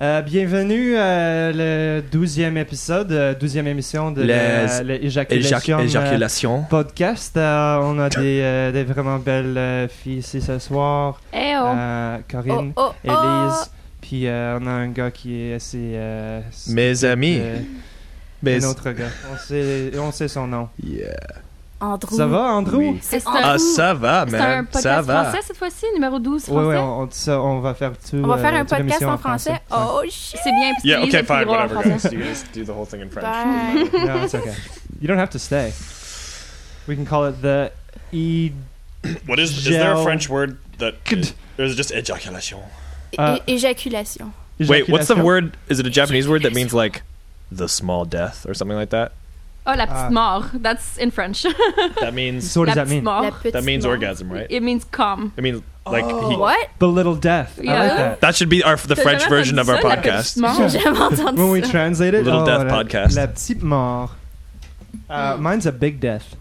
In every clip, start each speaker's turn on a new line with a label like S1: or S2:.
S1: Euh, bienvenue à le 12e épisode, euh, 12e émission de
S2: Les-
S1: la- le Ejaculation,
S2: Éjac-
S1: euh,
S2: éjaculation.
S1: Podcast. Euh, on a des, euh, des vraiment belles euh, filles ici ce soir.
S3: Eh oh.
S1: Euh,
S3: oh,
S1: Corinne,
S3: oh, oh.
S1: Élise, puis euh, on a un gars qui est assez... euh, s-
S2: Mes amis.
S1: euh,
S2: Mais
S1: Un autre gars. On sait, on sait son nom.
S2: Yeah.
S3: Andrew.
S1: Ça va, Andrew?
S2: Oui.
S3: C'est un,
S2: Ah, ça va,
S3: c'est un
S2: man.
S3: podcast
S2: Ça va.
S3: français cette fois-ci, numéro 12
S1: Oui,
S3: français.
S1: oui, on, on- ça, on va faire tout.
S3: on, va faire
S1: euh,
S3: un
S1: toute l'émission
S3: podcast en français. Oh shit. C'est bien, parce
S4: Yeah,
S3: qu'il
S4: okay,
S3: est
S4: fine,
S3: plus drôle en
S4: whatever, guys.
S3: français.
S4: You just do the whole thing in French.
S3: Bye.
S1: Ouais. No, it's okay. You don't have to stay. We can call it the E.
S4: What is, is there
S1: Gel.
S4: a French word that is, or is it just ejaculation?
S1: Euh,
S3: É- éjaculation.
S2: Wait, what's the
S1: Éjaculation.
S2: word? Is it a Japanese word that means like the small death or something like that?
S3: Oh, la
S1: Ah.
S3: petite mort. That's in French.
S4: That means
S1: So what
S3: la
S1: does that
S3: petite
S1: mean?
S2: Ah,
S3: mort.
S5: La petite
S4: that means
S5: mort.
S4: orgasm, right?
S3: It means come.
S4: I mean, like he,
S3: Oh. What?
S1: The little death. I like
S3: Yeah.
S1: that.
S2: That should be our the
S3: T'as
S2: French
S3: jamais
S2: version of our
S3: entendu ça, la petite
S2: podcast.
S3: mort?
S5: J'ai jamais entendu
S1: When we
S5: ça.
S1: translate it,
S2: Little
S1: oh, la,
S2: death podcast.
S1: La petite mort. Uh, Mine's a big death.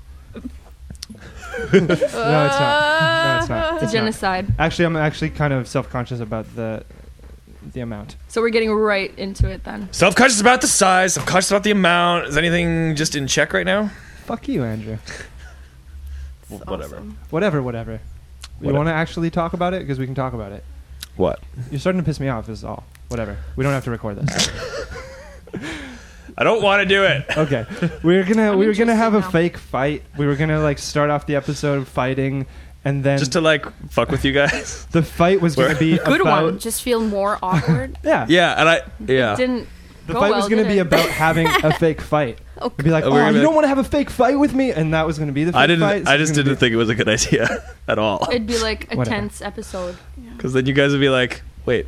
S1: No, it's not. No, it's not.
S3: It's a
S1: It's not.
S3: genocide.
S1: Actually, I'm actually kind of self-conscious about the the amount.
S3: So we're getting right into it then.
S2: Self conscious about the size, self conscious about the amount. Is anything just in check right now?
S1: Fuck you, Andrew.
S2: Well, whatever.
S1: Whatever, whatever. We
S2: Whatever.
S1: want to actually talk about it because we can talk about it.
S2: What?
S1: You're starting to piss me off. Is all. Whatever. We don't have to record this.
S2: I don't want to do it.
S1: Okay, we were gonna
S3: I'm
S1: we were gonna have a
S3: interested now.
S1: fake fight. We were gonna like start off the episode fighting, and then
S2: Just to like fuck with you guys.
S1: the fight was gonna be
S3: Good
S1: about
S3: one.
S5: Just feel more awkward.
S1: yeah
S2: Yeah, and I yeah.
S3: Didn't
S1: the
S3: go
S1: fight
S3: well,
S1: was gonna
S3: did
S1: be
S3: it?
S1: about having a fake fight.
S5: Oh,
S1: It'd be like,
S2: Uh,
S1: oh,
S2: we're
S1: you
S2: gonna-
S1: don't want to have a fake fight with me, and that was gonna be the. Fake
S2: I didn't.
S1: Fight, so
S2: I
S1: it's
S2: just
S1: gonna
S2: didn't
S1: be-
S2: think it was a good idea at all.
S3: It'd be like a
S1: Whatever.
S3: tense episode.
S2: Because then you guys would be like, wait,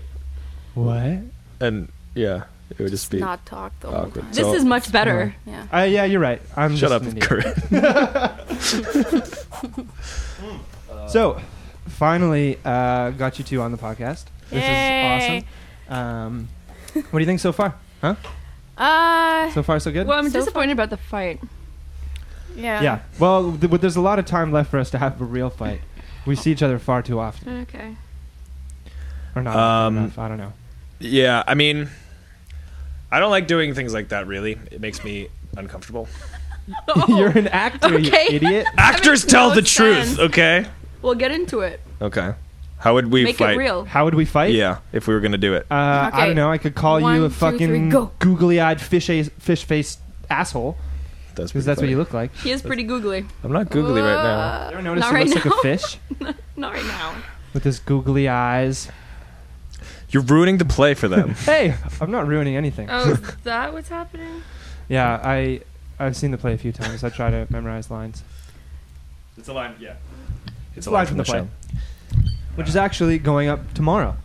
S1: What?
S2: and yeah, it would just be.
S5: not talk the whole
S2: awkward.
S5: time.
S3: This
S2: So-
S3: is much better.
S5: Yeah.
S1: Uh, yeah, you're right. I'm
S2: Shut
S1: just
S2: up,
S1: an idiot.
S2: Corinne.
S1: So, finally, uh, got you two on the podcast. This
S3: Yay.
S1: is awesome. Um, what do you think so far? Huh?
S5: Uh,
S1: So far, so good.
S3: Well, I'm
S5: So
S3: disappointed about the fight.
S5: yeah.
S1: Yeah. Well, th- but there's a lot of time left for us to have a real fight. We see each other far too often,
S3: Okay.
S1: or not.
S2: Um,
S1: often enough, I don't know.
S2: Yeah, I mean, I don't like doing things like that. Really, it makes me uncomfortable.
S3: Oh,
S1: You're an actor,
S3: Okay.
S1: you idiot.
S2: Actors
S3: makes
S2: tell
S3: no
S2: the
S3: sense.
S2: truth, okay?
S3: We'll get into it.
S2: Okay. How would we
S3: Make
S2: fight?
S3: it real.
S1: How would we fight?
S2: Yeah, if we were gonna do it.
S1: Uh, I
S3: Okay.
S1: don't know. I could call
S5: One,
S1: you a
S5: two, three,
S1: fucking
S5: go.
S1: googly-eyed fish ace- fish faced asshole because
S2: That's pretty
S1: that's what
S2: funny.
S1: you look like.
S3: He is pretty googly.
S2: I'm not googly right
S3: Uh.
S2: now.
S1: You ever notice
S3: Not
S1: he
S3: right
S1: looks
S3: now.
S1: like a fish
S3: Not right now.
S1: with his googly eyes?
S2: You're ruining the play for them.
S1: Hey, I'm not ruining anything.
S3: Oh, is that what's happening?
S1: Yeah, I I've seen the play a few times. I try to memorize lines,
S4: it's a line. Yeah.
S2: it's
S1: Live from the play. which is actually going up tomorrow.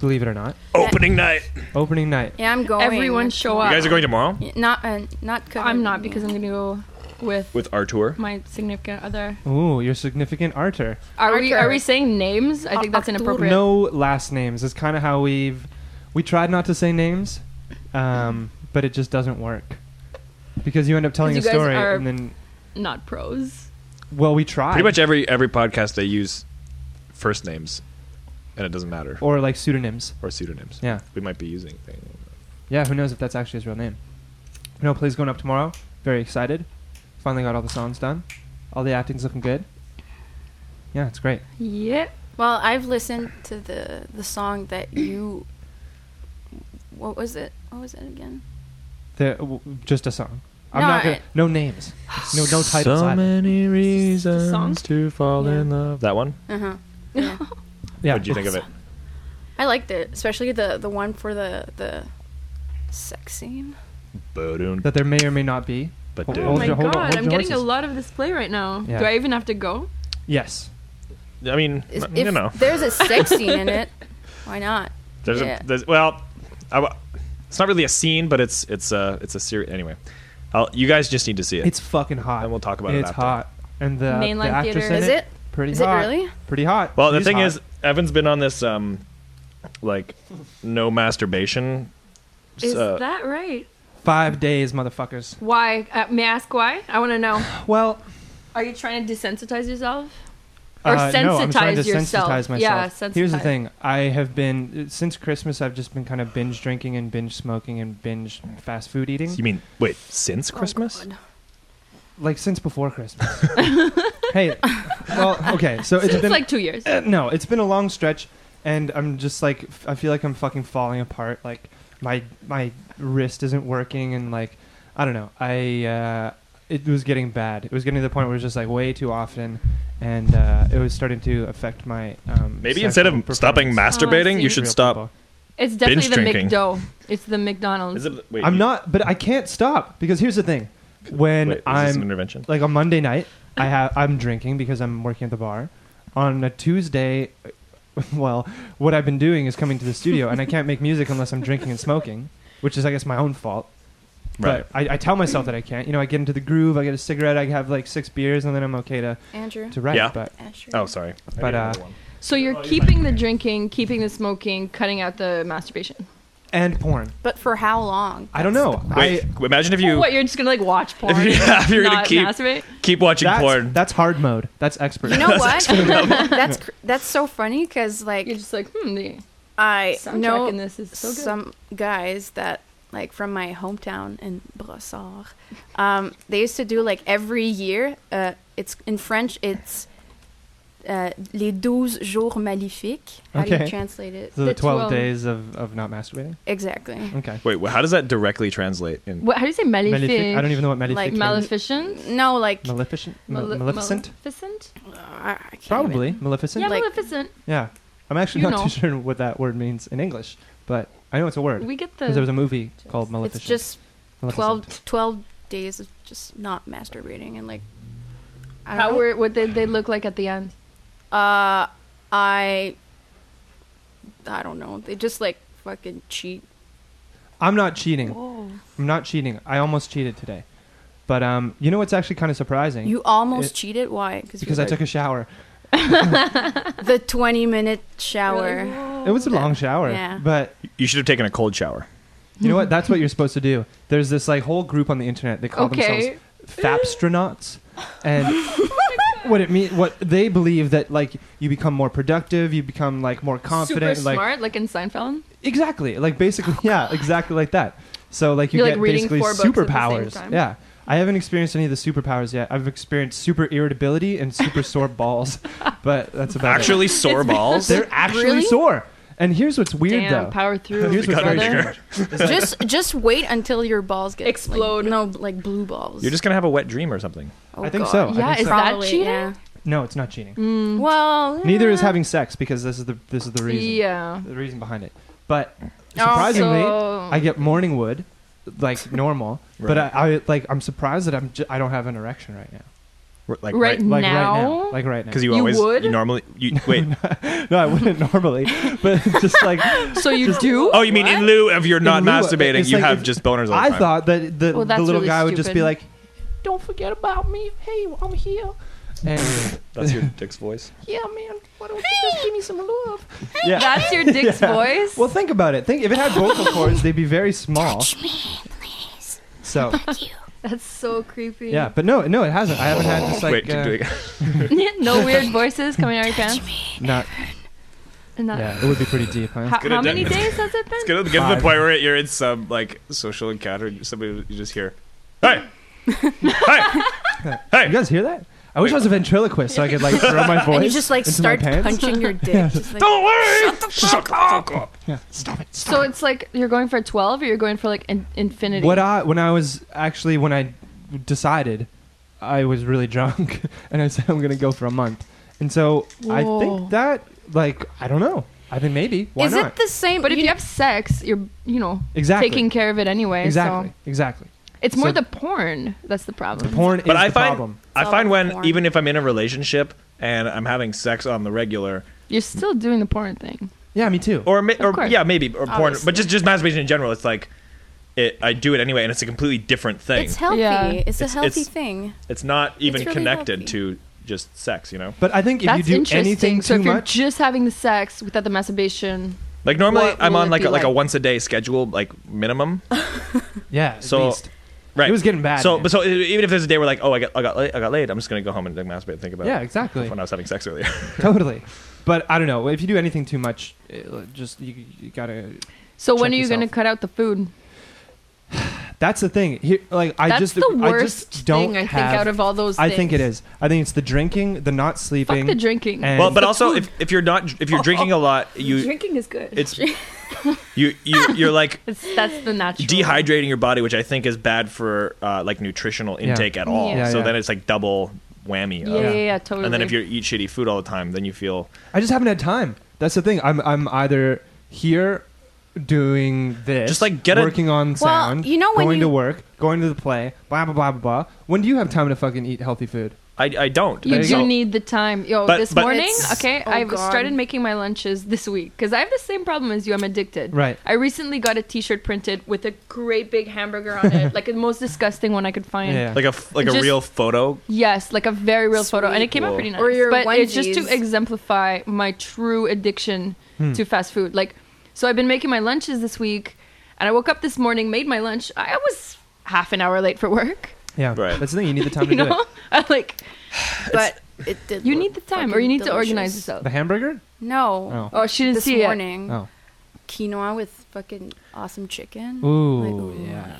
S1: Believe it or not,
S2: show. Opening night.
S3: Uh.
S1: opening night.
S5: Yeah, I'm going.
S3: Everyone show up.
S2: You guys are going tomorrow
S5: Yeah, Not, uh, not. Covered.
S3: I'm not because I'm gonna go with
S2: with our tour.
S3: my significant other.
S1: Ooh, your significant Arter.
S3: Are we
S5: Arthur.
S3: are we saying names? I think that's
S5: Arthur.
S3: inappropriate.
S1: no last names. It's kind of how we've we tried not to say names, um, but it just doesn't work because you end up telling a
S3: Because you guys
S1: story
S3: are-
S1: and then
S3: Not pros.
S1: well we tried
S2: Pretty much every every podcast they use first names, and it doesn't matter
S1: or like pseudonyms.
S2: or pseudonyms.
S1: Yeah,
S2: We might be using things.
S1: yeah. Who knows if that's actually his real name? No, plays going up tomorrow. Very excited. Finally got all the songs done. All the acting's looking good. Yeah, it's great.
S3: Yeah.
S5: Well, I've listened to the the song that you. What was it? What was it again?
S1: The, w- just a song. I'm
S5: No,
S1: not gonna,
S5: I-
S1: no names. No no titles. either.
S2: many
S3: reasons song?
S2: to fall
S5: Yeah. in
S2: love. That one.
S5: Uh huh. Yeah.
S1: Yeah.
S2: What did you think of it?
S5: I liked it, especially the the one for the the sex scene.
S2: Ba-dum,
S1: That there may or may not be.
S2: ba-dum.
S3: Oh
S1: Hold
S3: my
S1: your- hold-
S3: god,
S1: hold
S3: I'm
S1: your
S3: getting a
S1: horses.
S3: lot of this play right now.
S1: Yeah.
S3: Do I even have to go?
S1: Yes.
S2: I mean,
S5: If,
S2: you
S5: if
S2: know,
S5: there's a sex scene in it, why not?
S2: there's
S5: yeah.
S2: a there's, well, I w it's not really a scene, but it's it's a it's a series. Anyway, I'll, you guys just need to see it.
S1: It's fucking hot.
S2: And we'll talk about
S1: it's
S2: it
S1: It's
S2: after.
S1: hot. And the, the
S3: Mainline
S1: actress
S3: theater.
S1: in
S5: Is it?
S1: Pretty
S5: Is it
S1: hot.
S5: really?
S1: Pretty hot.
S2: well, the
S1: She's
S2: thing
S1: hot.
S2: is, Evan's been on this um, like no masturbation.
S3: Is
S2: uh,
S3: that right?
S1: five days, motherfuckers.
S3: Why? Uh, may I ask why? I want to know.
S1: Well,
S3: Are you trying to desensitize yourself? Or
S1: Uh, no, I'm trying to
S3: sensitize yourself.
S1: sensitize myself.
S3: Yeah,
S1: Here's the
S3: sensitize.
S1: thing: I have been since Christmas. I've just been kind of binge drinking and binge smoking and binge fast food eating,
S2: You mean wait since
S5: Oh,
S2: Christmas?
S5: God.
S1: like since before Christmas. hey, well, okay, so it's
S3: It's
S1: been
S3: like two years.
S1: Uh, no, it's been a long stretch, and I'm just like f- I feel like I'm fucking falling apart. Like my my wrist isn't working, and like I don't know. I uh, it was getting bad. It was getting to the point where it was just like way too often, and uh, it was starting to affect my. Um,
S2: Maybe instead
S1: sexual
S2: of stopping
S1: performance.
S2: masturbating,
S3: Oh, I
S2: you
S3: see.
S2: should
S1: Real
S2: stop.
S1: people.
S3: It's definitely
S2: Binge
S3: the
S2: drinking.
S3: McDo. It's the McDonald's.
S4: Is it? Wait,
S1: I'm
S4: you-
S1: not, but I can't stop because here's the thing: when
S2: Wait, is this
S1: I'm
S2: an intervention?
S1: like on Monday night, I have I'm drinking because I'm working at the bar. On a Tuesday, well, what I've been doing is coming to the studio, and I can't make music unless I'm drinking and smoking, which is I guess my own fault.
S2: Right.
S1: But I, I tell myself that I can't. You know, I get into the groove, I get a cigarette, I have like six beers, and then I'm okay to
S5: Andrew.
S1: to write.
S2: Yeah.
S1: But
S5: Asher.
S2: Oh, sorry.
S1: but uh,
S3: so you're keeping the drinking, keeping the smoking, cutting out the masturbation.
S1: and porn.
S5: But for how long?
S1: I don't know.
S2: Wait,
S1: I
S2: imagine if you
S3: what? You're just gonna like watch porn?
S2: you-
S3: and
S2: if you're gonna
S3: not
S2: keep-
S3: masturbate?
S2: keep watching
S1: that's,
S2: porn.
S1: that's hard mode. That's expert.
S5: You know what? that's cr- that's so funny because
S3: You're
S5: like
S3: just like, hmm. The
S5: I
S3: soundtrack
S5: know
S3: in this is so good.
S5: some guys that like from my hometown in Brossard. Um, they used to do like every year. Uh, it's in French. It's uh, les douze jours maléfiques. How do
S1: Okay.
S5: you translate it?
S1: So the
S3: The
S1: 12,
S3: 12
S1: days of, of not masturbating.
S5: Exactly.
S1: Okay.
S2: Wait, wh- how does that directly translate? In
S3: what, how do you say malefic?
S1: Malefic. I don't even know what malefic
S5: Like
S1: means.
S3: Maleficent.
S5: No, like
S1: Maleficent? Ma-
S3: Male-
S1: Maleficent?
S3: Maleficent.
S5: uh, I I can't
S1: Probably.
S5: even-
S1: Maleficent?
S3: Yeah,
S5: Like-
S3: maleficent.
S1: Yeah. I'm actually
S3: You
S1: not
S3: know.
S1: too sure what that word means in English, but I know it's a word.
S3: We get
S1: Because there was
S3: the.
S1: a movie called Maleficent.
S5: It's just
S1: Maleficent.
S5: 12, 12 days of just not masturbating and like. I don't
S3: How
S5: know.
S3: were what did they look like at the end?
S5: Uh, I. I don't know. They just like fucking cheat.
S1: I'm not cheating.
S3: Whoa.
S1: I'm not cheating. I almost cheated today. But um, you know what's actually kind of surprising?
S5: You almost
S1: It-
S5: cheated. Why? Cause
S1: because
S5: you-
S1: I took a shower.
S5: the twenty minute shower.
S1: It was a long shower.
S5: Oh, Yeah.
S1: But
S2: you should have taken a cold shower.
S1: you know what? That's what you're supposed to do. There's this like whole group on the internet. They call themselves
S3: Okay.
S1: fapstronauts and what it mean what they believe that like you become more productive you become like more confident
S3: Super
S1: like
S3: smart, like in Seinfeld.
S1: exactly like basically yeah exactly like that so like you
S3: You're, like,
S1: get
S3: reading
S1: basically
S3: four books at the same
S1: superpowers
S3: time.
S1: yeah i haven't experienced any of the superpowers yet i've experienced super irritability and super sore balls but that's about
S2: Actually, sore
S1: it
S2: balls.
S1: they're actually
S5: Really?
S1: sore and here's what's weird
S3: Damn,
S1: though
S3: power through.
S1: here's what's
S2: Gotta
S1: very
S2: be
S3: brother.
S2: bigger.
S1: strange
S5: just just wait until your balls get like,
S3: Explode.
S5: no, like blue balls.
S2: You're just gonna have a wet dream or something.
S5: Oh,
S1: I think
S5: God.
S1: so. I
S3: Yeah,
S1: think
S3: is
S1: so.
S3: that
S5: Probably,
S3: cheating?
S5: yeah.
S1: no it's not cheating
S3: Mm.
S5: Well,
S1: neither is
S5: yeah.
S1: having sex because this is the this is the reason
S3: Yeah.
S1: the reason behind it. But
S5: Oh,
S1: surprisingly,
S3: so-
S1: I get morning wood, like normal. But I, I like I'm surprised that I'm j- I don't have an erection right now.
S2: R- Like
S3: Right
S1: Like right now,
S3: Now?
S1: like right now.
S2: Because you,
S3: You
S2: always
S3: would?
S2: you normally you wait.
S1: no, I wouldn't normally, but it's just like
S3: So you do?
S2: Oh, you mean in lieu of you're not
S1: lieu of-
S2: masturbating,
S1: it's
S2: you
S1: like
S2: have
S1: if-
S2: just boners all the
S1: I
S2: time.
S1: thought that the,
S3: Well,
S1: the
S3: that's
S1: little
S3: really
S1: guy would just be
S3: stupid.
S1: like, "Don't forget about me. Hey, I'm here." And
S2: That's your dick's voice.
S1: yeah, man, why don't you just give me some love? Yeah.
S3: That's your dick's
S1: Yeah.
S3: voice.
S1: Well, think about it. Think if it had vocal cords, they'd be very small. So
S3: That's so creepy.
S1: yeah, but no, no, it hasn't. I haven't had just like
S2: wait,
S1: uh,
S2: do it again.
S3: no weird voices coming out of your pants.
S1: uh, not
S3: And that-
S1: Yeah, it would be pretty deep, huh?
S3: How,
S2: gonna
S3: how
S2: do-
S3: many days has it been?
S2: It's gonna get to
S1: Five.
S2: the point where you're in some like social encounter and somebody you just hear, hey, hey,
S1: You guys hear that? I wish I was a ventriloquist so I could like throw my voice.
S5: And you just like
S1: into
S5: start
S1: my pants.
S5: punching your dick. Just, like,
S2: don't worry, shut the fuck up.
S1: Yeah, stop it.
S3: So it's like you're going for 12 or you're going for like in- infinity?
S1: What I when I was actually when I decided I was really drunk and I said I'm gonna go for a month, and so I
S3: Whoa.
S1: think that like I don't know. I think maybe why
S5: is
S1: not?
S5: it the same?
S3: but if you have sex, you're, you know,
S1: exactly
S3: taking care of it anyway.
S1: exactly
S3: So
S1: exactly.
S3: it's more
S1: So-
S3: the porn that's the problem.
S1: Porn
S2: But
S1: is
S2: I
S1: the
S2: find
S1: problem.
S2: I
S5: all
S2: find
S5: about
S2: when
S5: porn.
S2: even if I'm in a relationship and I'm having sex on the regular,
S3: You're still doing the porn thing.
S1: Yeah, me too.
S2: or ma- or
S3: course.
S2: yeah maybe or porn,
S5: Obviously.
S2: but just just masturbation in general, it's like it, I do it anyway, and it's a completely different thing.
S5: it's
S2: It's,
S5: healthy.
S3: Yeah.
S5: It's a
S2: It's-
S5: healthy
S2: it's-
S5: thing.
S2: not even
S5: really
S2: connected
S5: healthy.
S2: to just sex, you know.
S1: but I think if
S3: that's
S1: you do
S3: interesting.
S1: anything
S3: so
S1: too
S3: if you're
S1: much,
S3: just having the sex without the masturbation,
S2: Like normally,
S3: What
S2: I'm
S3: will
S2: on
S3: it
S2: like
S3: be
S2: a, like a
S3: like?
S2: once a day schedule, like minimum.
S1: yeah. at
S2: So
S1: least.
S2: Right.
S1: It was getting bad.
S2: so,
S1: man.
S2: but so e- even if there's a day where like, oh, I got, I got, la- I got laid, I'm just gonna go home and like masturbate and think about
S1: yeah, exactly.
S2: when I was having sex earlier.
S1: totally. But I don't know. If you do anything too much, it, just you, you gotta.
S3: So
S1: Check
S3: when are you going to
S1: yourself.
S3: cut out the food?
S1: That's the thing. Here, like I
S3: That's
S1: just,
S3: the
S1: I
S3: worst
S1: just don't
S3: thing I think
S1: have-
S3: out of all those.
S1: I think it
S3: things.
S1: is. I think it's the drinking, the not sleeping.
S3: Fuck the drinking.
S1: and-
S2: well, but
S1: The
S2: also if, if you're not if you're drinking a lot, you
S3: drinking is good.
S2: it's you you you're like
S3: It's, that's the natural.
S2: dehydrating your body, which I think is bad for uh, like nutritional intake at all.
S3: Yeah.
S1: Yeah,
S2: so
S1: yeah.
S2: then it's like double whammy.
S3: Yeah,
S2: of-
S3: yeah, yeah, totally.
S2: And then if you eat shitty food all the time, then you feel
S1: I just haven't had time. That's the thing. I'm I'm either here doing this,
S2: Just, like, get a-
S1: working on sound,
S5: you know when
S1: going to
S5: you-
S1: work, going to the play, blah blah blah blah blah. When do you have time to fucking eat healthy food?
S2: I I don't.
S3: You
S1: There you
S3: do
S1: go.
S3: need the time. Yo,
S2: But-
S3: this
S2: but-
S3: morning,
S5: It's-
S3: okay,
S5: oh,
S3: I've
S5: God.
S3: started making my lunches this week because I have the same problem as you. I'm addicted.
S1: Right.
S3: I recently got a T-shirt printed with a great big hamburger on it, like the most disgusting one I could find.
S1: Yeah.
S2: Like a f- like a
S3: Just-
S2: real photo.
S3: Yes, like a very real photo, and it
S5: Sweet.
S3: came out
S2: Whoa.
S3: pretty nice.
S5: Or your
S3: but it's just to
S5: onesies.
S3: exemplify my true addiction to fast food. Like, so I've been making my lunches this week, and I woke up this morning, made my lunch. I was half an hour late for work.
S1: Yeah,
S2: Right.
S1: That's the thing. You need the time to
S3: You
S1: do
S3: know, I like
S5: but it did.
S3: you
S5: look
S3: need the time, or
S5: fucking
S3: you need to
S5: delicious.
S3: organize
S1: it.
S3: yourself.
S1: The hamburger?
S5: No,
S1: Oh.
S3: Oh, she didn't
S5: this
S3: see it.
S5: morning
S1: Oh,
S5: quinoa with fucking awesome chicken.
S1: ooh,
S5: Like, oh, ooh,
S1: yeah.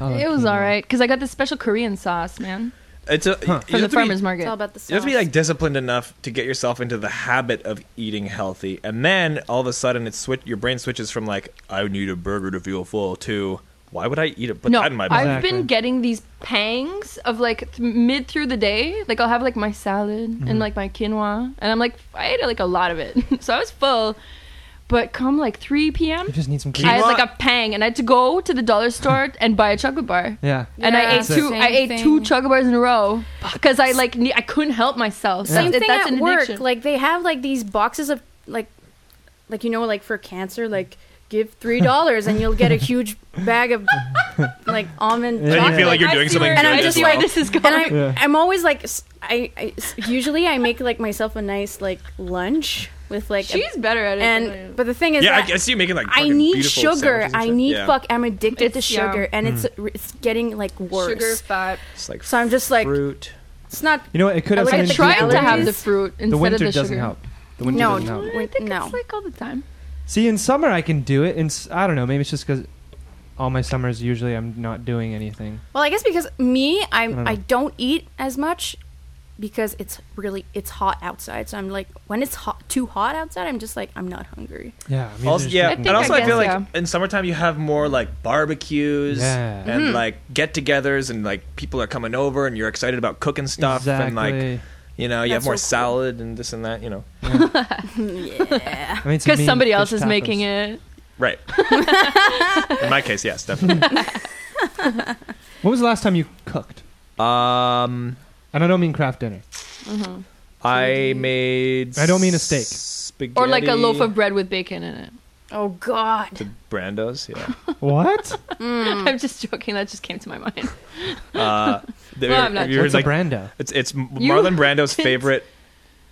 S1: I like
S3: It was
S1: quinoa.
S3: all right because I got this special Korean sauce, man,
S2: It's
S1: Huh.
S2: a you
S3: from the
S2: have to be-
S3: farmers market.
S5: It's all about the sauce.
S2: You have to be like disciplined enough to get yourself into the habit of eating healthy, and then all of a sudden, it's switch. Your brain switches from like I need a burger to feel full to why would I eat it? Put
S3: no,
S2: that in my
S3: I've
S2: body.
S1: Exactly.
S3: been getting these pangs of like th- mid through the day. Like I'll have like my salad
S1: Mm-hmm.
S3: and like my quinoa, and I'm like I ate like a lot of it, so I was full. But come like 3 p.m.,
S1: You just need some
S3: I
S2: Quinoa-
S3: had like a pang, and I had to go to the dollar store and buy a chocolate bar.
S1: Yeah.
S3: And I ate
S5: Yeah,
S3: two.
S5: same
S3: I ate two
S5: thing.
S3: chocolate bars in a row because I like ne- I couldn't help myself.
S5: Same
S3: That-
S5: thing
S3: that's
S5: at
S3: an
S5: work.
S3: addiction.
S5: Like they have like these boxes of like, like you know, like for cancer, like give three dollars and you'll get a huge bag of like almond.
S1: And you
S5: chocolate.
S2: feel like you're
S3: I
S2: doing
S3: see
S2: something
S3: where-
S5: good
S3: I
S5: as
S3: see
S5: well.
S3: where this is going.
S5: and I'm,
S1: Yeah.
S5: I'm always like, s- I, I- s- usually I make like myself a nice like lunch with like, a-
S3: She's better at it. than I am.
S5: and but the thing is,
S2: yeah, I,
S5: that
S2: I see you making like.
S5: I
S2: fucking
S5: need
S2: beautiful
S5: sugar.
S2: sandwiches and
S5: I
S2: shit.
S5: need
S2: yeah. Mm.
S5: fuck. I'm addicted to
S3: It's- yeah.
S5: sugar, and it's it's getting like worse.
S3: sugar, fat.
S2: It's like
S5: So I'm just like,
S2: fruit.
S5: it's not.
S1: You know what? It could
S5: I
S1: have
S5: like
S3: I
S1: something
S5: the
S1: to do with
S3: tried
S1: the
S3: to
S1: winter.
S3: have the fruit instead
S1: The winter
S3: of the
S1: doesn't
S3: sugar.
S1: help. The winter
S5: No,
S1: doesn't help.
S3: I think
S5: No.
S3: it's like all the time.
S1: See, in summer I can do it. In s- I don't know. Maybe it's just because all my summers usually I'm not doing anything.
S5: Well, I guess because me, I
S1: don't know.
S2: Mm.
S5: I don't eat as much because it's really it's hot outside. So I'm like, when it's hot, too hot outside, I'm just like, I'm not hungry.
S1: Yeah. I'm
S2: Also,
S1: usually
S2: yeah,
S1: just
S2: and
S1: eating-
S3: I
S2: also I,
S3: guess,
S2: feel like
S3: yeah.
S2: in summertime you have more like barbecues
S1: Yeah.
S2: and
S5: Mm-hmm.
S2: like get-togethers and like people are coming over and you're excited about cooking stuff and like
S1: Exactly.
S2: you know you have
S5: That's
S2: more
S5: so cool.
S2: salad and this and that you know
S1: I mean, it's
S3: Because
S1: mean
S3: somebody else
S1: fish
S3: is making
S1: tacos.
S3: it.
S2: right. in my case, yes, definitely.
S1: When was the last time you cooked?
S2: Um,
S1: And I don't mean craft dinner.
S2: I made.
S1: I don't mean a steak.
S2: Spaghetti.
S3: Or like a loaf of bread with bacon in it.
S5: Oh God.
S2: The Brandos, yeah.
S1: What?
S3: I'm just joking. That just came to my mind.
S2: Uh, they-
S3: Well, I'm not
S2: have you
S1: What's
S2: heard, like,
S1: a Brando?
S2: it's it's Marlon Brando's
S3: didn't-
S2: favorite.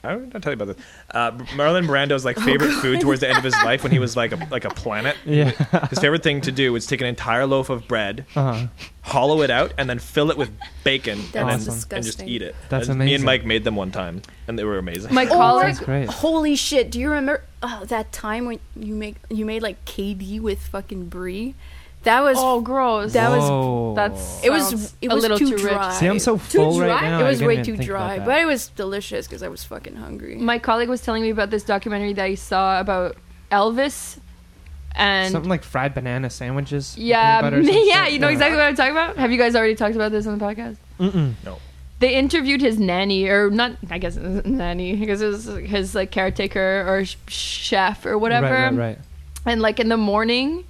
S2: I don't know tell you about this. Uh, Marlon Brando's
S3: Oh,
S2: like favorite food towards the end of his life when he was like a, like a planet.
S1: Yeah.
S2: His favorite thing to do was take an entire loaf of bread,
S1: Uh-huh.
S2: hollow it out, and then fill it with bacon, and, then,
S5: That's
S2: and just
S5: disgusting.
S2: eat it.
S1: That's
S2: And Me and
S1: amazing.
S2: Mike made them one time, and they were amazing.
S3: My colleague.
S1: That's great.
S5: Oh, Holy shit! Do you remember oh, that time when you make you made like KD with fucking brie? That was
S3: Oh, gross.
S5: That was-
S1: Whoa.
S3: That's
S5: it was
S3: sounds
S5: it was
S3: a little too,
S5: dry.
S3: rich.
S1: See, I'm so
S5: too
S1: full
S5: dry.
S1: right now.
S5: it
S1: I
S5: was
S1: can't
S5: way
S1: even
S5: too
S1: think about
S5: dry,
S1: that.
S5: but it was delicious because I was fucking hungry.
S3: My colleague was telling me about this documentary that he saw about Elvis, and
S1: something like fried banana sandwiches. with
S3: yeah,
S1: peanut butter or some
S3: yeah,
S1: shit.
S3: you know exactly what I'm talking about. Have you guys already talked about this on the podcast?
S1: Mm-mm.
S3: they interviewed his nanny or not i guess it wasn't nanny because it was his like caretaker or sh- chef or whatever
S1: Right, right, right.
S3: and like in the morning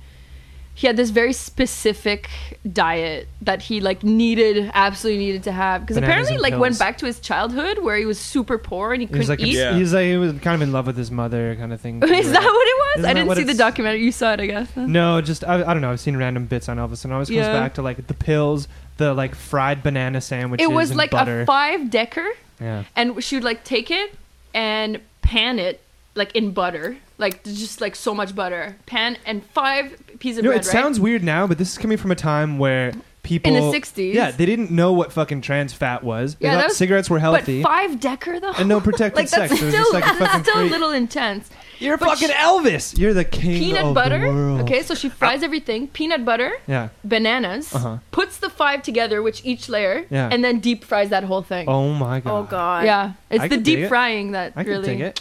S3: he had this very specific diet that he like needed absolutely needed to have because
S1: Bananas
S3: apparently
S1: and
S3: like went
S1: pills.
S3: back to his childhood where he was super poor and
S1: He
S3: he couldn't
S1: was like,
S3: eat
S2: Yeah.
S1: he was like, he was kind of in love with his mother, kind of thing.
S3: is that what it was
S1: Isn't
S3: i
S1: that
S3: didn't
S1: what
S3: see the
S1: it's-
S3: documentary you saw it i guess
S1: No, just I, I don't know. I've seen random bits on Elvis, and it always comes
S3: Yeah.
S1: back to like the pills, the like fried banana sandwiches.
S3: it was
S1: and
S3: like
S1: butter.
S3: a five decker
S1: yeah.
S3: and she would like take it and pan it like in butter like just like so much butter pan and five pieces of
S1: You know,
S3: bread
S1: it
S3: right
S1: sounds weird now, but this is coming from a time where people
S3: in the 60s.
S1: Yeah, they didn't know what fucking trans fat was. They
S3: Yeah,
S1: thought
S3: that was-
S1: cigarettes were healthy
S3: But five decker though.
S1: and no protected
S3: like
S1: sex.
S3: that's
S1: It was just
S3: still
S1: like a fucking
S3: still a
S1: freak.
S3: little intense.
S1: You're
S3: but
S1: fucking
S3: she-
S1: Elvis. You're the king of
S3: Peanut
S1: the
S3: butter.
S1: world.
S3: Okay, so she fries everything. Peanut butter,
S1: Yeah.
S3: bananas.
S1: Uh-huh.
S3: Puts the five together, which each layer,
S1: Yeah.
S3: and then deep fries that whole thing.
S1: Oh my god.
S5: Oh God.
S3: Yeah, it's
S1: I
S3: the
S1: could dig
S3: deep
S1: it.
S3: frying that
S1: I can
S3: really.
S1: take it.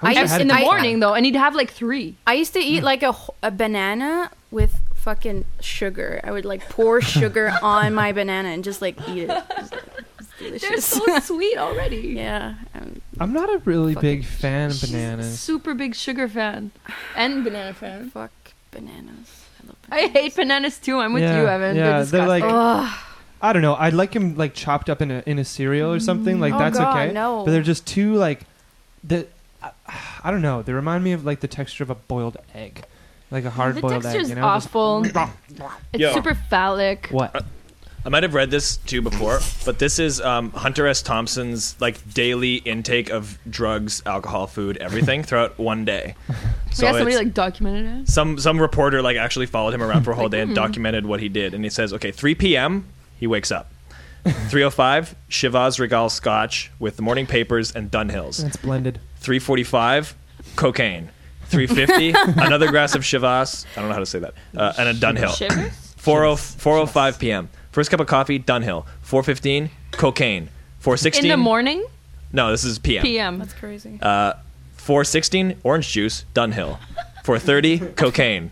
S5: I
S1: wish
S5: used-
S1: had
S3: in
S1: it
S3: the
S1: before.
S3: morning though, I need to have like three.
S5: I used to
S1: Mm.
S5: eat like a, wh- a banana with fucking sugar. I would like pour sugar on my banana and just like eat it. It's
S3: They're
S5: delicious.
S3: so sweet already.
S5: yeah. Um,
S1: I'm not a really
S3: Fucking
S1: big fan of
S3: She's a
S1: bananas.
S3: Super big sugar fan and banana fan.
S5: fuck bananas. I love bananas.
S3: I hate bananas too. I'm with
S1: Yeah,
S3: you, Evan.
S1: yeah,
S3: they're,
S1: they're, like-
S3: disgusting.
S5: Ugh.
S1: I don't know. I'd like them like chopped up in a in a cereal or something.
S3: Mm.
S1: Like
S5: Oh,
S1: that's
S5: God,
S1: okay.
S5: no.
S1: But they're just too like the I, I don't know. They remind me of like the texture of a boiled egg, like a hard
S3: the
S1: boiled egg.
S3: texture's
S1: You know, Just-
S3: awful. it's
S4: Yeah.
S3: super phallic.
S1: what?
S2: I might have read this too before, but this is um, Hunter S. Thompson's like daily intake of drugs, alcohol, food, everything throughout one day. So
S3: yeah, somebody
S2: it's-
S3: like documented it.
S2: some some reporter like actually followed him around for a whole
S3: mm-hmm.
S2: day and documented what he did. And he says, okay, 3 p.m. he wakes up. 3:05 Shiraz Regal Scotch with the morning papers and Dunhills.
S1: That's blended.
S2: 3:45 cocaine. 3:50 another glass of Shiraz. I don't know how to say that. Uh, and a Dunhill.
S3: Shivers.
S2: 4:00 4:05 p.m. First cup of coffee, Dunhill. 4:15 cocaine. 4:16
S3: In the morning,
S2: No, this is p.m.
S3: p.m.
S5: That's crazy.
S2: Uh, 416 orange juice Dunhill. 430 cocaine.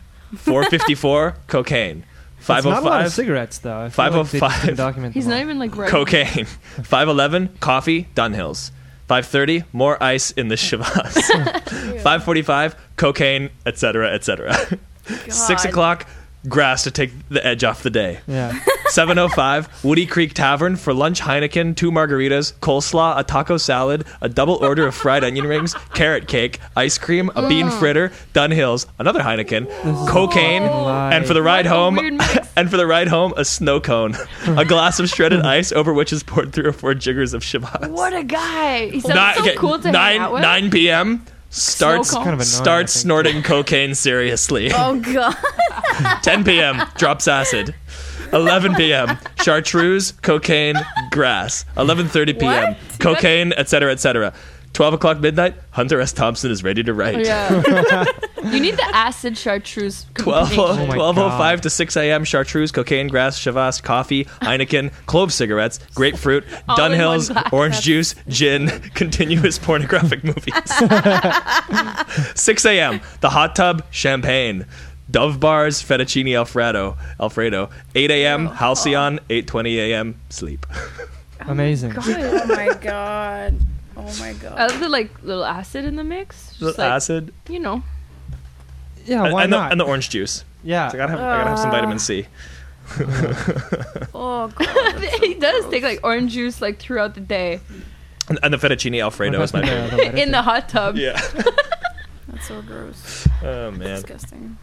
S2: 454 cocaine.
S1: It's not a lot of
S2: 505
S1: cigarettes though. I feel like they just
S2: 505.
S1: didn't document
S3: He's
S1: them
S3: not
S1: all.
S3: even like right.
S2: cocaine. 511 coffee Dunhills. 530 more ice in the Shiraz. 545 cocaine, etc., etc. 6
S5: God.
S2: o'clock grass to take the edge off the day.
S1: Yeah.
S2: 705 Woody Creek Tavern for lunch Heineken, two margaritas, coleslaw, a taco salad, a double order of fried onion rings, carrot cake, ice cream, a bean fritter, Dunhills, another Heineken, cocaine,
S1: fucking lies.
S2: and for the ride
S3: What a
S2: home
S3: weird mix.
S2: and for the ride home a snow cone, a glass of shredded ice over which is poured three or four jiggers of Shabbat.
S3: What a guy! He sounds so
S2: okay,
S3: cool to
S2: nine
S3: hang out with.
S2: 9 p.m. starts
S3: Snow cone. Kind
S1: of annoying,
S2: starts
S1: I think.
S2: snorting cocaine seriously.
S5: Oh God.
S2: 10 p.m. drops acid. 11 p.m. chartreuse, cocaine, grass. 11:30 p.m.
S3: What?
S2: cocaine, etc., etc. 12 o'clock midnight. Hunter S. Thompson is ready to write.
S3: Yeah. you need the acid chartreuse.
S2: 12,
S3: combination.
S1: Oh my
S2: 12.05
S1: God.
S2: to 6 a.m. Chartreuse, cocaine, grass, Shavas, coffee, Heineken, clove cigarettes, grapefruit,
S3: All in
S2: Dunhills,
S3: one glass.
S2: orange juice, gin, continuous pornographic movies. 6 a.m. The hot tub, champagne. Dove bars, fettuccine alfredo, Alfredo. 8
S3: Oh.
S2: a.m. Halcyon, 8:20 a.m. Sleep.
S1: Amazing.
S5: oh my God. Oh my God.
S3: I love the like little acid in the mix. Just,
S2: Little
S3: like,
S2: acid,
S3: You know,
S1: Yeah.
S2: and,
S1: Oh, Why
S2: and the,
S1: not? Uh,
S2: and the orange juice.
S1: yeah.
S2: So I gotta have, I gotta
S3: uh.
S2: have some vitamin C.
S5: Oh God.
S3: he does take like orange juice like throughout the day
S2: And, and the fettuccine alfredo is my favorite.
S3: in the hot tub.
S2: Yeah.
S5: That's so gross.
S2: Oh man.
S5: Disgusting.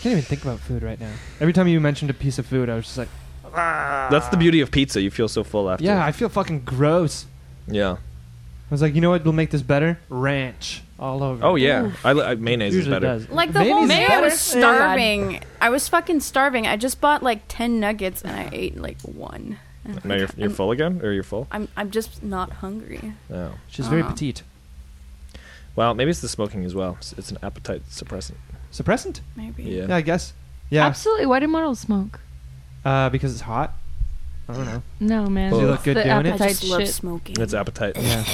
S1: can't even think about food right now. Every time you mentioned a piece of food, I was just like,
S2: That's the beauty of pizza. You feel so full after.
S1: yeah, I feel fucking gross.
S2: Yeah.
S1: I was like, you know what will make this better? Ranch all over.
S2: Oh yeah, I, li- I mayonnaise is
S1: usually
S2: better.
S1: does.
S5: Like the
S1: Mayonnaise
S5: whole
S1: is
S5: day, I
S1: better.
S5: was
S1: Yeah.
S5: starving. I was fucking starving. I just bought like ten nuggets and I ate like one. And
S2: No, you're, you're
S5: I'm-
S2: full again, or you're full.
S5: I'm I'm just not hungry.
S2: Oh,
S1: She's very
S5: Oh.
S1: petite.
S2: well, maybe it's the smoking as well. It's, it's an appetite suppressant.
S1: Suppressant?
S5: Maybe.
S2: Yeah.
S1: Yeah, I guess. Yeah,
S3: Absolutely. Why do models smoke?
S1: uh, because it's hot. I don't know.
S3: No, man.
S1: Does it
S2: Ugh.
S1: look good
S3: The
S1: doing
S5: I
S1: it?
S3: appetite.
S5: just love
S3: shit.
S5: smoking.
S2: It's appetite.
S1: Yeah.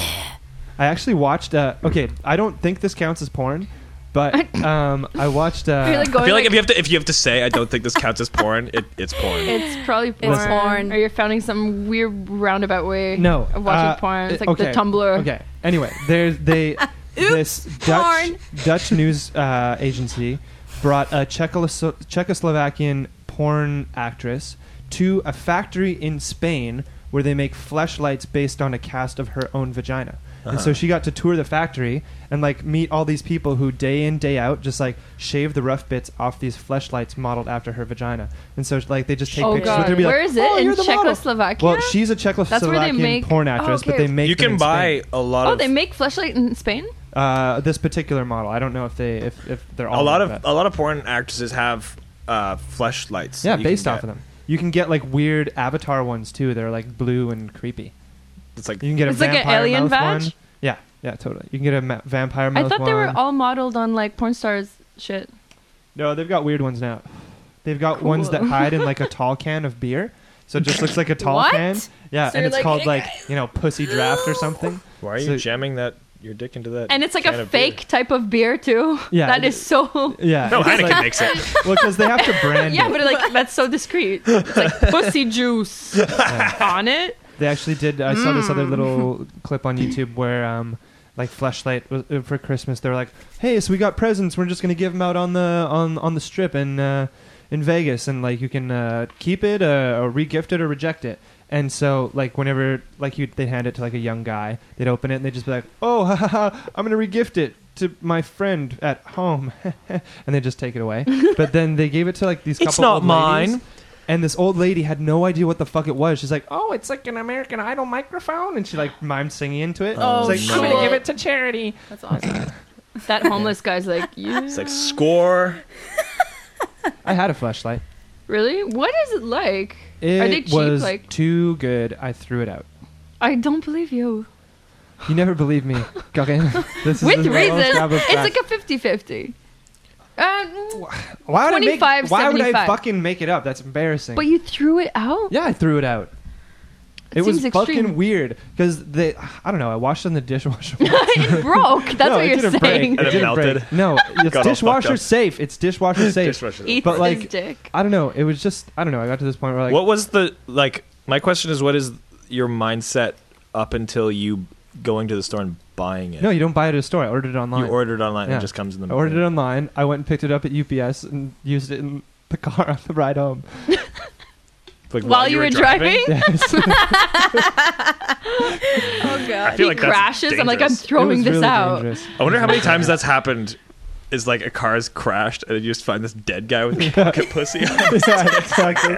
S1: I actually watched. Uh, okay, I don't think this counts as porn, but um, I watched. Uh,
S3: I feel like
S2: I
S3: going
S2: feel like
S3: like,
S2: if you have to if you have to say I don't think this counts as porn, it, it's porn.
S3: it's probably porn.
S5: It's porn.
S3: Or you're finding some weird roundabout way
S1: no
S3: of watching
S1: uh,
S3: porn. It's
S1: uh,
S3: like
S1: okay,
S3: the Tumblr.
S1: Okay. Anyway, there's they this Dutch
S5: porn.
S1: Dutch news uh, agency brought a Czechoslo- Czechoslovakian porn actress to a factory in Spain where they make fleshlights based on a cast of her own vagina. And so she got to tour the factory and like meet all these people who day in day out just like shave the rough bits off these fleshlights modeled after her vagina. And so like they just take
S3: Oh,
S1: pictures with
S3: God.
S1: her. and be like,
S3: Where is it?
S1: "Oh,
S3: In
S1: you're the model."
S3: Czechoslovakia?
S1: Well, she's a
S3: they
S1: Czechoslovakian
S3: make-
S1: porn
S3: Oh,
S1: actress, but
S3: okay.
S1: they make
S2: you
S1: them
S2: can
S1: in
S2: buy
S1: Spain.
S2: a lot
S3: Oh,
S2: of
S3: they make fleshlight in Spain?
S1: Uh, this particular model. I don't know if they if, if they're all
S2: a lot
S1: like
S2: of
S1: that.
S2: a lot of porn actresses have uh, fleshlights.
S1: yeah
S2: that you can
S1: based off
S2: get.
S1: of them. You can get like weird avatar ones too. They're like blue and creepy.
S2: It's like
S1: You can get a
S3: It's like an
S1: vampire
S3: alien
S1: mouth
S3: badge?
S1: one. Yeah, yeah, totally. You can get a ma- vampire mouth
S3: I thought
S1: one.
S3: they were all modeled on like porn stars shit.
S1: No, they've got weird ones now. They've got ones that
S3: Cool.
S1: hide in like a tall can of beer. So it just looks like a tall
S3: What?
S1: can. Yeah,
S3: So
S1: and
S3: you're
S1: it's
S3: like,
S1: called
S3: "Hey,
S1: like, you know, pussy draft or something.
S4: Why are you
S1: So-
S4: jamming that your dick into that?
S3: And it's like
S4: can
S3: a
S4: of beer?
S3: fake type of beer too.
S1: Yeah,
S3: that
S1: it-
S3: is so.
S1: Yeah.
S2: no
S1: it's
S2: Heineken
S1: like,
S2: makes it.
S1: well, because they have to brand
S3: Yeah,
S1: it.
S3: but like that's so discreet. It's like pussy juice on it.
S1: They actually did. I saw this other little clip on YouTube where, um, like Fleshlight was- uh, for Christmas, they were like, "Hey, so we got presents. We're just gonna give them out on the on on the strip in uh, in Vegas, and like you can uh, keep it, uh, or regift it, or reject it." And so, like whenever like you they hand it to like a young guy, they'd open it and they'd just be like, "Oh, ha, ha, ha, I'm gonna regift it." To my friend at home, and they just take it away. But then they gave it to like these.
S2: It's
S1: couple
S2: not
S1: old ladies,
S2: mine.
S1: and this old lady had no idea what the fuck it was. She's like, "Oh, it's like an American Idol microphone," and she like mimed singing into it.
S2: Oh,
S1: She's like,
S2: no.
S1: "I'm gonna give it to charity."
S5: That's awesome.
S3: That homeless guy's like, yeah.
S2: It's like score.
S1: I had a flashlight.
S3: really? What is it like?
S1: It
S3: Are they cheap?
S1: was
S3: Like,
S1: too good. I threw it out.
S3: I don't believe you.
S1: You never believe me, Karin. This is
S3: With
S1: the lowest
S3: reason,
S1: job of
S3: it's
S1: fact.
S3: like a 50 50. Um,
S1: why would I make?
S3: 25,
S1: Why would I
S3: 75.
S1: fucking make it up? That's embarrassing.
S3: but you threw it out?
S1: yeah, I threw it out.
S3: It
S1: It, was
S3: seems
S1: fucking
S3: extreme.
S1: weird because they. I don't know. I washed it in the dishwasher.
S3: it broke.
S1: no,
S3: That's what
S1: it
S3: you're
S1: didn't break.
S3: saying.
S2: And it
S1: It didn't break.
S2: melted.
S1: No, it's
S2: all fucked
S1: dishwasher
S2: up.
S1: safe. It's dishwasher safe.
S2: Dishwasher.
S3: Eats
S1: But,
S3: his
S1: like,
S3: dick.
S1: I don't know. It was just I don't know. I got to this point where like
S2: what was the like? My question is, what is your mindset up until you going to the store and buying it?
S1: no, you don't buy it at a store. I ordered it online.
S2: you ordered online.
S1: Yeah.
S2: It just comes in the.
S1: I ordered it online. I went and picked it up at UPS and used it in the car on the ride home.
S2: Like,
S3: While, you were driving,
S1: Yes.
S5: oh god.
S2: feel
S3: he
S2: like that's
S3: crashes. I'm like, I'm
S1: It was
S2: dangerous.
S3: throwing this
S1: really
S3: out.
S1: dangerous.
S2: I wonder how many times that's happened. Is like a car's crashed and you just find this dead guy with a pocket pussy. on.
S1: Yeah, exactly.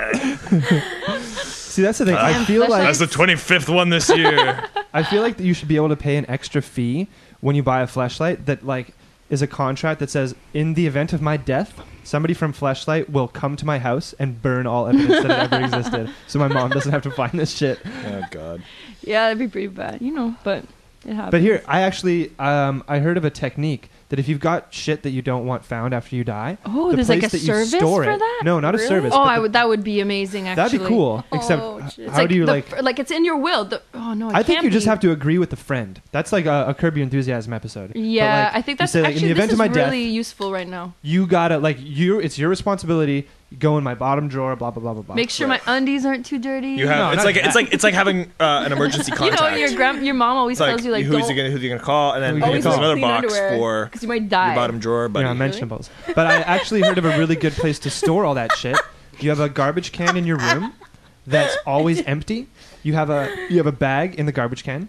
S1: See, that's the thing. I
S5: Damn,
S1: feel like
S5: flashlight.
S2: That's the twenty fifth one this year.
S1: I feel like that you should be able to pay an extra fee when you buy a flashlight that like is a contract that says in the event of my death, somebody from Flashlight will come to my house and burn all evidence that it ever existed, so my mom doesn't have to find this shit.
S2: oh god.
S3: Yeah, that'd be pretty bad, you know, but it happens.
S1: But here, I actually um, I heard of a technique that if you've got shit that you don't want found after you die,
S3: oh,
S1: the
S3: there's like a
S1: place that you
S3: service
S1: store
S3: for
S1: it-
S3: that?
S1: No, not a service,
S3: Oh,
S1: but
S3: I
S1: the-
S3: would, that would be amazing, actually.
S1: that'd be cool. Except,
S5: Oh,
S1: h-
S5: shit.
S1: how do you
S3: the
S1: like?
S3: fr- like it's in your will. The, oh no, it
S1: I think
S3: can't
S1: you just
S3: be.
S1: have to agree with the friend. That's like a, a Curb Your Enthusiasm episode. But,
S3: Yeah,
S1: like,
S3: I
S1: you
S3: think that's
S1: say, like,
S3: actually
S1: in the event of
S3: this
S1: my
S3: is
S1: death,
S3: really useful right now.
S1: you gotta like you. It's your responsibility. Go in my bottom drawer. Blah blah blah blah blah.
S3: Make sure my undies aren't too dirty.
S2: You have
S1: No,
S2: it's
S1: not
S2: like
S1: that.
S2: it's like it's like having uh, an emergency
S3: You
S2: contact.
S3: know, your grand, your mom always
S2: It's like,
S3: tells you like
S2: who's
S3: don't
S2: you gonna who's you gonna call, and then
S1: Always
S2: there's
S1: clean
S2: another box for
S3: because you might
S2: your
S3: die.
S2: bottom drawer, buddy.
S1: You're unmentionables. But I actually heard of a really good place to store all that shit. You have a garbage can in your room that's always empty. You have a you have a bag in the garbage can,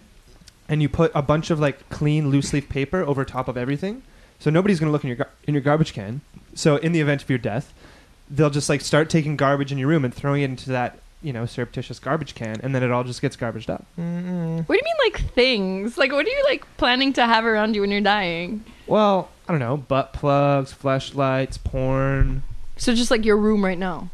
S1: and you put a bunch of like clean loose leaf paper over top of everything, so nobody's gonna look in your gar- in your garbage can. So in the event of your death, they'll just like start taking garbage in your room and throwing it into that you know surreptitious garbage can, and then it all just gets garbaged up.
S3: What do you mean like things? Like what are you like planning to have around you when you're dying?
S1: Well, I don't know, butt plugs, flashlights, porn.
S3: So just like your room right now.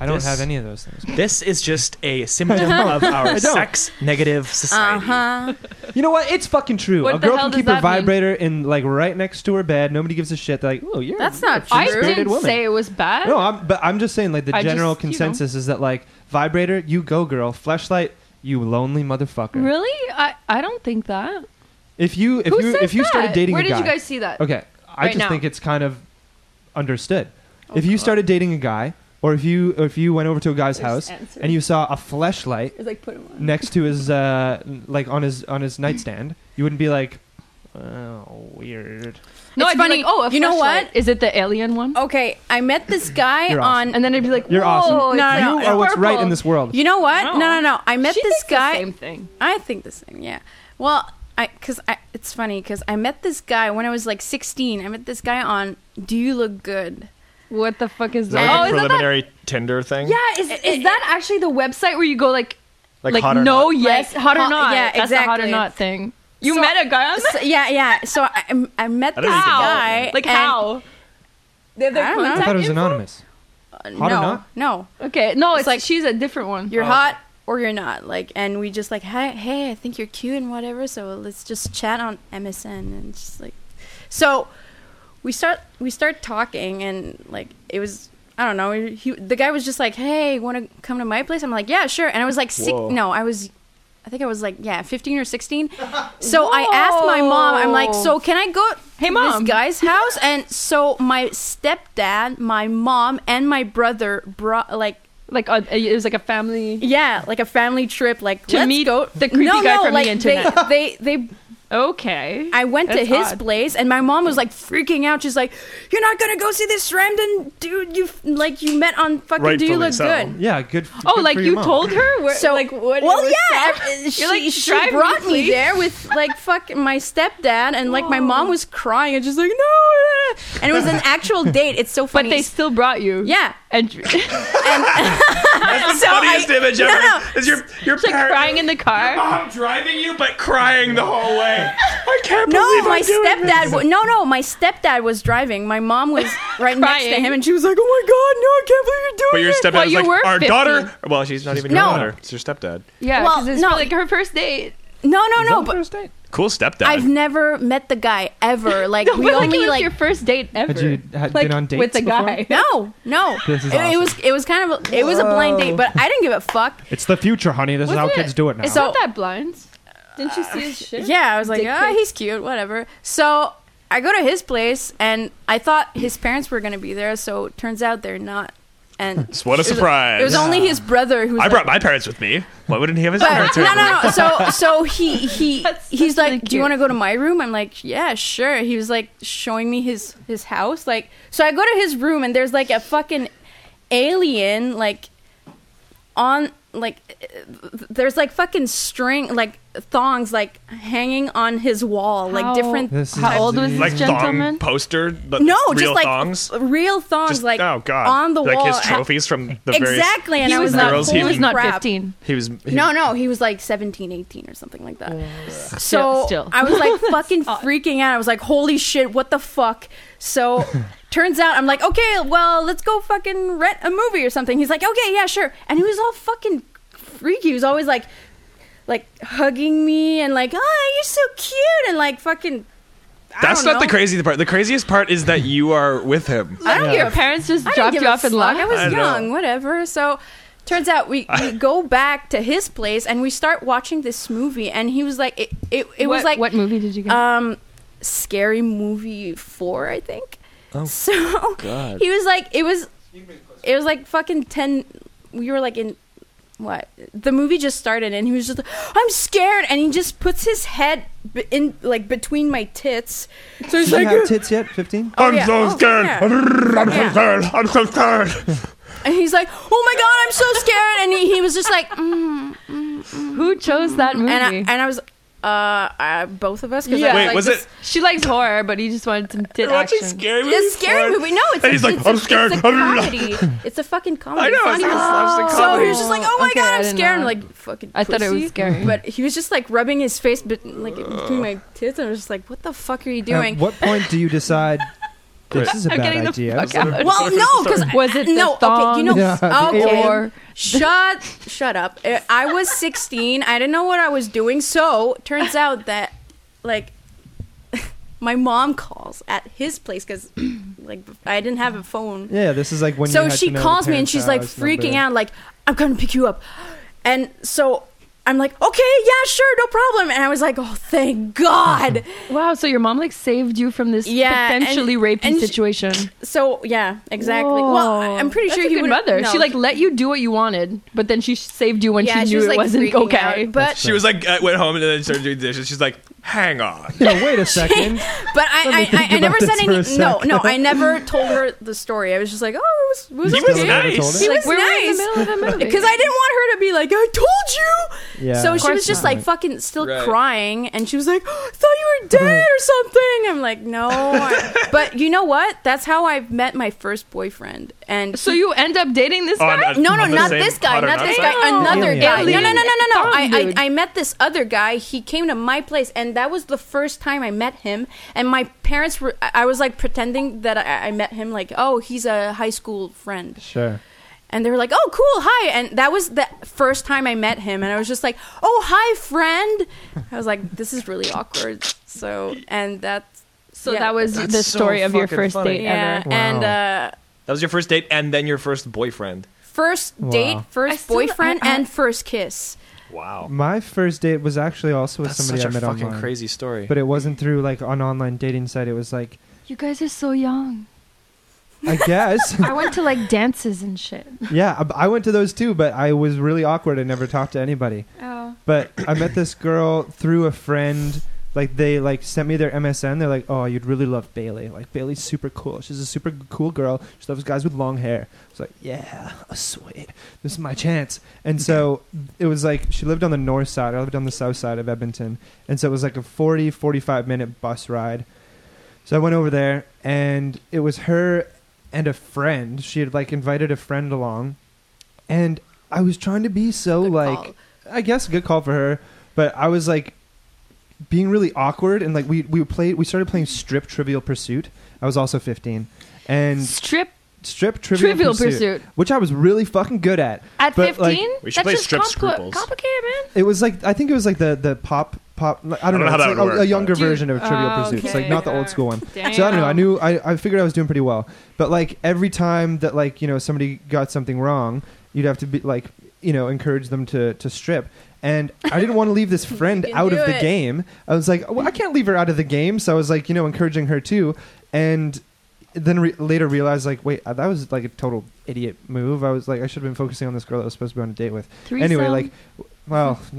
S1: I don't
S2: This-
S1: have any of those things.
S2: This is just a symptom of our
S1: don't.
S2: negative
S5: Uh huh.
S1: You know what? It's fucking true.
S3: What
S1: a
S3: the
S1: girl can
S3: hell does
S1: keep her
S3: that mean?
S1: vibrator in like right next to her bed. Nobody gives a shit. They're like, "Oh, you're
S5: That's not
S1: a
S3: I
S5: She's
S1: spirited
S3: didn't
S1: woman."
S3: say it was bad.
S1: no, I'm, but I'm just saying like the
S3: I just,
S1: general
S3: you know.
S1: consensus is that like vibrator, you go girl. Flashlight, you lonely motherfucker.
S3: Really? I, I don't think that.
S1: If you if
S3: Who
S1: you
S3: says
S1: if you started
S3: that?
S1: dating
S3: Where
S1: a
S3: did
S1: guy,
S3: you guys see that?
S1: okay, I
S3: Right
S1: just
S3: now. Oh,
S1: think it's kind of understood. if you started dating a guy, or if you or if you went over to a guy's house and you saw a flashlight
S3: It's like put him on.
S1: next to his uh like on his on his nightstand, you wouldn't be like, oh, weird.
S3: No,
S5: It's
S3: I'd
S5: funny.
S3: Be like, oh, a
S5: You know
S3: flashlight.
S5: what? Oh.
S3: Is it the alien one?
S5: Okay, I met this guy
S1: You're awesome.
S5: on.
S3: And then I'd be like,
S1: You're
S3: Whoa,
S1: awesome.
S3: it's
S5: No, no,
S3: like
S5: no,
S1: you
S5: it's
S1: are what's
S3: purple.
S1: right in this world.
S5: You know what?
S3: No.
S5: No, no, no. I met
S3: She
S5: this
S3: thinks the
S5: guy.
S3: same thing.
S5: I think the same. Yeah. Well, I because I it's funny because I met this guy when I was like 16. I met this guy on Do You Look Good?
S3: What the fuck is
S2: Is that like a
S3: that? oh, is that
S2: preliminary Tinder thing?
S3: Yeah, is, is that actually the website where you go like like, no, yes,
S5: Like,
S3: hot or
S5: hot-
S3: not?
S5: yeah,
S3: That's the hot or
S5: exactly.
S3: not thing. You
S5: So-
S3: met a guy on that?
S5: So, yeah, yeah. So I, I met
S2: I
S5: this
S2: don't even
S3: how?
S5: guy.
S3: like
S5: and-
S3: how? They have
S5: I don't know.
S1: I thought it was anonymous.
S5: uh,
S1: Hot or
S5: no,
S1: not?
S5: no.
S3: Okay, no,
S5: It's
S3: it's,
S5: like-
S3: like she's a different one.
S5: You're hot or you're not. Like, and we just like, hi, hey, I think you're cute and whatever. So let's just chat on MSN and just like, so we start we start talking and like it was I don't know. He, the guy was just like, hey, want to come to my place? I'm like, yeah, sure. And I was like, six,
S2: Whoa.
S5: no, I was. I think I was like, yeah, 15 or 16. So I asked my mom, I'm like,
S3: Whoa.
S5: so can I go
S3: Hey,
S5: to
S3: Mom.
S5: this guy's house? And so my stepdad, my mom, and my brother brought, like,
S3: Like uh, it was like a family.
S5: yeah, like a family trip, like
S3: To
S5: let's
S3: meet
S5: go.
S3: the creepy guy from the internet.
S5: They, they, they,
S3: Okay.
S5: I went to
S3: That's
S5: his
S3: odd.
S5: place, and my mom was like freaking out. She's like, "You're not gonna go see this random dude you f- like you met on fucking Do
S4: Rightfully
S5: You Look
S4: so.
S5: Good?"
S1: Yeah, good. f-
S3: Oh,
S1: good
S3: like
S1: for your
S3: you
S1: mom.
S3: told her? Where,
S5: So
S3: like what?
S5: Well,
S3: what's
S5: yeah,
S3: up?
S5: uh, she,
S3: You're like,
S5: she
S3: "Drive me,
S5: brought me,
S3: please."
S5: there with like fuck my stepdad, and like my mom
S3: Whoa.
S5: was crying and she's like, "No," and it was an actual date. It's so
S3: But
S5: funny.
S3: they still brought you.
S5: yeah,
S3: And
S2: That's the
S5: So
S2: funniest
S5: I-
S2: image
S5: no,
S2: ever.
S5: no.
S2: Is your your
S3: like
S2: parent-
S3: crying in the car.
S2: I'm driving you, but crying the whole way. I can't
S5: No,
S2: believe
S5: my
S2: I'm doing
S5: stepdad.
S2: this.
S5: wa- no, no, my stepdad was driving. My mom was right next to
S3: Crying.
S5: him, and she was like, "Oh
S2: But
S5: my god, no, I
S2: your
S5: can't believe you're doing
S2: stepdad
S3: Well,
S2: was
S3: you
S2: like
S3: were
S2: our
S3: 50.
S2: daughter. Well, she's not even your
S5: No.
S2: daughter. It's your stepdad.
S3: Yeah.
S5: Well,
S3: 'cause it's
S5: no.
S3: for, like her first date.
S5: it." No, no,
S1: Is that
S5: no.
S1: the
S5: But
S1: first date?
S2: Cool stepdad.
S5: I've never met the guy ever. Like
S3: No,
S5: we
S3: but, like, it
S5: only
S3: was
S5: like
S3: your first date ever.
S1: Had you had
S3: like,
S1: been on dates
S3: with a
S1: before?
S3: guy?
S5: no, no.
S1: This is
S5: it, it was it was kind of a, it was a blind date, but I didn't give a fuck.
S1: It's the future, honey. This
S3: Wasn't
S1: is how kids do it now.
S3: It's
S5: It's So-
S3: not that blind. Didn't you see his shit?
S5: Yeah, I was like,
S3: Dick
S5: oh,
S3: pic.
S5: he's cute, whatever. So I go to his place, and I thought his parents were gonna be there. So turns out they're not. And
S2: what a
S5: it was-
S2: surprise!
S5: It was only his brother who.
S2: I
S5: Was like-
S2: brought my parents with me. Why wouldn't he have his
S5: But
S2: parents?
S5: no,
S2: with me?
S5: no, no. So, so he he
S3: That's- that's
S5: he's like,
S3: really
S5: "Do
S3: cute.
S5: you want to go to my room?" I'm like, "Yeah, sure." He was like showing me his his house. Like, so I go to his room and there's like a fucking alien like on like uh, there's like fucking string like thongs like hanging on his wall like
S3: How-
S5: different
S1: This is
S3: How old was this
S2: Like thong
S3: gentleman?
S2: poster. but
S5: no
S2: real
S5: just like
S2: thongs.
S5: real thongs
S2: Just,
S5: like
S2: oh god,
S5: on the
S2: like
S5: wall
S2: his trophies from the various.
S5: exactly and
S3: He
S5: I was
S3: was
S5: like
S3: not.
S2: girls
S5: holy
S3: He was not
S5: crap.
S3: fifteen.
S2: He was he,
S5: No, no, he was like 17, 18 or something like that. So
S3: still.
S5: I was like fucking freaking out. I was like, holy shit, what the fuck? So turns out I'm like, okay, well, let's go fucking rent a movie or something. He's like, okay, yeah, sure. And he was all fucking freaky. He was always like, like hugging me and like, oh, you're so cute and like fucking. I
S2: That's
S5: don't
S2: not
S5: know.
S2: the craziest part. The craziest part is that you are with him.
S5: I don't give
S3: Your
S5: a
S3: parents just
S5: I didn't
S3: dropped
S5: give
S3: you
S5: a
S3: off and
S5: fuck.
S3: left.
S5: I was
S2: I know.
S5: young, whatever. So turns out we, we go back to his place and we start watching this movie and he was like it it, it was
S3: What-
S5: like
S3: what movie did you get?
S5: um scary movie 4 I think. Oh, so
S2: God.
S5: he was like it was it was like fucking 10 we were like in what the movie just started and he was just like, i'm scared and he just puts his head b- in like between my tits so he's
S1: Did you
S5: like
S1: have tits yet? Fifteen.
S5: Oh, yeah. Oh, yeah.
S2: I'm
S5: Yeah.
S2: scared. I'm so scared.
S5: And he's like, "Oh my god, I'm so scared!" And he, he was just like, mm.
S3: Who chose that movie?
S5: and I, and I was, uh, uh, both of us. 'cause I
S3: Yeah.
S2: Wait,
S5: like,
S2: was
S5: this,
S2: it?
S3: she likes horror, but he just wanted some tit
S2: You're watching
S3: action.
S2: scary movies.
S5: It's a scary movie. No, it's.
S2: And he's
S5: a-
S2: like,
S5: it's a-
S2: "I'm scared."
S5: It's a comedy. it's a fucking comedy.
S2: I know.
S5: It's
S2: It's like a
S5: not
S2: slapstick
S5: even- Oh. so
S2: comedy.
S5: he was just like, "Oh my
S3: Okay,
S5: god,
S3: I
S5: I'm
S3: didn't
S5: scared!"
S3: know
S5: I'm
S3: that.
S5: like, "Fucking."
S3: I thought it was
S5: pussy.
S3: scary.
S5: But he was just like rubbing his face, but like between my tits, and I was just like, "What the fuck are you doing?"
S1: At Uh, what point do you decide this is a
S3: I'm
S1: bad
S3: getting the
S1: idea?
S3: fuck out.
S5: Well, no, because
S3: Was it the
S5: no? Okay, you know,
S1: thongs? Yeah.
S5: okay.
S3: Or-
S5: shut, shut up. Uh, I was 16. I didn't know what I was doing. So turns out that, like, my mom calls at his place because, like, I didn't have a phone.
S1: Yeah, this is like when. you
S5: so
S1: had to
S5: she
S1: know the
S5: calls me and
S1: parents'
S5: she's like
S1: house
S5: freaking
S1: number.
S5: out, like, I'm gonna pick you up, and so. I'm like, okay, yeah, sure, no problem. And I was like, oh, thank God.
S3: Wow, so your mom like saved you from this
S5: Yeah, and-
S3: potentially rapey
S5: and she-
S3: situation.
S5: So yeah, exactly. Well, I- I'm pretty
S3: That's
S5: sure
S3: a
S5: he
S3: good
S5: would.
S3: mother.
S5: no.
S3: She like let you do what you wanted, but then she saved you when
S5: yeah,
S3: she
S5: she
S3: knew
S5: was,
S3: it
S5: like,
S3: wasn't
S5: freaking
S3: okay.
S5: out, but
S2: She was like, uh, went home and then started doing dishes. She's like, hang on.
S1: Yeah, wait a second.
S5: But
S1: Let me
S5: I,
S1: think
S5: I, I, I
S1: about
S5: never
S1: this
S5: said
S1: for a
S5: any. No,
S1: sec.
S5: no, I never told her the story. I was just like, oh, it was,
S2: He
S5: it
S1: Still
S2: was
S5: was okay.
S1: never told
S2: nice.
S1: her?
S5: He
S3: Like
S5: was
S3: we
S5: nice
S3: were in the middle of a movie
S5: because I didn't want her to be like, I told you.
S1: Yeah.
S5: So
S1: Of
S5: she
S3: course
S5: was just
S1: not.
S5: like fucking still
S2: Right.
S5: crying, and she was like, oh, I thought you you're dead or something. I'm like, no. I- but you know what? That's how I met my first boyfriend. And
S3: So you end up dating
S2: Oh,
S3: this
S4: On
S3: guy?
S4: a-
S5: no, no,
S4: on the
S5: not
S4: same
S5: this guy,
S4: hot or
S5: not
S4: not
S5: this
S4: side.
S5: guy, another
S1: Alien.
S5: guy. No,
S3: Alien.
S5: no, no, no, no, no. I,
S3: Dude.
S5: I, I met this other guy. He came to my place, and that was the first time I met him. And my parents were, I I was like pretending that I, I met him, like, oh, he's a high school friend.
S1: Sure.
S5: And they were like, "Oh, cool, hi!" And that was the first time I met him, and I was just like, "Oh, hi, friend." I was like, "This is really awkward." So, and that's
S3: So
S5: yeah.
S3: that was
S2: That's
S3: the
S2: so
S3: story of your
S2: fucking
S3: first
S2: funny.
S3: date
S5: yeah.
S3: ever.
S5: And uh,
S2: That was your first date and then your first boyfriend.
S5: first
S1: Wow.
S5: date,
S3: I
S5: first
S3: still-
S5: boyfriend,
S3: I- I-
S5: and first kiss.
S2: Wow.
S1: My first date was actually also with
S2: That's
S1: somebody
S2: such
S1: I
S2: a
S1: met
S2: fucking
S1: online.
S2: crazy story.
S1: But it wasn't through like an online dating site. It was like,
S3: You guys are so young.
S1: I guess,
S3: I went to like dances and shit.
S1: yeah. I, I went to those too, but I was really awkward and never talked to anybody.
S3: Oh.
S1: But I met this girl through a friend. Like they like sent me their MSN. They're like, "Oh, you'd really love Bailey. Like Bailey's super cool. She's a super cool girl. She loves guys with long hair." I was like, "Yeah, sweet. This is my chance." And so it was like she lived on the north side. I lived on the south side of Edmonton. And so it was like a 40, 45 minute bus ride. So I went over there and it was her and a friend. She had like invited a friend along. And I was trying to be so
S5: Good
S1: like
S5: call.
S1: I guess a good call for her, but I was like being really awkward and like we we played we started playing strip trivial pursuit. I was also 15 and
S3: Strip
S1: strip trivial,
S3: Trivial
S1: pursuit,
S3: Pursuit.
S1: which I was really fucking good at.
S3: at
S1: But, like,
S3: fifteen?
S4: We should play strip scruples.
S3: Complicated, man.
S1: It was like I think it was like the the pop pop. I
S4: don't
S1: don't,
S4: know how that
S1: it's like
S4: would
S1: a,
S4: work,
S1: a younger
S4: but-
S1: version of
S3: Dude,
S1: Trivial
S3: oh,
S1: Pursuit. It's like
S5: okay.
S1: not the old school one.
S3: Damn.
S1: So I don't know. I knew I, I figured I was doing pretty well, but like every time that like you know somebody got something wrong, you'd have to be like you know encourage them to to strip. And I didn't want to leave this friend
S5: can
S1: out of
S5: do
S1: the
S5: it.
S1: game. I was like, well, I can't leave her out of the game. So I was like, you know, encouraging her too. And then re- later realized like, wait, uh, that was like a total idiot move. I was like, I should have been focusing on this girl I was supposed to be on a date with. Anyway,
S3: Threesome?
S1: like, well,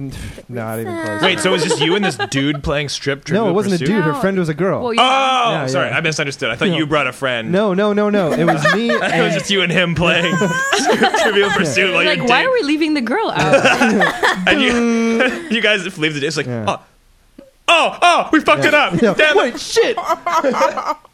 S1: not even close.
S2: Wait, so it was just you and this dude playing strip
S1: no, it wasn't a dude. Her
S3: No.
S1: friend was a girl.
S3: Well,
S2: Oh,
S3: yeah.
S1: Yeah,
S2: sorry,
S1: yeah.
S2: I misunderstood. I thought you brought a friend.
S1: no, no, no, no. It was me.
S2: it was
S1: and,
S2: just you and him playing Trivial Pursuit.
S4: Oh,
S2: Like,
S3: like
S2: your
S3: why
S2: date.
S3: are we leaving the girl out?
S2: And you, you guys leave the. It's like,
S1: Yeah.
S2: oh, oh, oh, we fucked it up.
S1: Yeah.
S2: Damn
S1: Wait,
S2: it.
S1: shit.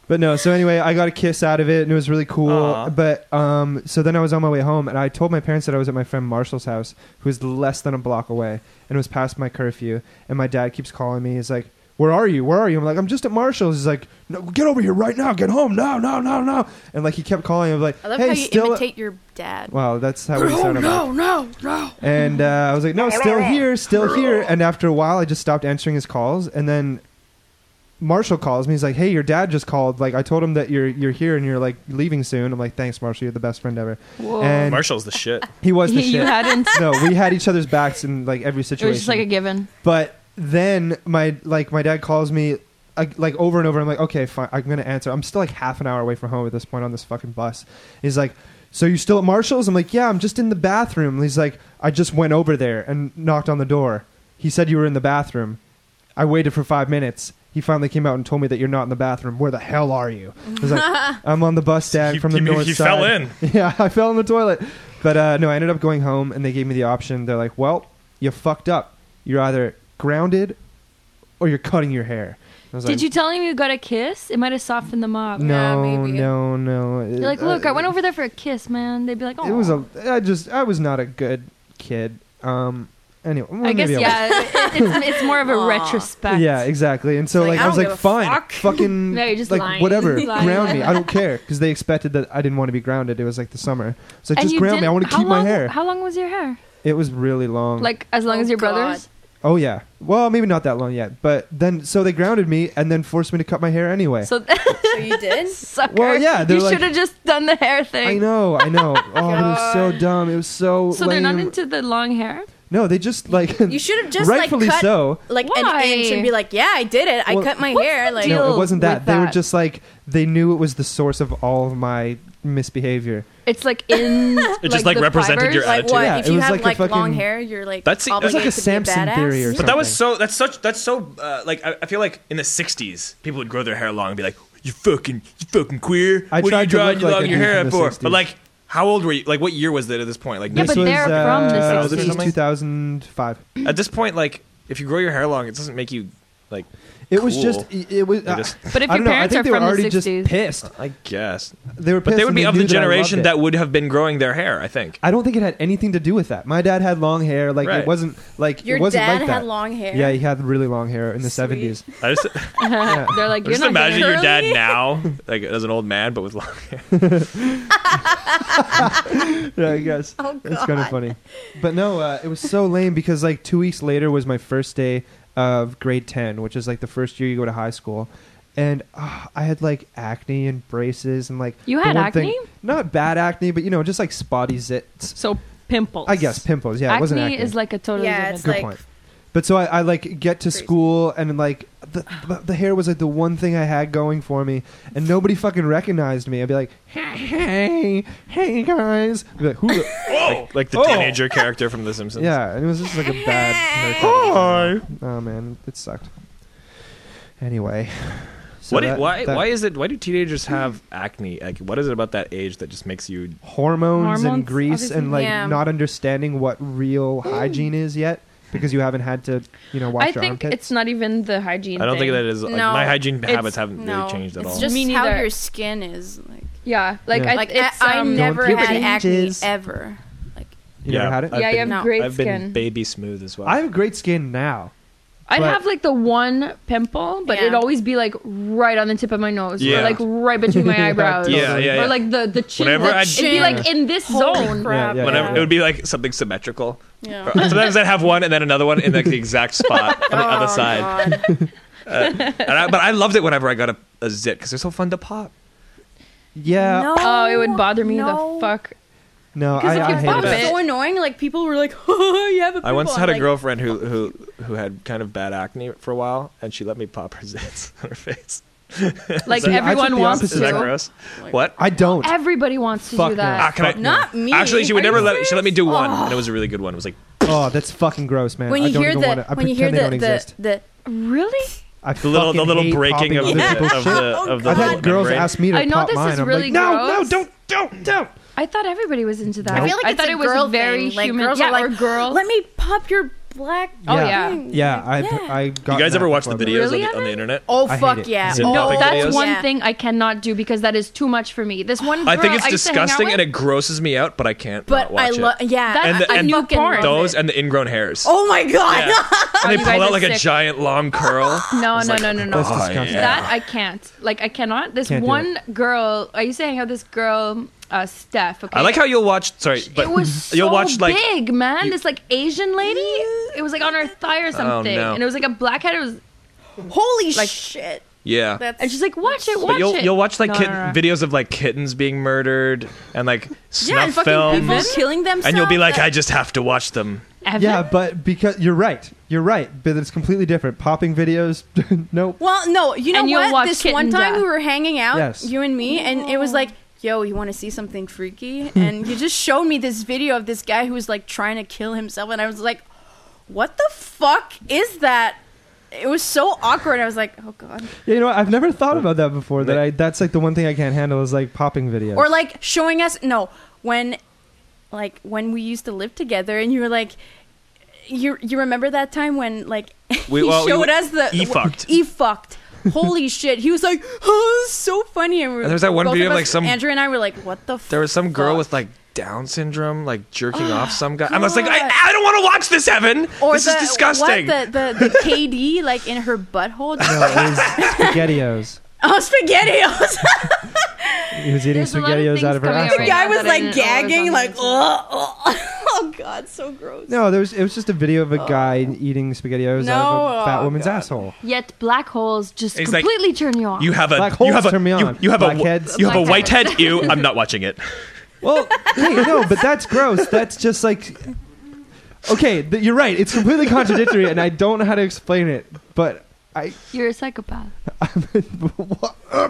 S1: but no. So anyway, I got a kiss out of it, and it was really cool.
S2: Aw.
S1: But um, so then I was on my way home, and I told my parents that I was at my friend Marshall's house, who was less than a block away, and it was past my curfew. And my dad keeps calling me. He's like. Where are you? Where are you? I'm like, I'm just at Marshall's. He's like, no, get over here right now. Get home now, now, now, now. And like, he kept calling. I'm like,
S5: I love
S1: hey,
S5: how you
S1: still
S5: imitate your dad.
S1: Wow, that's how we sound about.
S5: no, no.
S1: And uh, I was like, no, still here, still here. And after a while, I just stopped answering his calls. And then Marshall calls me. He's like, hey, your dad just called. Like, I told him that you're you're here and you're like leaving soon. I'm like, thanks, Marshall. You're the best friend ever.
S3: Whoa.
S1: And
S2: Marshall's the shit.
S1: he was the
S3: you
S1: shit.
S3: hadn't.
S1: no, we had each other's backs in like every
S3: It
S1: situation.
S3: was just like a given.
S1: But then my like my dad calls me like, like over and over. I'm like, okay, fine. I'm gonna answer. I'm still like half an hour away from home at this point on this fucking bus. He's like, so you still at Marshall's? I'm like, yeah, I'm just in the bathroom. And he's like, I just went over there and knocked on the door. He said you were in the bathroom. I waited for five minutes. He finally came out and told me that you're not in the bathroom. Where the hell are you? I was like, I'm on the bus, Dad,
S2: He-
S1: from the
S2: he-
S1: north
S2: he
S1: side.
S2: fell in.
S1: Yeah, I fell in the toilet. But uh, no, I ended up going home, and they gave me the option. They're like, "Well, you fucked up. You're either grounded, or you're cutting your hair." I was
S3: Did
S1: like,
S3: you tell him you got a kiss? It might have softened them up.
S5: Yeah,
S1: No,
S5: maybe.
S1: no, no. It-
S3: You're like, look, I
S1: uh,
S3: went over there for a kiss, man. They'd be like, oh.
S1: It was a. I just. I was not a good kid. Um. Anyway, well,
S3: I guess
S1: maybe was.
S3: yeah. it- it's, it's more of a
S5: Aw.
S3: retrospect.
S1: Yeah, exactly. And so,
S5: Like,
S1: like,
S5: I
S1: I was
S5: don't
S1: like,
S5: give a
S1: fine,
S5: fuck.
S1: fucking,
S3: No, you're just
S1: like,
S3: lying.
S1: whatever,
S3: Lying.
S1: ground me. I don't care because they expected that I didn't want to be grounded. It was like the summer, so
S3: And
S1: just
S3: you
S1: ground me.
S3: didn't-
S1: I want to
S3: how
S1: keep my
S3: long-
S1: hair.
S3: How long was your hair?
S1: It was really long.
S3: Like as long
S5: Oh,
S3: as your
S5: God.
S3: brothers?
S1: Oh yeah. Well, maybe not that long yet, but then so they grounded me and then forced me to cut my hair anyway.
S3: So
S5: So you did?
S3: sucker.
S1: Well, yeah, they're
S3: You
S1: like-
S3: should have just done the hair thing.
S1: I know, I know. oh, but it was so dumb. It was so.
S3: So they're not
S1: lame.
S3: into the long hair.
S1: No, they just like.
S5: You should have just
S1: rightfully
S5: like cut
S1: so.
S5: like
S3: Why?
S5: an inch and be like, "Yeah, I did it. I
S1: Well,
S5: cut my
S3: what's
S5: hair."
S3: the
S5: Like,
S3: deal?
S1: No, it wasn't that.
S3: with
S1: They were
S3: that.
S1: just like they knew it was the source of all of my misbehavior.
S3: It's like in.
S2: It just, like,
S3: the
S2: represented
S3: fibers.
S2: your
S5: like
S2: attitude.
S5: what?
S1: Yeah,
S5: if
S1: it
S5: you
S1: was
S5: have
S1: like
S5: like,
S1: a fucking-
S5: long hair, you're like
S2: That's- that's like
S5: obligated
S1: a
S5: to be
S1: Samson
S5: badass.
S1: theory or
S5: Yeah.
S2: But that was
S1: something.
S2: so. That's such. That's so. Uh, like I, I feel like in the '60s, people would grow their hair long and be like, "You fucking, you fucking queer.
S1: I
S2: what are
S1: tried to
S2: you drawing
S1: look
S2: you
S1: like
S2: long
S1: a
S2: your
S1: dude
S2: hair
S1: from the
S2: out for?"
S1: 60s.
S2: But like, how old were you? Like, what year was it at this point? Like,
S3: Yeah,
S1: this
S3: but
S1: was,
S3: they're from the
S1: uh,
S3: 60s.
S1: Two thousand five.
S2: at this point, like, if you grow your hair long, it doesn't make you like
S1: It was
S2: cool.
S1: just it it was.
S2: They
S1: uh,
S2: just-
S3: But if
S1: I don't
S3: your
S1: know. I
S3: parents
S1: think
S3: are
S1: they were
S3: from
S1: already
S3: the
S1: just
S3: 60s,
S1: pissed.
S2: I guess.
S1: They were,
S2: But
S1: pissed
S2: they would
S1: and
S2: be of
S1: knew
S2: the
S1: that I loved
S2: generation
S1: it.
S2: that would have been growing their hair, I think.
S1: I don't think it had anything to do with that. My dad had long hair. Like
S2: Right.
S1: it wasn't like
S5: Your
S1: it wasn't
S5: dad
S1: like
S5: had
S1: that.
S5: long hair.
S1: Yeah, he had really long hair in the
S5: Sweet.
S1: seventies.
S2: I just,
S3: they're like,
S2: I
S3: you're
S2: just
S3: not gonna
S2: imagine your dad
S3: curly."
S2: now, like as an old man, but with long hair.
S1: yeah, I guess
S5: Oh,
S1: it's kind of
S5: God.
S1: funny. But no, uh, it was so lame because like two weeks later was my first day of grade ten, which is like the first year you go to high school, and uh, I had like acne and braces and like
S3: You
S1: the
S3: had
S1: one thing-
S3: acne?
S1: not bad acne, but you know just like spotty zits.
S3: So pimples.
S1: I guess pimples. Yeah,
S3: acne,
S1: it wasn't acne.
S3: is like a totally
S5: Yeah,
S3: different
S5: it's
S1: Good
S5: like
S1: point. But so I, I like get to
S5: Crazy.
S1: school and like the, the the hair was like the one thing I had going for me, and nobody fucking recognized me. I'd be like, hey, hey, hey guys. I'd be like, who? the-
S2: Like, like the
S1: Oh.
S2: teenager character from The Simpsons.
S1: yeah, and it was just like a bad. haircut. Oh man, it sucked. Anyway, so
S2: what i-
S1: that-
S2: why
S1: that
S2: why is it why do teenagers have acne? Like what is it about that age that just makes you
S1: hormones, and
S3: Hormones,
S1: grease and
S3: obviously. Mm.
S1: like
S5: Yeah.
S1: not understanding what real hygiene is yet because you haven't had to you know wash
S3: I
S1: your
S3: think
S1: armpits.
S3: it's not even the hygiene.
S2: I don't think that
S3: thing.
S2: is like
S5: No,
S2: my hygiene
S3: it's-
S2: habits haven't
S5: no,
S2: really changed at
S5: it's
S2: all.
S5: just
S3: Me
S5: how
S3: neither.
S5: your skin is like.
S3: Yeah, like
S1: Yeah.
S3: I,
S5: Like
S3: it's
S5: I, I
S3: um,
S5: never
S1: Don't
S5: had
S1: puberty
S5: acne
S1: ages.
S5: ever. Like
S1: you never had it.
S3: Yeah, you have
S5: No.
S3: great
S2: I've
S3: skin.
S2: been baby smooth as well.
S1: I have great skin now.
S3: I'd
S1: but-
S3: have like the one pimple, but
S5: Yeah.
S3: it'd always be like right on the tip of my nose,
S2: Yeah.
S3: or like right between my
S1: Yeah,
S3: eyebrows,
S2: Yeah, yeah, yeah.
S3: or like the the chin.
S2: Whenever
S3: like,
S2: I-
S3: it'd be like in this
S5: holy
S3: zone.
S5: crap.
S1: Yeah, yeah,
S2: Whenever
S1: yeah.
S2: it would be like something symmetrical.
S5: Yeah.
S2: Or Sometimes I'd have one and then another one in like the exact spot on the other
S5: Oh,
S2: side.
S5: God.
S2: And I, but I loved it whenever I got a, a zit because they're so fun to pop.
S1: Yeah,
S5: No,
S3: Oh, it would bother me
S5: no.
S3: the fuck.
S1: No, I,
S3: Because if
S1: I
S3: you
S1: hated
S3: bump
S1: it.
S5: That was
S3: it.
S5: so annoying. Like people were like, oh, "You have a pimple."
S2: I once
S5: I'm
S2: had a
S5: like,
S2: girlfriend who, who who had kind of bad acne for a while, and she let me pop her zits on her face.
S3: Like
S1: See, I took
S3: everyone
S1: the
S3: wants
S1: opposite
S2: Is that
S1: route.
S3: to.
S2: gross? What?
S1: I don't.
S3: Everybody wants to
S1: Fuck
S3: do
S1: no.
S2: Ah,
S3: that.
S2: can I-
S5: Not me.
S2: Actually, she would
S5: Are
S2: never
S5: you
S2: let she let me do one,
S5: serious?
S2: and it was really good one. It was like
S1: Oh, that's fucking gross, man.
S5: When
S1: I
S5: you
S1: don't
S5: hear
S1: even
S5: the
S1: want to. I
S5: when you
S1: pretend
S5: hear
S1: they don't
S5: the
S1: exist.
S5: the, the
S3: Really?
S1: I
S2: the little the
S1: fucking
S2: little
S1: hate
S2: breaking
S1: popping
S2: of
S1: other
S2: the
S1: people's
S2: of
S1: shit.
S2: the of the.
S1: I've
S2: little
S1: had girls
S2: membrane.
S1: ask me to
S3: I know
S1: pop
S3: this is
S1: mine. I'm
S3: really
S1: like, no,
S3: gross.
S1: no, don't, don't, don't.
S3: I thought everybody was into that.
S1: Nope.
S5: I feel like it's
S3: thought
S5: a
S3: it was
S5: girl
S3: very
S5: thing. Like
S3: human.
S5: girls
S3: yeah,
S5: are like,
S3: or girl.
S5: Let me pop your black.
S3: Oh, yeah.
S5: thing."
S1: Yeah, I
S5: Like, yeah.
S1: I got.
S2: You guys
S1: that
S2: ever watch the
S1: before, but-
S2: videos
S3: Really,
S2: on, the, on the
S3: Evan?
S2: internet?
S5: Oh
S1: I hate
S5: fuck
S1: it.
S5: yeah!
S2: Is it
S5: oh,
S2: public
S3: no, that's
S2: videos?
S3: one
S5: yeah.
S3: thing I cannot do because that is too much for me. This one.
S2: I think
S3: girl
S2: it's
S3: used to hang out
S2: disgusting
S3: with-
S2: and it grosses me out, but I can't
S5: But
S2: not watch
S5: I love
S2: it.
S5: yeah.
S3: That's
S2: And the-
S3: a
S2: and
S3: new
S5: fucking
S3: porn.
S5: love
S2: Those
S5: it.
S2: and the ingrown hairs.
S5: Oh my god!
S2: Yeah. and they
S3: you
S2: pull
S3: guys
S2: out
S3: are
S2: like a
S3: sick.
S2: giant long curl.
S3: No,
S2: It's
S3: no,
S2: like,
S3: no, no, no.
S1: That's disgusting.
S2: yeah.
S3: That I can't. Like I cannot. This
S1: Can't do
S3: one girl. I used to hang out with this girl, uh, Steph. Okay.
S2: I like how you'll watch. Sorry, but
S3: it was
S2: you'll
S3: so
S2: watch like
S3: big, man.
S2: you- Oh,
S3: this like Asian lady. It was like on her thigh or something,
S2: no.
S3: and it was like a blackhead. It was,
S5: Holy
S3: Like-
S5: shit!
S2: yeah.
S5: That's
S3: and she's like, "Watch it, watch
S2: but you'll
S3: it."
S2: you'll watch like
S3: No,
S2: kitten,
S3: no, no.
S2: videos of like kittens being murdered and like snuff
S5: yeah, and fucking people
S2: films,
S5: killing themselves.
S2: and you'll be like,
S5: That-
S2: I just have to watch them.
S3: Evan?
S1: Yeah, but because you're right, you're right. But it's completely different. Popping videos, nope.
S5: Well, no, you know
S3: And you'll
S5: what?
S3: watch
S5: This
S3: Kitten
S5: one time
S3: Death.
S5: we were hanging out,
S1: Yes.
S5: you and me, and it was like, yo, you want to see something freaky? And you just showed me this video of this guy who was like trying to kill himself, and I was like, what the fuck is that? It was so awkward. I was like, oh god.
S1: Yeah, you know, what? I've never thought about that before. That
S2: Like-
S1: I that's like the one thing I can't handle is like popping videos.
S5: Or like showing us no when, like when we used to live together, and you were like. You, you remember that time when like
S2: We-
S5: he
S2: well, we-
S5: showed us the
S2: he fucked.
S5: he fucked holy shit he was like oh this is so funny and, we
S2: And there's that one
S5: both
S2: video of,
S5: us-
S2: like, some-
S5: Andrew and I were like what the
S2: There was some girl
S5: fuck?
S2: with like Down syndrome, like jerking off some guy. I was like, I, I don't want to watch this, Evan. this
S5: the,
S2: is disgusting.
S5: What, the, the, the KD like in her butthole?
S1: no, it was spaghettios.
S5: oh, spaghettios!
S1: He was eating
S3: There's a lot of
S1: spaghettios
S3: things
S1: out of her
S3: coming out
S1: asshole.
S3: right
S5: Guy
S3: Yeah,
S5: was
S3: that I
S5: like
S3: didn't know was
S5: gagging,
S3: on
S5: like
S3: this
S5: oh, oh, oh god, so gross.
S1: No, there was, it was just a video of a guy
S3: Oh.
S1: eating spaghettios out of
S5: No,
S1: a fat
S5: oh
S1: woman's
S5: God.
S1: asshole.
S3: Yet black holes just
S2: It's like-
S3: completely turn you off.
S2: you have a
S1: Black
S2: you
S1: holes
S2: have a
S1: turn me
S2: you,
S1: on.
S2: you have a
S1: Blackheads.
S2: you have a white
S3: Blackheads.
S2: head. You. I'm not watching it.
S1: Well, hey, no, but that's gross. That's just like. Okay, th- you're right. It's completely contradictory, and I don't know how to explain it. But I.
S3: You're a psychopath.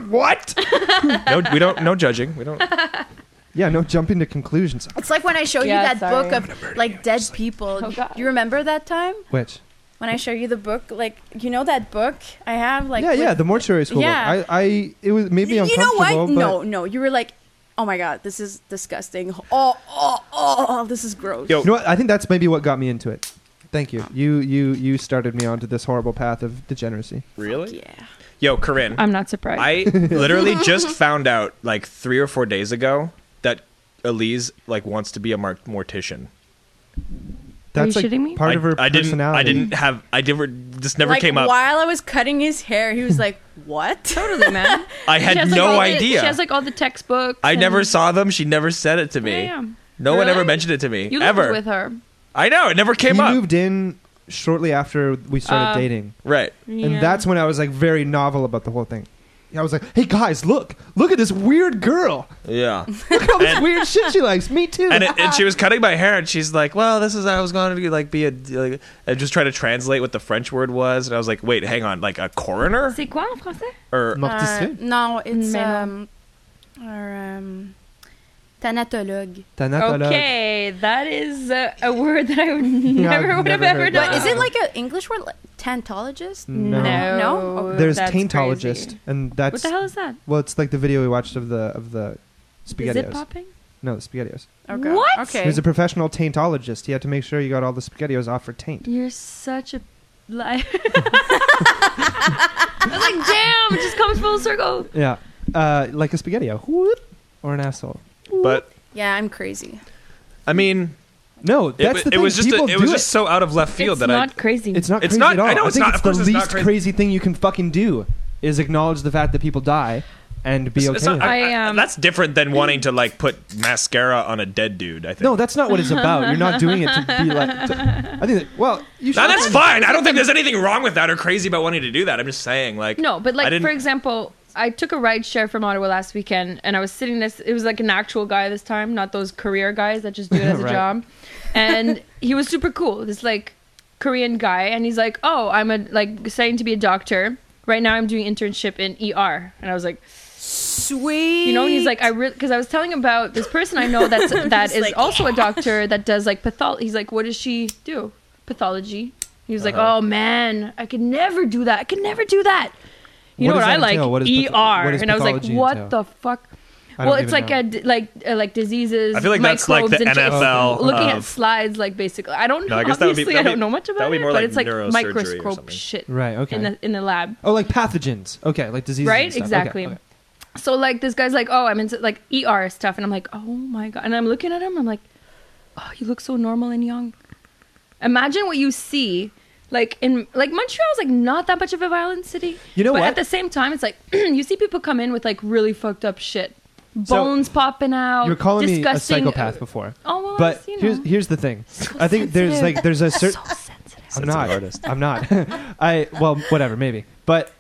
S1: what?
S2: No, we don't. No judging. We don't.
S1: Yeah, no jumping to conclusions.
S5: It's like when I show
S3: Yeah,
S5: you that
S3: sorry.
S5: book of like dead people.
S3: Oh, God.
S5: you remember that time
S1: Which?
S5: when I show you the book? Like you know that book I have? Like
S1: yeah,
S5: with-
S1: yeah, the mortuary school.
S5: Yeah.
S1: book. I, I, it was maybe
S5: You know
S1: uncomfortable.
S5: what?
S1: But
S5: No, no. You were like, oh my god, this is disgusting. Oh, oh, oh, this is gross.
S2: Yo,
S1: You know what? I think that's maybe what got me into it. Thank you. You you you started me onto this horrible path of degeneracy.
S2: Really?
S5: Yeah.
S2: Yo, Corinne,
S3: I'm not surprised.
S2: I literally just found out like three or four days ago that Elise like wants to be a mar- mortician.
S1: That's
S3: you
S1: like
S3: shitting me?
S1: part
S2: I,
S1: of her
S2: I didn't.
S1: personality.
S2: I didn't have. I never. This never
S5: like,
S2: came up.
S5: While I was cutting his hair, he was like, "What?"
S3: totally, man.
S2: I had
S3: She has, like,
S2: no
S3: all the-
S2: idea.
S3: she has like all the textbooks.
S2: I never
S3: and-
S2: saw them. She never said it to me.
S3: Yeah, yeah.
S2: No one ever
S3: Really?
S2: mentioned it to me
S3: You lived
S2: ever.
S3: with her.
S2: I know it never came
S1: he
S2: up.
S1: moved in shortly after we started
S3: Uh,
S1: dating,
S2: Right.
S3: Yeah.
S1: and that's when I was like very novel about the whole thing. I was like, "Hey guys, look! Look at this weird girl!
S2: Yeah.
S1: Look at all this
S2: And-
S1: weird shit she likes. Me too."
S2: and, it, and she was cutting my hair, and she's like, "Well, this is I was going to like be a like, and just try to translate what the French word was." And I was like, "Wait, hang on, like a coroner
S3: C'est quoi en français?
S2: or
S5: Uh,
S1: Morticier.
S5: no, it's
S3: Mais non.
S5: um, or um, thanatologue.
S1: Thanatologue.
S3: Okay, that is a, a word that I would never would have
S1: never
S3: ever
S1: heard
S3: done.
S1: that.
S5: But is it like an English word, like, tantologist?
S1: No.
S3: No.
S5: No?
S1: There's
S3: That's
S1: taintologist,
S3: crazy.
S1: and
S3: What
S1: that's
S3: the hell is that?
S1: well, it's like the video we watched of the of the
S3: Is it
S1: spaghettios.
S3: popping?
S1: No, the spaghettios.
S5: Okay.
S3: What?
S5: Okay.
S1: He was a professional taintologist. He had to make sure you got all the spaghettios off for taint.
S3: You're such a liar. I was like, damn, it just comes full circle.
S1: Yeah, uh, like a spaghettio, Whoop. or an asshole.
S2: but
S5: yeah, I'm crazy.
S2: I mean,
S1: No,
S2: it,
S1: that's
S2: w-
S1: the
S2: it
S1: thing.
S2: was just a,
S1: People
S2: it was
S1: do
S2: just so out of left field
S3: it's
S2: that
S3: not
S2: I
S3: crazy.
S1: It's not
S2: It's
S1: crazy
S2: not-
S1: at all.
S2: I know
S1: I
S2: it's
S1: think
S2: not-
S1: it's
S2: of
S1: the
S2: course it's not
S1: least
S2: crazy.
S1: crazy thing you can fucking do is acknowledge the fact that people die and be
S2: it's-
S1: okay.
S2: it's not-
S1: with it.
S2: I-
S3: I,
S2: I-
S3: um,
S2: that's different than wanting to like put mascara on a dead dude. I think.
S1: no, that's not what it's about. You're not doing it to be like. to- I think. That, well, you should.
S2: Now, that's fine. I don't think there's anything wrong with that or crazy about wanting to do that. I'm just saying, like,
S3: No, but
S2: I
S3: like
S2: didn't-
S3: for example, I took a ride share from Ottawa last weekend, and I was sitting this. It was like an actual guy this time, not those career guys that just do it as a
S1: Right.
S3: job. And he was super cool. This like Korean guy, and he's like, "Oh, I'm a like saying to be a doctor right now. I'm doing internship in ER." And I was like,
S5: Sweet.
S3: you know, and he's like, I really, because I was telling him about this person I know that's that is
S5: like,
S3: also a doctor that does like pathol. He's like, what does she do? Pathology. He was
S1: Uh-huh.
S3: like, oh man, I could never do that. I could never do that. You
S1: What
S3: know
S1: does
S3: what
S1: that
S3: I like?
S1: entail? What is path-
S3: ER.
S1: what does
S3: and I was like,
S1: pathology
S3: what
S1: entail?
S3: the fuck?
S1: I don't
S3: Well, it's
S1: even
S3: like
S1: know.
S3: a d- like uh, like diseases.
S2: I feel like that's like
S3: microbes,
S2: the
S3: and shit. It's
S2: NFL
S3: Looking at
S2: of-
S3: slides, like basically, I don't.
S2: um, No, I
S3: I
S2: guess that would be-
S3: obviously,
S2: that would
S3: I
S2: be-
S3: don't know much
S2: that
S3: about
S2: would be
S3: it,
S2: more
S3: but
S2: like
S3: it's like
S2: neurosurgery or
S3: microscope
S2: something.
S3: shit.
S1: Right, okay.
S3: In the in the lab.
S1: Oh, like pathogens. Okay, like diseases. and
S3: Right?
S1: stuff. Okay,
S3: Exactly.
S1: okay.
S3: So like this guy's like, oh, I'm into like ER stuff, and I'm like, oh my god, and I'm looking at him, I'm like, oh, you look so normal and young. Imagine what you see, like in like Montreal's like not that much of a violent city.
S1: You know
S3: but
S1: what?
S3: At the same time, it's like you see people come in with like really fucked up shit, bones popping out.
S1: You were calling me a
S3: Oh, disgusting-
S1: psychopath before.
S3: Oh well,
S1: But
S3: it's, you know,
S1: here's here's the thing. I think there's
S3: sensitive.
S1: like there's a
S3: so
S1: certain
S3: sensitive.
S1: I'm
S2: Sensitive
S1: not.
S2: artist.
S1: I'm not. I well, whatever, maybe. But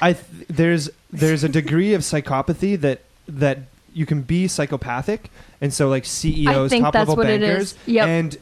S1: I th- there's there's a degree of psychopathy that that you can be psychopathic, and so like CEOs,
S3: think
S1: top
S3: that's
S1: level
S3: what it
S1: bankers,
S3: is. Yep.
S1: and ER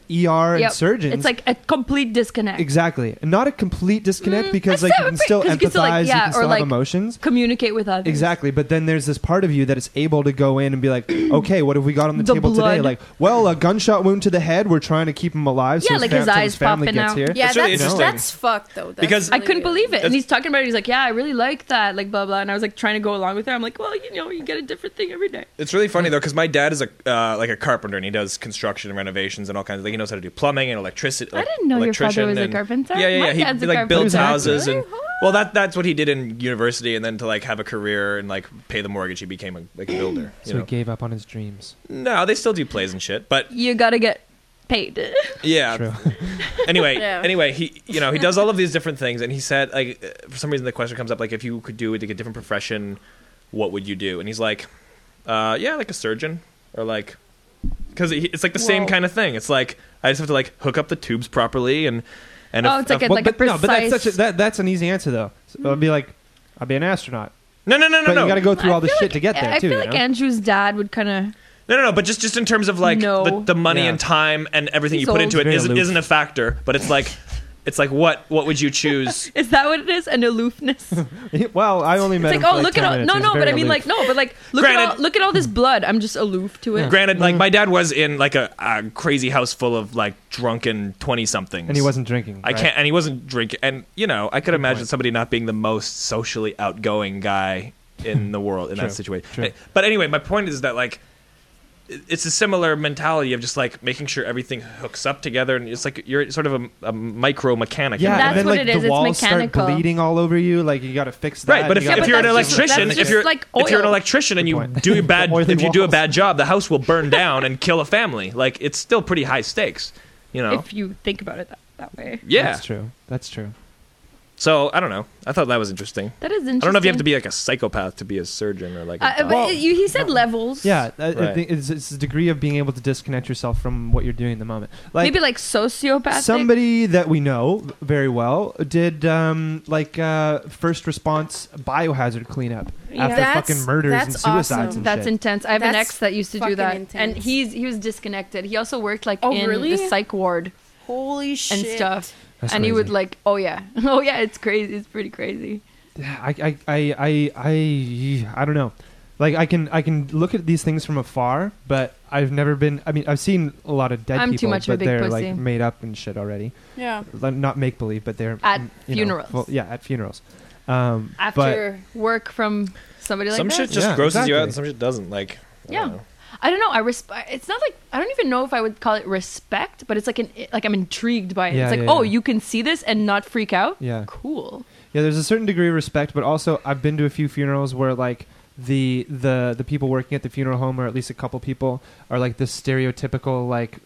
S3: Yep.
S1: and surgeons.
S3: It's like a complete disconnect.
S1: exactly not a complete disconnect
S3: Mm,
S1: because
S3: I
S1: like
S3: said
S1: you can
S3: it,
S1: still
S3: 'cause you can still, like,
S1: empathize, you
S3: yeah,
S1: can
S3: or,
S1: still have
S3: like-
S1: emotions.
S3: Communicate with others.
S1: Exactly, but then there's this part of you that is able to go in and be like, okay, what have we got on the,
S3: The
S1: table today?
S3: blood.
S1: Like, well, a gunshot wound to the head. We're trying to keep him alive. so
S3: Yeah, like
S1: fam-
S3: his
S1: so
S3: eyes
S1: family
S3: popping
S1: gets
S3: out.
S1: Here.
S5: yeah,
S2: That's really
S5: that's
S2: interesting.
S5: that's fucked though. That's
S2: Because-
S3: I
S5: really
S3: couldn't
S5: weird.
S3: believe it.
S2: That's-
S3: And he's talking about it. He's like, yeah, I really like that, like blah blah. And I was like trying to go along with it. I'm like, well, you know, you get a different thing every day.
S2: It's really funny though, because my dad is a uh, like a carpenter, and he does construction and renovations and all kinds of. Like he knows how to do plumbing and electricity.
S3: I didn't know your
S2: electrician
S3: father was a
S2: and-
S3: carpenter.
S2: Yeah, yeah,
S3: My
S2: yeah. he
S3: dad's a
S2: like builds
S1: carpenter.
S2: houses
S3: Really?
S2: and. Well, that that's what he did in university, and then to like have a career and like pay the mortgage, he became a, like a builder.
S1: So
S2: You know?
S1: he gave up on his dreams.
S2: No, they still do plays and shit, but
S3: You gotta get paid.
S2: yeah.
S1: True.
S2: Anyway,
S5: Yeah.
S2: anyway, he you know he does all of these different things, and he said like uh, for some reason the question comes up like if you could do like a different profession, what would you do? And he's like, uh, yeah, like a surgeon or like because it's like the same
S3: Whoa.
S2: kind of thing. It's like I just have to like hook up the tubes properly and and
S3: Oh, it's like
S2: a,
S3: a- But, like,
S1: but no, but that's
S3: precise-
S1: such a, that, that's an easy answer though. So I'd be like, I'd be an astronaut,
S2: no no no no
S1: but
S2: no
S1: you got to go through all
S3: I
S1: this
S3: feel
S1: shit
S3: like-
S1: to get there
S3: I
S1: too.
S3: feel
S1: you
S3: like
S1: know?
S3: Andrew's dad would kind of.
S2: no no no but just just in terms of like
S3: No.
S2: the, the money
S1: Yeah.
S2: and time and everything
S3: He's
S2: you put
S3: old.
S2: into it
S1: Very
S2: isn't,
S1: aloof.
S2: isn't a factor, but it's like it's like what what would you choose?
S3: Is that what it is? An aloofness. It's
S1: well, I only met.
S3: like,
S1: him for
S3: oh, look at
S1: 10
S3: all.
S1: minutes.
S3: No,
S1: He was
S3: no, but
S1: very
S3: I mean,
S1: aloof.
S3: like, no, but like, look at
S2: Granted-
S3: all, look at all this blood. I'm just aloof to it.
S2: Granted, like my dad was in like a, a crazy house full of like drunken twenty somethings,
S1: and he wasn't drinking.
S2: I
S1: right?
S2: can't, and he wasn't drinking. And you know, I could imagine
S1: point.
S2: somebody not being the most socially outgoing guy in the world in
S1: True,
S2: that situation.
S1: true.
S2: But anyway, my point is that like, it- it's a similar mentality of just like making sure everything hooks up together, and it's like you're sort of a, a micro mechanic. in
S1: Yeah,
S2: a
S3: That's
S1: and then
S3: what
S1: like
S3: it is,
S1: the
S3: it's
S1: walls
S3: mechanical.
S1: start bleeding all over you. Like you got to fix that.
S2: Right, but if,
S1: you gotta
S2: if
S3: but
S2: you're an
S3: that's just-
S2: electrician,
S3: that's
S2: if you're
S3: just like
S2: if you're an
S3: oil.
S2: electrician and you
S1: point.
S2: do a bad
S1: Oily
S2: if you do a
S1: walls.
S2: bad job, the house will burn down and kill a family. Like it's still pretty high stakes, you know.
S3: if you think about it that, that way.
S2: yeah.
S1: that's true. That's true.
S2: So I don't know. I thought that was interesting.
S3: That is interesting.
S2: I don't know if you have to be like a psychopath to be a surgeon or like. A
S3: Uh, but
S2: doctor.
S1: Well-
S3: you, he said levels.
S1: Yeah, I- I
S2: Right.
S1: think it's, it's the degree of being able to disconnect yourself from what you're doing in the moment. Like,
S3: Maybe like sociopathic.
S1: somebody that we know very well did um, like uh, first response biohazard cleanup
S3: Yeah.
S1: after
S5: That's-
S1: fucking murders and
S5: that's
S1: suicides
S5: awesome.
S1: and
S3: That's
S1: shit.
S3: intense. I have an
S5: That's
S3: ex that used to do
S5: fucking
S3: that, and
S5: intense.
S3: he's he was disconnected. He also worked like
S5: Oh,
S3: in
S5: really?
S3: the psych ward
S5: Holy shit.
S3: and stuff,
S1: That's
S3: and he would
S1: crazy.
S3: like, oh yeah, oh yeah, it's crazy. It's pretty crazy.
S1: I, I, I, I, I, I don't know. Like I can, I can look at these things from afar, but I've never been. I mean, I've seen a lot of dead
S3: I'm too
S1: people,
S3: much of
S1: but
S3: a big
S1: they're
S3: pussy.
S1: like made up and shit already.
S5: Yeah.
S1: Like, Not make believe, but they're
S3: At
S1: mm, you know,
S3: funerals.
S1: full- yeah, at funerals. Um, but-
S3: After work from somebody like
S2: some
S3: that.
S2: shit just
S1: Yeah,
S2: grosses
S1: exactly.
S2: you out, and some shit doesn't. Like. I
S3: Yeah.
S2: don't know.
S3: I don't know. I respect. It's not like I don't even know if I would call it respect, but it's like an like I'm intrigued by it.
S1: Yeah,
S3: it's like,
S1: yeah,
S3: oh,
S1: yeah.
S3: you can see this and not freak out.
S1: yeah,
S3: Cool.
S1: Yeah, there's a certain degree of respect, but also I've been to a few funerals where like the the the people working at the funeral home, or at least a couple people, are like the stereotypical like,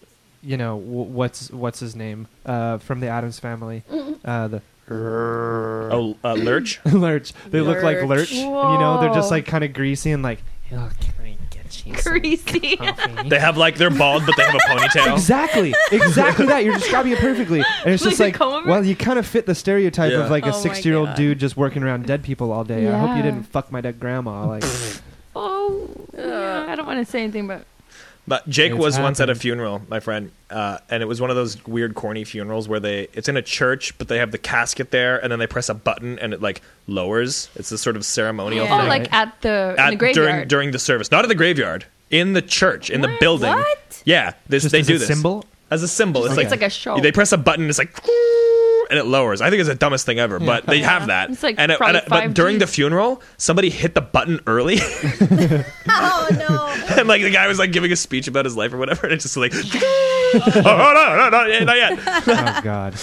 S1: you know, w- what's what's his name uh, from the Adams family, uh, the
S2: Oh, uh, lurch.
S1: Lurch. They look like Lurch,
S5: Lurch.
S1: and, you know, they're just
S3: Whoa.
S1: like kind of greasy and like. "Oh, can I get you some
S3: Greasy.
S1: coffee?"
S2: They have like they're bald, but they have a ponytail.
S1: Exactly, exactly that. You're describing it perfectly, and it's
S3: Like
S1: just
S3: a
S1: like,
S3: comb over?
S1: well, you kind of fit the stereotype
S2: Yeah.
S1: of like
S5: Oh
S1: a
S5: my
S1: six-year-old
S5: God.
S1: dude just working around dead people all day. I hope
S3: Yeah.
S1: you didn't fuck my dead grandma. Like,
S3: Oh, yeah, I don't want to say anything, but
S2: But Jake
S1: It's
S2: was once at a
S1: happened.
S2: funeral, my friend, uh, and it was one of those weird, corny funerals where they it's in a church, but they have the casket there, and then they press a button and it like lowers. It's this sort of ceremonial
S1: Yeah.
S3: oh,
S2: thing
S3: like at the in the
S2: At- during
S3: graveyard.
S2: during the service, not at the graveyard, in the church, in the
S3: What?
S2: building.
S5: What?
S2: Yeah, this,
S1: just
S2: they
S1: as
S2: do
S1: a
S2: this
S1: symbol.
S2: as a symbol. It's
S1: Okay.
S2: like
S3: It's like a show.
S2: They press a button, it's like and it lowers. I think it's the dumbest thing ever, but they have that.
S3: It's like
S2: and it,
S3: probably
S2: and it- but
S3: 5G.
S2: during the funeral, somebody hit the button early.
S5: Oh no.
S2: and like the guy was like giving a speech about his life or whatever, and it's just like, oh no, no, no, yeah, not yet.
S1: oh god.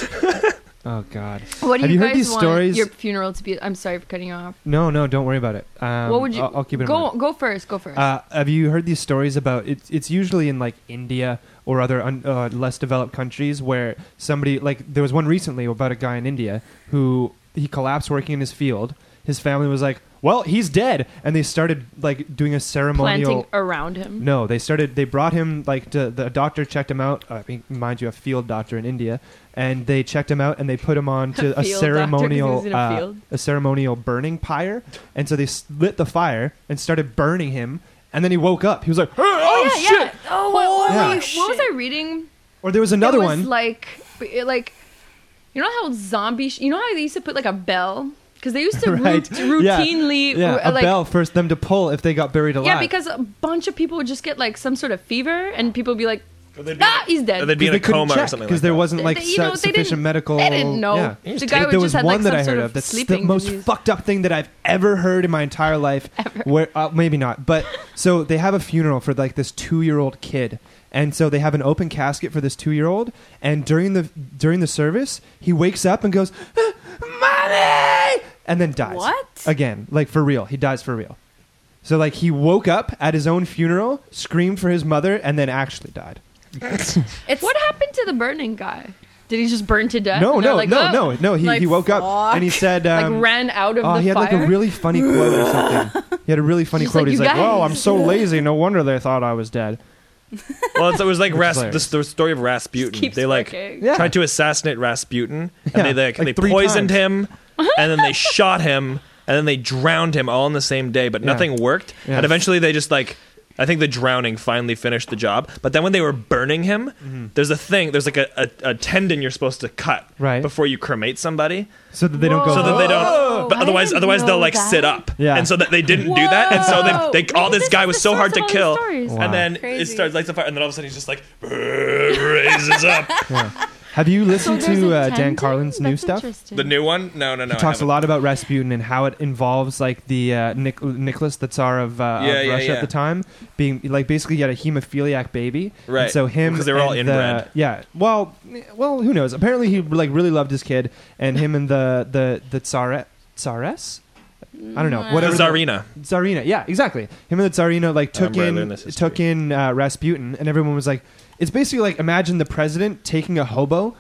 S1: Oh god.
S3: what do
S1: Have
S3: you,
S1: you
S3: guys
S1: heard these
S3: want
S1: stories?
S3: your funeral to be? I'm sorry for cutting you off.
S1: No, no, don't worry about it. Um,
S3: what would you?
S1: I'll, I'll keep it. in
S3: Go
S1: mind.
S3: go first. Go first.
S1: Uh, have you heard these stories about? It's it's usually in like India or other un, uh, less developed countries where somebody like there was one recently about a guy in India who he collapsed working in his field. His family was like, "Well, he's dead," and they started like doing a ceremonial
S3: Planting around him.
S1: No, they started. They brought him like to the doctor checked him out. I mean, mind you, a field doctor in India, and they checked him out and they put him on to a,
S3: Field doctor, 'cause he was
S1: ceremonial
S3: in a
S1: uh,
S3: field.
S1: a ceremonial burning pyre. And so they s- lit the fire and started burning him. And then he woke up. He was like, "Hey, "Oh,
S3: yeah,
S1: shit!"
S3: yeah. Oh, what, what,
S1: Yeah.
S3: what- what was I reading?
S1: Or there was another
S3: it was
S1: one.
S3: like it, like you know how zombie sh- you know how they used to put like a bell because they used to
S1: Right.
S3: rout-
S1: Yeah.
S3: routinely
S1: yeah, a
S3: uh, like
S1: bell for them to pull if they got buried alive.
S3: yeah because a bunch of people would just get like some sort of fever and people would be like
S4: they'd be
S3: ah he's
S2: Or
S3: dead
S2: they'd be in
S1: they
S2: a
S1: couldn't
S2: coma
S1: check
S2: or something
S1: because
S2: like
S1: there
S2: that.
S1: wasn't like
S3: They- you know,
S1: su-
S3: they didn't-
S1: sufficient medical.
S3: they didn't know.
S1: Yeah.
S3: The
S1: But
S3: guy would
S1: there
S3: just
S1: was
S3: had, like,
S1: one that
S3: some
S1: I
S3: sort
S1: heard
S3: of
S1: of. That's the
S3: sleeping
S1: most
S3: disease.
S1: fucked up thing that I've ever heard in my entire life. Where uh, maybe not, but so they have a funeral for like this two-year-old kid, and so they have an open casket for this two-year-old, and during the during the service, he wakes up and goes, "Ah, "Mommy!" and then dies.
S5: What?
S1: Again, like for real, he dies for real. So like he woke up at his own funeral, screamed for his mother, and then actually died.
S5: It's
S3: what happened to the burning guy did he just burn to death
S1: No,
S3: And they're
S1: no,
S3: like,
S1: no,
S3: "Oh,"
S1: no, no. He,
S5: Like,
S1: he woke up and he
S5: fuck.
S1: said, um,
S3: like ran out of
S1: oh,
S3: the
S1: he had
S3: fire
S1: like a really funny quote or something. He had a really funny
S3: Just
S1: quote.
S3: like,
S1: He's
S3: "You
S1: like, "Whoa,
S3: guys."
S1: I'm so lazy. No wonder they thought I was dead."
S2: Well, it's, it was like
S1: Which is
S2: Ras-
S1: hilarious.
S2: this, the story of Rasputin.
S3: keeps
S2: They like
S3: working.
S1: Yeah.
S2: tried to assassinate Rasputin, and
S1: Yeah,
S2: they like,
S1: like
S2: they
S1: three
S2: poisoned
S1: times.
S2: him, and then they shot him, and then they drowned him all in the same day, but
S1: Yeah.
S2: nothing worked.
S1: Yeah.
S2: And eventually, they just like. I think the drowning finally finished the job, but then when they were burning him,
S1: Mm-hmm.
S2: there's a thing, there's like a, a, a tendon you're supposed to cut
S1: Right.
S2: before you cremate somebody.
S1: So that they don't go.
S2: so that they
S3: Oh,
S2: don't. But
S3: I
S2: otherwise,
S3: didn't
S2: otherwise
S3: know
S2: they'll like
S3: that.
S2: sit up.
S1: Yeah.
S2: And so that they didn't do that, and
S3: Whoa.
S2: so they, they all
S3: Maybe
S2: this
S3: this
S2: guy
S3: is
S2: was
S3: the
S2: so hard
S3: source
S2: to
S3: of all
S2: kill,
S3: these stories.
S1: Wow.
S2: and then it
S5: Crazy.
S2: starts lights a fire, and then all of a sudden he's just like raises up.
S1: Have you
S6: So
S1: listened
S6: there's
S1: to
S6: a
S1: uh, Dan
S6: tendon?
S1: Carlin's new
S6: That's
S1: stuff?
S6: interesting.
S2: The new one? No, no, no.
S1: he talks
S2: a
S1: a lot about Rasputin and how it involves like the uh, Nic- Nicholas, the Tsar of, uh,
S2: Yeah,
S1: of
S2: yeah,
S1: Russia
S2: yeah.
S1: at the time, being like basically he had a hemophiliac baby. And
S2: Right.
S1: so him
S2: 'Cause they were all
S1: and the-
S2: inbred.
S1: yeah. Well, well, who knows? Apparently he like really loved his kid, and him and the the the Tsare Tsaress. Mm, I don't know.
S6: The
S1: Whatever
S2: The Tsarina.
S1: Tsarina, yeah, exactly. Him and the Tsarina like took
S4: I'm really
S1: in
S4: learning this
S1: took
S4: history.
S1: in uh, Rasputin, and everyone was like, it's basically like imagine the president taking a hobo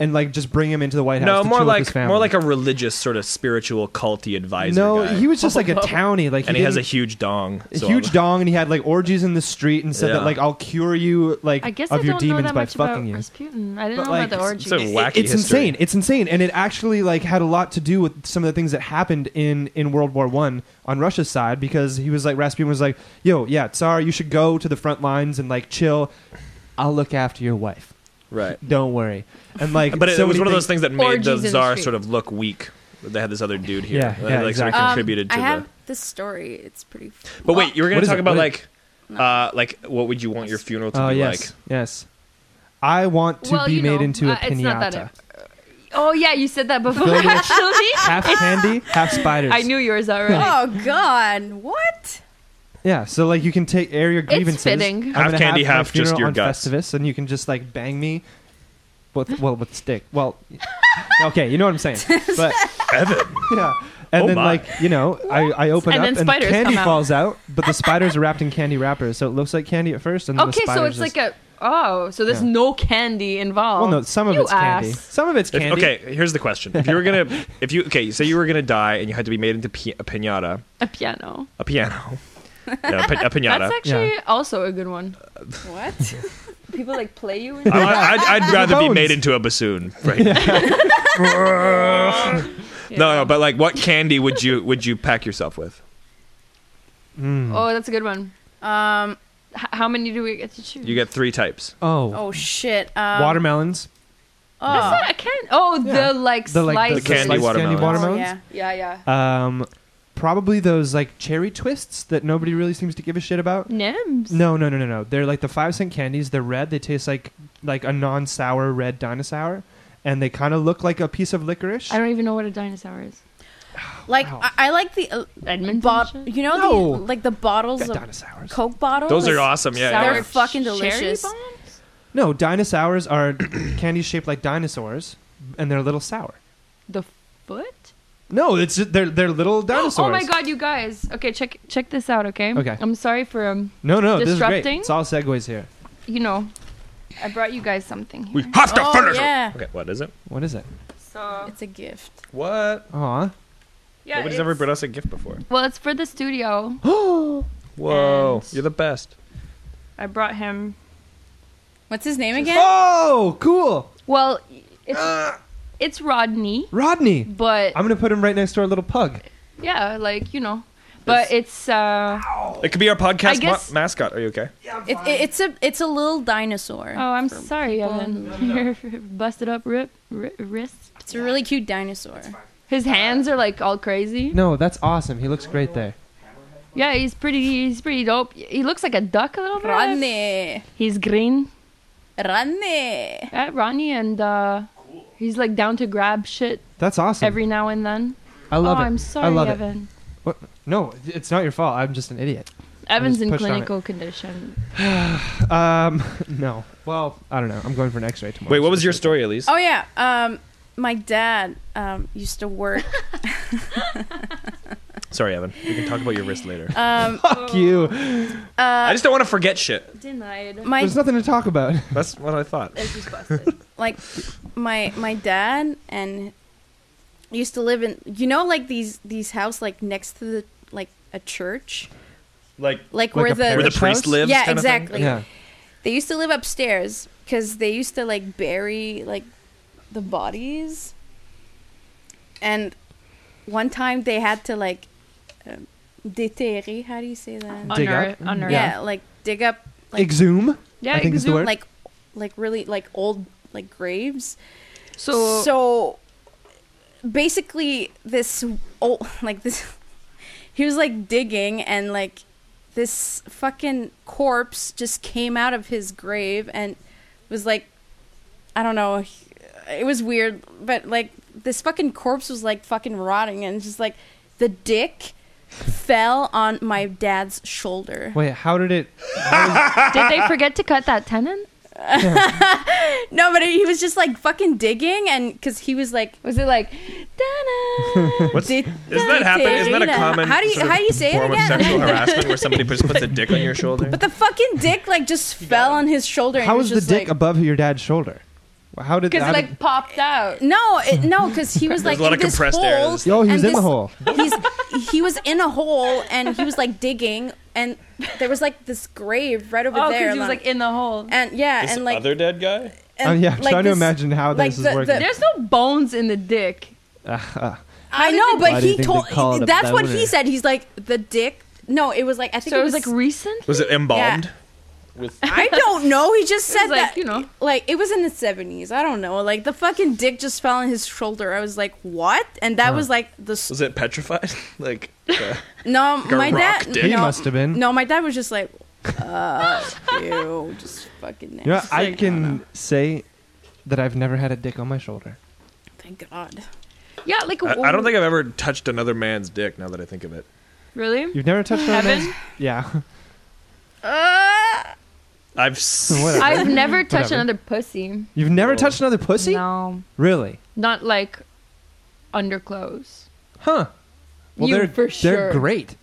S1: and like just bring him into the White House.
S2: No,
S1: to
S2: more
S1: chew up his
S2: like
S1: family.
S2: more like a religious sort of spiritual culty advisor.
S1: No,
S2: guy.
S1: he was just like a townie. Like
S2: and he has a
S1: didn't-
S2: huge dong.
S1: a
S2: so
S1: huge
S2: I'll-
S1: dong, and he had like orgies in the street, and said
S2: Yeah.
S1: that like I'll cure you like
S6: I guess
S1: of
S6: I
S1: your
S6: don't know
S1: demons
S6: that
S1: by
S6: much
S1: fucking
S6: about
S1: you.
S6: Rasputin. I didn't
S1: But,
S6: know
S1: like,
S6: about the orgy.
S2: it's a wacky
S1: it's
S2: history.
S1: insane. It's insane, and it actually like had a lot to do with some of the things that happened in in World War One on Russia's side because he was like Rasputin was like, "Yo, yeah, Tsar, you should go to the front lines and like chill. I'll look after your wife.
S2: Right.
S1: Don't worry." And like,
S2: But it,
S1: so
S2: it was
S1: many
S2: one of those
S1: things-
S2: things that made
S3: Orgies
S2: the
S3: in the
S2: czar
S3: street.
S2: sort of look weak. They had this other dude here
S1: Yeah,
S2: that
S1: yeah,
S2: like sort of
S1: exactly. Um,
S2: contributed to
S5: I
S2: the.
S5: have this story. It's pretty. f-
S2: but wait, you were
S1: What
S2: gonna
S1: is
S2: talk
S1: it?
S2: about
S1: What-
S2: like, uh, like what would you want your funeral to
S1: Oh
S2: be
S1: yes, yes. I want to
S3: Well,
S1: be
S3: you
S1: made
S3: know,
S1: into a
S3: uh,
S1: pinata.
S3: it's not that Oh yeah, you said that before.
S1: Filled with-
S3: Actually,
S1: half candy, half spiders.
S3: I knew yours already.
S5: Oh God! What?
S1: Yeah, so like you can take air your grievances.
S3: fitting.
S1: I'm
S2: Half
S1: gonna
S2: candy,
S1: have my
S2: half just
S1: funeral
S2: your
S1: on
S2: guts.
S1: Festivus, and you can just like bang me. With, well, with stick. Well, okay, you know what I'm saying. But
S2: like? Evan.
S1: yeah, and
S2: Oh
S1: then
S2: my.
S1: like you know, I, I open
S3: And
S1: up and
S3: then
S1: the
S3: spiders
S1: candy
S3: come out.
S1: falls out, but the spiders are wrapped in candy wrappers, so it looks like candy at first, and then
S3: okay,
S1: the
S3: so
S1: spiders
S3: it's like
S1: just-
S3: a oh, so there's
S1: Yeah.
S3: no candy involved.
S1: Well, no, some of
S3: You
S1: it's candy.
S3: ass.
S1: Some of it's
S2: If-
S1: candy.
S2: okay, here's the question: If you were gonna, if you okay, say you were gonna die and you had to be made into pi- a pinata,
S3: A piano.
S2: a piano, yeah, a, pi- a pinata.
S3: That's actually also a good one.
S5: What?
S3: People like play you.
S2: I, I'd, I'd rather be
S1: Bones.
S2: made into a bassoon. Right. No, no, but like, what candy would you would you pack yourself with?
S1: Mm.
S3: Oh, that's a good one.
S5: Um.
S3: H- how many do we get to choose?
S2: You get three types.
S1: Oh,
S5: Oh shit. Um,
S1: watermelons.
S5: Oh.
S3: That's not a can. Oh,
S1: Yeah.
S3: the like
S1: The like
S3: slice.
S1: the,
S2: The candy
S1: sliced
S2: watermelons.
S1: Candy watermelons.
S5: Oh, yeah.
S3: Yeah, yeah.
S1: Um, probably those like cherry twists that nobody really seems to give a shit about.
S3: Nims.
S1: No, no, no, no, no. They're like the five cent candies. They're red. They taste like like a non sour red dinosaur, and they kind of look like a piece of licorice.
S3: I don't even know what a dinosaur is.
S5: Like
S1: Wow.
S5: I, I like the uh,
S3: Edmonton.
S5: bot.
S3: shit?
S5: You know
S1: No.
S5: the like the bottles
S1: Got
S5: of
S1: dinosaurs.
S5: Coke bottles.
S2: Those are awesome. Yeah,
S3: Sour
S5: They're
S2: yeah.
S5: fucking
S3: cherry
S5: delicious.
S3: bombs?
S1: no, dinosaurs are candies shaped like dinosaurs, and they're a little sour.
S3: The foot.
S1: No, it's just, they're they're little dinosaurs.
S3: Oh my god, you guys. Okay, check check this out. Okay.
S1: Okay.
S3: I'm sorry for um.
S1: No, no, this is great.
S3: Disrupting?
S1: It's all segues here.
S3: You know, I brought you guys something here.
S2: We have to
S5: Oh
S2: finish it.
S5: yeah.
S2: Okay, what is it?
S1: What is it?
S3: so
S5: It's a gift.
S2: What?
S1: Aw.
S3: yeah.
S2: Nobody's
S3: it's-
S2: ever brought us a gift before.
S3: Well, it's for the studio.
S2: Whoa,
S3: And-
S2: you're the best.
S3: I brought him.
S5: What's his name again?
S1: Oh, cool,
S3: Well, it's it's Rodney,
S1: Rodney.
S3: but
S1: I'm gonna put him right next to our little pug.
S3: yeah, like you know, but it's uh.
S2: It could be our podcast ma-
S3: guess-
S2: mascot. Are you okay?
S5: It, it, it's a it's a little dinosaur.
S3: Oh, I'm
S5: For
S3: sorry,
S5: people
S3: Evan. Your busted up rip, ri wrist.
S5: It's a really cute dinosaur.
S3: His hands are like all crazy.
S1: No, that's awesome. He looks great there.
S3: Yeah, he's pretty. He's pretty dope. He looks like a duck a little bit.
S5: Rodney.
S3: He's green.
S5: Rodney.
S3: Yeah, Ronnie, and uh, he's like down to grab shit
S1: That's awesome.
S3: every now and then.
S1: I love
S3: oh,
S1: it.
S3: I'm sorry,
S1: I love it.
S3: Evan.
S1: No, it's not your fault. I'm just an idiot.
S3: Evan's
S1: just
S3: in
S1: pushed on it.
S3: clinical condition.
S1: Um, no. Well, I don't know. I'm going for an X-ray tomorrow.
S2: Wait, what was your story, Elise?
S5: Oh yeah. Um, my dad um used to work.
S2: Sorry, Evan. We can talk about your wrist later.
S5: Um,
S3: Oh,
S1: Fuck you.
S2: I just don't want to forget shit.
S3: Denied.
S5: Uh, my
S1: There's nothing to talk about.
S2: That's what I thought.
S3: It's just busted.
S5: like my my dad and used to live in you know like these these house like next to the like a church
S4: Like
S1: Like
S5: like, where
S1: a
S5: the
S2: Where the
S1: Church
S2: priest
S1: house?
S2: lives.
S5: yeah
S2: kind of thing?
S5: exactly
S1: Yeah.
S5: they used to live upstairs because they used to like bury like the bodies and one time they had to like um, déterrer how do you say that
S1: Dig
S3: Unearth-
S1: up?
S3: unearth.
S5: yeah like dig up like
S1: Exhume.
S3: Yeah,
S1: I think is the
S3: exhume,
S1: word.
S5: like like really like old like graves
S3: So,
S5: so basically this oh like this he was like digging and like this fucking corpse just came out of his grave and was like i don't know he- it was weird, but like this fucking corpse was like fucking rotting, and just like the dick fell on my dad's shoulder.
S1: Wait, how did it?
S3: Did they forget to cut that tenon?
S5: No, but he was just like fucking digging, and because he was like,
S3: Was it like, "Ta-da,
S2: What's-
S5: "Did-
S2: Isn't that happen? Isn't that a
S5: Dana."
S2: common
S5: How do you-
S2: sort of
S5: how do you say it
S2: form of
S5: again?
S2: sexual harassment where somebody just puts a dick on your shoulder?
S5: But the fucking dick like just fell on his shoulder. and
S1: How
S5: it
S1: was
S5: was
S1: the
S5: just,
S1: dick
S5: like-
S1: above your dad's shoulder? How did?
S3: because
S1: how
S3: it
S1: did-
S3: like popped out.
S5: No, it, no, because he was like
S2: a lot
S5: in
S2: of
S5: this
S2: compressed air.
S5: hole.
S1: Oh, he was
S5: and
S1: in the
S5: this-
S1: hole.
S5: He's he was in a hole and he was like digging, and there was like this grave right over
S3: Oh,
S5: there.
S3: because he was
S5: like-
S3: like in the hole.
S5: and yeah,
S4: This
S5: and like
S4: other dead guy?
S5: and,
S1: Um, yeah, I'm
S5: like,
S1: trying to
S5: this-
S1: imagine how
S5: like,
S1: this
S5: the-
S1: is working.
S5: the-
S3: There's no bones in the dick.
S1: Ah,
S5: I
S3: did
S5: know,
S3: they-
S5: but
S6: Why do you
S5: he
S6: think
S5: told.
S6: they call it a
S5: That's what he
S6: boner?
S5: said. He's like the dick. No, it was like I think
S3: So it was like recent.
S2: Was it embalmed?
S4: With
S5: I don't know. He just
S3: It
S5: said
S3: was like
S5: that.
S3: you know.
S5: like it was in the 70s i don't know like the fucking dick just fell on his shoulder i was like what and that
S1: Huh.
S5: was like the s-
S2: Was it petrified? like, uh,
S5: no
S2: a
S5: my
S2: rock
S5: dad
S2: dick?
S1: He
S5: no,
S1: must have been.
S5: no my dad was just like uh ew just fucking nasty.
S1: you know, I
S5: Like,
S1: can say that I've never had a dick on my shoulder.
S5: thank god
S3: Yeah, like
S2: I, I don't think I've ever touched another man's dick. Now that I think of it,
S3: really.
S1: You've never touched on
S3: Evan?
S1: it? Yeah.
S3: Ah.
S5: uh,
S2: I've s-
S1: Whatever.
S3: I've never touched
S1: Whatever.
S3: another pussy.
S1: You've never touched another pussy?
S3: No,
S1: Really?
S3: not like underclothes.
S1: Huh. Well,
S3: You
S1: they're
S3: for
S1: they're
S3: sure.
S1: great.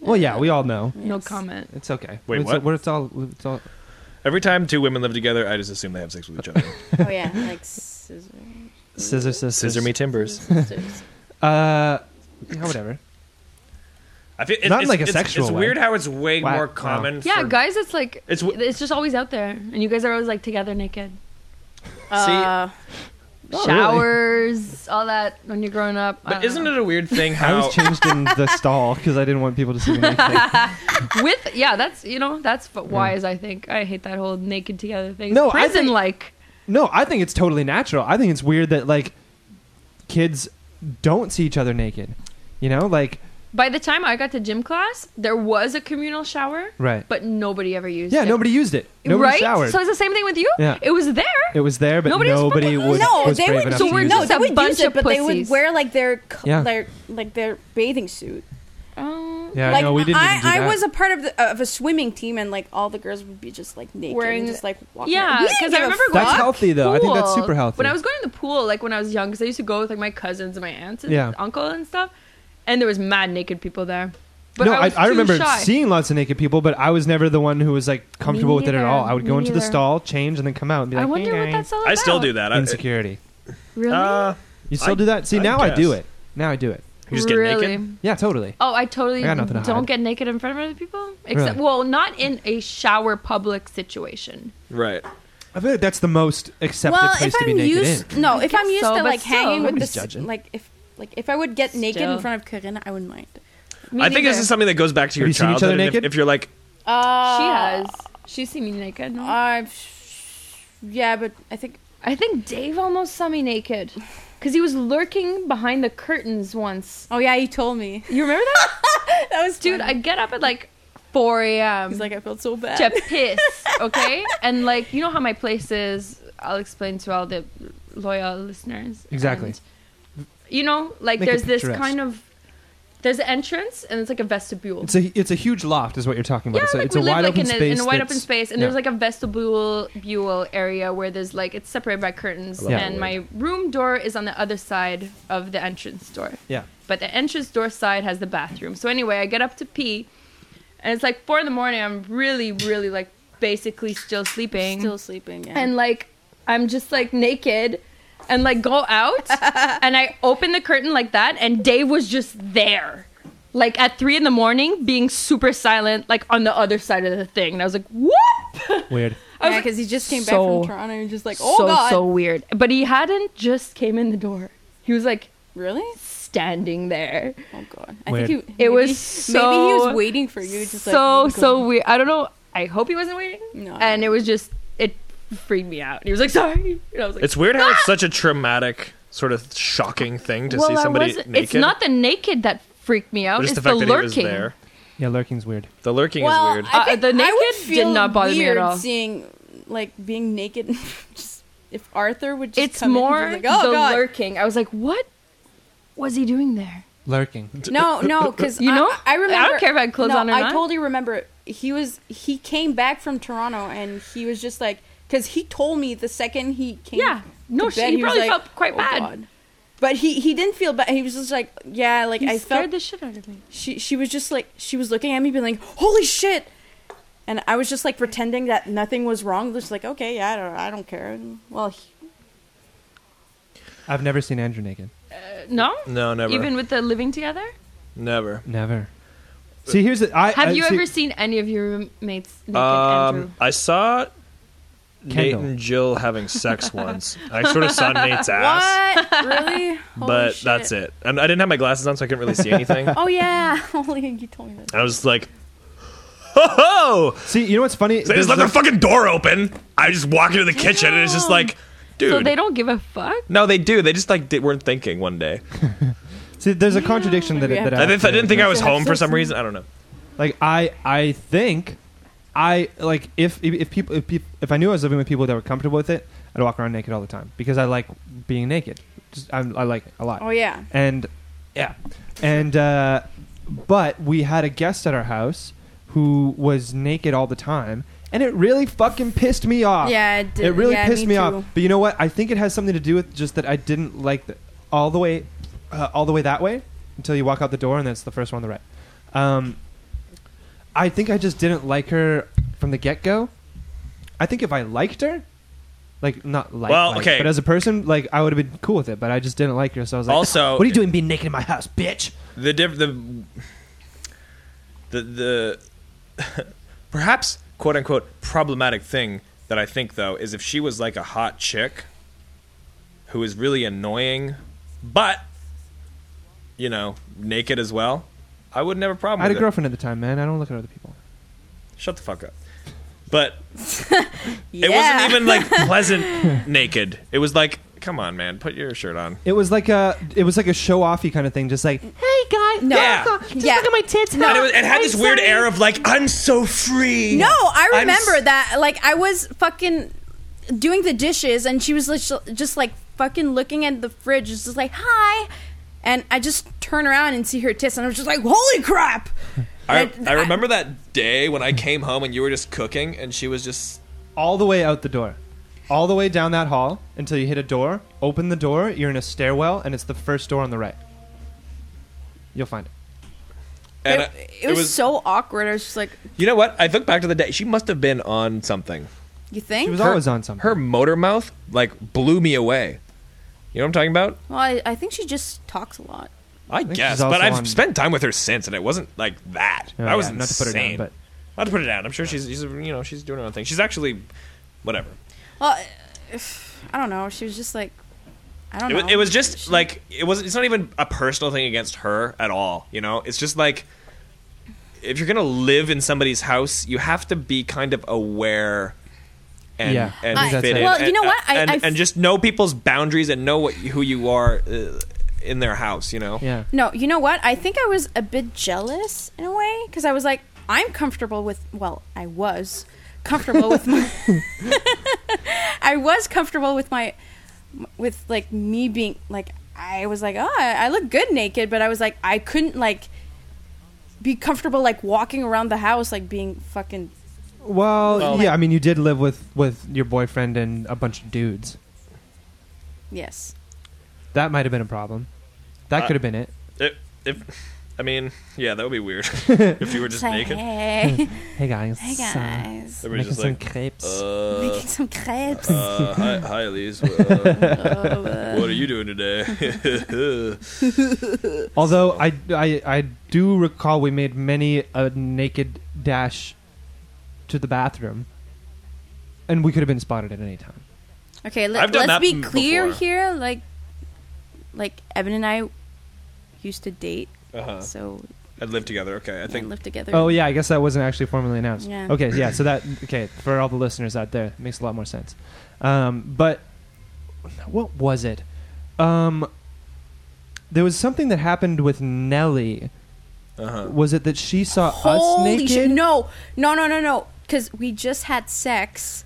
S1: Well, yeah, we all know.
S3: No
S5: Yes.
S3: comment.
S1: It's okay.
S2: Wait,
S1: it's,
S2: what?
S1: It's all. It's all.
S2: every time two women live together, I just assume they have sex with each other.
S5: oh yeah like scissors
S1: Scissor, scissor,
S2: Scissor me timbers.
S5: scissors.
S1: Uh, yeah, whatever.
S2: I feel,
S1: Not in, like, a
S2: it's,
S1: sexual
S2: It's
S1: way.
S2: weird how it's way
S1: Whack.
S2: more
S1: No.
S2: common.
S3: Yeah,
S2: for-
S3: guys, it's like
S2: It's
S3: it's,
S2: w-
S3: just always out there, and you guys are always like together naked.
S5: uh,
S1: Oh, really?
S3: Showers, all that when you're growing up.
S2: But isn't it a weird thing
S1: I
S2: how
S1: was changed in the stall because I didn't want people to see me. naked.
S3: it with? Yeah, that's you know that's f- wise. I think I hate that whole naked together thing.
S1: No, I
S3: prison
S1: think-
S3: like
S1: No, I think it's totally natural. I think it's weird that like kids don't see each other naked. You know, like
S3: by the time I got to gym class, there was a communal shower,
S1: right.
S3: but nobody ever used
S1: yeah,
S3: it.
S1: nobody used it. Nobody
S3: right?
S1: showered.
S3: So it's the same thing with you.
S1: Yeah.
S3: It was there.
S1: it was there, but
S3: Nobody
S1: nobody,
S3: was fucking-
S1: was.
S5: no,
S1: was
S5: they
S1: brave
S5: would.
S1: enough
S3: So
S1: to
S3: we're
S1: use
S5: no,
S1: it.
S3: just
S5: they
S3: a
S5: would
S3: bunch
S5: use it,
S3: of
S5: but they would
S3: pussies.
S5: wear like their, co-
S1: Yeah.
S5: their like their bathing suit.
S3: Um,
S1: Yeah,
S5: like
S1: no, we didn't
S5: I,
S1: even do
S5: I
S1: that.
S5: was a part of the, of a swimming team, and like all the girls would be just like naked
S3: Wearing-
S5: and just like walking. around.
S3: Yeah,
S5: We didn't
S3: because I
S5: give a
S3: remember
S5: fuck.
S3: going.
S1: That's
S3: to
S1: healthy, though. I think that's super healthy.
S3: When I was going to the pool, like when I was young, because I used to go with like my cousins and my aunts and
S1: Yeah.
S3: uncle and stuff, and there was mad naked people there. But
S1: no,
S3: I,
S1: I,
S3: was
S1: I,
S3: too
S1: remember
S3: shy.
S1: seeing lots of naked people, but I was never the one who was like comfortable with it at
S3: neither.
S1: all. I would go
S3: Me
S1: into the
S3: neither.
S1: stall, change, and then come out and be
S3: I
S1: like,
S3: wonder
S1: "Hey,
S3: what
S1: gang."
S3: that's all about.
S2: I still do that. I,
S1: insecurity.
S3: Really?
S2: Uh,
S1: You still
S2: I-
S1: do that? See,
S2: I
S1: now I do
S2: guess.
S1: it. Now I do it.
S2: you just get
S3: really?
S2: naked.
S1: Yeah, totally.
S3: Oh, I totally
S1: I got nothing to
S3: don't
S1: hide.
S3: get naked in front of other people. Except,
S1: Really?
S3: well, not in a shower public situation.
S2: Right.
S1: I feel like that's the most accepted
S5: well,
S1: place
S5: if
S1: to be
S5: I'm
S1: naked
S5: used,
S1: in.
S5: no, if I'm
S3: guess
S5: used
S3: so,
S5: to
S3: but
S5: like hanging
S3: still.
S5: with
S1: Nobody's
S5: this,
S1: judging.
S5: like if like if I would get naked
S3: Still.
S5: in front of Corinna, I wouldn't mind.
S3: Me
S2: I think this
S3: neither.
S2: is something that goes back to
S1: Have
S2: your
S1: you seen each
S2: childhood.
S1: other
S2: and if-
S1: naked?
S2: if you're like,
S5: Uh,
S3: She has. She's seen me naked. No?
S5: I've, yeah, but I think
S3: I think Dave almost saw me naked. Because he was lurking behind the curtains once.
S5: oh yeah, he told me
S3: You remember that?
S5: that was
S3: Dude, I
S5: funny.
S3: get up at like 4 a.m.
S5: He's like "Ah." I felt so bad.
S3: to piss, okay? and like, you know how my place is. I'll explain to all the loyal listeners.
S1: Exactly.
S3: And, you know, like
S1: Make it
S3: there's this
S1: picturesque.
S3: kind of. There's an entrance and it's like a vestibule.
S1: It's a it's a huge loft, is what you're talking about.
S3: yeah,
S1: it's a,
S3: like
S1: it's
S3: we
S1: a
S3: live
S1: wide
S3: like
S1: open
S3: in, a,
S1: space.
S3: in a wide open
S1: that's-
S3: space, and
S1: yeah.
S3: there's like a vestibule buell area where there's like it's separated by curtains,
S1: that
S3: and
S2: word.
S3: my room door is on the other side of the entrance door.
S1: yeah.
S3: But the entrance door side has the bathroom. So anyway, I get up to pee, and it's like four in the morning. I'm really, really like basically still sleeping,
S5: Still sleeping. Yeah.
S3: and like I'm just like naked. And like go out, and I open the curtain like that, and Dave was just there, like at three in the morning, being super silent, like on the other side of the thing. And I was like, "What?"
S1: Weird.
S3: I was
S5: Oh, yeah,
S3: like,
S5: because he just came back
S3: so-
S5: from Toronto and just like, oh
S3: so
S5: god,
S3: so weird. But he hadn't just came in the door. He was like
S5: really?
S3: standing there.
S5: Oh god, I
S1: Weird.
S5: think he,
S3: It was
S5: maybe he
S3: so-
S5: was waiting for you. Just like,
S3: so
S5: oh,
S3: so
S5: God.
S3: weird. I don't know. I hope he wasn't waiting.
S5: No.
S3: And it was just it freaked me out. He was like sorry. And I was like
S2: it's weird how it's such a traumatic, sort of shocking thing to
S3: well,
S2: see
S3: I
S2: somebody
S3: wasn't-
S2: naked.
S3: It's not the naked that freaked me out.
S2: Just
S3: It's
S2: the fact that he was
S3: lurking.
S2: there.
S1: Yeah, lurking's weird.
S2: The lurking
S5: well,
S2: is weird.
S5: I
S3: Uh,
S5: think
S3: the
S5: I would
S3: naked did
S5: feel
S3: not bother me at
S5: weird
S3: all.
S5: Seeing like being naked, just
S6: if Arthur would just
S3: It's
S6: come in
S3: more
S6: and be like, oh
S3: the
S6: god,
S3: lurking. I was like, what was he doing there?
S1: Lurking.
S6: no, no, because
S3: You
S6: I,
S3: know?
S6: I remember.
S3: I don't care if I had clothes
S6: no,
S3: on or
S6: I
S3: not.
S6: totally remember. it. He was he came back from Toronto and he was just like because he told me the second he came.
S3: Yeah. No,
S6: to
S3: she-
S6: bed,
S3: he
S6: was
S3: probably
S6: like,
S3: felt quite
S6: "Oh,
S3: bad."
S6: God." But he he didn't feel bad. He was just like yeah, like
S3: He
S6: I felt
S3: scared the shit out of me.
S6: she she was just like she was looking at me being like holy shit. And I was just like pretending that nothing was wrong. Just like okay, yeah, I don't, I don't care. And, well, he,
S1: I've never seen Andrew naked.
S3: Uh, No?
S2: No, never.
S3: Even with the living together?
S2: never.
S1: Never. See, here's the. I,
S3: Have
S1: I-
S3: you
S1: see-
S3: ever seen any of your roommates naked, Andrew?
S2: Um, I saw Nate
S1: Kendall.
S2: and Jill having sex once. I sort of saw Nate's ass,
S5: What? really? Holy
S2: but
S5: shit.
S2: that's it. And I didn't have my glasses on, so I couldn't really see anything.
S6: oh yeah, only you told me that.
S2: I was like, ho ho!
S1: See, you know what's funny?
S2: They just
S1: There's
S2: left their
S1: like-
S2: fucking door open. I just walk into the kitchen and it's just like, dude.
S3: Oh. So they don't give a fuck?
S2: no, they do. They just like di- weren't thinking one day.
S1: see, there's a contradiction that,
S6: Maybe I
S1: that
S2: I, didn't- I didn't think I was
S6: Have
S2: home for
S6: sex
S2: some
S6: and-
S2: reason. I don't know.
S1: like I I think I like if if, if people if peop if I knew I was living with people that were comfortable with it, I'd walk around naked all the time because I like being naked. Just, I, I like it a lot.
S6: Oh yeah.
S1: And yeah, and uh, but we had a guest at our house who was naked all the time, and it really fucking pissed me off.
S5: Yeah, it, did.
S1: It really
S5: yeah,
S1: pissed me,
S5: too.
S1: off. But you know what? I think it has something to do with just that I didn't like the, all the way, uh, all the way that way until you walk out the door, and that's the first one on the right. Um, I think I just didn't like her from the get go. I think if I liked her, like not like,
S2: Well,
S1: like,
S2: okay.
S1: but as a person, like I would have been cool with it. But I just didn't like her, so I was like, "Ah,
S2: Also-
S1: what are you doing being naked in my house, bitch?"
S2: the diff- the the the perhaps quote unquote problematic thing that I think though is if she was like a hot chick who is really annoying, but you know naked as well, I wouldn't have a problem.
S1: I had a
S2: with it.
S1: girlfriend at the time, man. I don't look at other people.
S2: Shut the fuck up. But
S6: yeah.
S2: it wasn't even like pleasant naked. It was like, come on, man, put your shirt on.
S1: It was like a, it was like a show offy kind of thing, just like, "Hey guys,
S6: No.
S2: Yeah.
S1: just
S5: Yeah.
S1: look at my tits."
S2: And it, was, it had this weird air of like, I'm so free.
S5: No, I
S2: I'm
S5: remember
S2: s-
S5: that. Like, I was fucking doing the dishes, and she was lit- just like fucking looking at the fridge, just like, hi. And I just turn around and see her tits, and I was just like, holy crap!
S2: I,
S5: And
S2: I remember that day when I came home and you were just cooking and she was just
S1: all the way out the door, all the way down that hall until you hit a door. Open the door. You're in a stairwell, and it's the first door on the right. You'll find it.
S2: and
S6: it,
S2: I-
S6: it was, so awkward. I was just like,
S2: You know what? I look back to the day. She must have been on something.
S6: you
S1: She
S6: think?
S1: was always on something.
S2: Her motor mouth like blew me away. You know what I'm talking about?
S5: well, I, I think she just talks a lot.
S2: I
S1: think
S2: guess,
S1: she's also
S2: but I've
S1: on-
S2: spent time with her since, and it wasn't like that.
S1: Oh,
S2: I was
S1: yeah,
S2: insane.
S1: not to put her down, but
S2: not to put it down. I'm sure she's, she's you know she's doing her own thing. She's actually whatever.
S5: Well, if, I don't know. She was just like, I don't
S2: It
S5: know.
S2: was, it was just like it was. It's not even a personal thing against her at all. You know, it's just like if you're gonna live in somebody's house, you have to be kind of aware. And,
S1: Yeah,
S2: and
S1: I think that's
S2: fit
S1: it.
S2: in.
S5: Well, you know
S2: And-
S5: what? I-
S2: and,
S5: I f-
S2: and just know people's boundaries and know what who you are uh, in their house. You know.
S1: yeah,
S5: No, you know what? I think I was a bit jealous in a way because I was like, I'm comfortable with. Well, I was comfortable with my. I was comfortable with my, with like me being like I was like, oh, I, I look good naked, but I was like, I couldn't like be comfortable like walking around the house like being fucking.
S1: well,
S5: Well-
S1: yeah. I mean, you did live with with your boyfriend and a bunch of dudes.
S5: Yes.
S1: That might have been a problem. That
S2: Uh,
S1: could have been it.
S2: If, if I mean, yeah, that would be weird if you were just
S5: It's like,
S2: naked.
S5: hey,
S1: Hey guys,
S5: hey
S1: uh,
S5: guys,
S1: making
S2: Everybody's just
S1: some
S2: like,
S1: crepes.
S2: uh,
S5: making some crepes.
S2: uh, hi, hi, Elise. Uh,
S5: Oh, uh,
S2: what are you doing today?
S1: Although I, I I do recall we made many a naked dash to the bathroom, and we could have been spotted at any time.
S5: Okay,
S2: I've
S5: let,
S2: done
S5: let's
S2: that
S5: be
S2: m-
S5: clear
S2: before.
S5: here. Like, like Evan and I used to date,
S2: uh-huh.
S5: so
S2: And live together. Okay, I
S5: we
S2: think
S5: lived together.
S1: Oh yeah, I guess that wasn't actually formally announced.
S5: Yeah.
S1: Okay, yeah. So that okay for all the listeners out there, it makes a lot more sense. Um, but what was it? Um, there was something that happened with Nelly.
S2: Uh-huh.
S1: Was it that she saw us
S5: Holy
S1: naked?
S5: shit! No, no, no, no, no. Because we just had sex,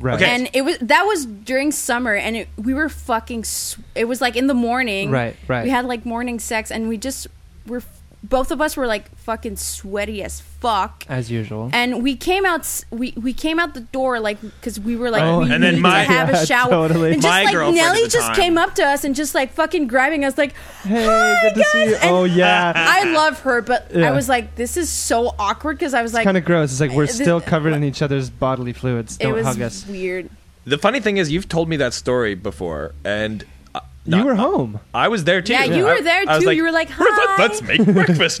S1: Right.
S2: Okay.
S6: And it was that was during summer, and it, we were fucking. Sw- it was like in the morning,
S1: Right, right.
S6: We had like morning sex, and we just were f- both of us were like fucking sweaty as fuck.
S1: As usual.
S6: And we came out, s- we we came out the door like because we were like,
S1: Oh,
S6: we
S1: and
S6: need
S2: then
S6: to
S2: my-
S6: have
S1: yeah,
S6: a shower.
S1: totally.
S6: And just
S2: My
S6: like
S2: girlfriend at
S6: Nelly
S2: the
S6: just
S2: time.
S6: came up to us and just like fucking grabbing us like,
S1: Hey,
S6: "Hi,
S1: good to see
S6: guys!"
S1: you.
S6: And
S1: Oh, yeah.
S6: I love her, but
S1: Yeah.
S6: I was like, this is so awkward because I was
S1: it's
S6: like,
S1: kind of gross. It's like we're
S6: Th-
S1: still covered in each other's bodily fluids.
S6: it
S1: Don't
S6: was
S1: hug us.
S6: weird.
S2: The funny thing is, you've told me that story before, and uh,
S1: you
S2: not-
S1: were home.
S2: I was there too.
S6: Yeah, you
S2: I-
S6: were there
S2: I was
S6: too. you were like, hi.
S2: Let's make breakfast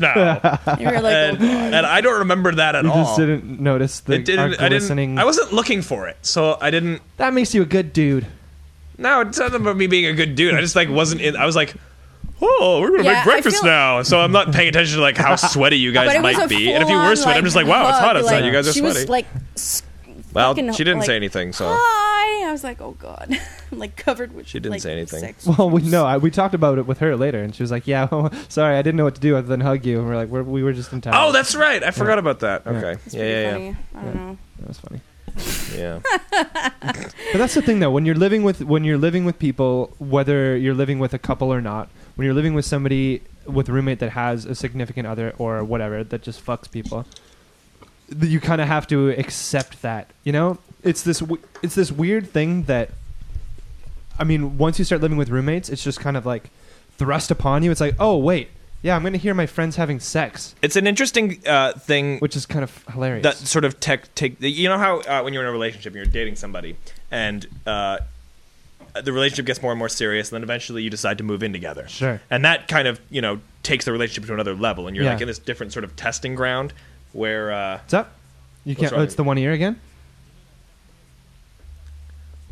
S2: now.
S6: you were like, "Oh,
S2: and, and I don't remember that at
S1: Oh You
S2: all.
S1: just didn't notice the
S2: it didn't.
S1: our
S2: I
S1: glistening.
S2: didn't. I wasn't looking for it, so I didn't.
S1: that makes you a good dude.
S2: No, it's not about me being a good dude. I just like wasn't in. I was like, oh, we're gonna
S6: Yeah, I
S2: make breakfast
S6: feel-
S2: now, so I'm not paying attention to like how sweaty you
S6: but
S2: guys
S6: it was a
S2: might be. And if you
S6: full-on,
S2: were sweaty, I'm just like, wow, it's
S6: hug,
S2: hot outside.
S6: like,
S2: you guys are
S6: she
S2: sweaty.
S6: was like, s-
S2: well,
S6: fucking,
S2: she didn't
S6: like,
S2: say anything, so
S6: hi. I was like, oh god, I'm like covered with.
S2: She didn't
S6: like,
S2: say anything.
S6: sex.
S1: Well, we no, I, we talked about it with her later, and she was like, "Yeah, well, sorry, I didn't know what to do other than hug you." And we're like, we're, "We were just in time."
S2: Oh, that's right. I forgot about that.
S1: Yeah.
S2: Okay.
S6: It's
S2: Yeah,
S6: pretty
S2: yeah, yeah,
S6: funny. I don't know.
S1: that was funny.
S2: yeah.
S1: But that's the thing, though. When you're living with when you're living with people, whether you're living with a couple or not, when you're living with somebody with a roommate that has a significant other or whatever that just fucks people, th- you kind of have to accept that. You know, it's this w- it's this weird thing that, I mean, once you start living with roommates, it's just kind of like thrust upon you. It's like, oh wait, yeah, I'm gonna hear my friends having sex,
S2: It's an interesting uh, thing.
S1: which is kind of hilarious.
S2: that sort of tech take you know how uh, when you're in a relationship and you're dating somebody and uh, the relationship gets more and more serious and then eventually you decide to move in together
S1: Sure.
S2: and that kind of you know takes the relationship to another level and you're
S1: Yeah.
S2: like in this different sort of testing ground where uh,
S1: What's up? You
S2: What's
S1: can't. Oh,
S2: wrong?
S1: it's the one ear again.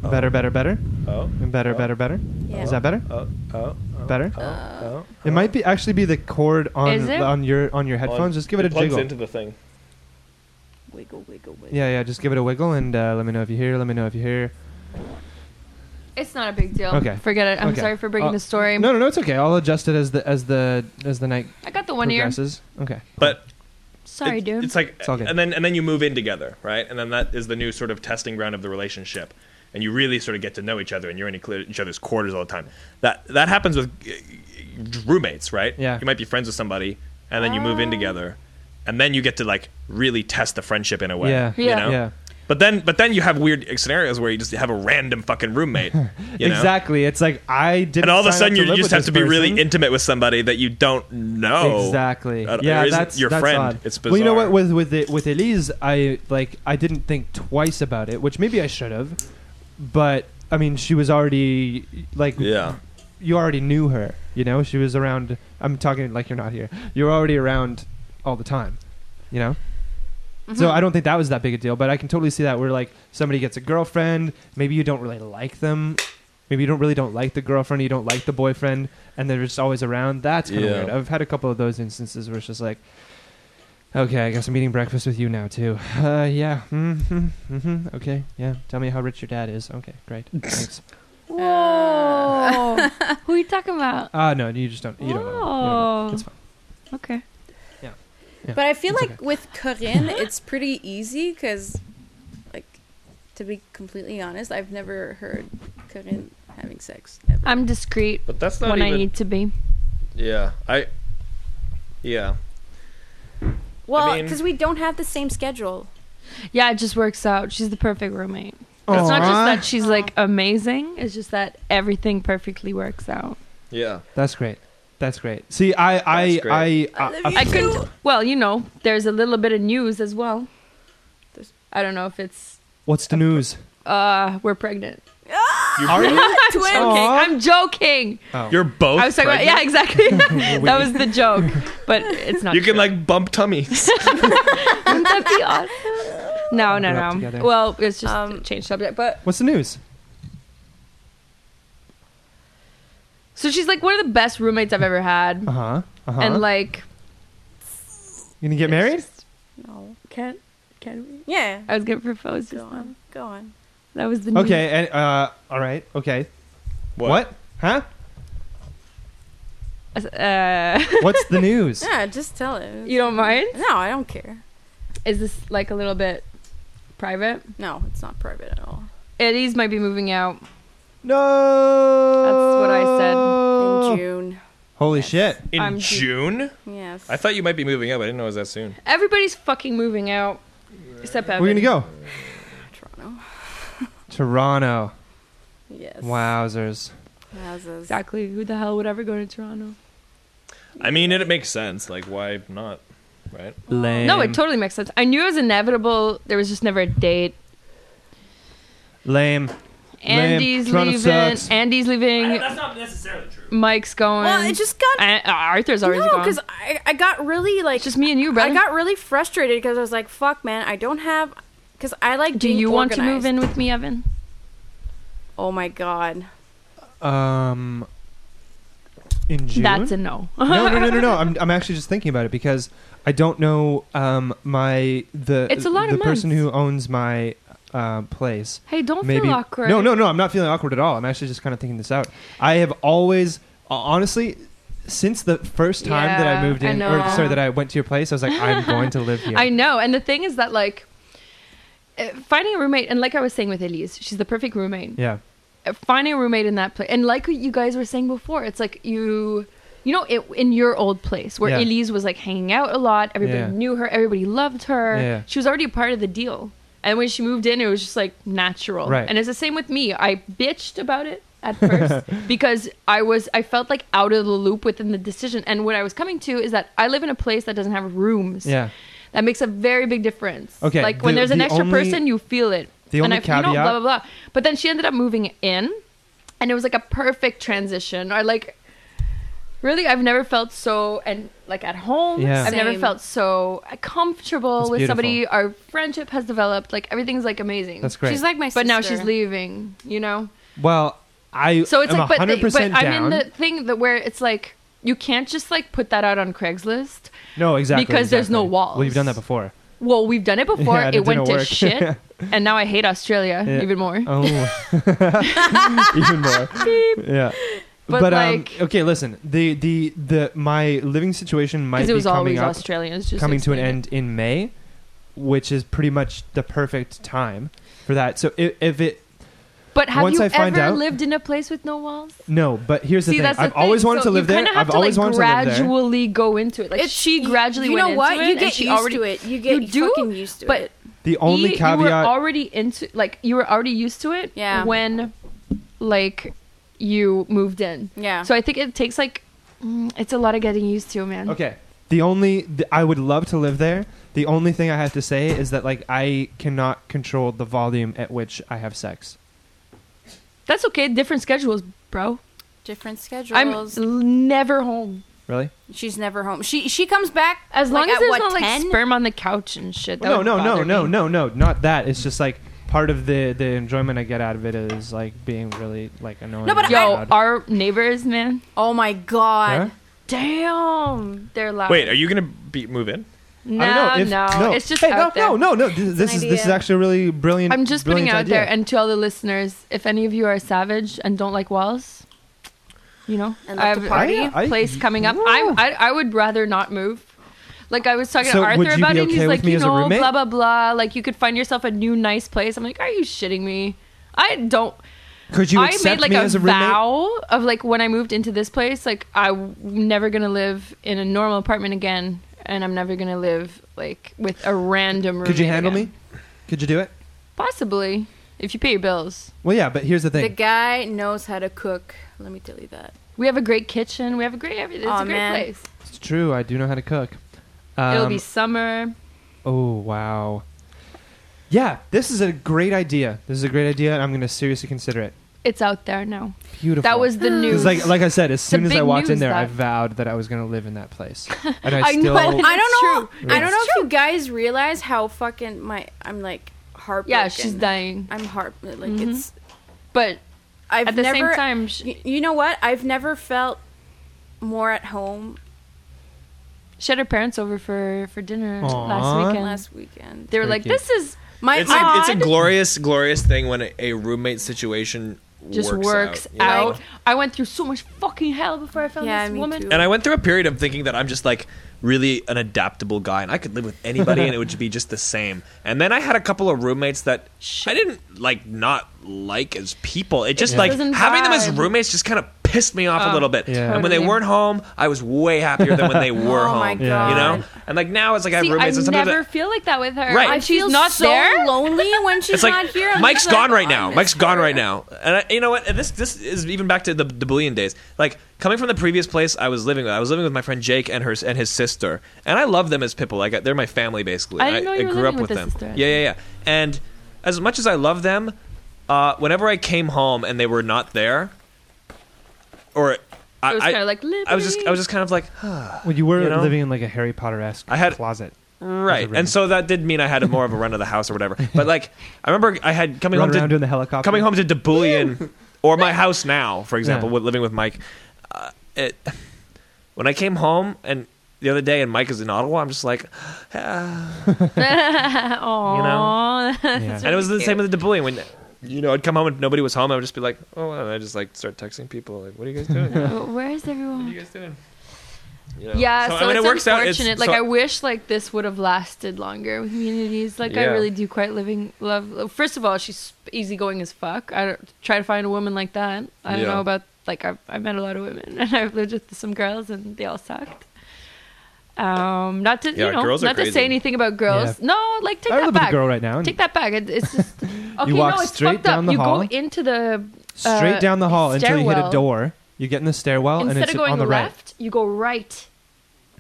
S1: Better, better, better.
S2: oh
S1: And better, better, better.
S6: Yeah.
S1: Is that better?
S2: oh oh
S1: Better?
S2: oh, oh
S1: it might be actually be the cord on
S3: Is it?
S1: on your on your headphones. just give it, a
S2: plugs
S1: jiggle.
S2: into the thing
S6: Wiggle, wiggle, wiggle.
S1: yeah, yeah. Just give it a wiggle and uh, let me know if you hear. Let me know if you hear.
S3: It's not a big deal.
S1: Okay.
S3: Forget it. I'm
S1: Okay.
S3: sorry for bringing
S1: Uh,
S3: the story.
S1: No, no, no. It's okay. I'll adjust it as the as the as the night
S3: I got the one ear.
S1: progresses. Okay.
S2: but
S3: Sorry,
S2: it-
S3: dude.
S2: It's like,
S1: It's all good.
S2: and then and then you move in together, right? And then that is the new sort of testing ground of the relationship, and you really sort of get to know each other, and you're in each- each other's quarters all the time. That that happens with uh, roommates, right?
S1: Yeah.
S2: You might be friends with somebody, and then you move
S3: Um.
S2: in together, and then you get to like really test the friendship in a way.
S1: Yeah.
S2: You
S3: Yeah.
S2: know?
S1: Yeah.
S2: But then, but then you have weird scenarios where you just have a random fucking roommate. You know?
S1: Exactly. It's like I didn't.
S2: And all of a
S1: sign up
S2: sudden,
S1: to
S2: you
S1: live
S2: just
S1: with
S2: have
S1: this
S2: to be really
S1: person.
S2: intimate with somebody that you don't know.
S1: Exactly.
S2: That- or
S1: yeah,
S2: Oh. Uh, isn't
S1: that's
S2: your
S1: that's
S2: friend.
S1: Odd.
S2: It's
S1: Well, you know
S2: bizarre.
S1: what? With with it, with Elise, I like I didn't think twice about it, which maybe I should have. But I mean, she was already like
S2: Yeah.
S1: you already knew her. You know, she was around. I'm talking like you're not here. You're already around all the time. You know.
S3: Mm-hmm.
S1: So
S2: Mm-hmm.
S1: I don't think that was that big a deal, but I can totally see that where like somebody gets a girlfriend, maybe you don't really like them, maybe you don't really don't like the girlfriend, you don't like the boyfriend, and they're just always around. That's kind of
S2: Yeah.
S1: weird. I've had a couple of those instances where it's just like, okay, I guess I'm eating breakfast with you now too. Uh, yeah, mm-hmm, mm-hmm, okay, yeah. Tell me how rich your dad is. Okay, great, thanks.
S3: Whoa. Who are you talking about?
S1: Ah, no, you just don't. You don't know. You don't know.
S2: Oh.
S3: Whoa.
S1: It's fine.
S3: Okay.
S6: But I feel
S1: It's
S6: like with Corinne, it's pretty easy because, like, to be completely honest, I've never heard Corinne having sex. Ever.
S3: I'm discreet
S2: But that's not
S3: when
S2: even.
S3: I need to be.
S2: Yeah, I. Yeah,
S5: Well,
S2: mean-
S5: because we don't have the same schedule.
S3: Yeah, it just works out. She's the perfect roommate. It's not
S1: Aw.
S3: just that she's like amazing. It's just that everything perfectly works out.
S2: yeah.
S1: That's great. That's great. See, I, I,
S2: That's great.
S1: I, I,
S3: I couldn't. Well, you know, there's a little bit of news as well.
S6: There's-
S3: I don't know if it's
S1: what's the news?
S3: uh we're pregnant.
S1: Are you?
S3: I'm joking.
S1: Aw.
S3: I'm joking.
S1: Oh.
S2: You're both.
S3: I was talking about yeah,
S2: pregnant?
S3: exactly. that was the joke, but it's not.
S2: You can like bump tummies.
S3: Wouldn't that be awesome? No,
S1: We'll put it
S3: no,
S1: up
S3: no.
S1: together.
S3: Well, it's just
S5: Um,
S3: change subject, but
S1: What's the news?
S3: so she's like one of the best roommates I've ever had,
S1: Uh huh. Uh huh.
S3: and like
S1: you gonna get married?
S5: No.
S3: can can we?
S5: Yeah.
S3: I was gonna propose.
S5: Go
S3: Just now.
S5: on. Go on.
S3: That was the news.
S1: Okay. And uh, all right. Okay. What? Huh?
S3: Uh,
S1: What's the news?
S5: Yeah, just tell it.
S3: you don't mind?
S5: No, I don't care.
S3: Is this like a little bit private?
S5: No, it's not private at all.
S3: Eddie's might be moving out.
S1: No.
S3: That's what I said.
S5: in June.
S1: Holy shit.
S2: In
S3: I'm just-
S2: June?
S5: Yes.
S2: I thought you might be moving up. I didn't know it was that soon.
S3: Everybody's fucking moving out. Except Evan.
S1: Where are you going to go?
S5: Toronto.
S1: Toronto.
S5: Yes.
S1: Wowzers.
S5: Wowzers.
S3: Exactly. Who the hell would ever go to Toronto?
S2: I mean, it, it makes sense. Like, why not? Right?
S1: Lame.
S3: No, it totally makes sense. I knew it was inevitable. There was just never a date.
S1: Lame.
S3: Andy's
S1: Toronto
S3: leaving.
S1: sucks.
S3: Andy's leaving.
S4: That's not necessarily true.
S3: Mike's going.
S6: Well, it just got
S3: And, uh, Arthur's already
S5: No,
S3: gone.
S5: because I, I got really like
S3: It's just me and you, brother.
S5: I got really frustrated because I was like, "Fuck, man, I don't have." Because I like.
S3: Do
S5: being
S3: you want to move
S5: organized.
S3: in with me, Evan?
S5: Oh my god.
S1: Um, in June.
S3: That's a no.
S1: no, no, no, no, no. I'm, I'm actually just thinking about it because I don't know. Um, my the
S3: It's a lot
S1: the
S3: of
S1: person
S3: months.
S1: who owns my uh, place.
S3: Hey, don't
S1: Maybe
S3: feel awkward.
S1: no, no, no. I'm not feeling awkward at all. I'm actually just kind of thinking this out. I have always, uh, honestly, since the first time that I
S3: Yeah,
S1: moved
S3: I
S1: in,
S3: know.
S1: or sorry, that I went to your place, I was like, I'm going to live here.
S3: I know. And the thing is that, like, uh, finding a roommate, and like I was saying with Elise, she's the perfect roommate.
S1: Yeah.
S3: Uh, Finding a roommate in that place, and like what you guys were saying before, it's like you, you know, it, in your old place where
S1: Yeah.
S3: Elise was like hanging out a lot. Everybody
S1: Yeah.
S3: knew her. Everybody loved her.
S1: Yeah.
S3: She was already a part of the deal. And when she moved in, it was just like natural.
S1: Right.
S3: And it's the same with me. I bitched about it at first because I was I felt like out of the loop within the decision. And what I was coming to is that I live in a place that doesn't have rooms.
S1: Yeah.
S3: That makes a very big difference.
S1: Okay,
S3: Like when
S1: the-
S3: there's an
S1: the
S3: extra
S1: only-
S3: person, you feel it.
S1: the only
S3: and I, you know,
S1: caveat-
S3: blah blah blah. But then she ended up moving in, and it was like a perfect transition. Or like, really, I've never felt so and like at home.
S1: Yeah.
S3: I've never
S5: Same.
S3: felt so comfortable
S1: That's
S3: with
S1: beautiful.
S3: somebody. Our friendship has developed. Like everything's like amazing.
S1: That's great.
S5: She's like my. Sister.
S3: But now she's leaving. You know.
S1: Well, I
S3: So it's
S1: am
S3: like, but,
S1: 100%
S3: the, but
S1: down.
S3: I'm in the thing that where it's like you can't just like put that out on Craigslist.
S1: no, exactly.
S3: because there's no
S1: exactly.
S3: walls.
S1: Well, you've done that before.
S3: Well, we've done it before.
S1: Yeah, and
S3: it,
S1: it didn't
S3: went to
S1: work.
S3: shit, and now I hate Australia
S1: Yeah.
S3: even more.
S1: Oh, even more. Yeah.
S3: But, like-
S1: um, okay, listen. The the the my living situation might
S3: Because
S1: be
S3: it was
S1: coming
S3: always
S1: up,
S3: Australians just
S1: coming to an
S3: explain
S1: end in May, which is pretty much the perfect time for that. So if, if it
S3: it. But have
S1: Once
S3: you
S1: I find
S3: ever
S1: out-
S3: lived in a place with no walls?
S1: no, but here's the
S3: See,
S1: thing.
S3: that's the
S1: I've always
S3: thing.
S1: wanted
S3: So
S1: to live
S3: you
S1: there.
S3: kinda have
S1: I've
S3: to,
S1: always
S3: like,
S1: wanted to live there.
S3: gradually go into it. Like
S5: It's-
S3: she
S5: you-
S3: gradually
S5: You
S3: went
S5: know
S3: into
S5: what?
S3: it,
S5: you
S3: and
S5: get
S3: she
S5: used
S3: already
S5: to it. You get
S3: You do,
S5: fucking used to
S3: but
S5: it.
S1: The only
S3: E,
S1: caveat.
S3: you were already into like you were already used to it
S5: Yeah.
S3: when like you moved in.
S5: Yeah.
S3: So I think it takes like mm, it's a lot of getting used to, man.
S1: Okay. The only th- I would love to live there. The only thing I have to say is that like I cannot control the volume at which I have sex.
S3: That's okay. Different schedules, bro.
S5: Different
S3: I'm
S5: schedules.
S3: l- never home.
S1: Really?
S5: she's never home. She she comes back
S3: As long
S5: like,
S3: as
S5: at
S3: there's
S5: what,
S3: not like
S5: 10?
S3: sperm on the couch and shit. That
S1: no,
S3: would
S1: no, no,
S3: bother
S1: no,
S3: me.
S1: no, no, not that. It's just like part of the the enjoyment I get out of it is like being really like annoying.
S5: No, but
S1: and
S5: I-
S3: Yo,
S1: loud.
S3: our neighbors, man.
S5: Oh my god.
S1: Yeah?
S3: Damn, they're loud.
S2: Wait, are you going to be move in?
S3: no,
S1: I don't know if-
S3: no, it's just
S1: hey,
S3: out
S1: no,
S3: there.
S1: no, no, no. This, this
S5: an
S1: is this is
S5: idea.
S1: actually a really brilliant.
S3: I'm just putting it out
S1: brilliant
S3: there,
S1: idea.
S3: and to all the listeners, if any of you are savage and don't like walls, you know,
S5: And
S3: I
S5: love
S3: have
S5: to
S3: a
S5: party.
S1: I- I-
S3: place coming up. I, I I would rather not move. Like I was talking
S1: So
S3: to
S1: would
S3: Arthur
S1: you
S3: about
S1: be
S3: it, and he's
S1: okay with
S3: like,
S1: me
S3: you
S1: as a
S3: know,
S1: roommate?
S3: blah blah blah. Like you could find yourself a new nice place. I'm like, are you shitting me? I don't.
S1: could you
S3: I
S1: accept
S3: made like
S1: me
S3: a,
S1: as a roommate?
S3: vow of like when I moved into this place, like I'm never gonna live in a normal apartment again, and I'm never gonna live like with a random.
S1: Could you
S3: roommate
S1: handle
S3: again.
S1: me? Could you do it?
S3: Possibly, if you pay your bills.
S1: Well, yeah, but here's the
S5: The
S1: thing.
S5: guy knows how to cook. Let me tell you that.
S3: We have a great kitchen. We have a great everything. It's
S5: Aw,
S3: a great
S5: man.
S3: place.
S1: It's true. I do know how to cook. Um,
S3: It'll be summer.
S1: Oh wow. Yeah, this is a great idea. This is a great idea, and I'm going to seriously consider it.
S3: It's out there now.
S1: Beautiful.
S3: That was the news.
S1: Because like like I said, as soon as I
S3: big
S1: walked in
S3: news,
S1: there, I
S3: that.
S1: vowed that I was going to live in that place, and I,
S3: I know
S1: still
S3: it.
S5: I don't
S3: It's
S5: know. I don't
S1: It's
S5: know if you guys realize how fucking my I'm like heartbroken.
S3: yeah, she's dying.
S5: I'm heart like it's.
S3: But
S5: I've
S3: at the
S5: never,
S3: same time, sh-
S5: Y- you know what? I've never felt more at home
S3: she had her parents over for for dinner
S1: Aw.
S3: last weekend.
S5: last weekend.
S3: they were
S1: Very
S3: like,
S1: cute.
S3: "This is
S5: My
S2: It's a, it's a
S5: odd-
S2: glorious, glorious thing when a, a roommate situation
S3: just
S2: works
S3: works,
S2: out,
S3: out.
S2: you know?
S3: Like, I went through so much fucking hell before I found
S5: Yeah,
S3: this
S5: me
S3: woman.
S5: too.
S2: And I went through a period of thinking that I'm just like really an adaptable guy and I could live with anybody and it would be just the same. And then I had a couple of roommates that I didn't like not like as people. It just
S1: Yeah.
S2: like
S3: doesn't
S2: having them as
S3: vibe.
S2: roommates just kind of pissed me off a
S3: Oh,
S2: little bit.
S1: Yeah.
S2: And when they
S3: totally.
S2: weren't home, I was way happier than when they were
S5: Oh
S2: home.
S5: my
S1: Yeah.
S2: You know?
S5: God.
S2: And like now it's like I have
S3: See, I
S2: roommates and sometimes
S3: never
S2: I-
S3: feel like that with her.
S2: Right.
S3: I
S2: I
S3: feel not
S5: so
S3: there.
S5: lonely when she's
S2: it's like
S5: not here. I'm
S2: Mike's
S5: just like,
S2: gone right
S5: oh,
S2: now.
S5: I
S2: Mike's
S5: miss
S2: gone
S5: her.
S2: right now. And I, you know what? And this this is even back to the the bullion days. Like coming from the previous place I was living with, I was living with my friend Jake and her and his sister, and I love them as people. Like they're my family basically.
S3: I didn't know you were
S2: grew up
S3: living
S2: with
S3: with a
S2: them.
S3: sister.
S2: Yeah, yeah, yeah. And as much as I love them, uh, whenever I came home and they were not there, or I,
S3: It was
S2: I-
S3: kinda like,
S2: I was just I was just kind of like, huh.
S1: Well, you were
S2: You know?
S1: living in like a Harry Potter esque
S2: I had-
S1: closet.
S2: right,
S1: rent.
S2: and so that did mean I had more of a run of the house or whatever. But like I remember I had coming
S1: Run
S2: home
S1: around
S2: to
S1: doing the helicopter.
S2: coming home to Debulian or my house now, for example,
S1: Yeah.
S2: with living with Mike. Uh, it, when I came home and the other day, and Mike is in Ottawa, I'm just like, ah.
S3: Aw.
S2: You
S1: Yeah.
S2: and it was the
S3: really
S2: same with the Debulian when. You know, I'd come home and nobody was home. I would just be like, "Oh," and I just like start texting people, like, "What are you guys doing? what
S3: Wh- Where is
S2: are
S3: everyone?
S2: you guys doing?" You know?
S3: Yeah, so,
S2: I mean,
S3: it's
S2: it works out. It's-
S3: unfortunate. like
S2: so-
S3: I wish like this would have lasted longer with communities. Like I
S2: Yeah.
S3: really do quite living love. First of all, she's easygoing as fuck. I don't, try to find a woman like that. I don't
S2: Yeah.
S3: know about like I've I've met a lot of women and I've lived with some girls and they all sucked. Um, not to
S2: Yeah,
S3: you know,
S2: girls are
S3: not to
S2: crazy.
S3: say anything about girls.
S1: Yeah.
S3: No, like take
S1: I live
S3: that
S1: with
S3: back.
S1: a girl right now. and
S3: Take that back. It, it's just okay.
S1: walk
S3: no, it's
S1: straight
S3: fucked
S1: down
S3: up.
S1: the
S3: you
S1: hall.
S3: go into the
S1: Straight
S3: uh,
S1: down the hall until you hit a
S3: stairwell.
S1: door. You get in the stairwell and
S3: instead
S1: it's
S3: of going
S1: on the right.
S3: left, you go right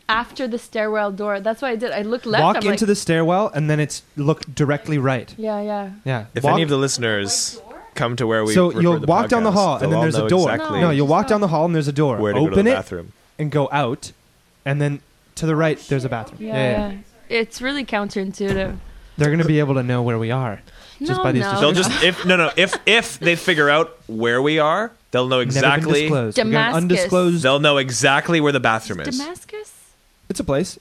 S3: after the stairwell door. That's what I did. I looked left.
S1: Walk
S3: I'm
S1: into
S3: like,
S1: the stairwell and then it's look directly right.
S3: Yeah, yeah.
S1: Yeah.
S2: if
S1: Walk-
S2: any of the listeners come to where we,
S1: so
S2: record
S1: you'll
S2: the
S1: walk down the
S2: podcast,
S1: hall
S2: they'll
S1: and then
S2: all
S1: there's
S2: know
S1: a door.
S2: Exactly
S1: No, you'll
S3: just
S1: walk
S3: go-
S1: down the hall and there's a door.
S2: where to go to
S1: Open
S2: the
S1: it
S2: bathroom.
S1: and go out, and then to the right there's a bathroom.
S3: Yeah, yeah. It's really counterintuitive.
S1: They're gonna be able to know where we are just
S3: No,
S1: by these.
S3: Oh, no.
S2: They'll
S1: descriptions.
S2: just if no no if if they figure out where we are, they'll know
S1: Never been
S2: exactly.
S1: disclosed. We're going
S3: Damascus.
S1: Undisclosed.
S2: They'll know exactly where the bathroom is.
S3: Damascus?
S1: It's a place.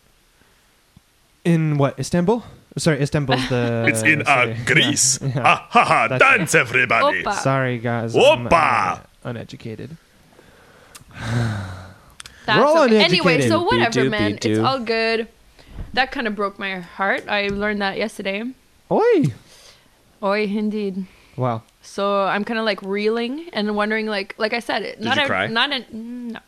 S1: In what? Istanbul? Sorry, Istanbul's the.
S4: It's in uh,
S1: city.
S4: Greece.
S1: Yeah.
S4: Ah, ha ha!
S1: That's-
S4: Dance, everybody.
S3: Opa.
S1: Sorry, guys. I'm,
S4: Opa!
S1: uh, uneducated.
S3: That's
S1: We're all
S3: okay.
S1: uneducated.
S3: Anyway, so whatever,
S2: Be-do,
S3: man. It's
S2: be-do.
S3: all good. That kind of broke my heart. I learned that yesterday.
S1: Oi!
S3: Oi, indeed.
S1: Wow.
S3: So I'm kind of like reeling and wondering, like, like I said, it- not
S2: you
S3: ev-
S2: cry?
S3: not an, mm, no,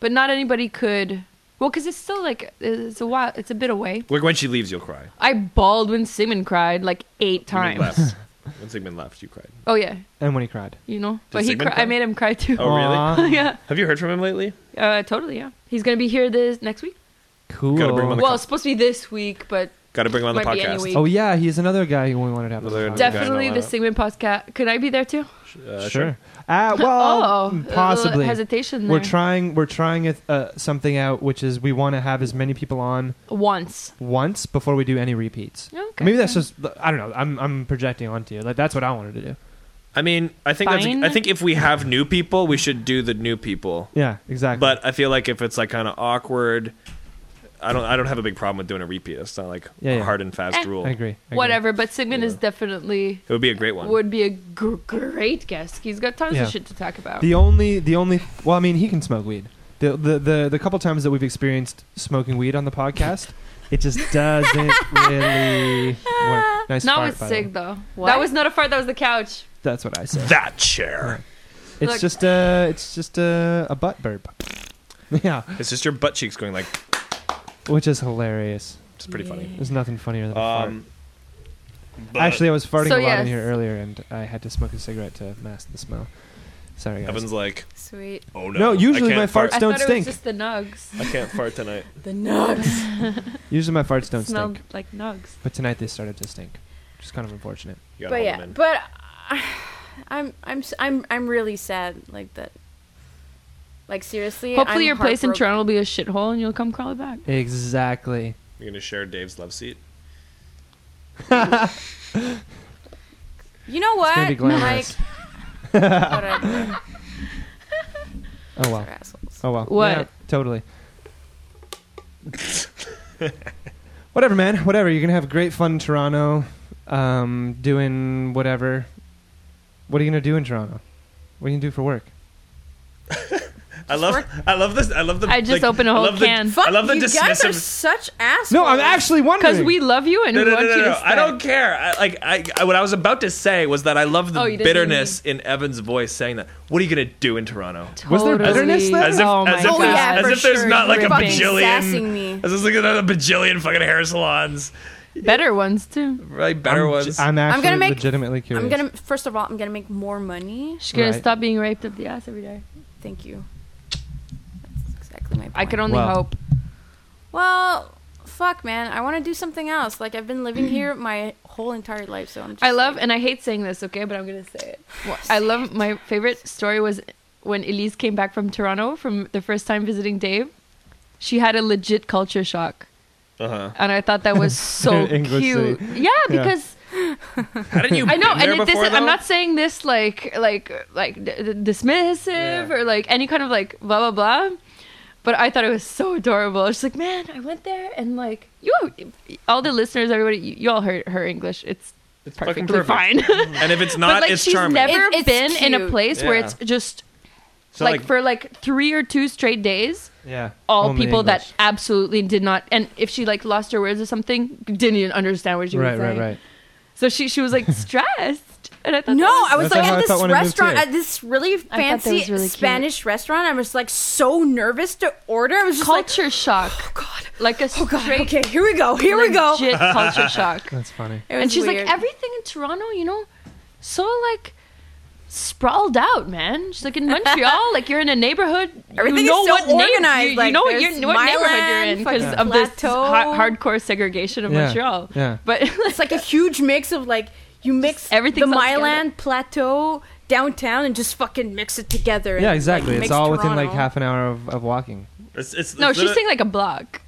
S3: but not anybody could. Well, because it's still like it's a while, it's a bit away.
S2: Like when she leaves, you'll cry.
S3: I bawled when Sigmund cried like eight
S2: When you
S3: times.
S2: left. when Sigmund left, you cried.
S3: Oh yeah,
S1: And when he cried.
S3: you know, but he
S2: Sigmund
S3: cri-
S2: cry?
S3: I made him cry too.
S2: Oh, really?
S1: Aw,
S3: yeah,
S2: Have you heard from him lately?
S3: uh, totally. Yeah, he's gonna be here this next week.
S2: Oh
S1: Cool.
S2: Gotta bring him on the
S3: Well,
S2: co-
S3: it's supposed to be this week, but
S2: Got to bring him on the
S3: Might be
S2: podcast.
S3: anyway.
S1: oh yeah, he's another guy who we wanted to have. on the
S2: Another
S1: podcast.
S2: guy in the
S3: definitely the
S2: lineup.
S3: Sigmund podcast. Could I be there too?
S2: Uh,
S1: sure. Uh, well,
S3: oh, a
S1: Um, possibly.
S3: little hesitation. There.
S1: We're trying. We're trying a, uh, something out, which is we want to have as many people on
S3: once.
S1: once before we do any repeats.
S3: Okay.
S1: Maybe that's just I don't know. I'm I'm projecting onto you. Like that's what I wanted to do.
S2: I mean, I think that's,
S3: Fine.
S2: I think if we have new people, we should do the new people.
S1: Yeah, exactly.
S2: But I feel like if it's like kind of awkward, I don't I don't have a big problem with doing a repeat. It's not like
S1: Yeah,
S2: a
S1: yeah.
S2: hard and fast
S3: Eh.
S2: rule.
S1: I agree. I agree.
S3: whatever. But Sigmund is definitely
S2: It would be a great one.
S3: would be a gr- great guest. He's got tons
S1: Yeah.
S3: of shit to talk about.
S1: The only the only well, I mean, he can smoke weed. The the the, the couple times that we've experienced smoking weed on the podcast, it just doesn't really work. Nice
S3: not
S1: fart,
S3: with
S1: by the way.
S3: Sig though. That was not a fart. That was the couch.
S1: That's what I said.
S2: that chair.
S1: It's
S3: Look.
S1: just a it's just a, a butt burp. Yeah,
S2: It's just your butt cheeks going like.
S1: which is hilarious.
S2: It's pretty funny.
S1: There's nothing funnier than a
S2: Um,
S1: fart. Actually, I was farting
S3: So,
S1: a lot in
S3: yes.
S1: here earlier, and I had to smoke a cigarette to mask the smell. Sorry, guys.
S2: Evan's like,
S5: Sweet.
S2: oh no.
S1: No, usually
S2: I can't
S1: my
S2: fart.
S1: farts don't
S3: I thought
S1: stink.
S3: it was just the nugs.
S2: I can't fart tonight.
S6: The nugs.
S1: Usually my farts don't
S3: Smelled
S1: stink,
S3: like nugs.
S1: but tonight they started to stink. Which is kind of unfortunate.
S2: You gotta
S5: But
S2: hold
S5: yeah,
S2: them in.
S5: but I- I'm I'm s- I'm I'm really sad. Like that. Like seriously.
S3: Hopefully, your
S5: I'm
S3: place in
S5: heartbroken.
S3: Toronto will be a shithole, and you'll come crawling back.
S1: Exactly.
S2: You're gonna share Dave's love seat.
S5: You know what?
S1: gonna be glamorous.
S5: Like, whatever.
S1: Oh well.
S5: They're assholes.
S1: Oh well.
S3: What?
S1: Yeah, totally. whatever, man. Whatever. You're gonna have great fun in Toronto, um, doing whatever. What are you gonna do in Toronto? What do you do for work?
S2: I love, I love this. I love the.
S3: I just
S2: like,
S3: open a
S2: I
S3: whole
S2: love the-
S3: can.
S6: Fuck,
S2: I love the
S6: you guys are
S2: dismissive.
S6: such assholes.
S1: No, I'm actually wondering.
S3: Because we love you and
S2: No,
S3: we
S2: no, no,
S3: want
S2: no,
S3: you
S2: no.
S3: to
S2: I don't care. I, like, I, I, what I was about to say was that I love the
S3: Oh, you didn't
S2: bitterness in Evan's voice saying that. What are you gonna do in Toronto?
S1: Was there bitterness there?
S2: As if-
S3: oh
S2: as
S3: my
S2: if-
S3: God.
S5: yeah,
S2: as
S5: for
S2: if there's
S5: sure.
S2: not like a
S5: Fucking
S2: bajillion.
S5: sassing me.
S2: As if there's like a bajillion fucking hair salons,
S3: Better ones too.
S2: right?
S1: I'm, j-
S2: Better ones.
S1: I'm actually
S5: gonna make-
S1: legitimately curious.
S5: I'm gonna first of all, I'm gonna make more money.
S3: She's gonna
S1: Right.
S3: stop being raped up the ass every day.
S5: Thank you. That's exactly my. Point.
S3: I can only
S1: Wow.
S3: hope.
S5: Well, fuck, man. I want to do something else. Like I've been living here my whole entire life, so I'm. Just
S3: I love,
S5: like-
S3: and I hate saying this, okay, but I'm gonna say it. I love my favorite story was when Elise came back from Toronto from the first time visiting Dave. She had a legit culture shock,
S2: Uh-huh.
S3: and I thought that was so
S1: English
S3: cute.
S1: city.
S3: Yeah, because
S2: How did you?
S3: I know,
S2: been there
S3: and it, this
S2: before,
S3: I'm
S2: though?
S3: not saying this like like like d- d- dismissive
S2: Yeah.
S3: or like any kind of like blah blah blah. But I thought it was so adorable. She's like, man, I went there and like you, all the listeners, everybody, you, you all heard her English. It's,
S2: It's fucking
S3: perfectly
S2: perfect.
S3: fine.
S2: And if it's not,
S3: but like
S2: it's
S3: she's
S2: charming.
S3: never
S5: It- it's
S3: been in a
S5: cute.
S3: place where
S2: Yeah.
S3: it's just
S2: so
S3: like,
S2: like, Oh,
S3: for like three or two straight days
S1: yeah.
S3: all
S1: Only
S3: people that
S1: English.
S3: absolutely did not and if she like lost her words or something didn't even understand what she
S1: Right,
S3: was
S1: right,
S3: saying
S1: right.
S3: so she she was like stressed and i thought
S5: No,
S3: that
S5: I was
S1: That's
S5: like
S1: how I
S5: at
S1: felt
S5: this
S1: when I moved
S5: restaurant,
S1: here.
S5: at this really
S3: I thought that
S5: fancy
S3: was really cute.
S5: Spanish restaurant. I was like so nervous to order. I was just like,
S3: culture shock
S5: oh god,
S3: like a
S5: oh god.
S3: straight
S5: Okay, here we go, here we go.
S3: legit culture shock
S1: That's funny.
S5: It
S3: and
S5: was
S3: she's
S5: weird.
S3: like everything in toronto you know so like sprawled out man she's like in montreal like you're in a neighborhood
S5: Everything
S3: you know
S5: is so
S3: what neigh-
S5: organized,
S3: you, you
S5: like,
S3: know what,
S5: there's
S3: you're, what neighborhood you're in
S5: Milan,
S3: because
S5: fucking
S3: of this
S5: Plateau.
S3: ha- hardcore segregation of
S1: Yeah.
S3: montreal
S1: Yeah.
S3: but
S5: it's like a huge mix of like you mix
S3: everything's
S5: everything the
S3: all together.
S5: Myland Plateau downtown and just fucking mix it together. and,
S1: Yeah,
S5: like,
S1: exactly.
S5: mix
S1: it's all within like
S5: Toronto.
S1: half an hour of, of walking.
S2: it's, it's,
S3: no
S2: it's
S3: she's
S2: literally-
S3: saying like a block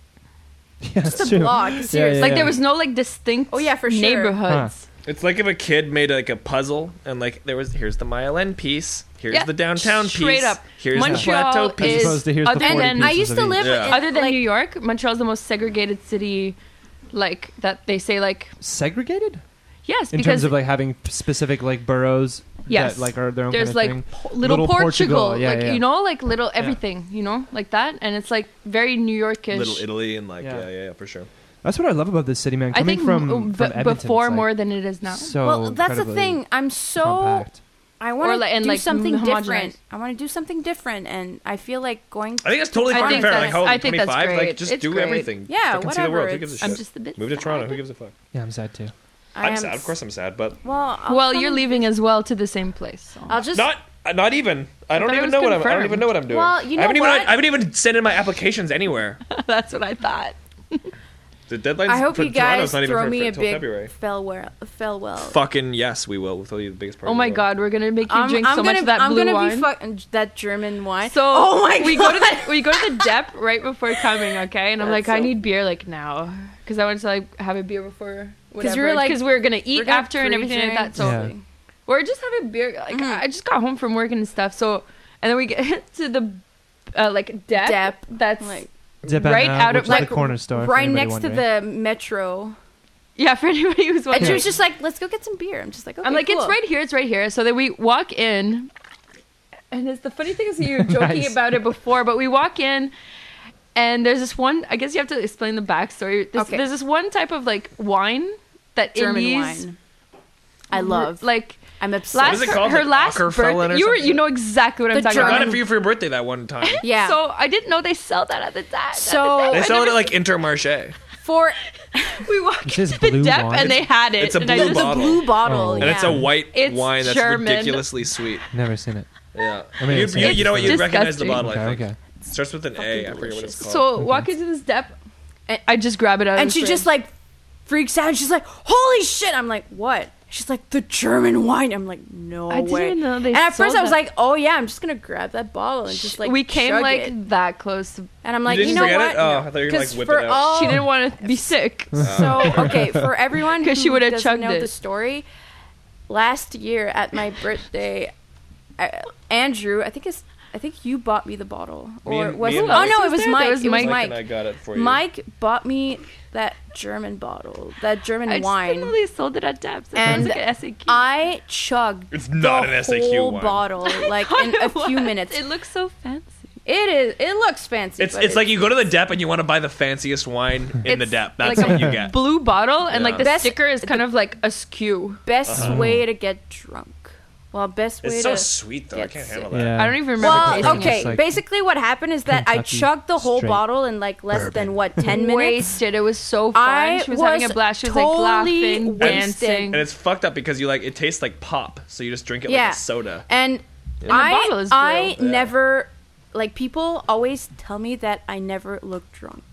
S1: Yeah,
S5: Just a block. Seriously.
S1: yeah,
S3: like
S1: yeah.
S3: there was no like distinct
S5: Oh, yeah, for sure.
S3: neighborhoods
S2: It's like if a kid made like a puzzle and like there was here's the Mile End piece, here's
S3: Yeah,
S2: the downtown piece,
S3: straight up.
S2: here's
S3: Montreal
S2: the plateau
S3: is-
S2: piece.
S1: As opposed to here's the
S3: other
S1: 40
S3: than-
S1: pieces
S5: I used
S1: of
S5: to
S1: each.
S5: live
S2: Yeah.
S5: in,
S3: other than
S5: like,
S3: new york montreal's the most segregated city like that they say like
S1: segregated
S3: yes
S1: in
S3: because
S1: terms of like having specific like boroughs
S3: Yes.
S1: that like are their own
S3: there's
S1: kind of
S3: like
S1: thing.
S3: po- little,
S1: Little
S3: Portugal,
S1: Portugal, yeah,
S3: like
S1: yeah.
S3: you know, like little everything, you know, like that, and it's like very New Yorkish.
S2: Little Italy and like yeah.
S1: Yeah.
S2: yeah yeah for sure.
S1: That's what I love about this city, man.
S3: I
S1: Coming
S3: think
S1: from,
S3: m- uh,
S1: from
S3: b-
S1: Edmonton,
S3: before
S1: it's, like,
S3: more than it is now.
S1: So
S5: well, that's the
S1: incredibly
S5: thing. I'm so
S1: compact.
S5: I
S3: Or
S5: want
S3: like-
S5: to
S3: and,
S5: do
S3: like,
S5: something
S3: homogenized.
S5: different. I want to do something different, and I feel like going.
S2: I think that's totally
S3: I
S2: fucking
S3: think
S2: fair. Like
S3: that's-
S2: how
S3: I
S2: like,
S3: think that's
S2: 25, like
S3: great.
S2: just
S3: It's
S2: do
S3: great.
S2: everything.
S5: Yeah,
S2: Fucking see the world. Who
S5: whatever,
S2: gives a shit?
S5: it's-
S3: I'm just a bit.
S2: Move to
S3: sad.
S2: Toronto. Who gives a fuck?
S1: Yeah, I'm sad too.
S5: I
S2: I'm
S5: am
S2: sad. Of course I'm sad, but
S5: Well, I'll
S3: Well,
S5: come-
S3: you're leaving as well to the same place. so.
S5: I'll just
S2: not uh, not even. I don't
S3: thought it
S2: even
S3: was
S2: know what I'm. I don't
S3: confirmed.
S2: even know what I'm doing.
S5: Well, you
S2: I haven't
S5: know
S2: even
S5: what?
S2: I haven't even sent in my applications anywhere.
S3: That's what I thought.
S2: The deadline.
S5: I hope
S2: for
S5: you guys
S2: Toronto's not even
S5: throw
S2: for,
S5: me a
S2: until
S5: big
S2: February.
S5: farewell. Farewell.
S2: Fucking yes, we will. We'll tell you the biggest part.
S3: Oh
S2: of the
S3: my
S2: world.
S3: God, we're gonna make you drink so much
S5: gonna,
S3: of that
S5: I'm
S3: blue
S5: gonna
S3: wine.
S5: be fucking that German wine.
S3: so
S5: oh my god,
S3: we go to the we go to the Dep right before coming, okay? And I'm like,
S5: That's
S3: I
S5: so-
S3: need beer like now because I wanted to like have a beer before because
S5: we were, like,
S3: because we were gonna eat
S5: we're gonna
S3: after and everything like that.
S5: pre-drink.
S3: So
S1: Yeah.
S3: or just have a beer. Like
S5: Mhm.
S3: I just got home from work and stuff, so and then we get to the uh, like dep,
S5: Dep,
S3: that's
S5: like
S1: Dip
S3: Right
S1: and, uh,
S3: out of,
S1: which is
S3: like,
S1: the corner store, if
S5: right
S1: anybody
S5: next to
S1: wondering.
S5: the metro.
S3: yeah for anybody who's
S5: And
S3: watching.
S5: she was just like, "Let's go get some beer." I'm just like, okay,
S3: I'm like
S5: cool.
S3: it's right here, it's right here. So then we walk in, and it's the funny thing is you were joking
S1: Nice.
S3: about it before, but we walk in. And there's this one. I guess you have to explain the backstory. This,
S5: Okay.
S3: There's this one type of like wine that
S5: German
S3: Elise
S5: wine. I love.
S3: Like
S5: I'm obsessed.
S3: last
S2: is it
S3: her,
S2: called?
S3: her
S2: Like
S3: last
S2: Ockerfeller
S3: birthday.
S2: or
S3: You were,
S2: something?
S3: you know exactly what I'm
S5: The
S3: talking
S2: I got
S5: German-
S2: it
S3: about.
S2: for you for your birthday that one time.
S5: yeah.
S3: So I didn't know they sell that at the time.
S5: So-
S3: at the time.
S2: They
S3: I
S2: sell it
S3: never
S2: at like Intermarché.
S5: for
S3: We walked
S1: It says
S3: into the
S1: blue
S3: dep
S1: wine.
S3: and they had it.
S2: It's a
S3: and I
S2: blue
S3: just-
S5: it's a
S2: bottle.
S5: blue bottle,
S1: Oh.
S5: yeah.
S2: And it's a white
S3: It's
S2: wine that's
S3: German.
S2: ridiculously sweet.
S1: Never seen it.
S2: Yeah.
S1: I mean,
S2: you,
S1: it's-
S2: you, you know what? You'd
S3: It's
S2: recognize the
S3: disgusting.
S2: bottle,
S1: Okay,
S2: I think.
S1: okay.
S2: It starts with an A. I forget what it's called.
S3: So walk into this dep, and I just grab it out.
S5: and
S3: of
S5: she
S3: the
S5: just
S3: fridge.
S5: like freaks out. She's like, "Holy shit!" I'm like, "What?" She's like, "The German wine." I'm like, "No
S3: I didn't
S5: way."
S3: even know they
S5: and at
S3: sold
S5: first, I was
S3: that.
S5: like, "Oh yeah, I'm just gonna grab that bottle and just like."
S3: we came
S5: chug
S3: like
S5: it."
S3: that close. to-
S5: and I'm like,
S2: didn't
S5: you, know
S2: forget
S5: what?
S2: it? Oh, I thought you were gonna, like,
S5: 'Cause
S2: whip
S5: for
S2: it out.
S5: all,
S3: She didn't want to be sick.
S5: So okay, for everyone
S3: 'Cause
S5: who
S3: she would've
S5: doesn't
S3: chugged
S5: know
S3: it.
S5: the story, last year at my birthday, I, Andrew, I think his I think you bought me the bottle,
S2: Me
S5: or
S2: and-
S5: was
S2: me
S5: it?
S2: and
S5: Oh
S2: Mike.
S5: no, it was
S3: There
S5: Mike.
S3: was
S5: It was
S3: Mike
S5: Mike.
S2: and I got it for you.
S5: Mike bought me that German bottle, that German
S3: I
S5: wine.
S3: just really sold it at Debs.
S5: And
S3: And it was like an SAQ.
S5: I chugged
S2: It's not
S5: the
S2: an SAQ
S5: whole
S2: wine.
S5: bottle like in a few minutes.
S3: It looks so fancy.
S5: it is. It looks fancy.
S2: It's
S5: but
S2: it's like you go to the DEP and you want to buy the fanciest wine in the
S3: It's
S2: DEP. That's
S3: like a
S2: what you get.
S3: Blue bottle and
S2: Yeah.
S3: like the
S5: Best-
S3: sticker is kind of like askew.
S5: best way to get drunk. Well, best way
S2: Uh-huh. It's so
S5: to.
S2: sweet though. I
S5: get
S2: can't
S5: sick.
S2: handle that.
S1: Yeah.
S3: I don't even remember. tasting
S5: well,
S3: it.
S5: okay.
S1: It's like
S5: Basically, what happened is that I
S1: Kentucky
S5: chugged the whole
S1: straight
S5: bottle in like less than what ten minutes.
S3: Wasted. It was so fun.
S5: I
S3: she was,
S5: was
S3: having a blast. She was
S5: totally
S3: like laughing,
S5: wasted.
S3: dancing.
S2: And it's fucked up because you like it tastes like pop, so you just drink it
S5: Yeah.
S2: like a soda.
S5: And
S3: the bottle
S5: I,
S3: is blue.
S5: I
S2: Yeah.
S5: never like people always tell me that I never look drunk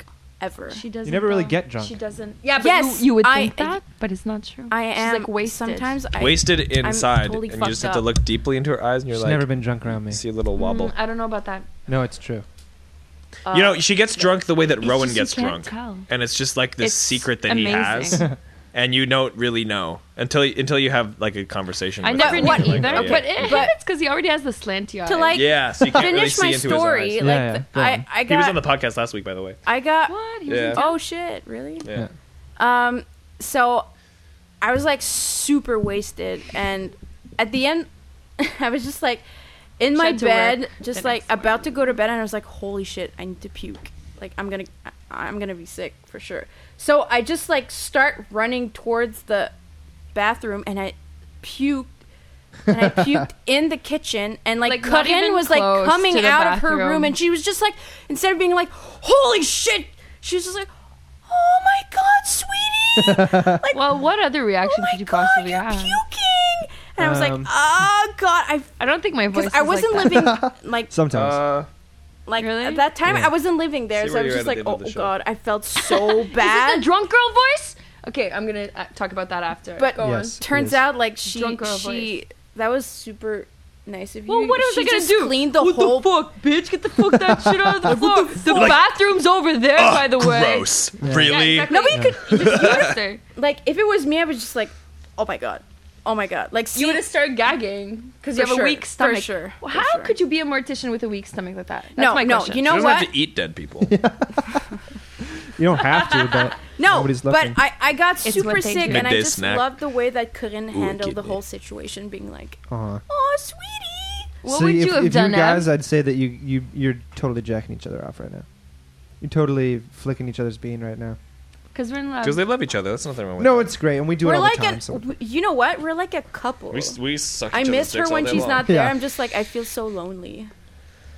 S5: ever.
S3: doesn't.
S1: You never really get drunk.
S3: She doesn't. Yeah, but
S5: Yes,
S3: you, you would
S5: I-
S3: think that, but it's not true.
S5: I am
S3: She's like wasted.
S5: Sometimes I,
S2: Wasted inside,
S5: totally
S2: and you just have
S5: fucked
S2: to
S5: up.
S2: look deeply into her eyes, and you're
S1: She's
S2: like,
S1: never been drunk around me.
S2: see a little wobble.
S3: Mm, I don't know about that.
S1: No, it's true.
S2: you
S5: uh,
S2: know, she gets drunk the way that
S3: It's
S2: Rowan
S3: just you
S2: gets
S3: can't
S2: drunk,
S3: tell.
S2: and it's just like this
S3: It's
S2: secret that he
S3: amazing.
S2: has, and you don't really know until until you have like a conversation.
S3: I
S2: with
S3: never
S2: him.
S3: knew
S5: what
S2: Like,
S3: either.
S2: oh,
S5: either,
S2: yeah.
S3: But it
S5: But-
S3: happens because he already has the slanty eye.
S5: To, like,
S2: yeah, so you can't really
S5: finish
S2: see
S5: my
S2: into
S5: story.
S2: his eyes.
S5: Like
S1: Yeah, yeah, go
S5: I,
S1: on.
S5: I got
S2: He was on the podcast last week, by the way.
S5: I got
S3: what? He
S2: Yeah.
S3: yeah.
S5: oh shit really.
S2: Yeah.
S5: Um, so I was like super wasted, and at the end, I was just like in my
S3: had to work
S5: bed,
S3: the
S5: just
S3: next
S5: like about to go to bed, and I was like, "Holy shit, I need to puke! Like I'm gonna, I- I'm gonna be sick for sure." So I just like start running towards the bathroom, and I puked. and I puked in the kitchen, and like,
S3: Like, not
S5: Corinne
S3: even
S5: was like
S3: close
S5: coming
S3: to the
S5: out of her
S3: bathroom.
S5: room, and she was just like, instead of being like, "Holy shit," she was just like, "Oh my god, sweetie!"
S3: Well, what other reaction
S5: oh my
S3: could you
S5: god,
S3: possibly
S5: you're
S3: have?
S5: puking! And I was
S1: Um,
S5: like, oh god, I
S3: I don't think my voice.
S5: because I
S3: is like
S5: wasn't
S3: that.
S5: living like
S1: Sometimes.
S2: Uh,
S5: like
S3: Really?
S5: at that time
S1: Yeah.
S5: I wasn't living there,
S2: See
S5: so
S2: where
S5: I was
S2: you're
S5: just
S2: at at
S5: like,
S2: the end
S5: oh
S2: of the show.
S5: god, I felt so
S3: Is this
S5: bad.
S3: the drunk girl voice? Okay, I'm gonna uh, talk about that after.
S5: But-
S3: Go on.
S1: Yes.
S5: Turns out like she
S3: Drunk girl
S5: she that was super nice of you.
S3: Well, what else
S5: she
S3: I gonna
S5: just
S3: do?
S5: Cleaned the
S3: what
S5: whole.
S3: the fuck, bitch? Get the fuck that shit out of the floor. The,
S2: fuck?
S3: bathroom's over there, by the way.
S2: gross. Really?
S3: Yeah, exactly.
S5: Nobody could
S3: Disgusting.
S5: like if it was me, I was just like, oh my god, oh my god, like see,
S3: you would have started gagging because you
S5: For
S3: have
S5: sure,
S3: a weak
S5: for
S3: stomach.
S5: sure,
S3: Well,
S5: for
S3: how
S5: sure.
S3: could you be a mortician with a weak stomach like that? That's
S5: No,
S3: my
S5: no,
S3: question.
S5: you know-
S2: she doesn't have
S5: what?
S2: to eat dead people.
S1: You don't have to, but
S5: No,
S1: nobody's
S5: but
S1: looking.
S5: I, I got
S3: It's
S5: super
S3: what they
S5: sick,
S3: do.
S5: and I
S2: Midday
S5: just
S2: snack.
S5: loved the way that Corinne handled the
S2: kidney.
S5: whole situation, being like,
S1: Aw.
S5: "Oh, sweetie."
S3: what
S1: uh-huh. See,
S3: would
S1: if,
S3: you have
S1: if
S3: done?
S1: you guys, I'd say that you you you're totally jacking each other off right now. You're totally flicking each other's bean right now.
S3: Because we're in love.
S2: Because they love each other. That's nothing wrong with
S1: No,
S2: that.
S1: it's great, and we do it
S5: We're
S1: all
S5: like
S1: the time.
S5: a,
S1: so-
S5: w- you know what? We're like a couple.
S4: We, s- we suck each
S5: I
S4: other's
S5: miss her
S4: dicks all
S5: when
S4: day
S5: she's
S4: long.
S5: not there.
S1: Yeah.
S5: I'm just like I feel so lonely.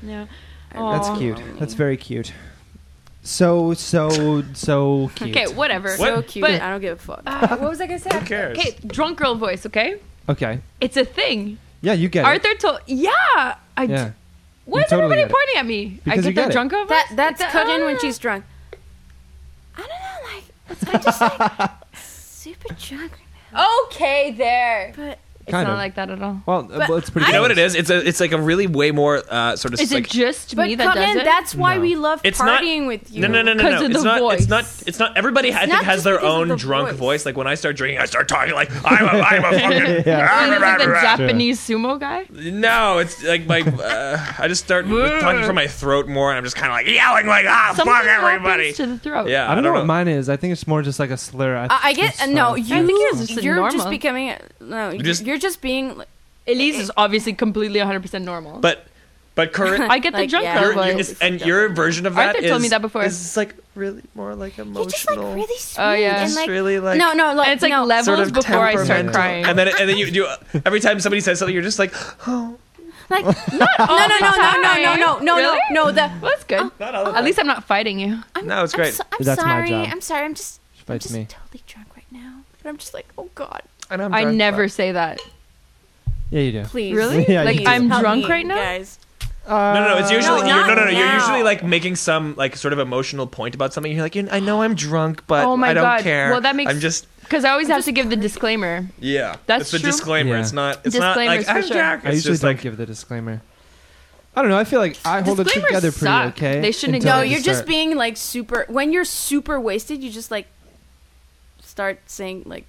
S3: yeah.
S5: I really
S1: That's
S3: Aw.
S5: feel
S1: cute.
S5: lonely.
S1: That's very cute. So so so cute.
S3: Okay, whatever.
S2: What?
S5: so cute.
S3: But-
S5: I don't give a fuck.
S3: Uh, what was I gonna say?
S2: Who cares?
S3: Okay, drunk girl voice. Okay,
S1: Okay.
S3: it's a thing.
S1: Yeah, you get
S3: Arthur told. Yeah, I.
S1: it. Yeah.
S3: Why
S1: You
S3: is
S1: totally
S3: everybody
S1: get it.
S3: pointing at me?
S1: Because
S3: I
S1: you
S3: get that
S1: get it.
S3: drunk girl voice.
S5: That that's
S3: Like
S5: Corinne when
S3: ah.
S5: she's drunk. I don't know, like I just like super drunk,
S3: Okay, there.
S5: but
S3: It's
S1: Kind
S3: not
S1: of.
S3: like that at all.
S1: Well, uh,
S5: But
S1: well, it's pretty.
S2: You know what it
S1: close.
S2: is? It's a, it's like a really way more uh, sort of
S3: Is
S2: like
S3: it just
S5: but
S3: me that does
S5: Corinne,
S3: it?
S5: that's why
S1: No.
S5: we love
S2: It's not-
S5: partying with you.
S2: No, no, no, no,
S3: 'Cause
S2: no.
S3: of
S2: It's
S3: the
S2: not. It's
S3: voice.
S2: not. It's not. Everybody, I think,
S5: not
S2: has
S5: just
S2: their
S5: because of
S2: own
S5: the
S2: drunk voice.
S5: voice.
S2: Like when I start drinking, I start talking like I'm a, I'm a fucking.
S3: Is it like the
S1: Sure.
S3: Japanese sumo guy?
S2: No, it's like my. Uh, I just start with talking from my throat more, and I'm just kind of like yelling like ah
S3: Something
S2: fuck everybody.
S3: happens to the throat.
S2: Yeah,
S1: I don't, know, what mine is. I think it's more just like a slur. I,
S5: I, I
S1: it's
S5: get uh,
S1: fine.
S5: no. You,
S3: think it's just a
S5: you're just
S3: normal.
S5: becoming a- no. You're
S2: just-
S5: just, you're just being. like-
S3: Elise is obviously completely 100% normal.
S2: But but current.
S3: I get the
S5: Like,
S3: drunk
S5: yeah.
S2: your,
S3: girl
S5: You're-
S2: your,
S5: you're-
S3: voice.
S2: is- and your version of that
S3: Arthur told
S2: is-
S3: me that before.
S2: Is just, like really more like emotional.
S5: You're just like really sweet
S3: Oh, yeah.
S5: and
S2: Just
S5: like
S2: really like
S5: no no like
S3: and it's like
S5: no.
S3: levels
S2: sort of
S3: before I start
S2: temperamental.
S3: crying.
S2: And then and then you do every time somebody says something, you're just like oh.
S5: Like, no, no, no, no, no, no, no, Uh, no, no,
S3: Really?
S5: no, no. The
S3: Well, that's good.
S2: Not all the
S3: At least I'm not fighting you.
S5: I'm,
S2: No, it's
S5: I'm
S2: great.
S5: so- I'm
S1: That's my
S5: sorry.
S1: job.
S5: I'm sorry. I'm just,
S1: She
S5: I'm
S1: fights
S5: just
S1: me.
S5: totally drunk right now. But I'm just like, oh god,
S2: And I'm
S3: I
S2: drunk,
S3: never
S2: but-
S3: say that.
S1: Yeah, you do.
S5: please.
S3: Really?
S1: Yeah,
S3: like
S1: you
S3: I'm
S5: Help
S3: drunk
S5: me,
S3: right now.
S5: guys.
S2: No, no, no. It's usually
S5: No,
S2: you're, no,
S5: not
S2: no, no. You're
S5: now.
S2: usually like making some like sort of emotional point about something. You're like, "You- I know I'm drunk, but
S3: Oh my
S2: I don't
S3: God.
S2: care.
S3: Well, that makes-
S2: I'm just
S3: Because I always have to give the disclaimer.
S2: yeah.
S3: That's
S2: it's the
S3: true.
S2: disclaimer.
S1: Yeah.
S2: It's not. It's not
S3: Disclaimers
S2: like
S3: for
S2: I'm
S3: sure.
S2: drunk.
S1: I
S2: It's
S1: usually
S2: just
S1: don't
S2: like
S1: give the disclaimer. I don't know. I feel like I hold it
S3: Disclaimers
S1: together pretty
S3: suck.
S1: okay.
S3: They shouldn't
S1: until
S3: No,
S5: No,
S1: I
S5: you're just
S1: start-
S5: being like super. When you're super wasted, you just like start saying like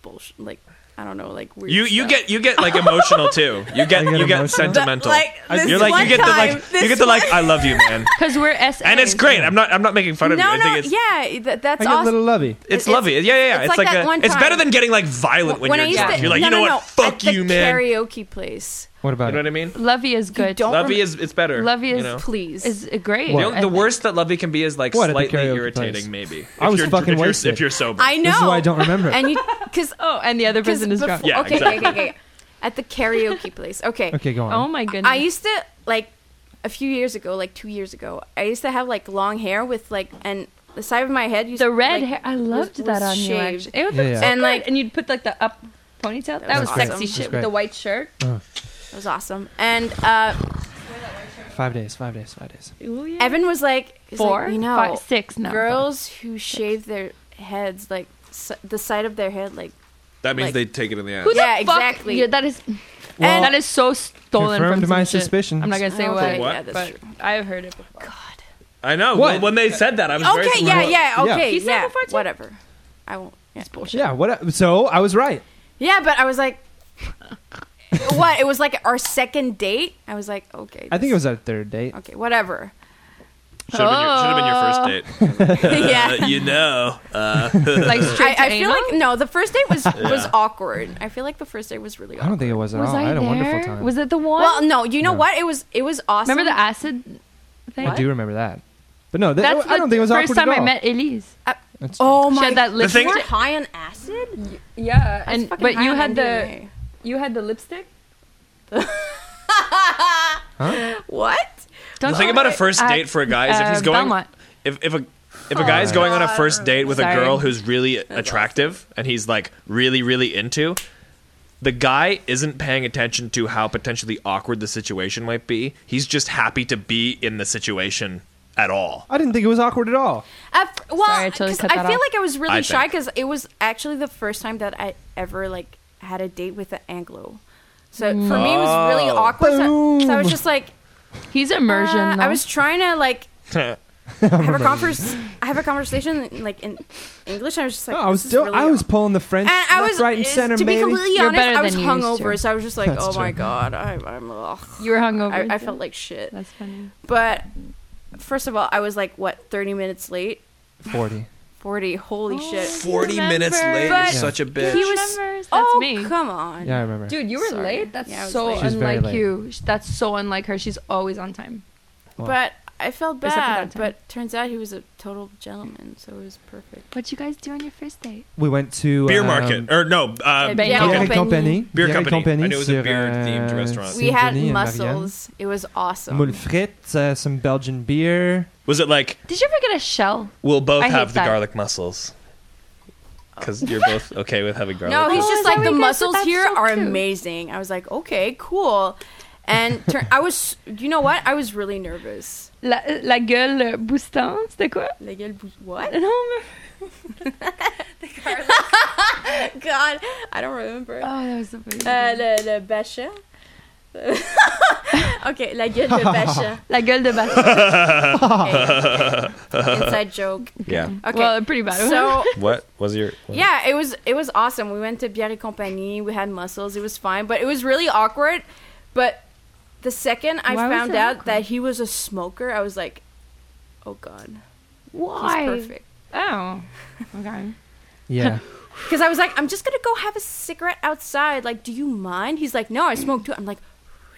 S5: bullshit, like I don't know, like weird.
S2: You you
S5: stuff.
S2: get you get like emotional too. You get
S1: I
S2: you
S1: get
S2: get,
S1: emotional?
S2: sentimental.
S6: Like, this
S2: you're like
S6: one
S2: you get the
S6: time,
S2: like you get
S6: this
S2: the like
S6: one-
S2: I love you man.
S3: Because we're S.
S2: And it's great. I'm not I'm not making fun of you.
S5: no,
S2: I think
S5: no,
S2: it's
S5: yeah, that, that's
S1: I get a
S5: awesome.
S1: little lovey.
S2: it's
S5: it's-
S2: lovely. Yeah, yeah, yeah. It's,
S5: it's like
S2: like,
S5: that
S2: a-
S5: one
S2: it's better
S5: time.
S2: than getting like violent when,
S5: when I
S2: you're
S5: used
S2: drunk.
S5: to,
S2: You're like,
S5: no,
S2: you know
S5: no,
S2: what?
S5: no, at
S2: Fuck you,
S5: the
S2: man.
S5: Karaoke place.
S1: What
S2: You
S1: about
S2: know
S1: it?
S2: what I mean?
S3: Lovey is
S5: You
S3: good.
S5: don't
S2: Lovey
S5: rem-
S2: is it's better.
S3: Lovey
S2: you
S3: is
S2: know?
S5: please.
S3: is uh, great.
S2: The, only-
S3: I
S2: the
S3: think.
S2: worst that lovey can be is like
S1: What, at the
S2: slightly
S1: karaoke
S2: irritating,
S1: place?
S2: maybe. If
S1: I was
S2: you're,
S1: fucking
S2: if you're,
S1: wasted.
S2: If you're sober,
S5: I know.
S1: This is why I don't remember. it.
S5: And you, because
S3: Oh, and the other person is drunk.
S5: before,
S2: Yeah,
S5: okay,
S2: exactly.
S5: okay, okay, okay. At the karaoke place. Okay.
S1: okay, go on.
S3: Oh my goodness.
S5: I used to like a few years ago, like two years ago. I used to have like long hair with like and the side of my head used
S3: the
S5: to,
S3: red
S5: like,
S3: hair. I
S5: was-
S3: loved that
S5: was
S3: on you.
S5: shaved.
S3: Actually. It was
S1: Yeah, yeah.
S3: so
S5: And,
S3: good.
S5: like-
S3: and you'd put like the up ponytail. That,
S5: That
S3: was
S5: was
S3: sexy
S5: awesome.
S1: That's
S3: shit
S1: great.
S3: with the white shirt.
S5: It was awesome. And uh,
S1: Five days, five days, five days.
S3: Ooh, yeah.
S5: Evan was like, he's like,
S3: four,
S5: you know,
S3: five, six. No,
S5: girls who shave their heads like s the side of their head like
S2: that means
S5: like-
S2: they take it in the ass.
S3: Who the
S5: Yeah,
S3: fuck?
S5: exactly.
S3: Yeah, that is.
S1: Well,
S3: that is so stolen
S1: confirmed
S3: from some
S1: my
S3: shit.
S1: suspicions.
S3: I'm not gonna say
S5: Oh,
S3: what.
S5: okay,
S2: What?
S5: Yeah, that's
S3: but
S5: true.
S3: I've heard it before.
S2: I know.
S1: What?
S2: Well, when they said that, I was very
S5: Okay, yeah,
S2: surprised.
S5: yeah,
S1: Yeah.
S5: okay,
S3: He
S5: yeah,
S3: said before too.
S5: whatever. I won't. Yeah.
S1: yeah. What? So I was right.
S5: yeah, but I was like, what? It was like our second date. I was like, okay.
S1: I think it
S5: this-
S1: was our third date.
S5: okay, whatever.
S2: Should have been, your- should've been your first date.
S5: yeah.
S2: Uh, you know, uh,
S3: Like
S5: I,
S3: straight
S5: I
S3: to
S5: feel
S3: anal?
S5: like no, the first date was was awkward. I feel like the first date was really
S1: I don't
S5: awkward.
S1: think it was at
S3: was
S1: all.
S3: I,
S1: I, had
S3: there?
S1: a wonderful time.
S3: Was it the one?
S5: Well, no, you know
S1: No.
S5: what? It was it was awesome.
S3: Remember the acid thing?
S1: I do remember that. But no, that,
S3: That's
S1: I don't
S3: the
S1: think it was
S3: first
S1: awkward
S3: time
S1: at all.
S3: I met Elise.
S1: That's true.
S5: Oh
S3: she
S5: my!
S3: had that
S2: The thing-
S3: lipstick.
S5: you were high on acid,
S3: Yeah,
S5: I was
S3: and
S5: fucking
S3: but
S5: high
S3: you
S5: on
S3: had the
S5: MDMA.
S3: you had the lipstick.
S5: what?
S3: Don't
S2: the thing
S3: you
S2: about a
S3: like-
S2: first
S3: uh,
S2: date for a guy is if he's
S3: uh,
S2: going,
S3: Belmont.
S2: if if a if a guy's going on a first date with
S3: Sorry.
S2: a girl who's really attractive and he's like really really into, the guy isn't paying attention to how potentially awkward the situation might be. He's just happy to be in the situation at all.
S1: I didn't think it was awkward at all.
S5: Uh, f- well,
S3: Sorry, I totally
S5: 'cause
S3: cut
S5: I
S3: that
S5: feel
S3: off.
S5: like I was really
S2: I
S5: shy
S2: think.
S5: because it was actually the first time that I ever like had a date with an Anglo. So for me, it was really
S2: Oh.
S5: awkward. So, so I was
S1: Ah. Boom.
S5: just like,
S3: He's immersion.
S5: uh, I
S3: though.
S5: was trying to like have a converse, I have a conversation like in English. And I was just like,
S1: No, I was
S5: this is
S1: still,
S5: really
S1: I was pulling the French
S5: And I
S1: left,
S5: was
S1: right, and
S5: is-
S1: center,
S5: To be
S1: baby.
S5: completely
S3: You're
S5: honest,
S3: better
S5: I was
S3: than you used to.
S5: hungover, so I was just like,
S1: That's
S5: "Oh my
S1: true.
S5: god, I, I'm ugh.
S3: you were hungover.
S5: I, I
S3: yeah.
S5: felt like shit."
S3: that's funny.
S5: But first of all, I was like, what, 30 minutes late?
S1: Forty.
S5: Forty? Holy shit!
S2: Forty
S3: Remember.
S2: minutes later,
S5: But-
S2: such a bitch.
S5: He was.
S3: Remembers, that's
S5: oh
S3: me.
S5: come on!
S1: Yeah, I remember.
S3: Dude, you were
S5: Sorry.
S3: late. That's
S5: Yeah, I was
S3: so
S5: late.
S1: She's very
S3: unlike
S1: late.
S3: you. Sh- That's so unlike her. She's always on time.
S5: But I felt
S3: Except for that
S5: bad.
S3: time.
S5: But turns out he was a total gentleman, so it was perfect.
S3: What you guys do on your first date?
S1: we went to
S2: beer
S1: um,
S2: market or no uh,
S3: Bangkok.
S5: Yeah,
S1: Bière et
S5: company.
S1: Compagnie.
S2: Beer
S1: Bière et
S2: company.
S1: Compagnie
S2: I knew it was a
S1: sur,
S2: beer-themed
S1: uh,
S2: restaurant.
S5: We had
S1: Saint-Denis and
S5: muscles. It was awesome.
S1: Marianne. Moules frites, uh, some Belgian beer.
S2: Was it like
S3: Did you ever get a shell?
S2: we'll both
S3: I hate
S2: have the
S3: that.
S2: garlic muscles? Because you're both okay with having garlic.
S5: No, he's
S3: Oh, is
S5: just
S3: that
S5: like the
S3: what you guys said?
S5: muscles
S3: That's
S5: here
S3: so
S5: are
S3: cute."
S5: amazing. I was like, okay, cool. And turn, I was, you know what? I was really nervous.
S3: La, la gueule boostant, c'était quoi?
S5: La gueule bou- What?
S3: Non, mais-
S5: God, I don't remember. Uh,
S3: Oh, that was so funny.
S5: le, le bacha. okay, la gueule de bacha.
S3: la gueule de bâtard.
S5: Inside joke.
S2: Yeah.
S5: Okay.
S3: Well, pretty bad.
S5: so
S2: What was your? what-
S5: yeah, it was it was awesome. We went to Bière et Compagnie. We had muscles. It was fine, but it was really awkward. But the second I
S3: Why was
S5: found
S3: it
S5: out
S3: awkward?
S5: that he was a smoker, I was like, oh god, he's
S3: why?
S5: perfect.
S3: Oh, okay.
S1: Yeah.
S5: Because I was like, I'm just gonna go have a cigarette outside. Like, do you mind? He's like, No, I smoke too. I'm like,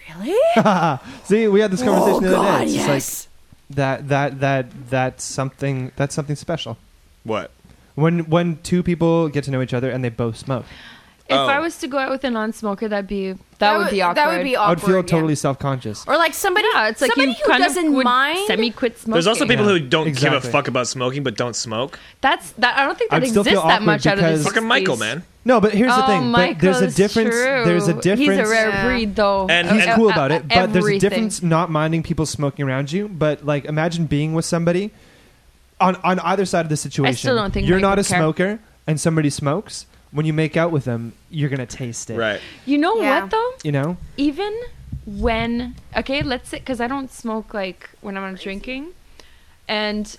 S5: Really?
S1: See, we had this conversation
S5: oh
S1: the other
S5: God,
S1: day. It's just
S5: yes.
S1: like that, that, that, that's something. That's something special.
S2: What?
S1: When when two people get to know each other and they both smoke,
S3: If
S2: Oh.
S3: I was to go out with a non-smoker, that'd be that, would be awkward.
S5: That would be awkward.
S1: I would feel
S5: yeah.
S1: totally self conscious.
S5: Or like somebody,
S3: Yeah, it's like you
S5: somebody who
S3: kind of
S5: doesn't
S3: would
S5: mind.
S3: semi-quit smoking.
S2: There's also people
S1: Yeah,
S2: who don't give
S1: exactly.
S2: a fuck about smoking but don't smoke.
S3: that's that. I don't think that
S1: I'd still
S3: exists
S1: feel
S3: that
S1: awkward
S3: much out of
S1: because-
S3: this.
S2: Fucking Michael, man.
S1: No, but here's the
S3: oh,
S1: thing.
S3: Michael
S1: But there's a
S3: is
S1: difference.
S3: True.
S1: There's a
S3: He's
S1: difference.
S3: a rare
S5: Yeah.
S3: breed, though.
S2: And-
S1: He's
S2: and-
S1: cool about it, but there's a
S3: everything.
S1: difference not minding people smoking around you. But like, imagine being with somebody on on either side of the situation.
S3: don't think
S1: you're
S3: Mike
S1: not
S3: would
S1: a
S3: care.
S1: smoker, and somebody smokes. When you make out with them, you're gonna taste it.
S3: You know
S5: Yeah.
S3: what though?
S1: You know.
S3: Even when okay, let's say because I don't smoke like when I'm not drinking, and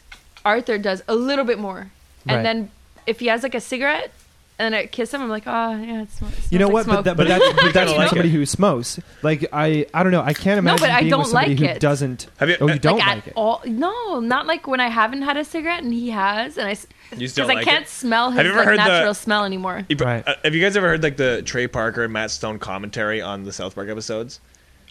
S3: Arthur does a little bit more,
S1: Right.
S3: and then if he has like a cigarette, and I kiss him. I'm like, oh yeah, it's sm-
S1: You know what?
S3: Smoke.
S1: But, that, but, that, but that's
S2: kinda
S1: from
S2: like
S1: somebody
S2: it.
S1: who smokes. Like I, I don't know. I can't
S3: No,
S1: imagine
S3: but I
S1: being
S3: don't
S1: with somebody
S3: like
S1: who
S3: it.
S1: doesn't.
S2: Have you-
S1: Oh, you
S2: Like,
S1: don't
S3: like,
S1: like,
S3: at
S1: it.
S3: all? No, not like when I haven't had a cigarette and he has, and I
S2: You
S3: because
S2: still
S3: I
S2: like
S3: can't
S2: it?
S3: smell his
S2: Have you ever
S3: like,
S2: heard the-
S3: natural smell anymore.
S2: You-
S1: Right.
S2: uh, have you guys ever heard like the Trey Parker and Matt Stone commentary on the South Park episodes?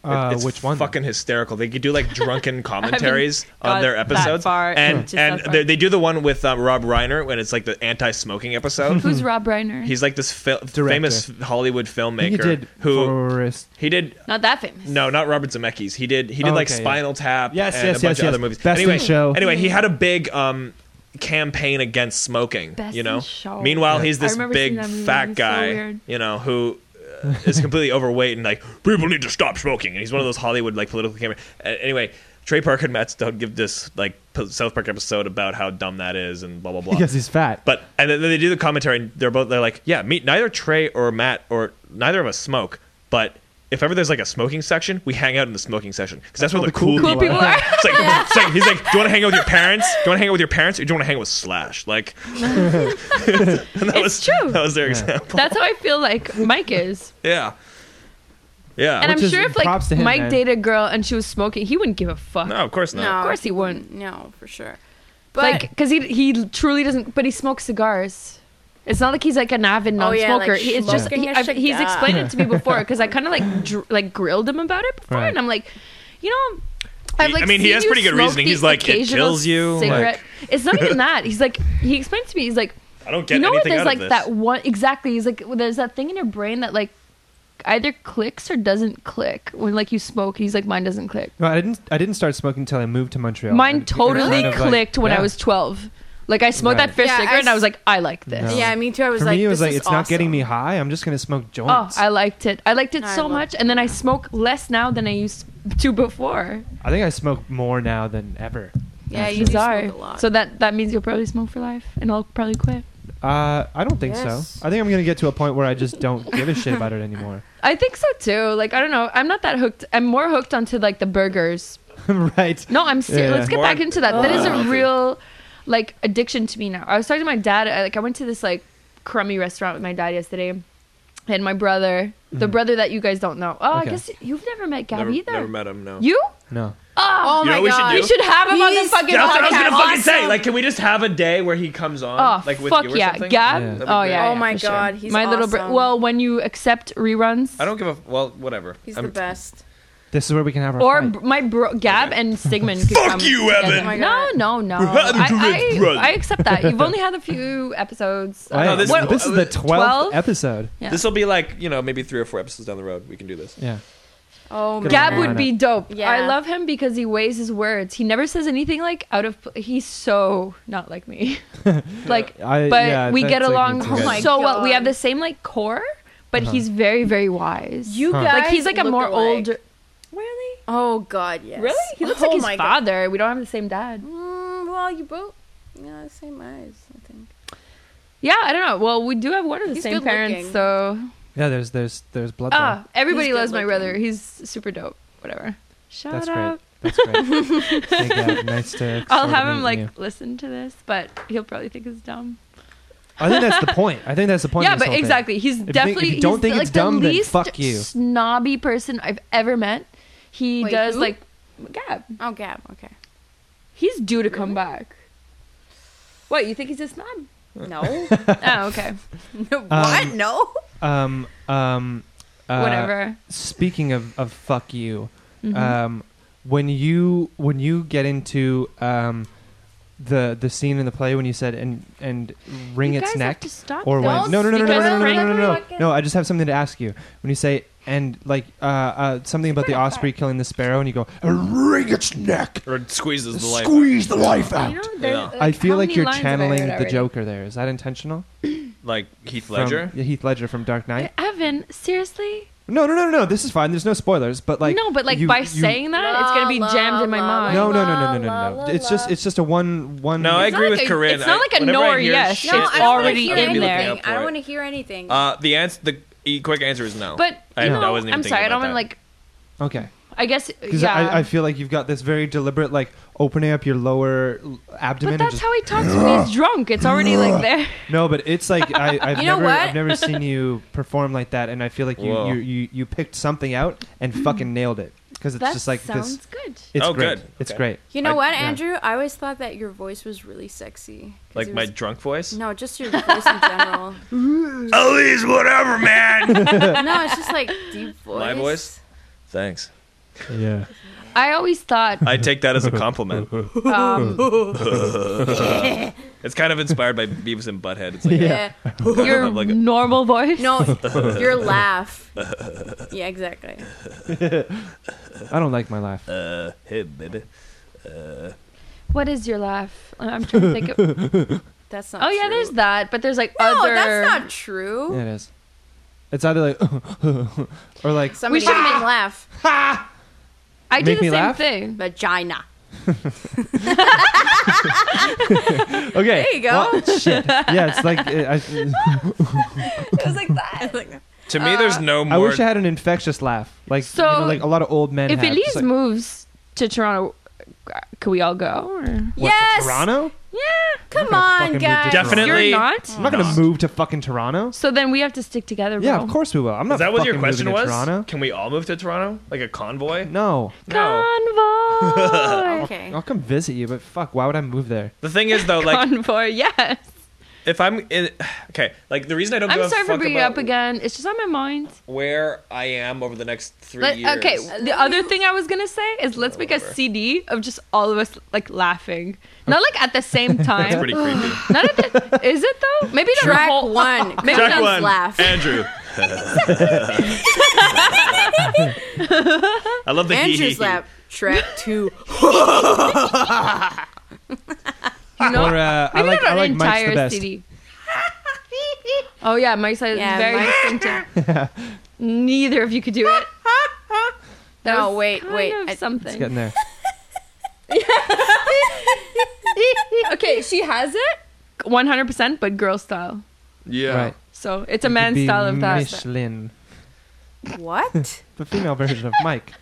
S2: It-
S1: Uh,
S2: it's
S1: which one?
S2: Fucking hysterical. They could do like drunken commentaries on
S3: got
S2: their
S3: that
S2: episodes,
S3: far
S2: and
S3: into
S2: and
S3: South Park.
S2: they, they do the one with um, Rob Reiner when it's like the anti-smoking episode.
S3: Who's Rob Reiner?
S2: He's like this fil- famous Hollywood
S1: I think
S2: filmmaker
S1: you did
S2: who
S1: Forrest.
S2: he did
S3: not that famous.
S2: no, not Robert Zemeckis. He did he did
S1: Oh,
S2: like
S1: okay, yeah.
S2: Spinal Tap.
S1: Yes,
S2: and
S1: yes,
S2: a bunch
S1: yes,
S2: of
S1: yes.
S2: other movies.
S1: Best in
S2: anyway,
S1: Show.
S2: Anyway, he had a big um campaign against smoking.
S3: Best
S2: you know.
S3: in Show.
S2: Meanwhile,
S1: Yeah.
S2: he's
S3: I
S2: this
S3: remember seeing
S2: big
S3: that movie.
S2: fat
S3: It's so
S2: guy.
S3: weird.
S2: you know who. uh, is completely overweight and like people need to stop smoking and he's one of those Hollywood like political camera. Uh, anyway, Trey Parker and Matt Stone give this like p- South Park episode about how dumb that is and blah blah blah.
S1: Because he's fat.
S2: But and then they do the commentary, and they're both they're like, yeah, me neither Trey or Matt or neither of us smoke, but if ever there's like a smoking section, we hang out in the smoking section because that's, where the cool,
S3: Cool
S2: people.
S3: people are.
S2: It's like, it's like- he's like, do you want to hang out with your parents? Do you want to hang out with your parents, or do you want to hang out with Slash? Like, and that
S3: It's
S2: was
S3: true.
S2: That was their example.
S3: That's how I feel like Mike is.
S2: Yeah, yeah.
S3: And
S1: Which
S3: I'm
S1: is-
S3: sure if
S1: props
S3: like
S1: to him,
S3: Mike
S1: man.
S3: dated a girl and she was smoking, he wouldn't give a fuck.
S2: no, of course
S5: No.
S2: not.
S3: Of course he wouldn't.
S5: No, for sure. But
S3: Like 'cause like, because he he truly doesn't. But he smokes cigars. It's not like he's like an avid
S5: Oh, yeah,
S3: non-smoker.
S5: like
S3: he, it's just
S5: smoking
S3: he,
S5: a
S3: I've- he's
S5: cigar.
S3: explained it to me before because I kind of like dr- like grilled him about it before,
S1: Right.
S3: and I'm like, you know. I've,
S2: He-
S3: like,
S2: I mean, he
S3: seen
S2: has
S3: you
S2: pretty good
S3: smoke
S2: reasoning.
S3: the
S2: He's like, it
S3: occasional
S2: kills you, like-
S3: Cigarette. It's not even that. He's like, he explained to me. He's like,
S2: I don't get
S3: you know what?
S2: anything
S3: There's
S2: out
S3: like
S2: of this.
S3: that one exactly. He's like, there's that thing in your brain that like either clicks or doesn't click when like you smoke. He's like, mine doesn't click.
S1: No, I didn't. I didn't start smoking until I moved to Montreal.
S3: Mine
S1: And it
S3: totally
S1: kind of, like-
S3: clicked when
S1: Yeah.
S3: I was 12. Like I smoked
S1: Right.
S3: that first
S5: Yeah, I
S3: cigarette and I
S5: s-
S3: was like, I like this.
S1: No.
S5: yeah, me too. I was
S1: For
S5: like,
S1: me, it was
S5: this
S1: like
S5: is
S1: it's not getting
S5: awesome.
S1: me high. I'm just gonna smoke
S3: Oh,
S1: joints.
S3: I liked it. I liked it
S5: I
S3: so
S5: love
S3: much,
S5: it.
S3: and then I smoke less now than I used to before.
S1: I think I smoke more now than ever.
S5: Yeah,
S1: It's
S5: you do
S3: Bizarre.
S5: smoke a lot.
S3: So that that means you'll probably smoke for life, and I'll probably quit.
S1: Uh, I don't think
S5: Yes.
S1: so. I think I'm gonna get to a point where I just don't give a shit about it anymore.
S3: I think so too. Like I don't know. I'm not that hooked. I'm more hooked onto like the burgers.
S1: right.
S3: No, I'm serious.
S1: Yeah.
S3: Let's get
S2: More-
S3: back into that. That is
S2: Oh.
S3: a real like addiction to me now. I was talking to my dad. I, like I went to this like crummy restaurant with my dad yesterday, and my brother, the brother that you guys don't know. Oh,
S1: Mm-hmm. Okay.
S3: I guess you've never met Gab
S2: never,
S3: either.
S2: never met him. No.
S3: You?
S1: No.
S5: Oh
S2: You know
S5: my
S2: what we should
S5: god.
S2: do?
S3: We should have him on the
S5: He's-
S3: fucking
S2: Yeah, that's what I was
S3: podcast.
S2: gonna fucking say.
S5: Awesome.
S2: Like, can we just have a day where he comes on,
S3: Oh
S2: like with
S3: fuck
S2: you or
S3: yeah,
S2: something?
S3: Gab.
S1: Yeah. That'd be
S3: Oh
S2: great.
S3: yeah.
S5: oh my
S2: for sure.
S5: god, he's
S3: my little
S5: awesome.
S3: bro. Well, when you accept reruns,
S2: I don't give a well, whatever.
S5: he's
S2: I'm-
S5: the best.
S1: This is where we can have our.
S3: or
S1: fight.
S3: b- my bro Gab and Stigman. could
S2: Fuck
S3: come
S2: you,
S3: together.
S2: Evan. Oh
S5: my
S3: no,
S5: God.
S3: no, no.
S2: We're having to
S3: I,
S2: rerun.
S3: I, I accept that. You've only had a few episodes.
S5: Oh,
S3: Uh,
S1: Wow,
S2: No,
S1: Oh, this,
S2: this- what-
S1: is the twelfth
S3: 12?
S1: episode.
S3: Yeah.
S2: This will be like you know maybe three or four episodes down the road. We can do this.
S1: Yeah.
S5: Oh,
S1: Good
S3: Gab
S1: man.
S3: would be dope.
S5: Yeah.
S3: I love him because he weighs his words. He never says anything like out of. pl- He's so not like me. like,
S1: I-
S3: but
S1: yeah,
S3: we
S1: that's
S3: get
S1: like me
S3: along
S1: too. Oh
S5: my
S3: so well. We
S5: God.
S3: have the same like core, but he's very very wise.
S5: Uh-huh. You
S1: Huh.
S5: guys,
S3: like he's like a
S5: look
S3: more
S5: alike.
S3: older. Really?
S5: Oh god, yes.
S3: Really? He looks
S5: oh
S3: like his
S5: my God.
S3: father. We don't have the same dad.
S5: Mm, well, you both, yeah, same eyes, I think.
S3: Yeah, I don't know. Well, we do have one of the
S5: He's
S3: same
S5: good
S3: parents,
S5: looking.
S3: so
S1: Yeah. There's there's there's blood.
S3: ah, everybody
S5: He's good
S3: loves my
S5: looking.
S3: brother. He's super dope. Whatever. Shout
S1: there. That's
S3: out.
S1: great. That's great. Hey, Gab, nice to.
S3: I'll
S1: sort of
S3: have him
S1: meet
S3: like
S1: you.
S3: listen to this, but he'll probably think it's dumb.
S1: I think that's the point. I think that's the point.
S3: yeah,
S1: of this
S3: but
S1: whole thing.
S3: exactly. He's
S1: you
S3: definitely.
S1: think- if you don't
S3: he's
S1: think it's
S3: the- like, the
S1: dumb, then
S3: least
S1: fuck you.
S3: Snobby person I've ever met. He
S5: Wait,
S3: does
S5: who?
S3: like, Gab.
S5: Oh, Gab. Okay.
S3: He's due to come back. What you think he's a snob?
S5: No.
S1: Uh,
S3: oh, okay.
S5: what? No.
S1: Um. Um. uh,
S3: Whatever. Mm-hmm.
S1: Speaking of of fuck you, um, when you when you get into um, the the scene in the play when you said and and wring
S3: You
S1: its
S3: guys
S1: neck
S3: have to stop
S1: or when
S3: those
S1: no no no no no
S3: because
S1: no no no
S3: Frank-
S1: no no no no I just have something to ask you when you say and like uh, uh something about the osprey killing the sparrow and you go "And wring its neck
S2: Or squeezes the life.
S7: Squeeze the life
S3: You
S7: out.
S3: know, there's, uh,
S2: Yeah.
S1: I feel
S3: how
S1: like
S3: many
S1: you're
S3: lines have I
S1: channeling
S3: heard
S1: the
S3: already?
S1: Joker there is that intentional
S2: Like Heath
S1: From-
S2: Ledger.
S1: yeah, Heath Ledger from Dark Knight
S3: Evan, seriously?
S1: no no no no no this is fine there's no spoilers but like
S3: no, but like
S1: you-
S3: by
S1: you-
S3: saying that, it's gonna be
S5: La,
S3: jammed in my
S5: la, la,
S3: mind.
S1: no no no
S5: La,
S1: no no
S5: la,
S1: no no
S5: la,
S1: it's
S5: la.
S1: just it's just a one one
S2: No, I
S3: It's not
S2: agree
S3: like
S2: with
S3: a-
S2: Corinne.
S3: it's not
S2: I-
S3: like a
S2: whenever
S3: no
S2: I
S3: or
S2: hear
S3: yes.
S2: shit,
S3: No,
S2: I'm
S3: I don't already
S5: hear
S3: in
S2: gonna be
S3: there.
S2: looking out
S5: anything. I
S2: for
S5: don't
S2: it.
S5: want to hear anything.
S2: Uh, the answer, the e- quick answer is no.
S3: But
S2: I
S3: you
S2: I
S3: know,
S2: wasn't even
S3: I'm
S2: thinking
S3: sorry. I
S2: about
S3: don't want to
S2: that.
S3: like. I guess
S1: Because
S3: Uh, yeah.
S1: I, I feel like you've got this very deliberate, like opening up your lower l- abdomen. and
S3: but that's
S1: just,
S3: how he talks when he's drunk. It's already like there.
S1: No, but it's like I, I've
S5: You know
S1: never,
S5: what?
S1: I've never seen you perform like that, and I feel like you,
S2: Whoa.
S1: you, you, you picked something out and fucking nailed it. Because it's
S3: That
S1: just like
S3: sounds
S1: this.
S3: good.
S1: It's
S2: Oh,
S1: great.
S2: good.
S1: It's
S2: Okay.
S1: great.
S5: You know
S2: I-
S5: what,
S1: yeah.
S5: Andrew? I always thought that your voice was really sexy. 'cause
S2: Like
S5: it
S2: my
S5: was-
S2: drunk voice.
S5: No, just your voice in general.
S2: Oh, these whatever, man.
S5: no, it's just like deep voice.
S2: My voice? Thanks.
S1: Yeah.
S3: I always thought
S2: I take that as a compliment.
S3: um,
S2: It's kind of inspired by Beavis and Butthead. It's like,
S5: Yeah.
S3: your
S2: Like a-
S3: normal voice.
S5: No, your laugh. Yeah, exactly.
S1: I don't like my life.
S2: uh, hey, baby.
S3: What is your laugh? I'm trying to think. Of,
S5: That's not.
S3: oh yeah,
S5: true.
S3: there's that, but there's like
S5: No,
S3: other.
S5: that's not true.
S1: Yeah, it is. It's either like or like
S5: Somebody
S3: We should-
S5: make laugh.
S3: I do
S1: Make
S3: the
S1: me
S3: same
S1: laugh?
S3: thing.
S5: Vagina.
S1: okay. There
S5: you go.
S1: shit. Yeah, it's like uh, I,
S5: It was like that.
S2: To
S3: Uh,
S2: me, there's no
S1: I
S2: more.
S1: wish I had an infectious laugh, like you
S3: So,
S1: know, like a lot of old men.
S3: If
S1: have.
S3: Elise
S1: Just like,
S3: moves to Toronto, could we all go? Or?
S1: what,
S5: yes.
S1: to Toronto.
S3: Yeah.
S5: Come
S1: not fucking move
S5: on,
S1: to
S5: guys.
S1: Toronto.
S2: Definitely.
S3: You're not.
S1: I'm not gonna
S2: Not.
S1: move to fucking Toronto.
S3: So then we have to stick together.
S1: Yeah,
S3: bro.
S1: of course we will. I'm not.
S2: Is that what your
S1: fucking
S2: question
S1: moving
S2: was?
S1: to Toronto.
S2: Can we all move to Toronto? Like a convoy?
S1: No,
S3: Convoy.
S5: Okay.
S1: I'll come visit you, but fuck, why would I move there?
S2: The thing is, though, like,
S3: Convoy. Yes.
S2: if I'm in. Okay, like, the reason I don't give
S3: I'm
S2: a
S3: sorry for
S2: fuck
S3: bringing it
S2: about
S3: up again. It's just on my mind.
S2: where I am over the next three
S3: Let-
S2: years.
S3: okay. The other thing I was gonna say is let's make a
S2: Whatever.
S3: CD of just all of us like laughing, not like at the same time.
S2: That's pretty creepy.
S3: Not at the, is it though? Maybe not
S5: Track
S3: the whole
S5: one.
S3: Maybe
S5: Track
S3: not-
S5: one. laugh.
S2: Andrew. I love the hee hee
S5: Andrew's
S2: hee.
S5: laugh. Track two.
S3: You know,
S1: Or uh, I
S3: maybe
S1: like
S3: not
S1: I
S3: an
S1: like Mike's the
S3: entire
S1: best.
S3: CD. oh yeah, Mike's is
S5: Yeah,
S3: very
S5: Mike's-
S3: distinctive. Neither of you could do it. That
S5: No,
S3: was
S5: wait,
S3: kind
S5: wait,
S3: of
S5: I-
S1: It's
S3: something.
S1: getting there.
S3: okay, she has it, 100, percent but girl style.
S2: Yeah.
S1: Right.
S3: So it's a man's style of that.
S1: Michelin,
S5: what?
S1: the female version of Mike.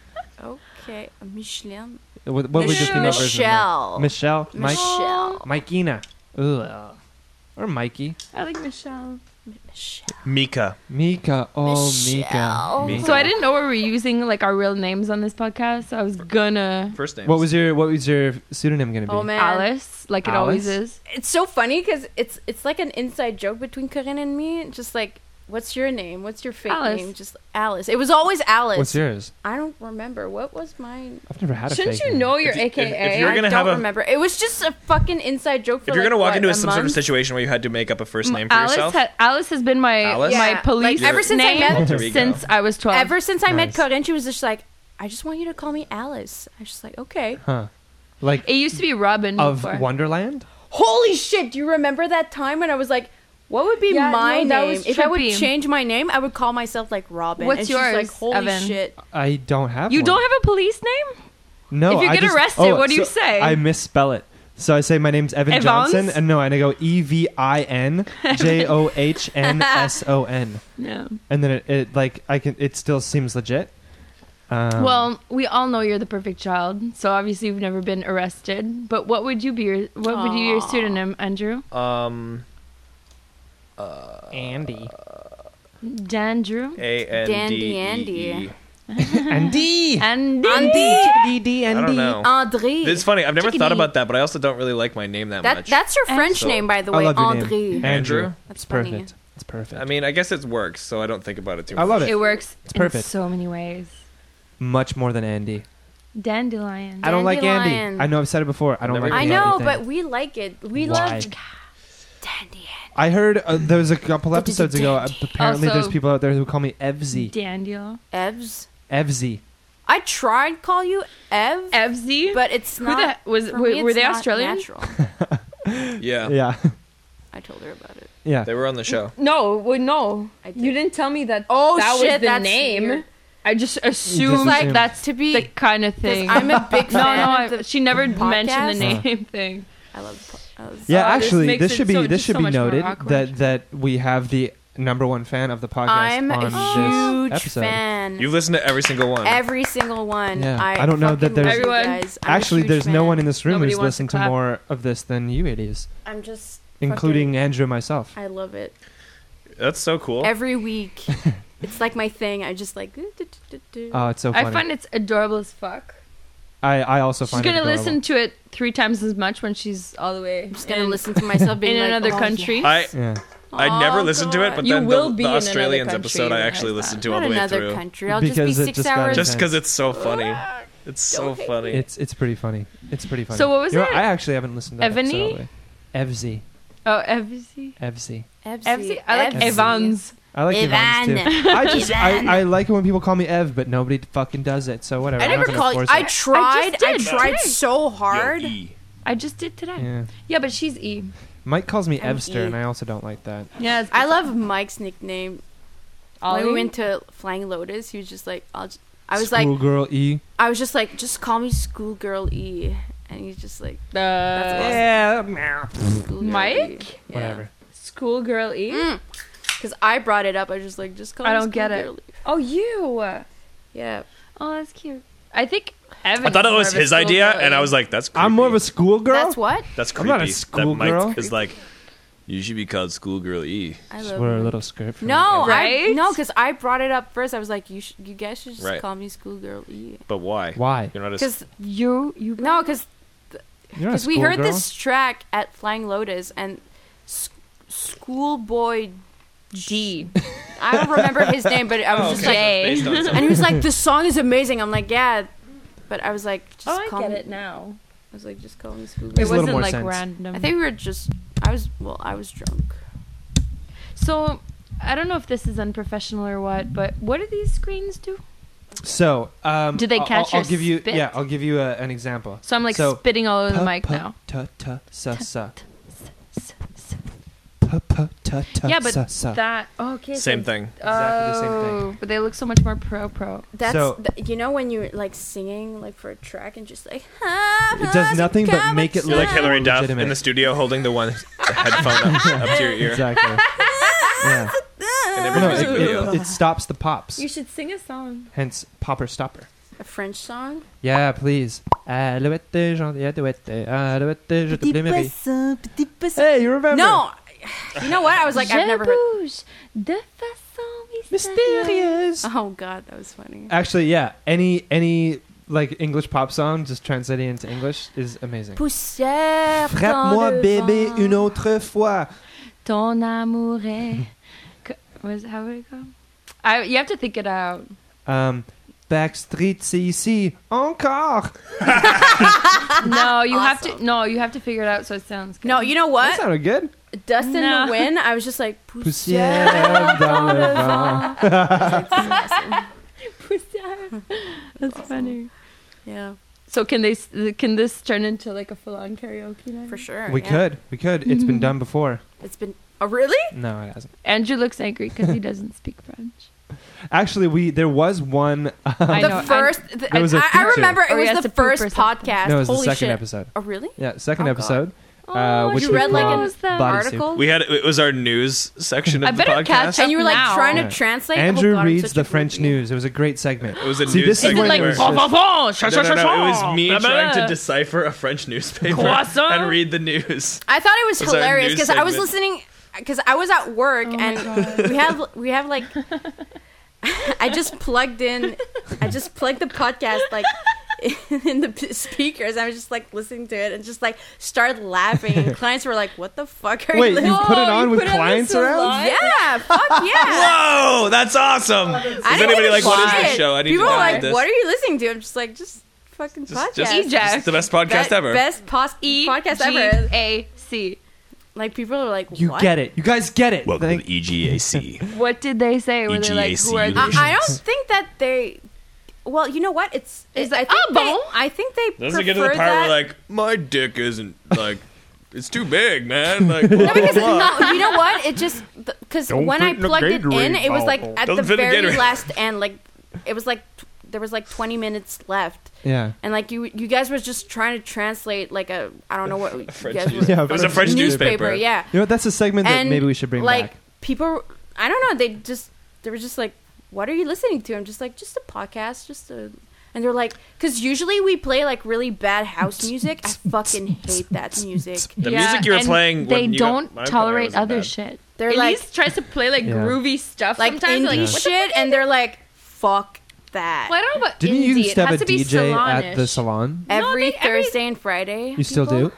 S5: Okay, Michelin.
S1: What, what was the
S5: Mich-
S1: female version?
S5: Michelle.
S1: Of Mike? Michelle. Mike.
S5: Michelle.
S1: Mikeina. Ugh. Or Mikey.
S3: I like Michelle.
S5: Michelle.
S2: Mika.
S1: Mika. Oh,
S5: Michelle.
S1: Mika.
S3: So I didn't know we were using like our real names on this podcast. So I was gonna
S2: First name.
S1: What was your What was your pseudonym gonna be?
S5: Oh man.
S3: Alice, like it always
S1: Alice?
S3: is.
S5: it's so funny because it's it's like an inside joke between Corinne and me. Just like, what's your name? What's your fake
S3: Alice.
S5: name? Just Alice. It was always Alice.
S1: What's yours?
S5: I don't remember. What was mine?
S1: I've never had a.
S3: Shouldn't
S1: fake
S3: you
S1: name.
S3: know your
S2: If you- if-
S3: AKA?
S2: if you're
S5: I
S2: gonna
S5: don't
S2: have a-
S5: remember. It was just a fucking inside joke. For
S2: If you're
S5: like,
S2: gonna walk
S5: what,
S2: into
S5: a
S2: some sort of
S5: month?
S2: situation where you had to make up a first name for
S3: Alice
S2: yourself,
S3: ha- Alice has been my
S2: Alice?
S3: my
S5: Yeah, like,
S3: police
S5: ever since I
S3: name
S5: met-
S2: Alter ego.
S3: since I was twelve.
S5: Ever since I met
S1: Nice.
S5: Corinne, she was just like, I just want you to call me Alice. I was just like, okay.
S1: Huh? Like
S3: it used to be Robin
S1: of
S3: before.
S1: Wonderland?
S5: Holy shit! Do you remember that time when I was like, what would be
S3: Yeah,
S5: my
S3: no, that
S5: name?
S3: was
S5: If I would
S3: trippy.
S5: change my name, I would call myself like Robin.
S3: What's
S5: and she's
S3: yours,
S5: like, holy
S3: Evan?
S5: shit.
S1: I don't have.
S3: You
S1: one.
S3: don't have a police name?
S1: No.
S3: If you
S1: I
S3: get
S1: just-
S3: arrested,
S1: oh,
S3: what do you
S1: so
S3: say?
S1: I misspell it. So I say my name's Evan
S3: Evans?
S1: Johnson, and no, and I go E V I N J O H N S O N,
S3: No.
S1: and then it, it like I can. It still seems legit. Um,
S3: well, we all know you're the perfect child, so obviously you've never been arrested. But what would you be? Your, what would you your pseudonym, Andrew?
S1: Uh,
S2: um,
S1: Andy.
S3: Dandrew.
S2: A N D
S5: Dandy
S2: E
S5: Andy.
S2: E.
S1: Andy.
S3: Andy.
S1: D D
S2: I don't
S1: Andy.
S2: know.
S5: Andre.
S2: It's funny. I've never
S5: Chickadee.
S2: thought about that, but I also don't really like my name that,
S5: That,
S2: much.
S5: that's your French
S2: So-
S5: name, by the
S1: I
S5: way,
S1: love your
S5: Andre.
S1: name,
S2: Andrew?
S1: It's
S5: That's funny.
S1: perfect. It's perfect.
S2: I mean, I guess it works, so I don't think about it too
S1: I
S2: much.
S1: love it.
S3: It works
S1: It's
S3: in
S1: perfect.
S3: so many ways.
S1: Much more than Andy.
S3: Dandelion.
S1: I don't like Andy.
S5: Dandelion.
S1: I know I've said it before. I don't
S2: Never
S1: like.
S5: I
S2: Andy.
S5: know,
S1: anything.
S5: but we like it. We
S1: Why?
S5: love Dandy.
S1: I heard uh, there was a couple episodes ago. uh, Apparently,
S3: Also-
S1: there's people out there who call me Evzy.
S3: Daniel.
S5: Evs.
S1: Evzy.
S5: I tried to call you Ev,
S3: Evzy.
S5: but it's
S3: Who the
S5: not.
S3: was?
S5: for
S3: Were,
S5: me,
S3: were
S5: it's
S3: they
S5: not
S3: Australian?
S5: Natural. Oh.
S2: Yeah.
S1: Yeah,
S5: I told her about it.
S1: yeah.
S2: They were on the show.
S5: Mm-hmm.
S3: No, well, no.
S5: I did.
S3: You didn't tell me that.
S5: Oh,
S3: that was
S5: shit,
S3: the
S5: that's
S3: name.
S5: weird.
S3: I just assumed
S1: assumed.
S3: like that's
S5: To be,
S3: the kind of
S5: 'cause
S3: thing.
S5: I'm a big
S3: no, no.
S5: fan.
S3: I,
S5: of the,
S3: she never mentioned the
S1: podcast?
S3: name thing.
S5: I love. The, po- I love
S1: Yeah,
S3: Oh, this
S1: actually,
S3: makes
S1: this,
S3: it
S1: should be
S3: so-
S1: this
S3: just
S1: should
S3: so
S1: be
S3: much more
S1: noted
S3: awkward.
S1: that that we have the number one fan of the podcast
S5: I'm
S1: on
S5: a huge
S1: this episode.
S5: fan.
S2: You've listened to every single one.
S5: Every single one.
S1: Yeah.
S5: I,
S1: I don't know that
S5: fucking love
S1: there's-
S5: you
S3: Everyone.
S5: guys. I'm a
S1: Actually,
S5: huge
S1: there's no
S5: fan.
S1: one in this room
S3: Nobody
S1: who's
S3: wants to
S1: listened to,
S3: clap.
S1: more of this than you idiots,
S5: I'm just
S1: including Andrew and myself.
S5: fucking- I love it
S2: That's so cool.
S5: every week. it's like my thing. I just like. do, do, do, do.
S2: Uh,
S1: Oh, it's so funny.
S3: I find it's adorable as fuck.
S1: I, I also
S3: She's
S1: find it
S3: gonna
S1: adorable.
S3: listen to it three times as much when she's all the way.
S5: I'm just gonna
S3: in,
S5: listen to myself being
S3: in
S5: like,
S3: another
S5: oh,
S3: country.
S2: I
S1: Yeah.
S2: I never
S5: Oh,
S2: listened to it,
S5: God.
S2: but
S3: You
S2: then
S3: will
S2: the,
S3: be
S2: the
S3: in another
S2: Australians
S3: country,
S2: episode I
S3: realize
S2: actually
S3: that.
S2: listened to
S5: Not
S2: all the way
S5: another
S2: through.
S5: country. I'll
S1: Because
S5: just
S1: it
S5: be six
S1: just got
S5: hours.
S2: Just
S1: Sense.
S2: because it's so funny. It's so funny.
S1: It's it's pretty funny. It's pretty funny.
S3: So what was
S1: You know,
S3: it?
S1: I actually haven't listened to that
S3: Evany?
S1: episode all the way.
S3: oh, Evzy.
S1: Evzy. Evzy.
S3: Evzy. I like
S1: Evzy.
S3: Evans.
S1: I like Evans
S5: Evan.
S1: too. I just
S5: Evan.
S1: I, I like it when people call me Ev, but nobody fucking does it. So whatever.
S5: I
S1: I'm
S5: never
S1: not gonna
S5: called.
S1: force
S5: I
S1: it.
S5: tried.
S3: just
S5: I,
S3: did
S5: tried
S3: today.
S5: so hard.
S2: Yo, E.
S3: I just did today. Yeah,
S1: Yeah.
S3: but she's E.
S1: Mike calls me
S5: I'm
S1: Evster,
S5: E.
S1: and I also don't like that.
S3: Yeah, it's
S5: I love Mike's nickname.
S3: Ollie.
S5: When we went to Flying Lotus, he was just like, I'll just, I was like,
S1: schoolgirl E.
S5: I was just like, just call me Schoolgirl E, and he's just like,
S3: Uh,
S5: That's
S1: Yeah, meh,
S5: Schoolgirl
S3: Mike?
S5: E.
S1: whatever.
S3: schoolgirl E.
S5: Because Mm. I brought it up. I was just like, just call.
S3: I
S5: me
S3: don't get it.
S5: Schoolgirl E.
S3: Oh, you. Oh,
S5: Yeah.
S3: that's cute. I think Evan.
S2: I thought that was his idea, and I was like, "That's creepy.
S1: I'm more of a schoolgirl.
S5: That's what
S2: that's
S1: I'm
S2: creepy."
S1: not a
S2: That
S1: schoolgirl.
S2: Mike is like, "You should be called schoolgirl E."
S5: I
S1: Just
S5: love.
S1: wear a
S5: Mike.
S1: little skirt. for
S5: No,
S1: me.
S5: I
S3: Right?
S5: no, because I brought it up first. I was like, you sh- you guys should just
S2: Right.
S5: call me Schoolgirl E.
S2: But why?
S1: Why?
S2: You're not a
S5: Because
S3: you. You.
S5: no, because
S1: You're not
S5: Because
S1: a
S5: we heard
S1: schoolgirl.
S5: this track at Flying Lotus and s- Schoolboy,
S3: G.
S5: I don't remember his name, but I
S3: Oh,
S5: was just like,
S3: J.
S2: based on
S5: and he was like, this song is amazing. I'm like, yeah, but I was like, just
S3: Oh, I
S5: call
S3: get
S5: me.
S3: it now.
S5: I was like, just call me Schoolboy.
S1: Makes
S3: It
S1: a little
S3: wasn't
S1: more
S3: like
S1: sense.
S3: random.
S5: I think we were just, I was, well, I was drunk.
S3: so. I don't know if this is unprofessional or what, but what do these screens do?
S1: So, um,
S3: Did they
S1: I'll-
S3: catch
S1: I'll,
S3: your
S1: I'll give you.
S3: spit?
S1: Yeah, I'll give you a, an example.
S3: So I'm like
S1: So,
S3: spitting all over the
S1: Puh,
S3: mic
S1: puh,
S3: now.
S1: Ta ta sa sa.
S3: S- s-
S1: Puh, puh, ta ta
S3: Yeah, but
S1: sa sa.
S3: that oh, okay. so-
S2: same thing.
S1: Exactly the same thing.
S3: Oh, But they look so much more pro pro.
S5: That's,
S1: So-
S5: th- you know, when you're like singing like for a track and just like,
S1: It does nothing but make it
S2: You're like
S1: Yeah.
S2: Hillary Duff
S1: Legitimate.
S2: in the studio holding the one headphone up, up to your ear.
S1: Exactly. yeah.
S2: In every
S1: No,
S2: music
S1: it,
S2: video.
S1: it, it stops the pops.
S3: should sing a song.
S1: Hence, popper stopper.
S5: a French song.
S1: Yeah, please. Alouette, gentille alouette, alouette, je te blâmerai. Hey, you remember?
S5: No, you know what? I was like, I've never heard.
S3: de façon mystérieuse.
S1: Mysterious.
S5: Oh God, that was funny.
S1: Actually, yeah. Any any like English pop song just translating into English is amazing.
S5: Poussière. dans
S1: Frappe-moi,
S5: le
S1: bébé,
S5: vent.
S1: une autre fois.
S3: Ton amour est. Co- Was how would it go? I you have to think it out.
S1: Um, Backstreet, c'est ici. Encore.
S3: No, you have to.
S5: Awesome.
S3: No, you have to figure it out so it sounds good.
S5: No, you know
S1: That
S5: what?
S1: sounded good.
S5: Dust in
S3: No.
S5: the wind. I was just like poussière.
S1: Poussière dans le vent.
S3: that's funny.
S5: yeah,
S3: So can they? s- Can this turn into like a full on karaoke night?
S5: for sure.
S1: We
S5: yeah.
S1: could. We could. It's been done before.
S5: It's been. Oh really?
S1: No, it hasn't.
S3: Andrew looks angry because he doesn't speak French.
S1: Actually, we there was one.
S3: I
S5: the
S3: know, I-
S5: first. the-
S1: There was a Oh,
S5: I- I
S1: feature.
S5: remember it
S3: Or he has
S5: was
S3: to
S5: the
S3: poop or
S5: first
S3: something.
S5: podcast.
S1: No, it was
S5: Holy
S1: the second
S5: shit.
S1: episode.
S5: Oh really?
S1: Yeah, second
S5: Oh, God.
S1: episode.
S3: Oh,
S1: uh, which
S5: you
S1: we
S5: read, like,
S1: called
S5: an
S1: Bodysuit.
S5: article?
S2: We had it was our news section of
S3: I
S2: the
S3: better
S2: podcast.
S3: catch up
S5: And you were like
S3: now.
S5: trying
S1: Yeah.
S5: to translate.
S1: Andrew
S5: oh, God, I'm
S1: reads
S5: such
S1: the
S5: a
S1: French
S5: groupie.
S1: news. It was a great segment.
S2: It was a
S1: See,
S2: news
S1: this is
S3: Is
S2: segment.
S1: when
S3: it like
S1: it
S2: where-
S1: was just-
S2: no, no, no, It was me
S3: Blah, blah.
S2: trying to decipher a French newspaper
S3: Croissant.
S2: and read the news.
S5: I thought it was
S2: It's our
S5: hilarious
S2: news
S5: because I was
S2: segment.
S5: listening because I was at
S3: Oh
S5: work and we have we have like I just plugged in I just plugged the podcast like in the p- speakers. I was just like listening to it and just like started laughing. And clients were like, "What the fuck are
S1: Wait,
S5: you?"
S1: you
S5: listening
S1: put it
S3: you
S1: on with
S3: put it on
S1: clients
S3: this
S1: around?
S3: live?
S5: Yeah, fuck yeah.
S2: Whoa, that's awesome! Is
S5: I didn't
S2: anybody
S5: even
S2: like, what
S5: watch
S2: is this
S5: it.
S2: show? I need
S5: People
S2: to
S5: were
S2: download
S5: like,
S2: this.
S5: "What are you listening to?" I'm just like, just fucking podcast.
S2: Just, just, E
S3: Podcast.
S2: just the best podcast
S5: Best-
S2: ever.
S5: Best pos-
S3: E
S5: podcast
S3: G
S5: ever.
S3: A C.
S5: Like people are like,
S1: You
S5: what?
S1: get it. You guys get it.
S2: Welcome
S1: Thank-
S2: to E EGAC.
S3: What did they say? Were they
S1: E
S3: like,
S2: EGAC
S3: who are
S5: I,
S3: these?
S5: I don't think that they. Well, you know what? It's
S3: It's
S5: I
S3: like,
S5: think
S3: ah,
S5: they,
S3: bon.
S5: I think they
S2: Doesn't
S5: prefer
S2: it get to the part
S5: that.
S2: where like my dick isn't like it's too big, man. Like blah,
S5: no,
S2: blah,
S5: because
S2: blah.
S5: no, you know what? It just because when I plugged it in, it was like at
S2: Doesn't
S5: the
S2: fit in
S5: very
S2: Gatorade.
S5: last end. Like it was like t- there was like twenty minutes left,
S1: Yeah.
S5: and like you you guys were just trying to translate like a I don't know what you
S2: French
S5: guys were,
S2: newspaper.
S1: Yeah,
S2: it was a French
S1: French
S2: newspaper.
S5: newspaper, yeah.
S1: You know, what? that's a segment that
S5: And
S1: maybe we should bring
S5: like
S1: back.
S5: people. I don't know. They just they were just like, "What are you listening to?" I'm just like, "Just a podcast, just a." And they're like, because usually we play like really bad house music. I fucking hate that music.
S4: The music you were
S3: and
S4: playing
S3: They
S4: when you got
S3: don't
S4: my iPod
S3: tolerate
S4: wasn't
S3: other
S4: bad.
S3: shit.
S5: They're
S3: Elise
S5: like-
S3: tries to play like
S1: Yeah.
S3: groovy stuff
S5: Like
S3: sometimes.
S5: indie
S3: Like, what the
S5: shit, and they're like, "Fuck that."
S3: Well, I don't know about
S1: Didn't
S3: indie.
S1: you
S3: It
S1: stab a
S3: has to be
S1: DJ at the
S3: salon-ish.
S1: salon?
S3: No,
S5: Every
S3: they- every-
S5: Thursday and Friday.
S1: You still
S5: people-
S1: do?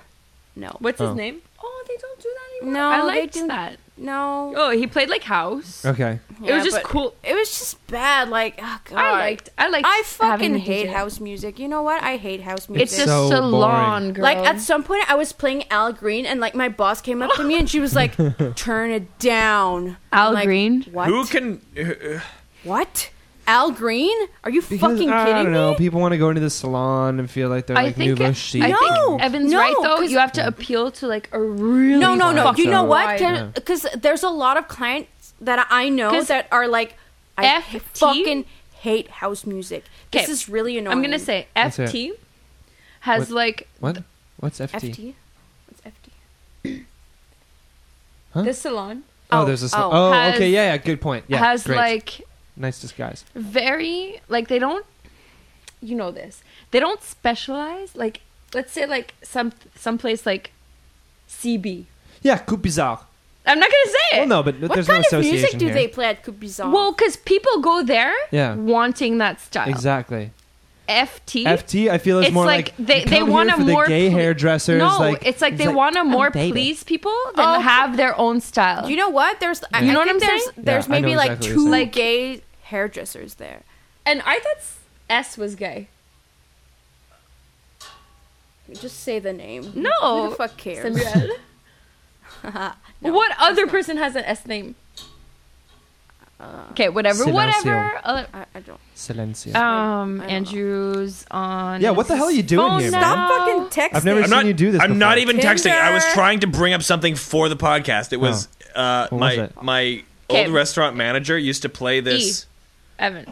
S5: No.
S3: What's his
S1: Oh.
S3: name? Oh, they don't do that anymore.
S5: No,
S3: I
S5: they
S3: liked
S5: do-
S3: that.
S5: No.
S3: Oh, he played like house.
S1: Okay.
S3: it
S5: Yeah,
S3: was just
S5: but
S3: cool.
S5: It was just bad. Like, oh god.
S3: I liked. I liked.
S5: I
S3: having
S5: fucking
S3: a
S5: hate
S3: DJ.
S5: house music. You know what? I hate house music.
S3: It's, just
S1: so
S3: salon,
S1: boring.
S3: girl.
S5: Like at some point, I was playing Al Green, and like my boss came up to me, and she was like, "Turn it down."
S3: Al
S5: I'm like,
S3: Green?
S5: What?
S2: Who can? Uh,
S5: what? Al Green? Are you
S1: Because,
S5: fucking kidding
S1: I don't know.
S5: me?
S1: People want to go into the salon and feel like they're
S3: I
S1: like
S3: think
S1: nouveau
S3: it-
S1: chic.
S3: I think
S5: No,
S3: Evan's
S5: no,
S3: right though.
S5: 'cause-
S3: You have to appeal to like a really
S5: No, no, no.
S3: fucking
S5: You know what?
S3: wide-
S5: Because there's a lot of clients that I know
S3: 'Cause
S5: that are like, I
S3: FT?
S5: fucking hate house music. This
S3: 'Kay.
S5: is really annoying.
S3: I'm gonna say
S1: That's
S3: FT
S1: What-
S3: has like
S1: what? What's FT?
S5: FT. What's FT?
S1: Huh?
S3: the salon
S1: Oh,
S5: Oh,
S1: there's a salon.
S5: oh,
S1: Oh,
S3: has-
S1: okay. Yeah, yeah. Good point. Yeah.
S3: has
S1: great.
S3: like
S1: nice disguise.
S3: very like they don't you know this they don't specialize like let's say like some someplace like CB
S1: Yeah, coupe bizarre.
S3: I'm not gonna say it
S1: Well, no, but
S5: What
S1: there's
S5: kind
S1: no
S5: of
S1: association
S5: music do
S1: here.
S5: they play at Coupe Bizarre?
S3: well because people go there
S1: Yeah.
S3: wanting that style
S1: Exactly.
S3: FT
S1: FT, I feel is
S3: It's
S1: more
S3: like
S1: like,
S3: they-
S1: you
S3: they
S1: come here
S3: wanna
S1: for the
S3: more
S1: gay
S3: ple-
S1: hairdressers.
S3: no
S1: like,
S3: it's like they want to
S1: oh,
S3: more
S1: baby.
S3: please people than
S5: Oh,
S3: have their own style
S5: You know what? There's I,
S3: You
S5: I
S3: know what
S5: think
S3: I'm
S5: there's
S3: saying?
S5: there's
S1: Yeah, I know
S5: maybe like
S1: exactly what you're
S5: two
S1: saying.
S3: Like-
S5: gay hairdressers there.
S3: and I thought S was gay
S5: Just say the name.
S3: No.
S5: Who the fuck cares?
S3: Samuel
S5: No,
S3: what other person has an S name okay whatever
S1: Silencio.
S3: whatever other-
S5: I, I don't.
S1: Silencio.
S3: Um,
S5: I don't know.
S3: Andrew's on.
S1: Yeah, what the hell are you doing
S3: phone
S1: here, man?
S3: now.
S6: Stop fucking texting.
S1: I've never
S2: I'm
S1: seen
S2: not.
S1: you do this.
S2: I'm
S1: before.
S2: not even texting. I was
S6: Tinder.
S2: trying to bring up something for the podcast. It was uh,
S1: Oh. What
S2: my
S1: was it?
S2: my
S3: Okay.
S2: old restaurant manager used to play this.
S3: Evan.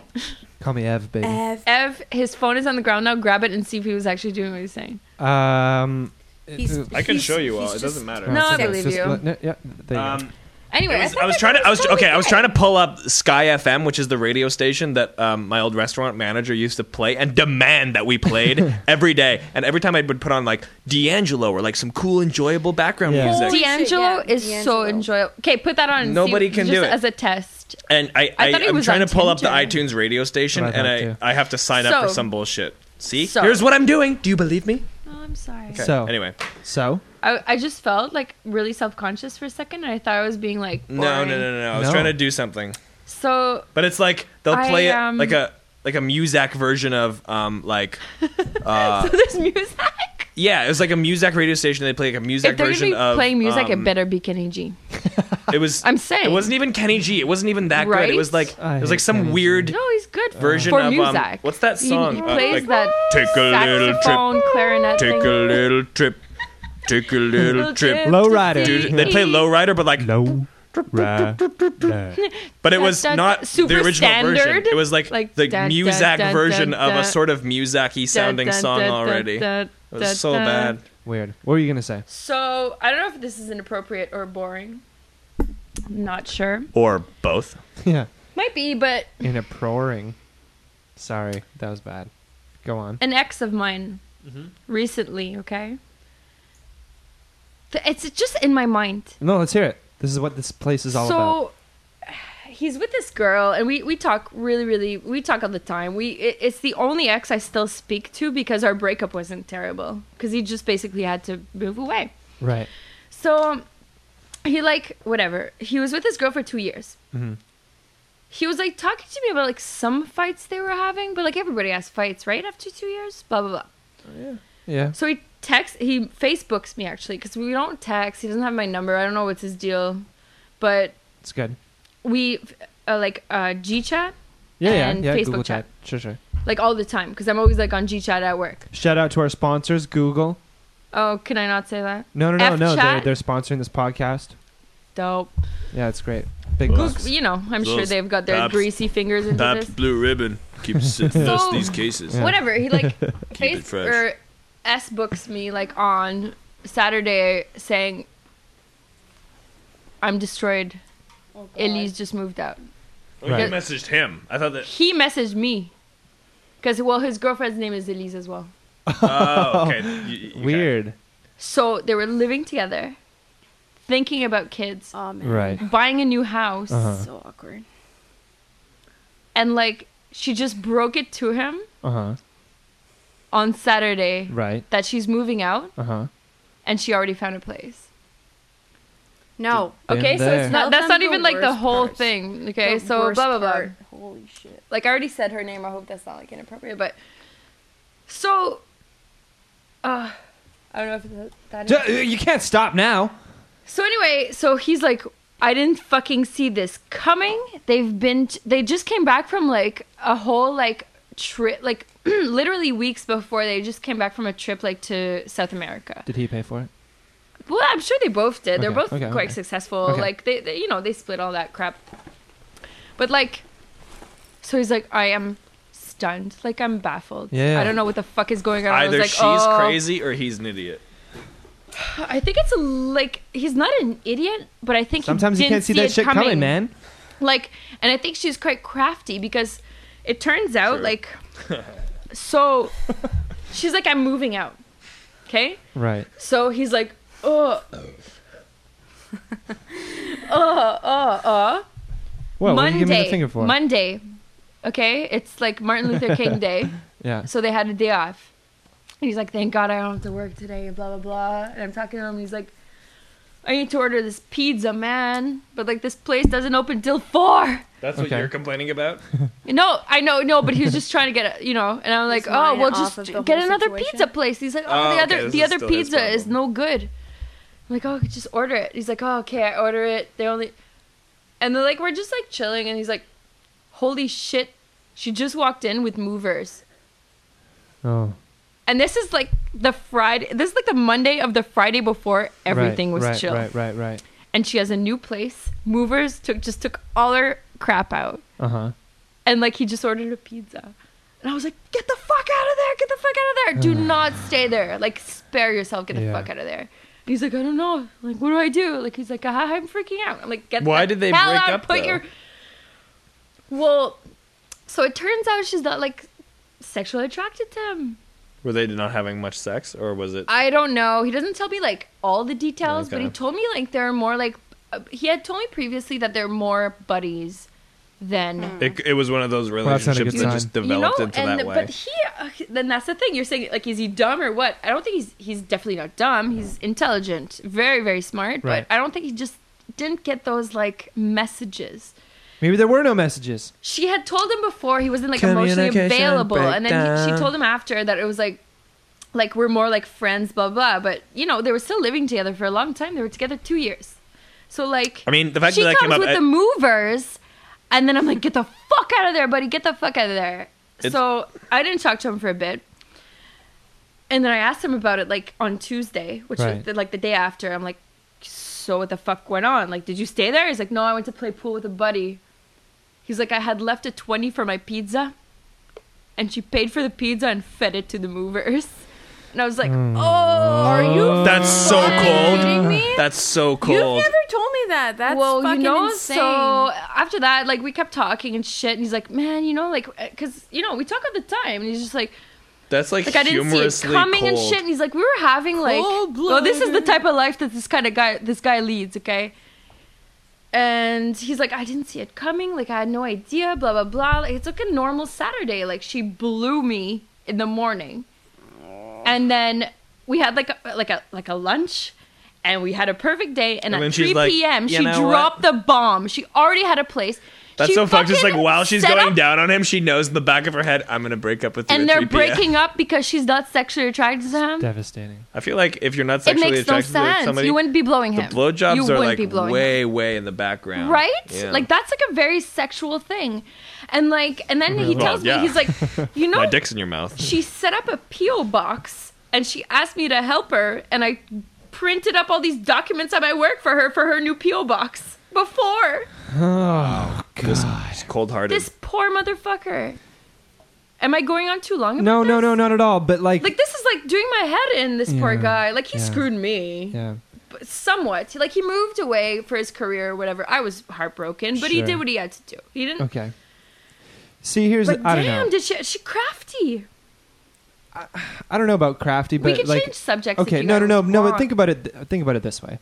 S1: Call me Ev, baby.
S3: eh,
S6: Ev.
S3: Ev, his phone is on the ground now. Grab it and see if he was actually doing what he's saying.
S1: Um,
S6: He's-
S5: E.
S1: it-
S4: I can
S6: He's-
S4: show you all.
S6: he's
S4: It doesn't matter.
S3: No, I
S1: it's
S3: believe
S1: just-
S3: you.
S1: no, yeah, there you go.
S2: Um,
S3: Anyway,
S2: It was-
S3: thought
S2: I was
S3: that
S2: trying to. I was
S3: totally
S2: okay. I was
S3: good.
S2: trying to pull up Sky FM, which is the radio station that um, my old restaurant manager used to play and demand that we played every day. And every time I would put on like D'Angelo or like some cool, enjoyable background
S1: Yeah.
S2: music.
S5: Holy-
S3: D'Angelo
S5: Yeah,
S3: is so
S5: D'Angelo.
S3: enjoyable. Okay, put that on. and see
S2: Nobody
S3: if-
S2: can
S3: just
S2: do it.
S3: as a test.
S2: and I,
S3: I
S2: I,
S3: thought it
S2: am
S3: was
S2: trying
S3: on
S2: to pull up the
S3: Tinder.
S2: iTunes radio station,
S1: That's what
S2: and
S1: I
S2: I,
S1: thought,
S2: I have to sign up for
S3: So-
S2: some bullshit. See,
S3: So-
S2: here's what I'm doing. Do you believe me?
S3: Oh, I'm sorry.
S1: So
S2: Anyway,
S1: so
S3: I, I just felt like really self conscious for a second, and I thought I was being like.
S2: no, no,
S3: boring.
S2: no, no, no. I was
S1: No.
S2: trying to do something,
S3: So
S2: but it's like they'll
S3: I,
S2: play
S3: um,
S2: it like a like a Muzak version of um like
S3: so there's music.
S2: yeah, it was like a Muzak radio station. They play like a Muzak
S3: If they're gonna
S2: version
S3: be
S2: of
S3: playing music,
S2: um,
S3: it better be Kenny G.
S2: It was.
S3: I'm saying.
S2: it wasn't even Kenny G. It wasn't even that good.
S3: Right?
S2: It was like
S1: I
S2: it was
S1: hate
S2: like some
S1: Kenny G.
S2: weird
S3: No, he's good
S2: version
S3: for
S2: of um,
S3: music.
S2: what's that
S3: He-
S2: song?
S3: He,
S2: Uh,
S3: plays
S2: like,
S3: that
S2: Take a little
S3: saxophone,
S2: trip.
S3: clarinet.
S2: Take a
S3: thing.
S2: little trip. Take a little trip.
S1: Low
S3: to
S1: rider.
S3: see-
S2: Dude, they play Lowrider, but like,
S1: no.
S2: but it was
S3: Dun, dun,
S2: not
S3: super
S2: the original version.
S3: standard.
S2: It was like,
S3: Like,
S2: the
S3: dun, dun,
S2: Muzak
S3: dun,
S2: version
S3: dun,
S2: of
S3: dun.
S2: a sort of Muzak-y sounding
S3: Dun, dun,
S2: song
S3: dun, dun,
S2: already. It
S3: dun, dun,
S2: was so
S3: dun.
S2: bad.
S1: Weird. What were you gonna say?
S3: So I don't know if this is inappropriate or boring. I'm not sure.
S2: Or both.
S1: yeah.
S3: Might be, but
S1: In a proring. Sorry, that was bad. Go on.
S3: an ex of mine
S2: Mm-hmm.
S3: recently. Okay. Th- It's just in my mind.
S1: No, let's hear it. This is what this place is all
S3: so,
S1: about.
S3: he's with this girl, and we we talk really, really. We talk all the time. We it, it's the only ex I still speak to because our breakup wasn't terrible. Because he just basically had to move away.
S1: Right.
S3: So um, he like whatever. He was with this girl for two years.
S1: Mm-hmm.
S3: He was like talking to me about like some fights they were having, but like everybody has fights, right? After two years, blah blah blah.
S1: Yeah.
S3: So he texts, he Facebooks me actually because we don't text. He doesn't have my number. I don't know what's his deal, but
S1: It's good.
S3: we uh, like uh, G chat,
S1: Yeah, yeah,
S3: And
S1: yeah.
S3: Facebook
S1: Google
S3: chat.
S1: Sure, sure.
S3: like all the time because I'm always like on G chat at work.
S1: Shout out to our sponsors, Google.
S3: Oh, can I not say that?
S1: No, no, no, no. They're,
S3: F-chat?
S1: they're sponsoring this podcast.
S3: Dope.
S1: Yeah, it's great. Big
S2: Google-
S1: bucks.
S3: You know, I'm sure
S2: Those
S3: theyve got their
S2: tabs-
S3: greasy fingers into this.
S2: Blue Ribbon keeps
S3: us these
S2: cases.
S3: whatever he like
S2: Keep it
S3: face
S2: fresh.
S3: or s books me like on saturday saying i'm destroyed Elise just moved out.
S2: you Right.
S4: messaged him. I thought that.
S3: He messaged me. Because, well, his girlfriend's name is Elise as well.
S4: Oh, okay.
S1: Weird.
S3: So they were living together, thinking about kids,
S5: Oh man,
S1: Right.
S3: buying a new house,
S1: Uh-huh.
S5: so awkward.
S3: and like she just broke it to him
S1: Uh huh.
S3: on Saturday
S1: Right.
S3: that she's moving out
S1: Uh huh.
S3: and she already found a place.
S5: No,
S1: Been
S3: Okay, so
S1: there.
S3: it's not that's
S5: Sometimes
S3: not
S5: the
S3: even like the
S5: worst
S3: whole
S5: parts.
S3: thing. Okay,
S5: The
S3: so
S5: worst
S3: blah blah
S5: part.
S3: blah.
S6: Holy shit.
S3: Like I already said her name. I hope that's not like inappropriate, but so uh I don't know if that, that is.
S1: Ju- uh, You can't stop now.
S3: So anyway, so he's like, I didn't fucking see this coming. They've been, they just came back from like a whole like trip, like literally weeks before they just came back from a trip like to South America.
S1: Did he pay for it?
S3: Well, I'm sure they both did. They're
S1: Okay,
S3: both
S1: okay,
S3: quite
S1: okay.
S3: successful.
S1: Okay.
S3: Like they, they, you know, they split all that crap. But like, so he's like, I am stunned. Like I'm baffled.
S1: Yeah.
S3: I don't know what the fuck is going on. I was
S2: Either
S3: like,
S2: she's
S3: "Oh."
S2: crazy or he's an idiot.
S3: I think it's a, like he's not an idiot, but I think
S1: Sometimes
S3: he
S1: you
S3: didn't
S1: can't see
S3: see
S1: that
S3: it
S1: shit coming,
S3: coming
S1: man.
S3: like and i think she's quite crafty because it turns out
S2: True.
S3: like so she's like i'm moving out okay
S1: Right.
S3: so he's like oh uh uh uh
S1: Well, what did
S3: monday
S1: you give me the finger for?
S3: monday okay it's like martin luther king day
S1: yeah.
S3: so they had a day off. And he's like, thank God I don't have to work today, blah, blah, blah. And I'm talking to him, and he's like, I need to order this pizza, man. But like, this place doesn't open till four.
S4: That's
S1: Okay.
S4: what you're complaining about.
S3: No, I know, no, but he was just trying to get, a, you know, and I'm like,
S5: He's
S3: oh,
S5: lying
S3: well,
S5: off
S3: just
S5: of the
S3: get
S5: whole
S3: another
S5: situation?
S3: pizza place. He's like, oh,
S2: Oh,
S3: the
S2: okay,
S3: other,
S2: this
S3: the
S2: is
S3: other
S2: still his
S3: pizza is no
S2: problem.
S3: good. I'm like, oh, just order it. He's like, oh, okay, I order it. They only, and they're like, we're just like chilling, and he's like, holy shit, she just walked in with movers.
S1: Oh.
S3: And this is like the Friday. This is like the Monday of the Friday before everything
S1: right,
S3: was
S1: right,
S3: chill.
S1: Right. Right. Right.
S3: And she has a new place. Movers took just took all her crap out.
S1: Uh huh.
S3: And like he just ordered a pizza. And I was like, get the fuck out of there! Get the fuck out of there! Do not stay there. Like spare yourself. Get the
S1: Yeah.
S3: fuck out of there. And he's like, I don't know. Like, what do I do? Like, he's like, ah, I'm freaking out. I'm like, get
S2: Why
S3: the
S2: did they
S3: hell
S2: break
S3: out.
S2: up,
S3: Put
S2: though?
S3: your. Well, so it turns out she's not like sexually attracted to him.
S2: Were they not having much sex, or was it?
S3: I don't know. He doesn't tell me like all the details, but
S2: Okay.
S3: he told me like there are more like uh, he had told me previously that they're more buddies than
S2: It, it was one of those
S1: that's not a
S2: relationships
S1: good
S2: that
S1: sign.
S2: just developed
S3: you know.
S2: into
S3: and
S2: that way.
S3: but he uh, then that's the thing you're saying like is he dumb or what? I don't think he's he's definitely not dumb. He's intelligent, very very smart,
S1: Right.
S3: but I don't think he just didn't get those like messages.
S1: Maybe there were no messages.
S3: She had told him before he wasn't like emotionally
S2: Communication
S3: available, and then he,
S2: breakdown.
S3: she told him after that it was like, like we're more like friends, blah blah. But you know they were still living together for a long time. They were together two years, so like
S2: I mean, the fact
S3: she
S2: that that came
S3: comes
S2: up,
S3: with
S2: I-
S3: the movers, and then I'm like, get the fuck out of there, buddy, get the fuck out of there.
S2: It's-
S3: so I didn't talk to him for a bit, and then I asked him about it like on Tuesday, which
S1: Right.
S3: is the, like the day after. I'm like, so what the fuck went on? Like, did you stay there? He's like, no, I went to play pool with a buddy. He's like, I had left a 20 for my pizza, and she paid for the pizza and fed it to the movers. And I was like, oh, are
S1: Oh.
S3: you
S2: That's so
S3: fucking
S2: cold.
S3: kidding me?
S2: That's so
S5: You've
S2: cold.
S5: never told me that. That's
S3: well,
S5: fucking
S3: you know,
S5: insane.
S3: so after that, like we kept talking and shit, and he's like, "Man, you know, like, because you know, we talk all the time," and he's just like,
S2: That's like,
S3: "Like I didn't see it
S2: humorously
S3: coming
S2: cold.
S3: and shit," and he's like, "We were having like, well, this is the type of life that this kind of guy, this guy leads, okay." And he's like, "I didn't see it coming. Like I had no idea. Blah blah blah. Like, it's like a normal Saturday. Like she blew me in the morning." and then we had like a, like a like a lunch and we had a perfect day and,
S2: And then
S3: at
S2: she's
S3: 3
S2: like,
S3: p.m.
S2: "You
S3: she
S2: know
S3: dropped the bomb she already had a place
S2: That's
S3: She
S2: so fucked. Just like
S3: fucking
S2: while she's
S3: set
S2: going
S3: up-
S2: down on him, she knows in the back of her head, I'm gonna break up with you.
S3: and
S2: at 3
S3: they're
S2: p.m.
S3: breaking up because she's not sexually attracted to him
S1: Devastating.
S2: I feel like if you're not
S3: it
S2: sexually
S3: makes no
S2: attracted to
S3: sense
S2: somebody,
S3: you wouldn't be blowing
S2: the
S3: him you
S2: blowjobs are
S3: wouldn't
S2: like
S3: be blowing him.
S2: way, way in the background,
S3: right
S2: Yeah.
S3: like that's like a very sexual thing and like and then he
S2: Well,
S3: tells
S2: yeah.
S3: me he's like you know
S2: My dick's in your mouth.
S3: she set up a PO box and she asked me to help her and I printed up all these documents at my work for her for her new PO box before
S1: Oh
S2: This-
S1: God.
S2: She's cold-hearted.
S3: this poor motherfucker. Am I going on too long? About
S1: No, no,
S3: this?
S1: no, not at all. But like,
S3: Like this is like doing my head in. This poor
S1: Yeah,
S3: guy. Like he
S1: yeah.
S3: screwed me.
S1: yeah.
S3: somewhat. Like he moved away for his career or whatever. I was heartbroken, but he
S1: Sure.
S3: did what he had to do. He didn't.
S1: Okay. See, here's
S3: But
S1: I don't
S3: damn,
S1: know.
S3: did she? She crafty.
S1: I don't know about crafty, but
S3: we could
S1: like
S3: change subjects. if
S1: okay,
S3: you
S1: no, no, no,
S3: guys
S1: no. But
S3: want.
S1: think about it. th- think about it this way.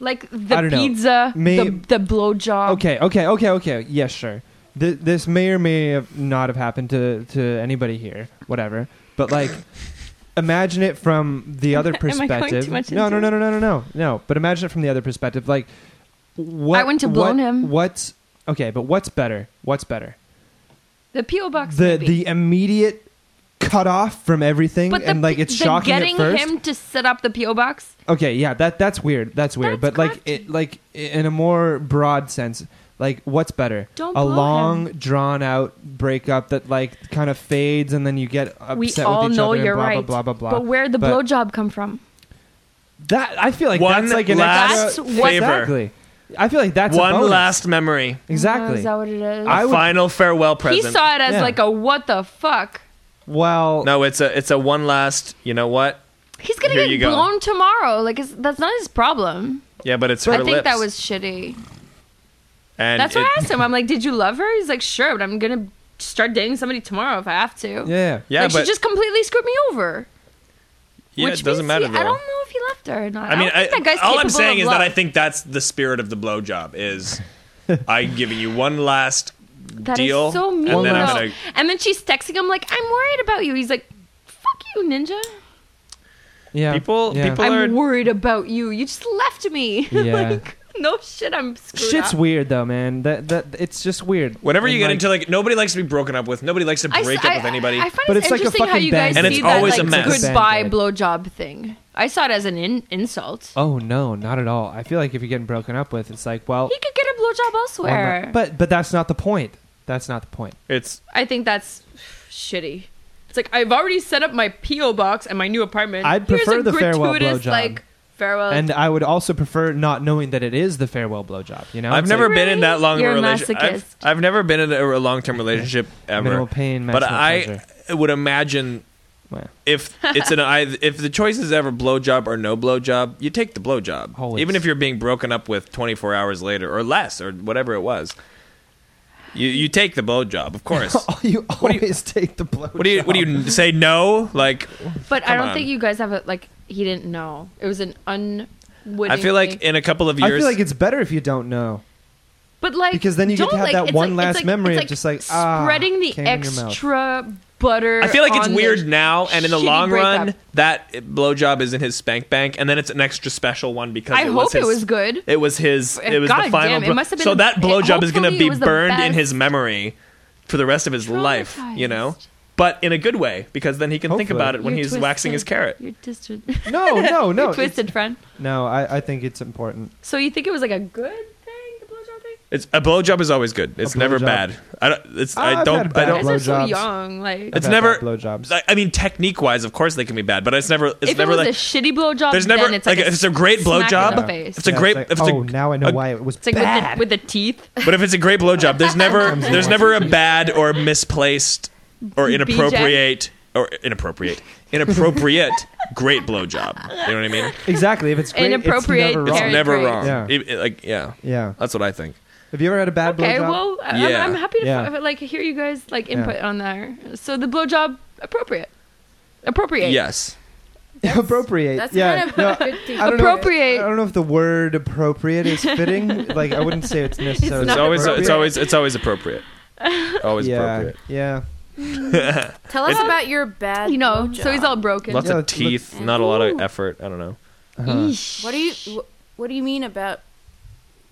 S3: like
S1: I
S3: the
S1: don't know.
S3: pizza,
S1: May-
S3: the the blowjob.
S1: Okay, okay, okay, okay. Yes, sure. Th- this may or may have not have happened to to anybody here. Whatever. But like, imagine it from the other
S3: I going too
S1: perspective.
S3: much
S1: no, no,
S3: into
S1: no,
S3: it?
S1: no, no, no, no, no. But imagine it from the other perspective. Like, what?
S3: went to
S1: what-
S3: blown him.
S1: What's okay? But what's better? What's better?
S3: the PO box.
S1: the
S3: maybe.
S1: the immediate cut off from everything
S3: but the,
S1: and like it's
S3: the
S1: shocking
S3: getting
S1: at first.
S3: him to set up the PO box.
S1: okay, yeah, that that's weird. That's weird.
S3: That's
S1: but like
S3: crafty.
S1: it like i- in a more broad sense, like what's better?
S3: Don't
S1: a
S3: blow
S1: long drawn out breakup that like kind of fades and then you get upset
S3: we
S1: with
S3: all
S1: each
S3: know
S1: other
S3: you're
S1: and blah,
S3: right.
S1: blah blah blah blah.
S3: But where the
S1: But-
S3: blowjob come from? Oh,
S1: that I feel like
S2: One
S1: that's like an
S2: last
S1: extra
S3: That's what-
S2: favor.
S1: Exactly. I feel like that's a
S2: One
S1: bonus.
S2: last memory.
S3: Oh, is
S1: exactly.
S3: that what it is?
S1: I
S2: A
S1: would-
S2: final farewell
S3: he
S2: present.
S3: saw it as
S1: Yeah.
S3: like a what the fuck.
S1: Well,
S2: no, it's a it's a one last. You know what?
S3: He's gonna
S2: Here you
S3: get
S2: go.
S3: blown tomorrow. Like it's, that's not his problem.
S2: Yeah, but it's her
S3: I think
S2: lips.
S3: that was shitty.
S2: And
S3: That's
S2: it,
S3: what I asked him. I'm like, did you love her? He's like, sure, but I'm gonna start dating somebody tomorrow if I have to.
S1: yeah.
S2: Yeah,
S3: like,
S2: but
S3: she just completely screwed me over.
S2: yeah,
S3: Which
S2: it doesn't
S3: means
S2: matter.
S3: he-
S2: though.
S3: I don't know if he left her or not.
S2: I mean,
S3: don't think that guy's
S2: all I'm
S3: capable
S2: saying
S3: of
S2: is that I
S3: love.
S2: think that's the spirit of the blowjob. Is I'm giving you one last
S3: That is
S2: deal,
S3: so
S2: and
S3: mean.
S2: then I'm
S3: though.
S2: gonna-
S3: And then she's texting him like, "I'm worried about you." He's like, "Fuck you, ninja.
S1: Yeah.
S2: People-
S1: yeah.
S2: people-
S3: I'm
S2: Bullard.
S3: worried about you. You just left me.
S1: Yeah.
S3: like, no shit, I'm screwed
S1: Shit's
S3: up.
S1: weird though, man. That that it's just weird.
S2: Whenever you
S1: And,
S2: get
S1: like,
S2: into like nobody likes to be broken up with. Nobody likes to
S3: I,
S2: break
S3: I-
S2: up with anybody.
S3: I, I find
S1: But
S3: it's
S1: it's like a
S3: interesting how
S1: fucking
S3: you guys
S1: band-aid.
S2: And
S3: see
S2: it's always
S3: that
S2: a
S3: like,
S2: mess.
S3: goodbye
S1: Band-aid.
S3: blowjob thing. I saw it as an in- insult.
S1: Oh no, not at all. I feel like if you're getting broken up with, it's like, well,
S3: He could get a blowjob
S1: well, no-
S3: elsewhere.
S1: but but that's not the point. That's not the point.
S2: it's
S3: I think that's shitty. It's like I've already set up my PO box and my new apartment.
S1: I'd
S3: Here's
S1: prefer
S3: a
S1: the farewell
S3: gratuitous,
S1: blowjob.
S3: Like farewell.
S1: And I would also prefer not knowing that it is the farewell blowjob. You know,
S2: I've
S1: It's
S2: never
S1: like
S2: been in that long of a
S3: You're a
S2: relationship. I've,
S3: masochist.
S2: I've never been in a, a long term relationship ever.
S1: minimal pain,
S2: but
S1: maximum
S2: I
S1: pleasure.
S2: would imagine
S1: Well,
S2: if it's an I, if the choice is ever blowjob or no blowjob, you take the blowjob,
S1: Always.
S2: even if you're being broken up with 24 hours later or less or whatever it was. You you take the blowjob, of course.
S1: you always take the blowjob.
S2: what do you what do you say? No, like
S3: but I
S2: come
S3: don't
S2: on.
S3: think you guys have it. Like he didn't know. It was an unwitting.
S2: I feel like in a couple of
S1: I
S2: years,
S1: feel like it's better if you don't know.
S3: but like
S1: because then you get to
S3: don't,
S1: have
S3: like,
S1: that
S3: it's
S1: one
S3: like-
S1: last
S3: it's like,
S1: memory
S3: it's
S1: of
S3: like
S1: just like, ah,
S3: spreading the
S1: came in your mouth.
S3: extra butter.
S2: I feel like it's
S3: on
S2: weird
S3: the
S2: now, and in the
S3: shitty
S2: long run,
S3: breakup.
S2: that blowjob is in his spank bank, and then it's an extra special one because
S3: I
S2: it
S3: hope
S2: was his,
S3: it was good. Eh,
S2: It was his. It was
S3: God
S2: the final.
S3: damn, it
S2: blow-
S3: must have been
S2: so
S3: the-
S2: that
S3: it-
S2: blowjob is going to
S3: hopefully it
S2: be
S3: was the
S2: burned in
S3: best.
S2: his memory for the rest of his life. You know,
S3: Traumatized.
S2: but in a good way because then he can think
S1: Hopefully.
S2: about it when
S3: You're
S2: he's waxing his
S3: twisted.
S2: carrot.
S3: You're distant.
S1: No, no, no.
S3: You're
S1: it's-
S3: twisted friend.
S1: No, I, I think it's important.
S3: So you think it was like a good thing, the blowjob thing?
S2: It's a blowjob is always good. It's never
S1: blowjob. Oh,
S2: bad. I don't. It's.
S1: I've
S2: I
S1: had
S2: don't. I
S1: bad
S3: You
S2: don't.
S3: guys are so
S1: Blowjobs.
S3: young. Like
S2: It's
S1: I've had
S2: never-
S1: bad blowjobs.
S2: I- I mean, technique wise, of course they can be bad, but it's never. It's
S3: if
S2: never
S3: it was
S2: like.
S3: a shitty blowjob,
S2: there's never
S3: then it's like,
S2: if it's a great
S3: smack in the
S2: blowjob.
S3: face.
S2: if It's a great.
S1: It's
S2: if
S1: like,
S2: it's a-
S1: oh, now I know
S2: a-
S1: why it was
S3: It's like
S1: bad.
S3: with the, with the teeth.
S2: But if it's a great blowjob, there's never there's never a bad or misplaced or inappropriate or inappropriate inappropriate great blowjob. You know what I mean?
S1: exactly. If it's great, it's
S3: Inappropriate
S1: never
S2: It's
S1: wrong.
S3: Very
S2: never
S3: great.
S2: wrong.
S1: Yeah.
S2: It- it- like yeah,
S1: yeah.
S2: that's what I think.
S1: Have you ever had a bad
S3: Okay,
S1: blowjob?
S3: well, I-
S2: Yeah.
S3: I'm, I'm happy to
S1: Yeah.
S3: f- like hear you guys like
S1: Yeah.
S3: input on that. So the blowjob appropriate, appropriate.
S2: Yes,
S1: appropriate.
S5: That's
S1: yeah.
S5: kind of
S1: No,
S5: a good thing.
S1: I don't know-
S3: Appropriate.
S1: I don't know if the word appropriate is fitting. like I wouldn't say it's necessarily.
S3: not
S2: it's always
S1: appropriate.
S2: it's always it's always appropriate. Always
S1: yeah,
S2: appropriate.
S1: yeah.
S5: Tell us
S2: It's-
S5: about your bad.
S3: You know,
S5: blowjob.
S3: so he's all broken.
S2: Lots
S1: Yeah,
S2: of
S1: let's-
S2: teeth, not a lot of effort. I don't know. Uh-huh.
S5: What do you wh- What do you mean about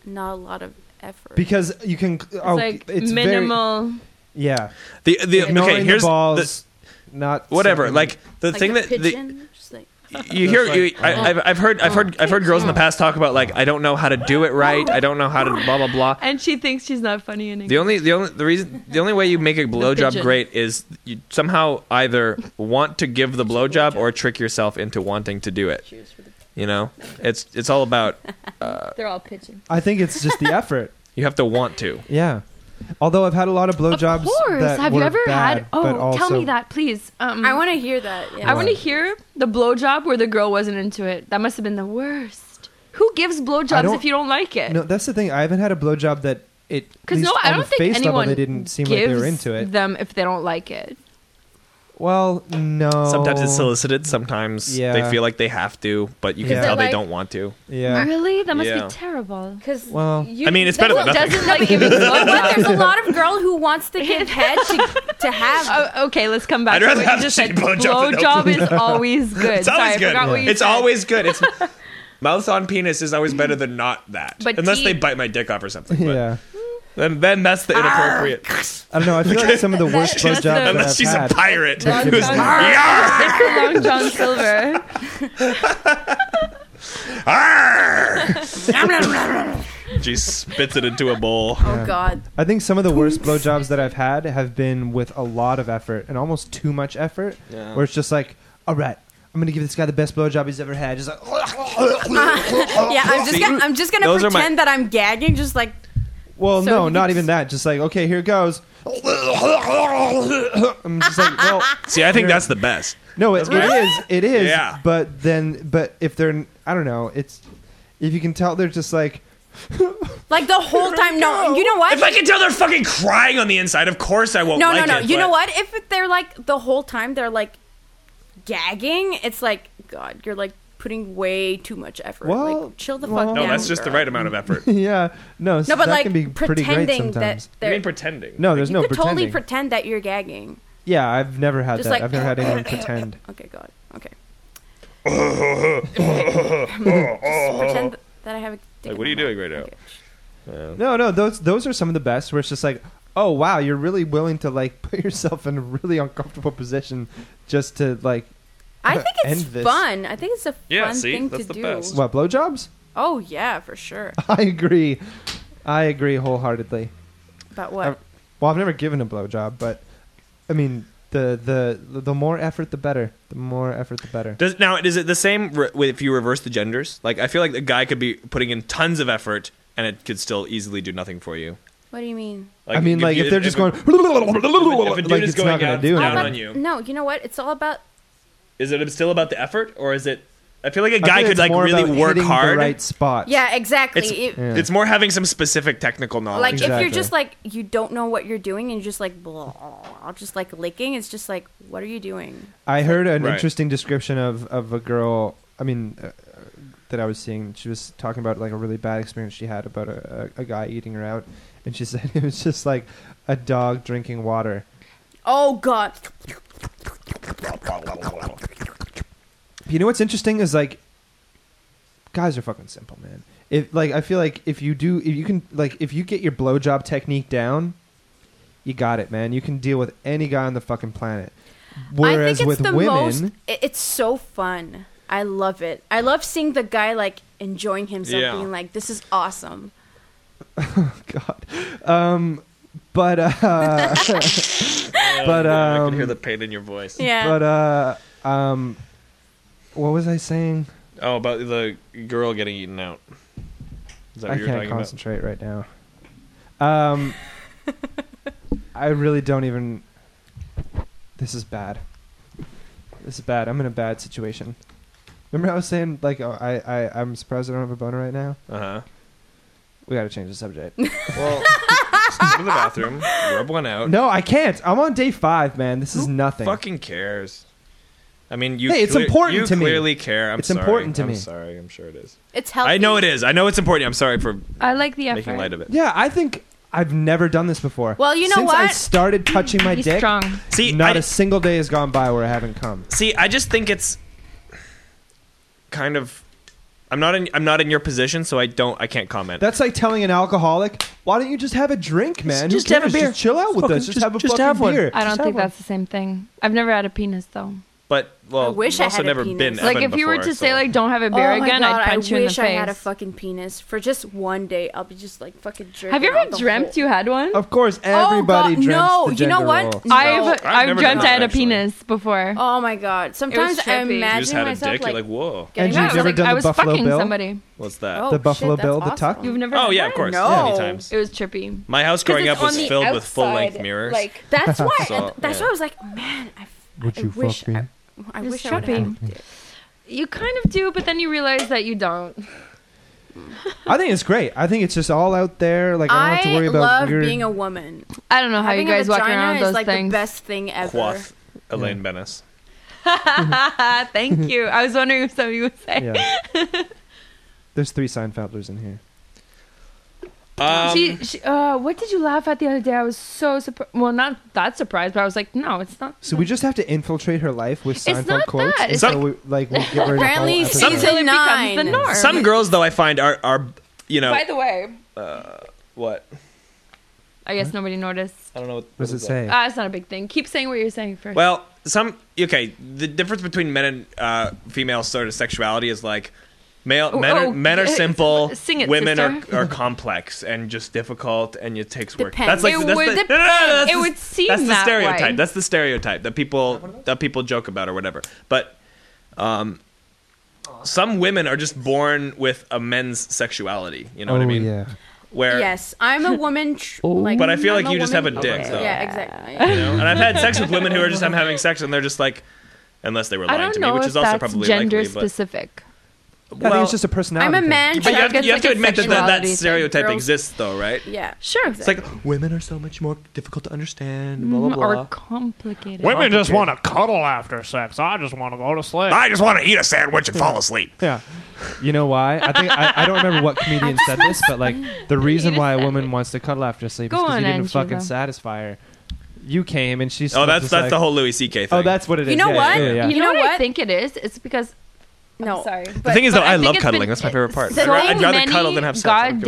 S5: not a lot of effort?
S1: Because you can.
S3: It's
S1: Oh,
S3: like
S1: it's very-
S3: minimal.
S1: yeah.
S2: The the
S1: Ignoring
S2: okay here's
S1: the
S2: the,
S1: balls. not
S2: whatever
S1: sucking.
S2: like the
S5: like
S2: thing
S5: a
S2: that the,
S5: pigeon, just like
S2: you hear you,
S1: uh-huh.
S2: I, I've, I've heard I've heard I've heard girls in the past talk about like I don't know how to do it right I don't know how to blah blah blah
S3: And she thinks she's not funny anymore.
S2: the only the only the reason the only way you make a blowjob
S3: pigeon.
S2: great is you somehow either want to give the blowjob or trick yourself into wanting to do it you know it's it's all about
S3: They're all pigeon.
S1: I think it's just the effort.
S2: you have to want to
S1: Yeah. Although I've had a lot of blowjobs.
S3: of course.
S1: that
S3: Have
S1: were
S3: you ever
S1: bad,
S3: had?
S1: but
S3: Oh, tell
S1: also-
S3: me that, please. Um,
S5: I want to hear that. Yeah.
S3: I want to hear the blowjob where the girl wasn't into it. That must have been the worst. Who gives
S1: I
S3: blowjobs
S1: don't-
S3: if you don't like it?
S1: No, that's the thing. I haven't had a blowjob that it. at
S3: Because no,
S1: least
S3: I
S1: on
S3: don't
S1: the
S3: think
S1: face level,
S3: anyone
S1: they didn't seem
S3: gives
S1: like they were into it.
S3: them if they don't like it.
S1: Well, no.
S2: Sometimes it's solicited. Sometimes they
S1: Oh. Yeah.
S2: feel like they have to, but you can
S1: Yeah.
S2: tell they
S3: Like-
S2: don't want to.
S1: Yeah.
S3: Really? That must
S2: Yeah.
S3: be terrible.
S8: Because
S1: Well,
S2: I mean, it's better than nothing.
S3: Doesn't like giving
S8: but
S3: blowjobs.
S8: there's a lot of girl who wants to give head to, to have.
S3: Oh, okay, let's come back.
S2: I'd
S3: to
S2: rather
S3: what you
S2: have
S3: just
S2: shitty
S3: said.
S2: blowjob than no
S3: Blowjob is always good.
S2: It's always
S3: Sorry, I
S2: good.
S3: forgot what you
S2: It's
S3: said.
S2: always good. It's mouth on penis is always better than not that.
S3: But
S2: Unless they
S3: teeth-
S2: bite my dick off or something. But
S1: yeah.
S2: then, then that's
S3: Ah.
S2: the inappropriate.
S1: I don't know. I feel like some of the worst
S3: that's
S1: blowjobs
S3: the-
S1: that
S2: Unless
S1: I've
S2: she's
S1: had.
S2: a pirate
S3: Long
S2: who's
S3: John-
S2: "Yarr!"
S3: It's the Long John Silver.
S2: she spits it into a bowl.
S8: oh God.
S1: I think some of the worst blowjobs that I've had have been with a lot of effort and almost too much effort,
S2: Yeah.
S1: where it's just like, all right, I'm gonna give this guy the best blowjob he's ever had. Just like, "Oh."
S5: Yeah, I'm just
S2: See,
S5: gonna, I'm just gonna
S2: those are my-
S5: pretend that I'm gagging, just like
S1: well,
S3: So
S1: no,
S3: he
S1: not
S3: gets-
S1: even that. Just like, okay, here goes. I'm just like, well,
S2: See, I think that's the best.
S1: no, it, it is, it is.
S2: Yeah.
S1: But then, but if they're, I don't know, it's if you can tell they're just like,
S5: like the whole time. No, you know what?
S2: If I can tell they're fucking crying on the inside, of course I won't
S5: no,
S2: like
S5: no, no.
S2: it.
S5: you know
S2: but-
S5: what? If they're like the whole time, they're like gagging. It's like God, you're like putting way too much effort.
S1: Well,
S5: like chill the
S1: well-
S5: fuck
S2: No,
S5: down.
S2: that's just the
S5: girl.
S2: right amount of effort.
S1: yeah, no,
S5: No, but
S1: that
S5: like
S1: can be pretty great
S5: pretending
S1: sometimes.
S5: that
S9: I
S5: they're
S9: mean, pretending.
S1: no, there's
S5: you
S1: no
S5: could
S1: pretending.
S5: totally pretend that you're gagging.
S1: yeah, I've never had
S5: Just
S1: that.
S5: like-
S1: I've never had anyone pretend.
S5: Okay, God. Okay. just pretend that I have a. dick
S2: Like, what
S5: in
S2: are you
S5: my
S2: doing
S5: mouth.
S2: right now?
S5: Okay.
S1: No, no, those those are some of the best. Where it's just like, oh wow, you're really willing to like put yourself in a really uncomfortable position just to like
S5: I think
S1: End
S5: it's
S1: this.
S5: fun. I think it's a
S9: Yeah,
S5: fun
S9: see?
S5: thing
S9: That's
S5: to
S9: the
S5: do.
S9: best.
S1: what blowjobs.
S5: Oh yeah, for sure.
S1: I agree, I agree wholeheartedly.
S5: But what?
S1: Uh, Well, I've never given a blowjob, but I mean the the the more effort, the better. The more effort, the better.
S2: Does, now, is it the same re- with- if you reverse the genders? Like, I feel like a guy could be putting in tons of effort and it could still easily do nothing for you.
S5: what do you mean?
S1: I mean, like if,
S2: you-
S1: they're just
S2: a-
S1: going,
S2: if a dude
S1: like
S2: is
S1: it's not
S2: going
S1: gonna
S2: out-
S1: do
S2: out
S1: anything.
S2: on you.
S5: No, you know what? It's all about.
S2: is it still about the effort or is it? I feel like a
S1: I feel
S2: guy
S1: it's
S2: could like
S1: more
S2: really
S1: about
S2: work
S1: hitting
S2: hard.
S1: The right spot.
S5: Yeah, exactly.
S2: It's-
S5: It-
S1: Yeah.
S2: It's more having some specific technical knowledge.
S5: Like if
S1: Exactly.
S5: you're just like you don't know what you're doing and you're just like blah, just like licking. It's just like what are you doing?
S1: I heard an
S2: Right.
S1: interesting description of, of a girl. I mean, uh, that I was seeing. She was talking about like a really bad experience she had about a, a, a guy eating her out, and she said it was just like a dog drinking water.
S5: Oh God!
S1: You know what's interesting is like, guys are fucking simple, man. If like I feel like if you do, if you can like if you get your blowjob technique down, you got it, man. You can deal with any guy on the fucking planet.
S5: I
S1: Whereas
S5: think it's
S1: with
S5: the
S1: women,
S5: most. it- it's so fun. I love it. I love seeing the guy like enjoying himself,
S2: Yeah.
S5: being like, "This is awesome."
S1: God. Um, but uh, but
S2: I
S1: um,
S2: can hear the pain in your voice.
S5: Yeah.
S1: but uh, um, what was I saying?
S2: Oh, about the girl getting eaten out. Is that what
S1: I
S2: you're
S1: can't
S2: talking about?
S1: concentrate right now. Um, I really don't even. This is bad. This is bad. I'm in a bad situation. Remember, I was saying like, oh, I, I, I'm surprised I don't have a boner right now.
S2: Uh huh.
S1: We got to change the subject.
S2: Well, just go to the bathroom, rub one out.
S1: no, I can't. I'm on day five, man. This is nothing.
S2: Fucking cares. I mean, you.
S1: Hey, it's
S2: cle-
S1: important
S2: you
S1: to me.
S2: clearly care. I'm
S1: It's
S2: sorry.
S1: important to
S2: I'm
S1: me.
S2: sorry. I'm sure it is.
S5: it's healthy.
S2: I know it is. I know it's important. I'm sorry for
S3: I like the effort.
S2: making light of it.
S1: Yeah, I think I've never done this before.
S5: Well, you know
S1: Since I
S5: what?
S1: started touching my
S3: He's
S1: dick,
S3: strong.
S2: See,
S1: not
S2: I,
S1: a single day has gone by where I haven't come.
S2: see, I just think it's kind of. I'm not in. I'm not in your position, so I don't. I can't comment.
S1: That's like telling an alcoholic, "Why don't you just have a drink, man? Who
S2: just have a
S1: cares?
S2: beer.
S1: Just chill out with
S2: Fucking
S1: us. Just,
S2: just-
S1: have a
S2: just
S1: fucking
S2: have one."
S1: beer."
S3: I don't
S2: Just have
S3: think
S2: one.
S3: that's the same thing. I've never had a penis though.
S2: but well,
S5: I wish
S2: you've
S5: I
S2: also
S5: had a
S2: never
S5: penis.
S2: been.
S5: Like,
S3: Like
S2: Evan
S3: if you were
S2: before,
S3: to
S2: so-
S3: say like don't have a beer
S5: oh my
S3: again,
S5: God,
S3: I'd punch
S5: I
S3: you in the
S5: wish I
S3: face.
S5: had a fucking penis for just one day. I'll be just like fucking jerking.
S3: have you
S5: out
S3: ever
S5: the
S3: dreamt
S5: whole- Oh,
S3: you had one?
S1: Of course,
S5: God,
S1: everybody dreams.
S5: no.
S1: the
S5: You know
S1: gender
S5: what?
S1: role.
S5: No.
S3: I've
S5: I've
S3: I've
S2: never
S3: dreamt
S2: done
S3: I had
S2: that,
S3: a
S2: actually.
S3: penis before.
S5: Oh my god! Sometimes I
S3: trippy. You
S5: imagine
S2: you just had a
S5: myself
S2: dick,
S5: like,
S2: you're like, whoa,
S1: And
S5: getting
S1: you've
S5: out.
S3: I was
S1: never
S3: like,
S1: done
S3: I
S1: the
S3: was
S1: Buffalo
S3: fucking
S1: Bill?
S3: somebody.
S2: what's that?
S5: oh,
S1: The
S5: shit,
S1: Buffalo
S5: that's
S1: Bill, the
S5: awesome.
S1: tuck?
S3: You've never.
S2: Oh
S3: had
S2: yeah,
S3: one?
S2: of course.
S5: No.
S2: Many times.
S3: It was trippy.
S2: My house growing
S3: 'Cause
S2: up was
S3: it's on the
S2: filled with
S3: outside,
S2: full length mirrors.
S3: Like
S5: That's why.
S2: So,
S5: that's
S2: yeah.
S5: why I was like, man, I,
S1: Would
S5: I
S1: you
S5: wish
S1: fuck me?
S5: I, I
S3: It's
S5: wish I would have
S3: trippy. you kind of do, but then you realize that you don't.
S1: I think it's great. I think it's just all out there. Like I don't have to
S5: I
S1: worry about
S5: love
S1: weird-
S5: being a woman.
S3: I don't know how
S5: Having
S3: you guys
S5: a
S3: walk
S5: vagina
S3: around with
S5: is
S3: those
S5: like
S3: things.
S5: the best thing ever.
S4: Quoth, Elaine Bennis.
S3: Thank you. I was wondering if somebody would say.
S1: yeah. There's three Seinfelders in here.
S4: Um,
S3: she, she, uh, what did you laugh at the other day? I was so surprised. Well, not that surprised, but I was like, no, it's not.
S1: So we just have to infiltrate her life with Seinfeld
S3: not
S1: quotes.
S3: that.
S1: and
S3: It's
S1: so
S2: like-
S1: we, like we give her the whole
S5: Apparently
S1: episode.
S5: season-
S3: Until it becomes the
S5: nine.
S3: norm.
S2: Some girls, though, I find are are you know
S3: By the way,
S2: what
S3: I guess nobody noticed.
S2: I don't know. What,
S1: What does
S2: what
S1: it
S2: is that.
S1: say?
S3: Ah, it's not a big thing. Keep saying what you're saying first.
S2: Well,
S4: some okay. The difference between men and uh, female sort of sexuality is like male
S3: Oh,
S4: men are
S3: oh,
S4: men are
S3: yeah,
S4: simple.
S3: sing it,
S4: women
S3: sister.
S4: are, are complex and just difficult, and it takes work. That's
S5: Depends.
S4: like
S3: It
S4: that's
S3: would
S4: the,
S3: depend.
S4: that's
S3: It
S4: the-
S3: would seem
S4: that's the
S3: that
S4: stereotype.
S3: way.
S4: That's the stereotype that people that people joke about or whatever. But um, some women are just born with a men's sexuality. You know
S1: oh
S4: what I mean?
S1: yeah.
S4: Where
S5: Yes, I'm a woman. Tr-
S1: Oh.
S5: like,
S4: But I feel
S5: I'm
S4: like you just have a
S5: woman-
S4: dick, though.
S5: Yeah, exactly.
S4: you know? And I've had sex with women who are just I'm having sex, and they're just like, unless they were
S3: I
S4: lying
S3: don't
S4: to
S3: know
S4: me, which
S3: if
S4: is also
S3: that's
S4: probably
S3: gender
S4: likely. But
S3: specific.
S1: I think it's just a personality.
S5: I'm a
S1: thing.
S5: man.
S4: But you have,
S3: It's
S4: you have
S3: like
S4: to
S3: a
S4: admit that that, that
S3: sexuality thing.
S4: stereotype
S5: Girls-
S4: exists, though, right?
S5: Yeah.
S3: Sure.
S4: It's like women are so much more difficult to understand. Blah blah
S3: Mm, Or
S4: blah.
S3: complicated.
S7: Women just want to cuddle after sex. I just want to go to sleep.
S2: I just want to eat a sandwich and fall asleep.
S1: Yeah. You know why? I think I, I don't remember what comedian said this, but like the reason why a woman wants to cuddle after sleep is
S3: Go
S1: because
S3: on,
S1: you didn't
S3: Angela.
S1: fucking satisfy her. You came and she's
S2: Oh, that's that's the whole Louis C.K. thing.
S1: Oh, that's what it is.
S5: You know
S1: Yeah,
S5: what?
S1: yeah, yeah, yeah.
S3: You,
S5: You
S3: know,
S5: know
S3: what, I
S5: what?
S3: think it is? It's because
S5: No.
S3: I'm sorry.
S2: the thing is, though,
S3: but
S2: I,
S3: think
S2: love
S3: it's
S2: cuddling.
S3: been-
S2: that's my favorite part.
S3: So
S2: I'd, ra- I'd rather
S3: many
S2: cuddle than have sex. I don't give a fuck.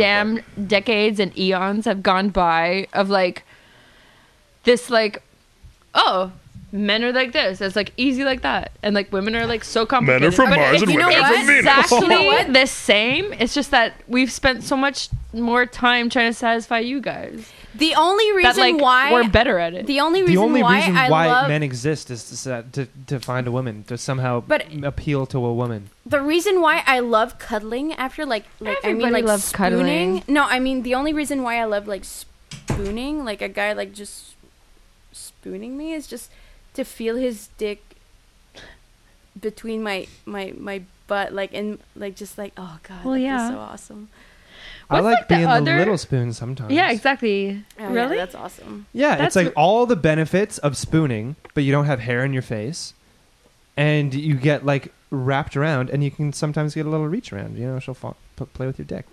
S3: Goddamn decades and eons have gone by of like this, like, oh, men are like this. It's like easy like that. And like women are like so complicated.
S7: from
S3: But
S7: Mars
S3: it's
S7: and
S5: you know
S7: women
S5: what?
S7: from Venus.
S3: Exactly
S5: You know what?
S3: the same. It's just that we've spent so much more time trying to satisfy you guys.
S5: The only reason
S3: that like
S5: why
S3: we're better at it.
S5: The only reason
S1: the only
S5: why
S1: reason
S5: I
S1: why
S5: love
S1: men exist is to, sa- to to find a woman to somehow
S5: But-
S1: m- appeal to a woman.
S5: the reason why I love cuddling after like like I
S3: Everybody
S5: mean like
S3: loves
S5: spooning.
S3: cuddling.
S5: No, I mean the only reason why I love like spooning, like a guy like just spooning me, is just to feel his dick between my my my butt, like and like just like oh god,
S3: Well,
S5: like,
S3: yeah.
S5: that's so awesome.
S1: I
S3: What's,
S1: like,
S3: like, the
S1: being the,
S3: other-
S1: little spoon sometimes.
S3: Yeah, exactly.
S5: Oh, yeah,
S3: really?
S5: that's awesome.
S1: Yeah, it's
S3: That's
S1: like
S3: r-
S1: all the benefits of spooning, but you don't have hair in your face, and you get like wrapped around, and you can sometimes get a little reach around. You know, she'll fa- p- play with your dick.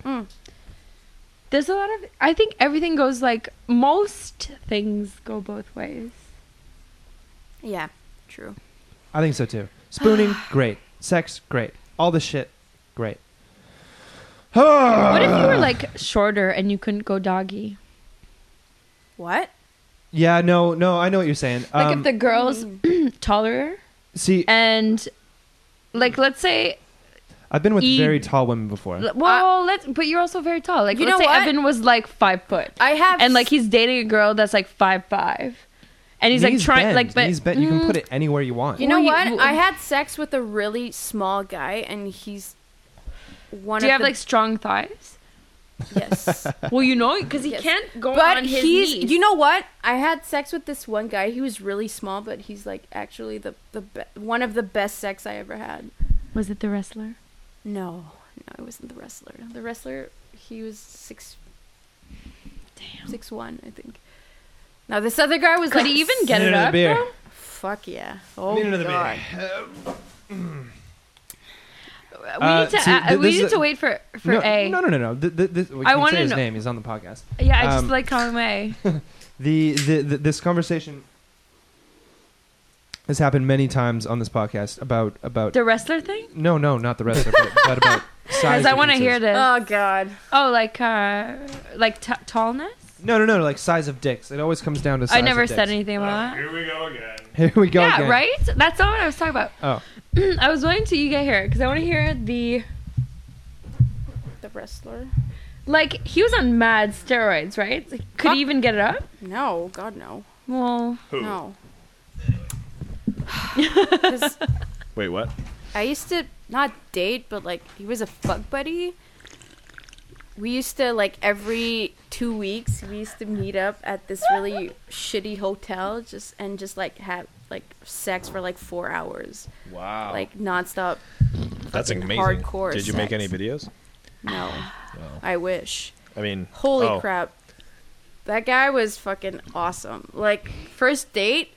S3: There's a lot of. I think everything goes like most things go both ways.
S5: Yeah, true.
S1: I think so too. Spooning, great. Sex, great. All the shit, great.
S3: What if
S1: Uh.
S3: you were like shorter and you couldn't go doggy?
S5: What?
S1: Yeah, no, no, I know what you're saying.
S3: Like
S1: Um,
S3: if the girl's taller
S1: see,
S3: and like let's say
S1: I've been with
S3: e-
S1: very tall women before.
S3: well let's but you're also very tall. Like
S5: You
S3: let's
S5: know
S3: say
S5: what?
S3: Evan was like five foot
S5: I have
S3: and like he's dating a girl that's like five five, and he's like
S1: Knees
S3: trying
S1: bend,
S3: like but mm.
S1: knees bend. You can put it anywhere you want.
S5: You know
S3: Well, you-
S5: what?
S3: well-
S5: I had sex with a really small guy, and he's one.
S3: do you
S5: of
S3: have
S5: the-
S3: like strong thighs?
S5: yes?
S3: Well, you know because he
S5: Yes.
S3: can't go
S5: but
S3: on his
S5: he's.
S3: knees.
S5: You know what? I had sex with this one guy. He was really small, but he's like actually the the be- one of the best sex I ever had.
S3: was it the wrestler?
S5: No, no, it wasn't the wrestler. The wrestler, he was six. Damn. Six one, I think. Now this other guy was
S3: Could
S5: like
S3: he even get it
S1: Another
S3: up?
S1: beer.
S3: Bro?
S5: Fuck yeah! Oh
S1: Need another
S5: god.
S3: We
S1: Uh,
S3: need to
S1: see,
S3: uh,
S1: th-
S3: we
S1: this
S3: need
S1: is
S3: to
S1: a-
S3: wait for for
S1: no,
S3: A.
S1: No, no, no, no. Th- th- this- we
S3: I
S1: can
S3: wanna
S1: say his
S3: know-
S1: name. He's on the podcast.
S3: Yeah, I just
S1: Um,
S3: like calling him A.
S1: The, the, the this conversation has happened many times on this podcast about about
S3: The wrestler thing?
S1: no, no, not the wrestler, but, but about size.
S3: Because I want to hear
S1: differences.
S3: this.
S5: Oh god.
S3: oh, like uh, like t- tallness?
S1: No, no, no. Like size of dicks. It always comes down to. size
S3: I never
S1: of
S3: said
S1: dicks.
S3: anything about that.
S7: Here we go again.
S1: Here we go.
S3: Yeah,
S1: again.
S3: right? That's not what I was talking about.
S1: Oh,
S3: I was waiting till you get here because I want to hear the
S5: The wrestler?
S3: like he was on mad steroids, right? Like, could he even get it up?
S5: No, god no,
S3: Well,
S5: no.
S2: Wait, what?
S5: I used to not date, but like he was a fuck buddy. We used to like every two weeks we used to meet up at this really shitty hotel just and just like have like sex for like four hours,
S4: Wow,
S2: Oh.
S5: like nonstop.
S2: That's
S5: Fucking
S2: amazing.
S5: hardcore
S2: Did you make
S5: sex.
S2: any videos?
S5: No,
S2: Wow.
S5: I wish.
S2: I mean,
S5: Holy
S2: oh,
S5: crap. That guy was fucking awesome. Like, first date,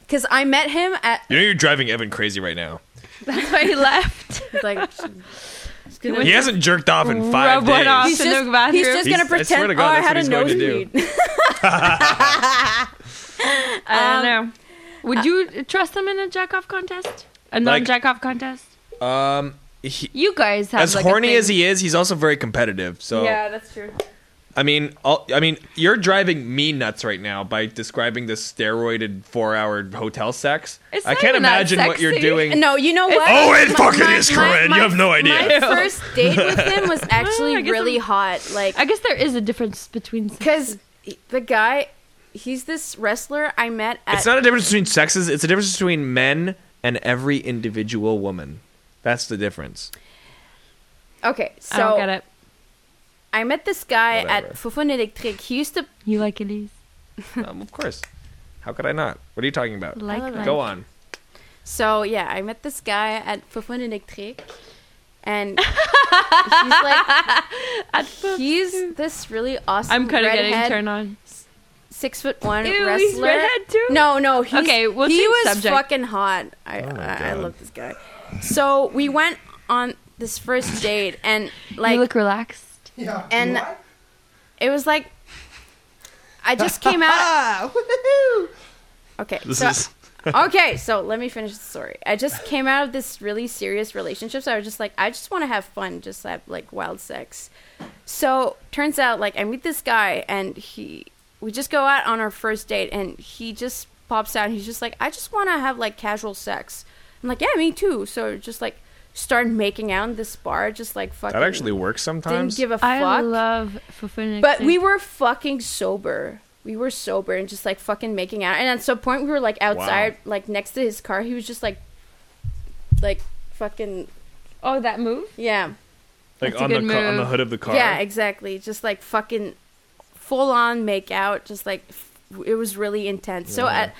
S5: because I met him at,
S2: You know you're driving Evan crazy right now.
S3: That's why he left.
S5: like,
S2: He hasn't jerked off in five
S3: Rub one off.
S2: days.
S3: He's just-
S6: he's just
S2: He's-
S6: gonna
S2: I swear to
S6: pretend.
S2: God,
S6: oh, I
S2: that's
S6: had a
S2: what he's going to do.
S6: nosebleed.
S3: I don't know. Would you trust him in a jack off contest? A non jack off contest?
S4: Um, he,
S3: You guys have
S4: as
S3: like, a
S4: horny
S3: thing.
S4: as he is, he's also very competitive. So
S3: that's true.
S4: I mean, all, I mean, you're driving me nuts right now by describing this steroided four-hour hotel sex.
S3: It's
S4: I
S3: not
S4: can't
S3: even that
S4: imagine what you're
S3: sexy.
S4: doing.
S5: no, you know what?
S2: Oh, it fucking
S5: is,
S2: is, Corinne. You have no idea.
S5: My first date with him was actually
S3: I guess
S5: really
S3: I'm-
S5: hot. Like,
S3: I guess there is a difference between sex.
S5: because the guy, he's this wrestler I met at.
S4: It's not a difference between sexes. It's a difference between men and every individual woman. That's the difference.
S5: okay, so
S3: I don't get it.
S5: I met this guy
S4: Whatever.
S5: at Fofun Electric. He used to.
S3: You like Elise?
S5: Hmm.
S4: um, of course. How could I not? What are you talking about?
S3: Like
S5: love
S3: like.
S4: Go on.
S5: So yeah, I met this guy at Fofun Electric, and he's like, he's this really awesome.
S3: I'm kind of
S5: redhead,
S3: getting turned on.
S5: Six foot one
S3: Ew, he's
S5: wrestler.
S3: redhead too?
S5: No, no. He's,
S3: Okay, we'll
S5: he
S3: change
S5: was
S3: subject.
S5: fucking hot.
S2: Oh
S5: I I, I love this guy. So we went on this first date, and like,
S3: you look relaxed.
S5: and it was like, I just came out. okay,
S2: This
S5: so
S2: is
S5: okay, so let me finish the story. I just came out of this really serious relationship, so I was just like, I just want to have fun, just have like wild sex. So turns out, like, I meet this guy, and he, we just go out on our first date, and he just pops out, and he's just like, I just want to have like casual sex. I'm like, yeah, me too. So just like, start making out in this bar, just like fucking.
S4: That actually works
S5: didn't
S4: sometimes.
S5: give a fuck.
S3: I love Fufun.
S5: But we were fucking sober. We were sober and just like fucking making out. And at some point, we were like outside, like next to his car. He was just like, like fucking
S3: Oh, that move?
S5: yeah,
S2: like
S3: That's a
S2: on the
S3: good
S2: ca- on the
S3: move.
S2: hood of the car.
S5: yeah, exactly. Just like fucking full on make out. Just like f- it was really intense. So, at,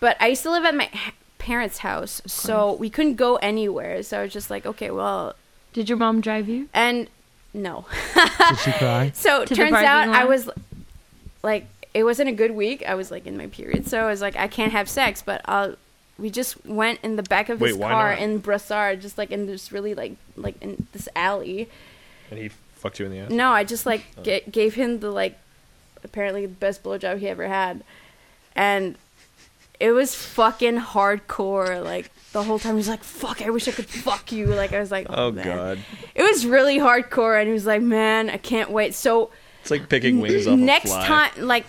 S5: but I used to live at my h- parents' house, so we couldn't go anywhere. So I was just like, okay, well,
S3: Did your mom drive you?
S5: and no.
S1: Did she cry?
S5: So
S3: To the
S5: turns
S3: parking
S5: out I
S3: lot?
S5: was like it wasn't a good week. I was like in my period, so I was like I can't have sex, but I'll. We just went in the back of his
S2: Wait, why
S5: car
S2: not?
S5: in Brassard, just like in this really like like in this alley.
S2: And he fucked you in the ass.
S5: No, I just like
S2: Oh.
S5: ga- gave him the like apparently the best blowjob he ever had, and it was fucking hardcore. Like the whole time he was like, "Fuck, I wish I could fuck you." Like I was like, "Oh,
S4: oh
S5: man.
S4: god.
S5: It was really hardcore, and he was like, "Man, I can't wait." So
S2: It's like picking wings off
S5: next
S2: a fly.
S5: time like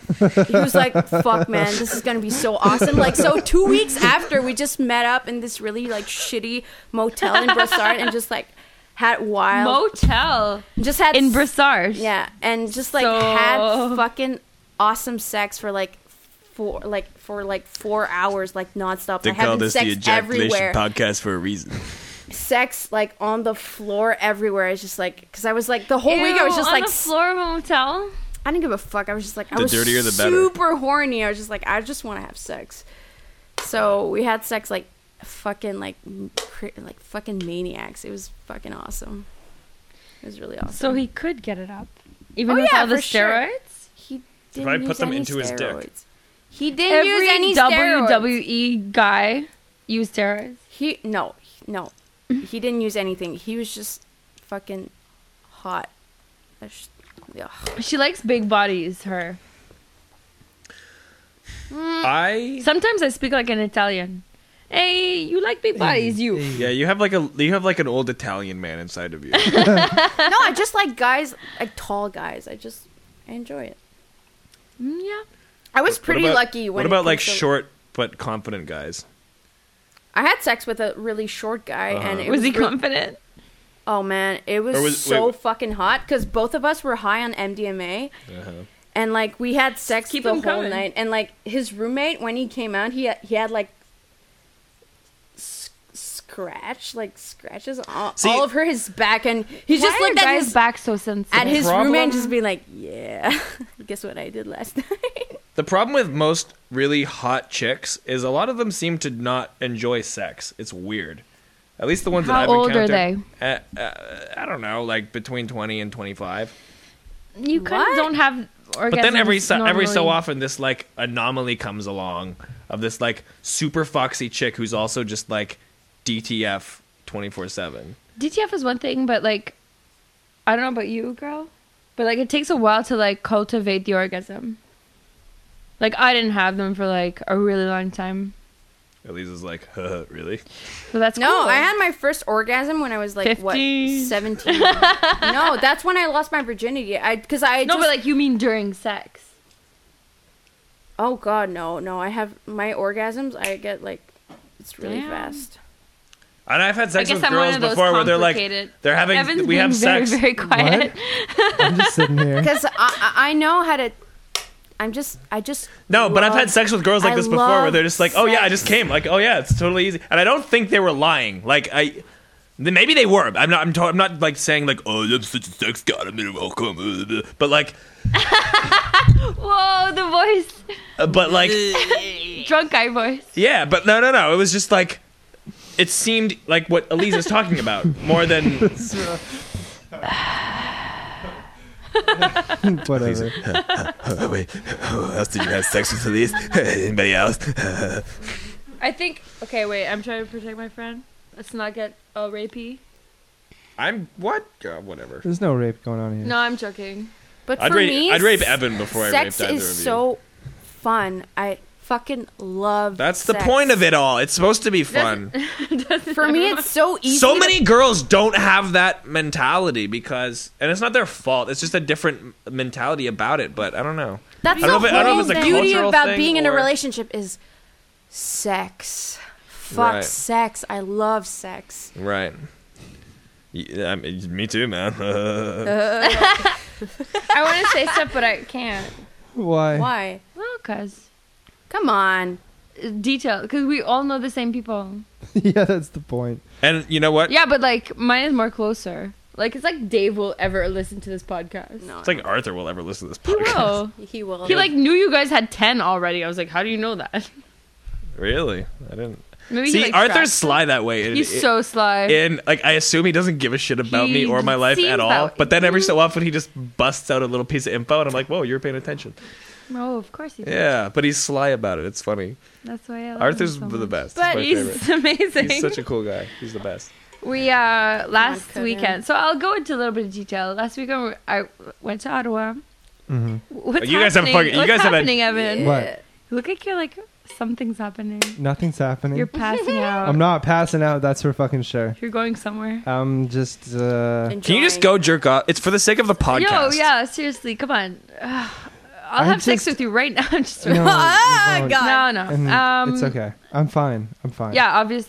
S5: he was like fuck man this is gonna be so awesome like so two weeks after we just met up in this really like shitty motel in Brossard and just like had wild
S3: Motel
S5: just had
S3: in Brassard.
S5: yeah and just like
S3: So-
S5: had fucking awesome sex for like four like for like four hours like nonstop
S2: They
S5: I
S2: call
S5: had
S2: this the
S5: sex
S2: ejaculation
S5: everywhere Hmm.
S2: podcast for a reason.
S5: sex like on the floor everywhere it's just like because I was like the whole week I was
S3: Ew,
S5: just
S3: on
S5: like
S3: the floor of a motel.
S5: I didn't give a fuck. I was just like, I
S2: The
S5: was
S2: dirtier the better.
S5: super horny. I was just like, I just want to have sex. So we had sex like fucking like m- cra- like fucking maniacs. It was fucking awesome. It was really awesome.
S3: So he could get it up, even
S5: Oh,
S3: with
S5: yeah,
S3: all the
S5: for sure.
S3: steroids.
S5: he
S2: I
S5: didn't
S2: put
S5: use
S2: them
S5: any
S2: into his dick.
S5: steroids. He didn't
S3: Every
S5: use any steroids.
S3: WWE guy used steroids.
S5: He no he- no, he didn't use anything. He was just fucking hot. I sh- ugh.
S3: She likes big bodies. Her.
S4: I
S3: Sometimes I speak like an Italian. Hey, you like
S2: Mm.
S3: big bodies, you.
S4: yeah, you have like a you have like an old Italian man inside of you.
S5: No, I just like guys like tall guys. I just I enjoy it.
S3: Mm, yeah.
S5: I was
S4: What
S5: pretty
S4: about-
S5: lucky. When
S4: What
S5: it
S4: about like
S5: comes to-
S4: short but confident guys?
S5: I had sex with a really short guy, and it
S3: Was
S5: was,
S3: he
S5: re-
S3: confident?
S5: oh man, it was,
S2: Uh-huh. Or was-
S5: so
S2: wait.
S5: fucking hot because both of us were high on MDMA,
S2: Uh-huh.
S5: and like we had sex
S3: Keep
S5: the
S3: him
S5: whole
S3: coming.
S5: night. And like his roommate, when he came out, he had, he had like s- scratch, like scratches all,
S2: See-
S5: all over his back, and he just
S3: Why are
S5: looked at
S3: guys'
S5: his
S3: back so sensitive?
S5: at his roommate
S4: Problem?
S5: and just be like, "Yeah, guess what I did last night."
S4: The problem with most really hot chicks is a lot of them seem to not enjoy sex. It's weird.
S2: At least the ones that
S3: How
S2: I've
S3: old are
S2: encountered. are they? Uh, uh, I don't know, like between 20 and 25.
S3: You kind of
S5: What?
S3: don't have orgasms.
S2: But then every so, every so
S3: normally.
S2: often this like anomaly comes along of this like super foxy chick who's also just like DTF 24/7.
S3: DTF is one thing, but like, I don't know about you, girl, but like it takes a while to like cultivate the orgasm. Like I didn't have them for like a really long time,
S2: Elisa's like, huh, really?
S3: so that's
S5: No,
S3: cool.
S5: I had my first orgasm when I was like what
S3: 50.
S5: seventeen. no, that's when I lost my virginity. I because I
S3: no,
S5: just,
S3: but like you mean during sex.
S5: oh god no no I have my orgasms I get like it's really
S3: Damn.
S5: fast.
S2: And I've had sex
S3: I guess
S2: with
S3: I'm
S2: girls
S3: one of those
S2: before where they're like
S3: complicated-
S2: they're having
S3: Evan's
S2: we have
S3: being very,
S2: sex.
S3: Very quiet.
S1: I'm just sitting here.
S5: Because I, I I know how to. I'm just I just
S2: No, but I've had
S5: love-
S2: sex with girls like
S5: I
S2: this before where
S5: love
S2: they're just like, "Oh yeah, I
S5: sex.
S2: just came." Like, "Oh yeah, it's totally easy." And I don't think they were lying. Like I th- maybe they were. I'm not I'm, to- I'm not like saying like, "Oh, I'm such a sex god. I'm welcome." But like
S3: Whoa, the voice,
S2: uh, but like
S3: drunk guy voice.
S2: Yeah, but no, no, no. It was just like it seemed like what Elise is talking about more than
S1: Whatever.
S10: Oh, wait, who else did you have sex with Elise? Anybody else?
S3: I think. Okay, wait. I'm trying to protect my friend. Let's not get all rapey.
S2: I'm what? Uh, whatever.
S1: There's no rape going on here.
S3: No, I'm joking.
S5: But
S2: I'd
S5: for
S2: rape,
S5: me,
S2: I'd rape Evan before
S5: sex
S2: I raped either
S5: is
S2: of you.
S5: so fun. I fucking love.
S2: That's the point of it all. It's supposed to be fun.
S5: For me, it's so easy.
S2: So
S5: to-
S2: many girls don't have that mentality because, and it's not their fault. It's just a different mentality about it. But I don't know.
S5: That's
S2: I don't know
S5: the
S2: if it- I don't know
S5: whole
S2: if it's a
S5: beauty
S2: cultural
S5: about
S2: thing
S5: being in a
S2: or-
S5: relationship is sex. Fuck
S2: Right.
S5: sex. I love sex.
S2: Right. Yeah, I mean, me too, man.
S3: I want to say stuff, but I can't.
S1: Why?
S5: Why?
S3: Well, cause
S5: Come on.
S3: uh, detail, because we all know the same people.
S1: yeah, that's the point.
S2: and you know what?
S3: Yeah, but like mine is more closer. Like it's like Dave will ever listen to this podcast.
S5: No.
S2: It's like Arthur will ever listen to this
S3: He
S2: podcast.
S3: will.
S5: he will.
S3: He like knew you guys had ten already. I was like, how do you know that?
S2: Really? I didn't.
S3: Maybe
S2: See,
S3: he, like,
S2: Arthur's
S3: tracked-
S2: sly that way. It-
S3: He's
S2: it-
S3: so sly.
S2: and like I assume he doesn't give a shit about me
S3: He
S2: or my life
S3: seems
S2: at all.
S3: that-
S2: But then every so often he just busts out a little piece of info, and I'm like, "Whoa, you're paying attention."
S3: oh, of course he. Did.
S2: Yeah, but he's sly about it. It's funny.
S3: That's why I love
S2: Arthur's
S3: him so
S2: the
S3: much.
S2: best.
S3: But
S2: he's,
S3: he's
S2: my favorite.
S3: amazing.
S2: he's such a cool guy. He's the best.
S3: We uh last
S5: couldn't.
S3: weekend, so I'll go into a little bit of detail. Last weekend, I went to Ottawa.
S1: Mhm.
S3: What's
S2: Mm-hmm. You guys have
S3: happening?
S2: fucking- you
S3: What's
S2: guys have a-
S3: happening, Evan?
S1: What?
S3: Look like you're like something's happening.
S1: Nothing's happening.
S3: You're passing out.
S1: I'm not passing out. That's for fucking sure.
S3: You're going somewhere.
S1: I'm just. Uh,
S5: Enjoy.
S2: Can you just go jerk off? It's for the sake of the podcast.
S3: Yo, yeah, seriously, come on. Ugh. I'll
S1: I'm
S3: have sex
S1: just-
S3: with you right now. I'm just
S1: no,
S5: Ah,
S1: no,
S5: God.
S3: no, no.
S1: and
S3: um,
S1: it's okay. I'm fine. I'm fine.
S3: Yeah, obvious.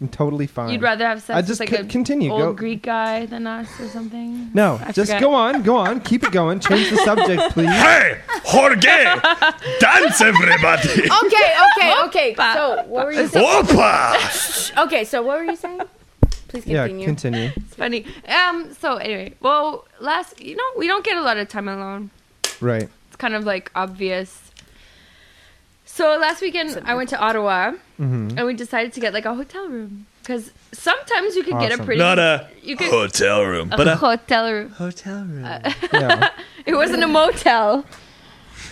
S1: I'm totally fine.
S3: You'd rather have sex
S1: I just
S3: with
S1: c-
S3: like a
S1: continue.
S3: old
S1: Go.
S3: Greek guy than us or something.
S1: no,
S3: I
S1: just
S3: forget.
S1: go on. Go on. Keep it going. Change the subject, please.
S10: Hey, Jorge, dance everybody.
S5: Okay, okay, okay. So what were you saying?
S10: Opa!
S5: Okay, so what were you saying? Please
S1: Yeah,
S5: continue.
S1: continue.
S3: It's funny. Um. So anyway, well, last you know we don't get a lot of time alone.
S1: Right.
S3: It's kind of like obvious. So last weekend I went to Ottawa
S1: Mm-hmm.
S3: and we decided to get like a hotel room because sometimes you could get a
S1: Awesome.
S3: pretty
S10: Not a
S3: you could
S10: hotel room, but
S3: a
S10: a
S3: hotel room.
S2: Hotel room.
S1: Yeah.
S3: It wasn't a motel.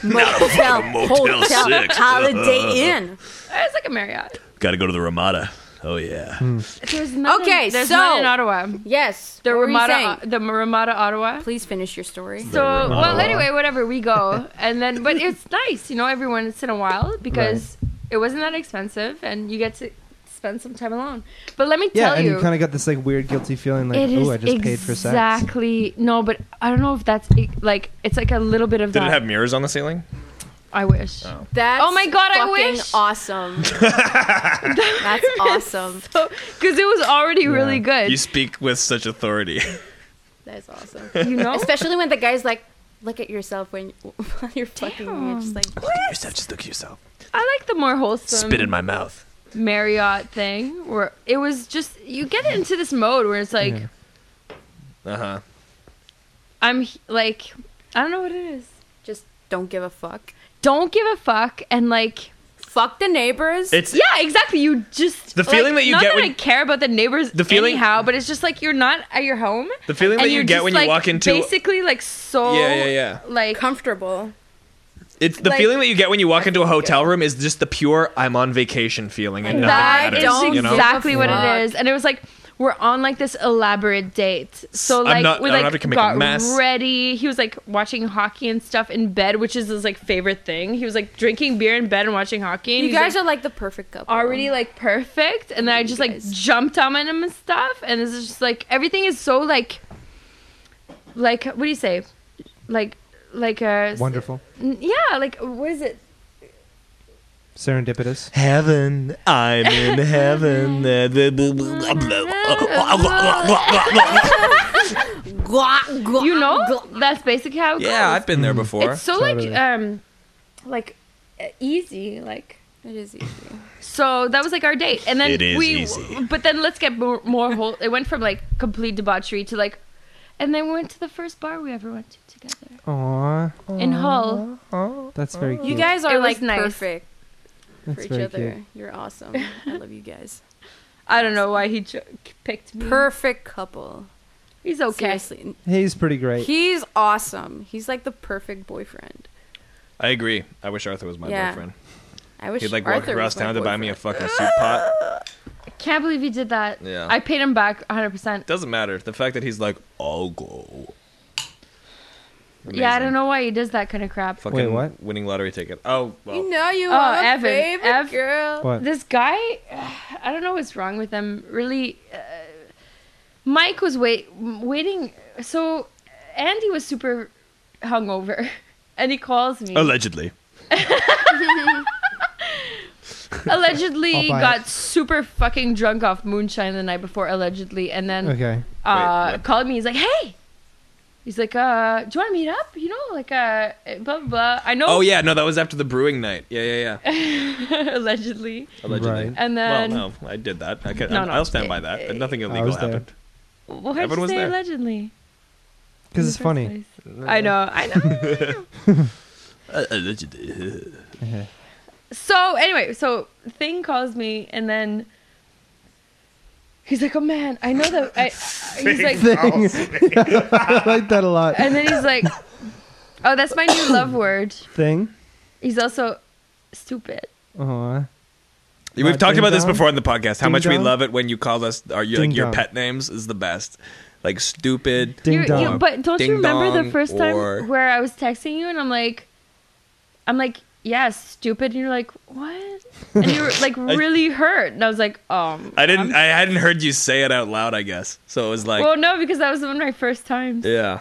S5: Hotel,
S10: Motel Six.
S5: Holiday Inn.
S3: It's like a Marriott.
S10: Gotta go to the Ramada. Oh yeah.
S3: There's none
S5: Okay,
S3: in, there's
S5: so-
S3: none in Ottawa.
S5: Yes.
S3: The
S5: what were you
S3: Ramada, uh,
S5: saying?
S3: the Ramada, Ottawa.
S5: Please finish your story.
S3: So well, anyway, whatever we go, and then but it's nice, you know, every once in a while because it wasn't that expensive, and you get to spend some time alone. But let me
S1: Yeah,
S3: tell
S1: and
S3: you,
S1: you kind of got this like weird guilty feeling, like,
S3: it is
S1: oh, I just
S3: exactly
S1: paid for sex.
S3: no, but I don't know if that's e- like it's like a little bit of
S2: Did
S3: that.
S2: it have mirrors on the ceiling?
S3: I wish.
S5: That's
S3: Oh my God, I
S5: fucking
S3: wish.
S5: awesome. That's awesome.
S3: So, because it was already really good,
S2: You speak with such authority.
S5: That's awesome.
S3: you know.
S5: Especially when the guy's like, look at yourself when while you're fucking me. It's just like,
S10: yourself, just look at yourself.
S3: I like the more wholesome
S10: Spit in my mouth.
S3: Marriott thing, where it was just you get into this mode where it's like
S1: Yeah.
S2: Uh huh.
S3: I'm h- like I don't know what it is.
S5: just don't give a fuck.
S3: Don't give a fuck and like
S5: Fuck the neighbors.
S2: It's
S3: Yeah, exactly. You just
S2: The feeling that
S3: like,
S2: you
S3: not
S2: get
S3: that
S2: when-
S3: I care about the neighbors.
S2: The feeling-
S3: anyhow, but it's just like you're not at your home.
S2: The feeling
S3: and
S2: that you
S3: you're
S2: get
S3: just,
S2: when you
S3: like,
S2: walk into-
S3: basically like so
S2: Yeah, yeah, yeah.
S3: like
S5: comfortable.
S2: it's the
S3: like-
S2: feeling that you get when you walk into a hotel room is just the pure "I'm on vacation" feeling, and nothing
S3: that
S2: matters.
S3: is
S5: don't
S2: you know?
S3: exactly what
S5: Fuck.
S3: it is. And it was like we're on like this elaborate date. So
S2: I'm
S3: like
S2: not-
S3: we
S2: I don't
S3: like
S2: have to make a
S3: got
S2: mess.
S3: ready. He was like watching hockey and stuff in bed, which is his like favorite thing. He was like drinking beer in bed and watching hockey. And
S5: You guys are like the perfect couple.
S3: already like perfect and then i just like
S5: guys.
S3: jumped on him and stuff and this is just like everything is so like like what do you say like like uh s-
S1: Wonderful.
S3: n- yeah like what is it
S1: Serendipitous.
S2: Heaven, I'm in heaven. Oh,
S3: you know that's basically how it
S2: yeah, I've
S3: goes.
S2: been there before.
S3: it's so
S1: Totally.
S3: like um like uh, easy like
S5: It is easy.
S3: So that was like our date, and then
S2: It is
S3: we.
S2: easy.
S3: But then let's get more, more whole. It went from like complete debauchery to like, and then we went to the first bar we ever went to together
S1: Aww,
S3: in Hull.
S1: that's very cute.
S5: You guys
S3: Mm. It
S5: are
S3: was
S5: like
S3: nice.
S5: perfect
S1: that's
S5: for each
S1: very
S5: other.
S1: Cute.
S5: You're awesome. I love you guys.
S3: I don't know why he cho- picked me.
S5: Perfect couple.
S3: He's okay.
S5: Seriously.
S1: He's pretty great.
S5: He's awesome. He's like the perfect boyfriend.
S2: I agree. I wish Arthur was my
S5: Yeah.
S2: boyfriend.
S5: I wish
S2: He'd like walk
S5: Arthur
S2: across
S5: was my
S2: town to buy me a
S5: boyfriend.
S2: fucking soup pot.
S3: I can't believe he did that.
S2: Yeah.
S3: I paid him back 100. percent
S2: Doesn't matter. The fact that he's like, I'll go.
S3: Yeah, I
S2: Amazing.
S3: don't know why he does that kind of crap.
S2: Fucking
S1: Wait, what?
S2: Winning lottery ticket. Oh, well.
S5: You know you
S3: Oh,
S5: are my
S3: Evan.
S5: favorite
S3: Ev-
S5: girl.
S1: What?
S3: This guy, I don't know what's wrong with him. Really, uh, Mike was wait waiting. So Andy was super hungover, and he calls me.
S2: Allegedly.
S3: allegedly
S1: I'll buy
S3: got
S1: it.
S3: super fucking drunk off moonshine the night before, allegedly, and then
S1: Okay.
S3: uh,
S2: Wait, what?
S3: called me. He's like, "Hey," he's like, "Uh, do you want to meet up? You know, like uh, blah blah." blah. I know.
S2: Oh, yeah. No, that was after the brewing night. Yeah, yeah, yeah.
S3: allegedly,
S2: Allegedly.
S1: Right.
S2: Well,
S3: and then
S2: no, I did that. I can,
S3: No,
S2: I-
S3: no.
S2: I'll stand by that. But nothing illegal
S1: was there.
S2: happened.
S3: Well, why'd
S2: Evan
S3: you
S2: was
S3: say
S2: there.
S3: allegedly?
S1: Because
S3: in
S1: it's
S3: the first
S1: funny.
S3: place? I know. I know.
S2: Uh, allegedly.
S3: so anyway, so thing calls me, and then. He's like, oh man, I know that. I, he's like,
S1: Thing. I like that a lot.
S3: and then he's like, oh, that's my new love word.
S1: Thing.
S3: He's also stupid.
S1: Aww.
S2: We've
S1: Uh,
S2: talked
S1: ding
S2: about this
S1: dong?
S2: before in the podcast. How
S1: Ding
S2: much we
S1: dong?
S2: love it when you call us our your,
S1: Ding
S2: like your
S1: dong.
S2: pet names is the best. Like stupid.
S1: Ding
S3: You're- you-
S1: dong.
S3: but don't
S2: Ding
S3: you remember
S2: dong
S3: the first
S2: or-
S3: time where I was texting you and I'm like, I'm like, yeah, stupid. And you're like, what? And you were like really hurt. And I was like, um,
S2: I didn't.
S3: I'm-
S2: I hadn't heard you say it out loud. I guess so. It was like,
S3: well, no, because that was one of my first times.
S2: yeah.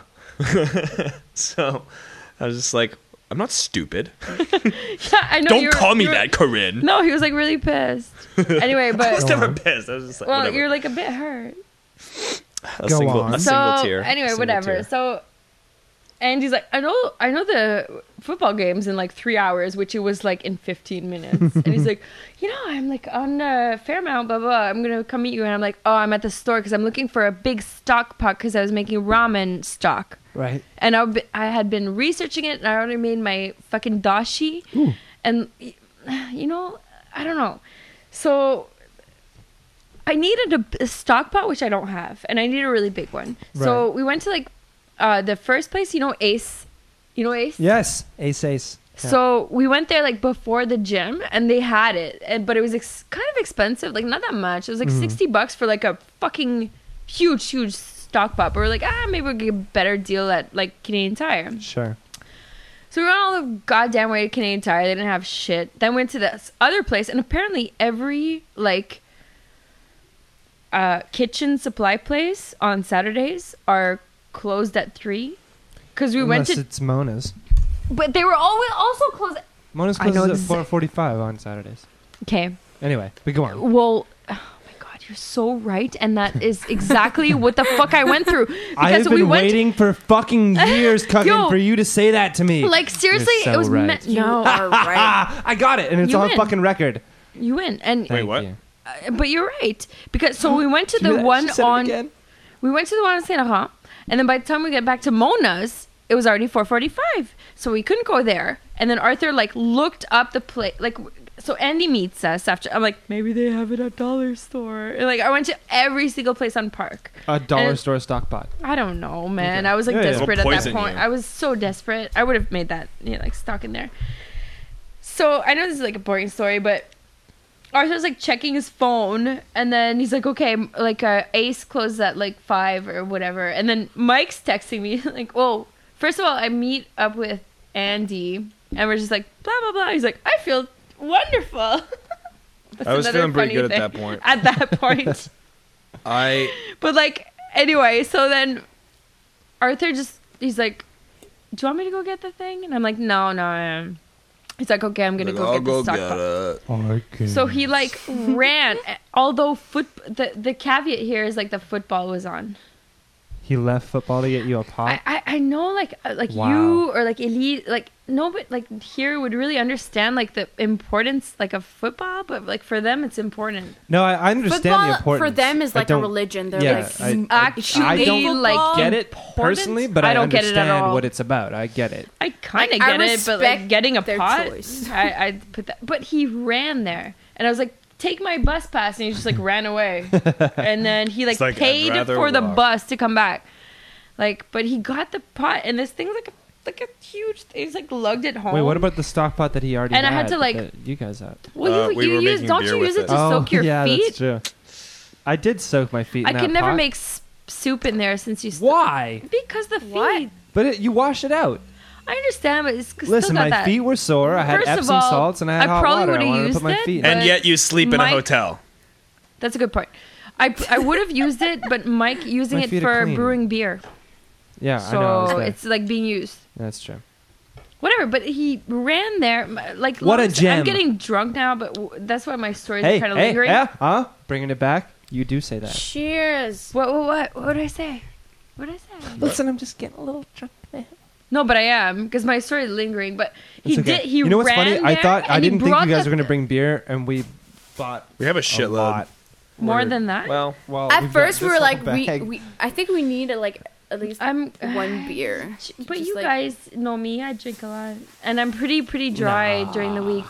S2: so I was just like, I'm not stupid.
S3: I know.
S2: Don't
S3: you were-
S2: call me
S3: you were-
S2: that, Corinne.
S3: No, he was like really pissed. Anyway,
S2: I was
S3: but
S2: never pissed. I was just like,
S3: well,
S2: whatever.
S3: you're like a bit hurt.
S2: a
S1: Go
S2: single,
S1: on.
S2: a
S1: So,
S2: single
S3: so
S2: tear. a
S3: anyway,
S2: single
S3: whatever.
S2: tear.
S3: So Andy's like, I know, I know the football games in like three hours, which it was like in fifteen minutes. and he's like, you know, I'm like on uh, Fairmount, blah blah. I'm gonna come meet you, and I'm like, oh, I'm at the store because I'm looking for a big stock pot because I was making ramen stock,
S1: right.
S3: and I, I had been researching it, and I already made my fucking dashi, and y- you know, I don't know, so. I needed a, a stock pot, which I don't have, and I need a really big one. So
S1: Right.
S3: we went to like uh, the first place, you know, Ace. You know Ace?
S1: Yes. Ace ace. Yeah.
S3: So we went there like before the gym, and they had it, and, but it was ex- kind of expensive, like not that much. It was like sixty bucks for like a fucking huge, huge stock pot. But we're like, ah, maybe we'll get a better deal at like Canadian Tire.
S1: sure.
S3: So we went all the goddamn way to Canadian Tire. They didn't have shit. Then went to this other place, and apparently every like uh, kitchen supply place on Saturdays are closed at three. Because we
S1: Unless
S3: went to,
S1: it's Mona's.
S3: but they were always also closed.
S1: Mona's
S3: I know
S1: closes at
S3: exa-
S1: four forty-five on Saturdays.
S3: Okay.
S1: Anyway, but go on.
S3: Well, oh my god, you're so right, and that is exactly what the fuck I went through. Because
S1: I have been
S3: we went
S1: waiting for fucking years, Cuggin,
S3: Yo.
S1: for you to say that to me.
S3: like seriously,
S1: You're so
S3: it was
S1: right.
S3: meant.
S5: You
S3: no,
S5: are right.
S1: ah, I got it, and it's
S3: You
S1: on
S3: win.
S1: fucking record.
S3: you win, and
S1: Thank
S2: what?
S1: you.
S3: but you're right because so we went to the one on we went to the one on Saint Laurent, and then by the time we get back to Mona's, it was already 4:45, so we couldn't go there. And then Arthur like looked up the place, like so Andy meets us after. I'm like, maybe they have it at dollar store. And, like I went to every single place on Park.
S1: A dollar
S3: And-
S1: store stock bot.
S3: I don't know, man.
S1: Okay.
S3: I was like
S1: Yeah, yeah.
S3: desperate
S4: It'll
S3: at that
S4: poison
S3: point.
S4: you.
S3: I was so desperate. I would have made that you know, like stock in there. So I know this is like a boring story, but Arthur's like checking his phone, and then he's like, "Okay, m- like uh, Ace closes at like five or whatever." And then Mike's texting me like, "Whoa!" First of all, I meet up with Andy, and we're just like blah blah blah. He's like, "I feel wonderful." That's
S4: I was
S3: another
S4: feeling pretty
S3: funny
S4: good at that point.
S3: At that point.
S4: I
S3: But like anyway, so then Arthur just he's like, "Do you want me to go get the thing?" And I'm like, "No, no." no." He's like, "Okay, I'm gonna go get the stock." pop."
S4: it.
S3: So he like ran. Although foot the the caveat here is like the football was on.
S1: He left football to get you a pop.
S3: I, I I know like uh, like
S1: Wow.
S3: you or like elite like no but like here would really understand like the importance like of football but like for them it's important.
S1: no, I, I understand the
S5: Football
S1: importance.
S5: for them is
S1: I
S5: like a
S1: don't-
S5: religion. They're
S1: Yeah,
S5: like,
S1: I, I,
S3: "Mm, Actually,
S1: I don't
S3: like
S1: get it personally, but I,
S3: I don't get it
S1: understand
S3: at all.
S1: what it's about. I get it.
S3: I kind of
S5: Like, I
S3: get it, but
S5: respect
S3: like getting a
S5: their
S3: pot,
S5: choice.
S3: I, I put that. But he ran there, and I was like, "Take my bus pass," and he just like ran away, and then he like,
S4: It's like, I'd
S3: paid
S4: rather
S3: for the
S4: walk.
S3: bus to come back. Like, but he got the pot, and this thing's like a, like a huge. thing. He's like lugged it home.
S1: Wait, what about the stock pot that he already
S3: Um, And I had to,
S1: that-
S3: like-
S1: that you guys had?
S3: Well,
S4: Uh,
S3: you,
S4: we
S3: you
S4: were
S3: use
S4: making
S3: don't
S4: beer
S3: you
S4: with
S3: use it
S4: it.
S3: to soak your
S1: Oh, yeah, that's
S3: feet?
S1: true. I did soak my feet.
S3: I
S1: in
S3: could
S1: that
S3: never
S1: pot.
S3: make s- soup in there since you. st-
S1: Why?
S3: Because the feet.
S1: But it, you wash it out.
S3: I understand, but it's still
S1: Listen,
S3: got
S1: my
S3: that.
S1: feet were sore. I had
S3: First of
S1: Epsom
S3: all,
S1: salts and I had
S3: I
S1: hot
S3: probably
S1: water. I
S3: would've
S1: wanted to
S3: used
S1: put my
S3: it,
S1: feet. in
S3: but-
S1: it.
S4: And yet you sleep in a
S3: Mike-
S4: hotel.
S3: That's a good point. I, I would have used it, but Mike using
S1: My
S3: it
S1: feet are
S3: for
S1: clean.
S3: brewing beer.
S1: Yeah, I know. I was
S3: so
S1: there.
S3: it's like being used.
S1: That's true.
S3: Whatever, but he ran there. m- Like,
S1: What a
S3: Lawrence-
S1: gem.
S3: I'm getting drunk now, but w- that's why my stories
S1: Hey,
S3: are kind of
S1: hey,
S3: lingering.
S1: yeah, huh? Bringing it back. You do say that.
S5: cheers.
S3: What, what, what, what did I say? What did I say?
S1: Listen, I'm just getting a little drunk.
S3: No, but I am because my story is lingering. But he
S1: It's okay.
S3: did. He
S1: you know what's
S3: ran
S1: funny?
S3: There
S1: I thought I
S3: and he
S1: didn't think
S3: brought
S1: you guys
S3: the-
S1: were gonna bring beer, and we bought
S4: We have a
S1: a
S4: shitload.
S1: lot.
S3: more than that.
S4: Well,
S1: Well,
S5: At
S1: we've got
S5: first, we
S1: this
S5: were
S1: whole
S5: like, we,
S1: bag.
S5: we. I think we need a, like at least
S3: I'm
S5: one beer. to
S3: But
S5: just,
S3: you
S5: like-
S3: guys know me. I drink a lot, and I'm pretty pretty dry during the week.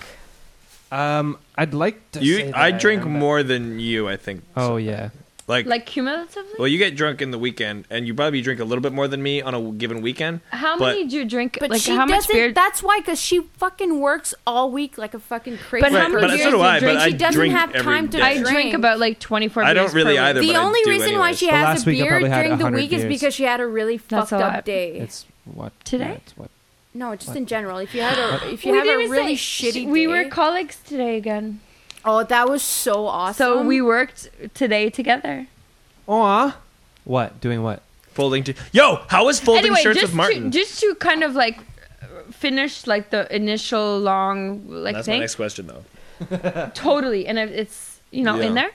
S1: Um, I'd like to. say
S4: you,
S1: that
S4: I drink
S1: am, but-
S4: more than you. I think.
S1: Oh yeah.
S4: Like,
S3: Like cumulatively.
S4: well, you get drunk in the weekend, and you probably drink a little bit more than me on a given weekend.
S3: How
S4: but-
S3: many do you drink?
S5: But
S3: like
S5: she
S3: how much
S5: doesn't.
S3: beer?
S5: That's why, because she fucking works all week like a fucking crazy.
S3: But how
S4: Right,
S3: many
S4: but
S3: beers
S4: so do
S3: you
S4: I. But
S3: drink?
S4: I
S5: She doesn't
S4: drink
S5: have
S4: every
S5: time to
S4: day.
S3: I drink
S5: drink.
S3: about like 24
S4: I
S3: beers.
S4: don't really
S3: per week.
S4: either.
S5: the
S4: but I
S5: only
S4: do
S5: reason why
S4: anyways.
S5: she
S1: But
S5: has
S1: last
S5: a
S1: week I
S5: beer
S1: probably had
S5: during the
S1: 100
S5: week is
S1: beers.
S5: because she had a really
S3: That's
S5: fucked
S3: a
S5: up
S3: lot.
S5: day.
S1: It's what
S3: Today?
S1: yeah, it's what.
S5: no, just in general. If you had a if you
S3: We
S5: have a
S3: didn't
S5: really
S3: say-
S5: shitty,
S3: We
S5: day,
S3: were colleagues today again.
S5: oh, that was so awesome.
S3: So we worked today together.
S1: Aw. What? Doing what?
S4: folding. T- Yo, how was folding
S3: anyway,
S4: shirts
S3: just
S4: with Martin?
S3: to just to kind of like uh, finish like the initial long like
S4: That's my
S3: thing.
S4: next question, though.
S3: Totally, and it- it's you know in
S4: Yeah.
S3: there.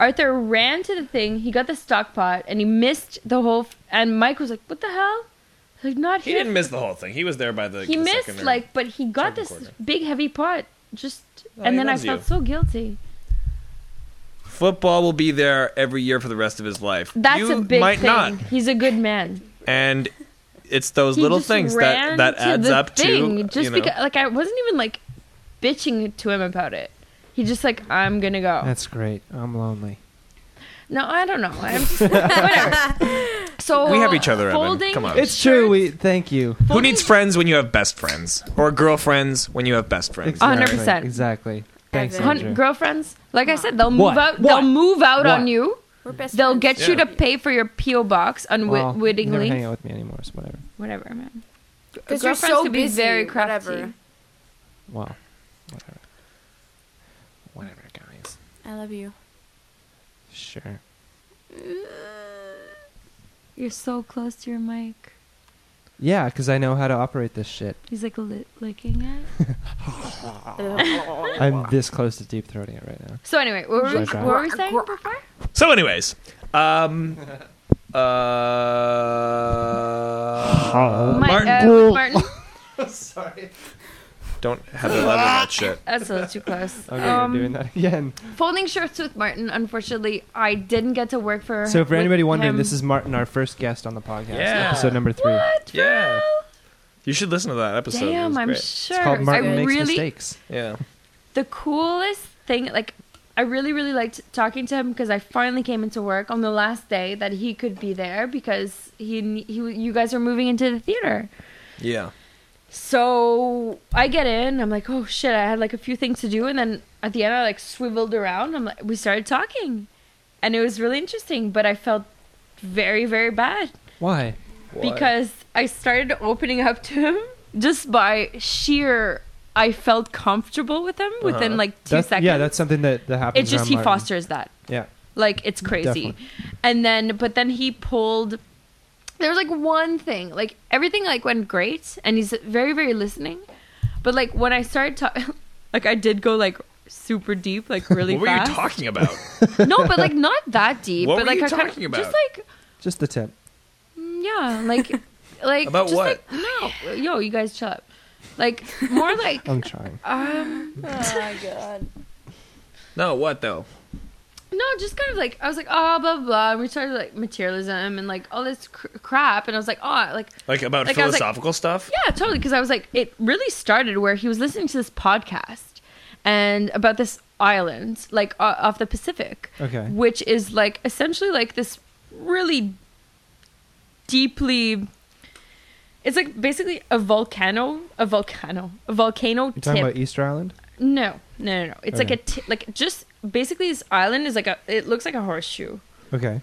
S3: Arthur ran to the thing. He got the stock pot, and he missed the whole. F- and Mike was like, "What the hell?" Like not
S4: He
S3: here.
S4: didn't miss the whole thing. He was there by the.
S3: he
S4: the
S3: missed
S4: second or-
S3: like but he
S4: second
S3: got this
S4: quarter.
S3: big heavy pot just
S4: Oh,
S3: and
S4: he
S3: then i
S4: loves you.
S3: felt so guilty
S4: Football will be there every year for the rest of his life.
S3: that's
S4: you
S3: a big
S4: might
S3: thing
S4: not.
S3: he's a good man
S4: And it's those
S3: He
S4: little
S3: just
S4: things
S3: ran
S4: that that
S3: to
S4: adds
S3: the
S4: up
S3: thing
S4: to
S3: just
S4: you know,
S3: because like i wasn't even like bitching to him about it he just like i'm gonna go
S1: That's great. I'm lonely.
S3: no i don't know i'm just whatever so
S4: We have each other, Evan.
S3: folding
S4: Come on.
S3: shirts-
S1: It's true. We thank you.
S4: Who
S3: folding-
S4: needs friends when you have best friends or girlfriends when you have best friends?
S3: Uh,
S1: Exactly,
S3: 100%.
S1: Exactly. Thanks,
S5: Evan.
S3: hun-
S1: Andrew.
S3: girlfriends like i said they'll
S1: What?
S3: move out
S1: What?
S3: they'll move out
S1: What?
S3: on you
S5: we're best
S3: they'll
S5: friends.
S3: get you to pay for your po box
S1: Well, you never
S3: unwittingly
S1: hang out with me anymore, so whatever.
S3: whatever man
S5: because you're
S3: Girlfriends
S5: so
S3: could be
S5: busy.
S3: very crafty.
S5: whatever.
S1: Well, whatever. Whatever, guys.
S5: I love you.
S1: Sure.
S3: You're so close to your mic.
S1: Yeah, because I know how to operate this shit.
S3: He's like li- licking it.
S1: I'm this close to deep throating it right now.
S3: So anyway, what were, we,
S1: Like that.
S3: what were we saying before?
S4: So, anyways, um, uh,
S1: Oh.
S3: My-
S4: Martin,
S3: uh, with Martin.
S4: don't have to elaborate on that shit.
S3: That's a little too close.
S1: Okay,
S3: um,
S1: we're doing that again.
S3: Folding shirts with Martin. Unfortunately, I didn't get to work for.
S1: So, for
S3: with
S1: anybody wondering,
S3: him.
S1: this is Martin, our first guest on the podcast,
S4: Yeah.
S1: episode number three.
S3: What?
S4: Yeah, you should listen to that episode. It
S3: Damn,
S4: was
S3: I'm
S4: great.
S3: sure.
S1: It's called Martin
S3: I
S1: Makes
S3: really,
S1: Mistakes.
S4: Yeah,
S3: the coolest thing like i really really liked talking to him because i finally came into work on the last day that he could be there because he, he you guys are moving into the theater
S2: Yeah.
S3: so I get in. I'm like, oh shit! I had like a few things to do, and then at the end, I like swiveled around. I'm like, we started talking, and it was really interesting. But I felt very, very bad
S1: Why?
S3: because I started opening up to him just by sheer. I felt comfortable with him within like two
S1: That's-
S3: seconds.
S1: Yeah, that's something that that happens.
S3: it's just
S1: around
S3: he
S1: Martin.
S3: fosters that
S1: Yeah.
S3: like it's crazy
S1: Definitely.
S3: and then but then he pulled there was like one thing like everything like went great and he's very very listening but like when i started talking like i did go like super deep like really
S4: What were you
S3: fast
S4: talking about?
S3: no but like not that deep
S4: What
S3: but
S4: were
S3: like
S4: you
S3: i kind
S4: talking
S3: of
S4: about?
S3: just like
S1: Just the tip.
S3: mm, yeah like like
S2: About
S3: just,
S2: what?
S3: like, no yo you guys shut up like more like
S1: I'm trying.
S3: um
S2: No, what though?
S3: No, just kind of like I was like, oh, blah blah. blah. And we started like materialism and like all this cr- crap, and I was like, oh, like
S4: Like about
S3: Like, I was like-
S4: philosophical stuff?
S3: yeah, totally. Because I was like, it really started where he was listening to this podcast and about this island, like o off the Pacific,
S1: Okay.
S3: which is like essentially like this really deeply. It's like basically a volcano, a volcano, a volcano
S1: You're
S3: tip.
S1: talking about Easter Island?
S3: no, no, no, no. It's like
S1: Okay.
S3: a t- like just basically this island is like a. It looks like a horseshoe.
S1: Okay.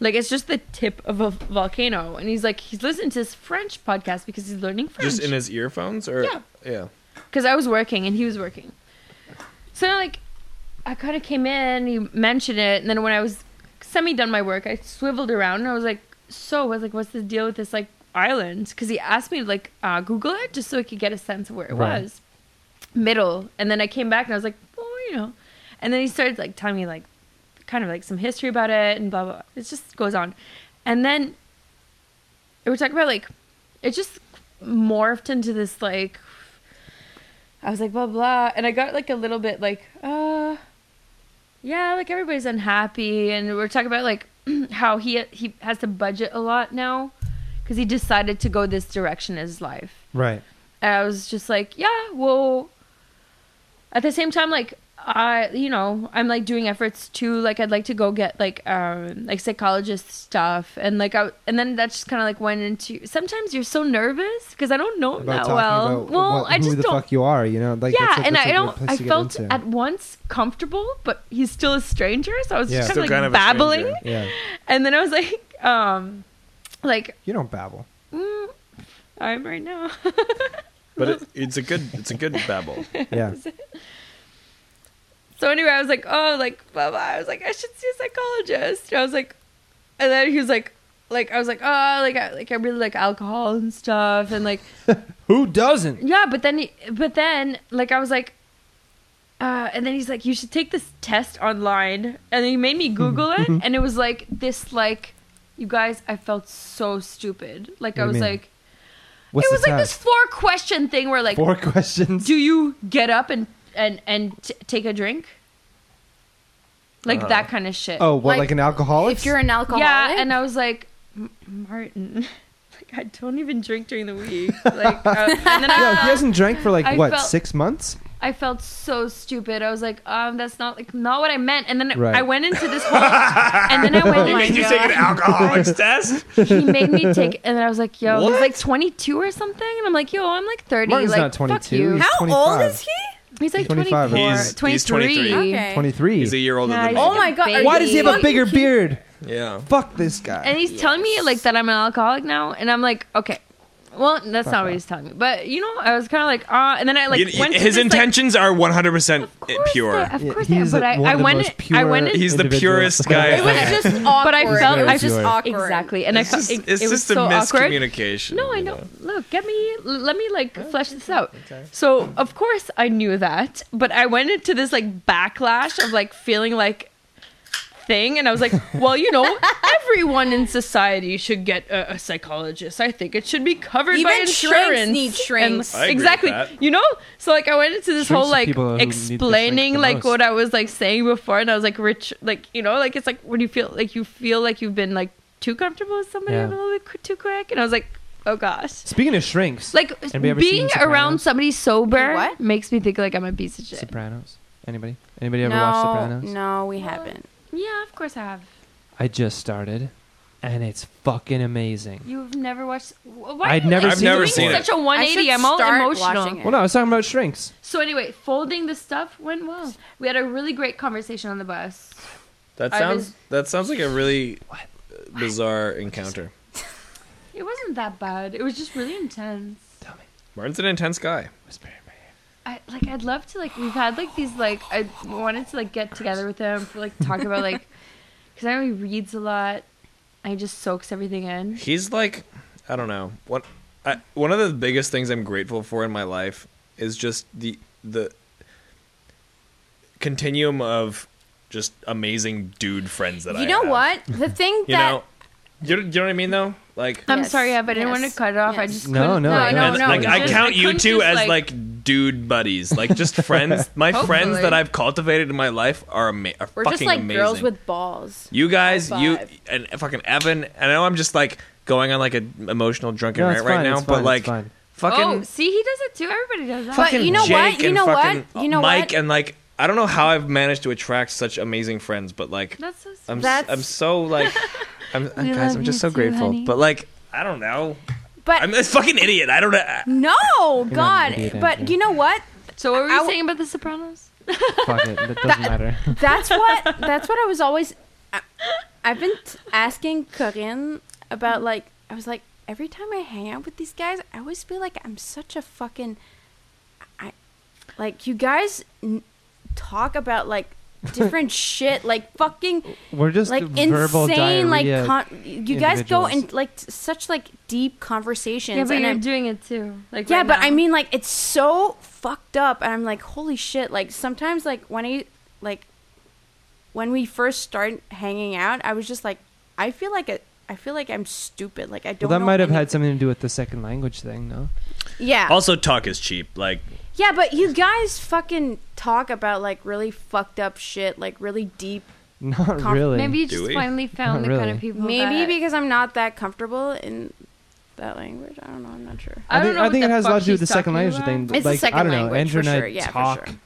S3: Like it's just the tip of a volcano, and he's like he's listening to this French podcast because he's learning French.
S4: Just in his earphones or
S3: Yeah.
S4: yeah.
S3: Because I was working and he was working, so like I kind of came in. He mentioned it, and then when I was semi done my work, I swiveled around and I was like, "So, I was like, what's the deal with this like island?" Because he asked me to like uh, Google it just so I could get a sense of where it
S1: Right.
S3: was, middle, and then I came back and I was like, "Well, you know," and then he started like telling me like kind of like some history about it and blah blah. blah. It just goes on, and then we're talking about like it just morphed into this like I was like blah blah, and I got like a little bit like uh yeah, like everybody's unhappy, and we're talking about like how he he has to budget a lot now because he decided to go this direction in his life.
S1: Right.
S3: And I was just like, yeah, well, at the same time, like, I, you know, I'm like doing efforts to, like, I'd like to go get like, um, like psychologist stuff. And like, I, and then that just kind of like went into, sometimes you're so nervous because I don't know him
S1: About
S3: that
S1: talking
S3: well.
S1: about
S3: well,
S1: what,
S3: I
S1: who
S3: just
S1: the
S3: don't.
S1: fuck you are, you know? Like
S3: yeah,
S1: that's a,
S3: and
S1: that's
S3: I
S1: a good
S3: don't.
S1: place
S3: I
S1: to get
S3: felt
S1: into.
S3: at once comfortable, but he's still a stranger, so I was
S1: Yeah.
S3: just
S1: Still
S3: kind
S4: kind
S3: of like
S4: of a
S3: babbling.
S4: stranger.
S1: Yeah.
S3: And then I was like, um, like
S1: You don't babble.
S3: mm, I'm right now.
S4: But it, it's a good it's a good babble.
S1: Yeah.
S3: So anyway, I was like, oh, like blah blah. I was like, I should see a psychologist. I was like, and then he was like, like I was like, oh, like I, like I really like alcohol and stuff, and like
S1: Who doesn't?
S3: yeah. But then, he, but then, like I was like, uh, and then he's like, you should take this test online, and then he made me
S1: Mm-hmm.
S3: Google it, and it was like this, like you guys, I felt so stupid.
S1: What
S3: Like
S1: do
S3: I
S1: you
S3: was
S1: mean?
S3: like,
S1: What's
S3: it was
S1: the
S3: like this
S1: test?
S3: four question thing where like,
S1: Four questions.
S3: do you get up and and and t- take a drink like that kind of shit
S1: oh, what, like,
S5: Like,
S1: an alcoholic?
S5: If you're an alcoholic,
S3: yeah and i was like "M- martin like i don't even drink during the week like uh, and then
S1: Yo,
S3: I,
S1: he
S3: felt,
S1: hasn't drank for like
S3: I
S1: what
S3: felt-
S1: six months.
S3: I felt so stupid i was like um that's not like not what i meant and then
S1: Right.
S3: i went into this whole and then i went like
S4: Did you take an alcoholics test?
S3: he made me take and then i was like yo he's like 22 or something and i'm like yo i'm like 30
S1: Martin's
S3: like
S1: not 22,
S3: fuck you
S1: he's-
S6: How
S1: 25.
S6: old is he?
S3: he's like
S1: 25.
S3: 24
S1: He's-
S4: he's
S3: 23
S4: 23.
S5: Okay.
S1: Twenty three.
S4: He's a year older
S3: Yeah,
S4: than
S3: he's
S4: me.
S6: Oh my god! are
S1: Why
S6: you
S1: does he have a
S6: fucking
S1: bigger beard?
S4: Yeah.
S1: Fuck this guy.
S3: and he's telling me like that I'm an alcoholic now, and I'm like, okay, well, that's not what he's telling me, but you know, I was kind of like, ah, and then I like
S4: You- you-
S3: went to
S4: his
S3: this, like-
S4: intentions are 100%
S3: Of course
S4: pure.
S3: they- of
S1: Yeah,
S3: course,
S1: he's,
S3: they,
S1: like,
S3: but I,
S1: one
S3: I
S1: of the
S3: went,
S1: most
S3: in- I went, in-
S1: pure
S4: He's the
S1: Individual.
S4: purest guy.
S6: It was just awkward.
S3: but I felt,
S1: very
S3: I just
S1: pure.
S6: awkward.
S3: exactly, and
S4: It's
S3: I felt
S4: just,
S3: it,
S4: it's
S3: it was
S4: just a
S3: so awkward.
S4: miscommunication.
S3: No, I
S4: you
S3: know. Look, get me. l- Let me like flesh this out. So of course I knew that, but I went into this like backlash of like feeling like thing, and I was like, well, you know, everyone in society should get a, a psychologist. I think it should be covered by
S6: Even shrinks
S3: insurance.
S6: need shrinks.
S3: And-
S4: I agree with
S3: exactly.
S4: that.
S3: You know, so like I went into this
S1: Shrinks
S3: whole
S1: are
S3: like
S1: people who need the shrinks the
S3: explaining like
S1: most.
S3: what I was like saying before, and I was like rich, like you know, like it's like when you feel like you feel like you've been like too comfortable with somebody
S1: Yeah.
S3: a little bit qu- too quick, and I was like, oh gosh.
S1: Speaking of shrinks,
S3: Like
S1: Anybody ever
S3: being
S1: seen
S3: around
S1: Sopranos?
S3: somebody sober
S5: What?
S3: makes me think like I'm a piece of shit.
S1: Sopranos. Anybody? Anybody ever
S5: no,
S1: watched Sopranos?
S5: no, we haven't.
S3: yeah, of course I have.
S1: I just started, and it's fucking amazing.
S3: You've never watched. Why
S1: I'd
S3: are you-
S1: never
S3: you're
S1: seen
S3: doing
S1: it.
S2: seen it.
S3: such a 180.
S5: I should
S3: I'm all
S5: start
S3: emotional.
S5: watching it.
S1: Well, no, I was talking about shrinks.
S3: So anyway, folding the stuff went well. We had a really great conversation on the bus.
S2: That
S3: I
S2: sounds
S3: was-
S2: that sounds like a really bizarre encounter.
S3: It wasn't that bad. It was just really intense.
S2: Martin's an intense guy.
S3: I like I'd love to like we've had like these like I wanted to like get together with him for like talk about like because I know he reads a lot. I just soaks everything in.
S2: He's like, I don't know. What I, one of the biggest things I'm grateful for in my life is just the the continuum of just amazing dude friends that I
S5: You know
S2: have.
S5: what? The thing
S2: You
S5: that
S2: know, you, you know what I mean though? Like,
S3: I'm
S5: Yes,
S3: sorry, Ev. I didn't
S5: yes,
S3: want to cut it off. I
S5: yes.
S3: just
S1: No,
S3: couldn't-
S1: no, no,
S3: no, no,
S1: it's
S3: no.
S2: like
S1: no,
S2: I
S1: no.
S3: just-
S2: count you
S3: couldn't
S2: two
S3: just,
S2: as like, dude buddies, like just friends. My friends
S3: Hopefully.
S2: that I've cultivated in my life are, ama- are
S5: we're
S2: fucking
S5: just like
S2: amazing.
S5: girls with balls.
S2: You guys,
S6: High
S2: you
S6: five.
S2: and fucking Evan. I know I'm just like going on like an emotional drunken
S1: No, it's
S2: rant right
S1: fine,
S2: now,
S1: it's
S2: but
S1: fine, it's
S2: like
S1: fine.
S2: fucking,
S3: oh, see, he does it too. Everybody does that.
S5: But
S2: fucking
S5: you know
S2: Jake
S5: what? You
S2: and
S5: know
S2: fucking
S5: what? You know
S2: Mike
S5: what?
S2: and like I don't know how I've managed to attract such amazing friends, but like
S3: That's so sweet.
S2: I'm s-
S5: That's-
S2: I'm so like I'm
S3: We
S2: guys
S3: love
S2: I'm just
S3: you
S2: so
S3: too,
S2: grateful,
S3: honey.
S2: but like I don't know.
S5: But
S2: I'm a fucking idiot. I don't know. I-
S5: no,
S1: not an
S5: God.
S1: idiot,
S5: But
S1: Andrew.
S5: you know what?
S3: so what were you
S5: I-
S3: saying about The Sopranos?
S1: Fuck it, that doesn't matter.
S5: That's what. That's what I was always. I, I've been t- asking Corinne about like. I was like, every time I hang out with these guys, I always feel like I'm such a fucking. I, like you guys n- talk about like different shit, like fucking
S1: We're just
S5: like
S1: verbal
S5: insane, like
S1: diarrhea.
S5: con- you guys go
S1: individuals.
S5: in like t- such like deep conversations.
S3: Yeah, but
S5: and
S3: you're
S5: I'm-
S3: doing it too. Like
S5: yeah,
S3: right
S5: but I
S3: now.
S5: mean, like, it's so fucked up, and I'm like, holy shit! Like, sometimes, like, when I like, when we first start hanging out, I was just like, I feel like a, I feel like I'm stupid. Like, I don't.
S1: well, that
S5: know
S1: might have had
S5: anything.
S1: something to do with the second language thing, no?
S5: Yeah,
S2: Also, talk is cheap. Like
S5: yeah, but you guys fucking talk about like really fucked up shit, like really deep.
S1: Not
S5: Conf-
S1: really.
S3: maybe you
S2: Do
S3: just
S2: we?
S3: finally found
S1: Not
S3: the kind
S1: really.
S3: of people.
S5: Maybe
S3: that-
S5: because I'm not that comfortable in that language. I don't know. I'm not sure.
S1: I
S3: I, don't
S1: think,
S3: know
S1: I
S3: what
S1: think
S3: the
S1: it has a
S3: fuck
S1: lot to do with the
S3: he's
S1: second
S3: talking
S1: language
S3: about.
S1: thing.
S5: It's the
S1: like, I
S5: second
S1: don't know.
S5: language,
S1: Andrew
S5: for
S1: and I
S5: sure, yeah, for
S1: talk,
S5: sure.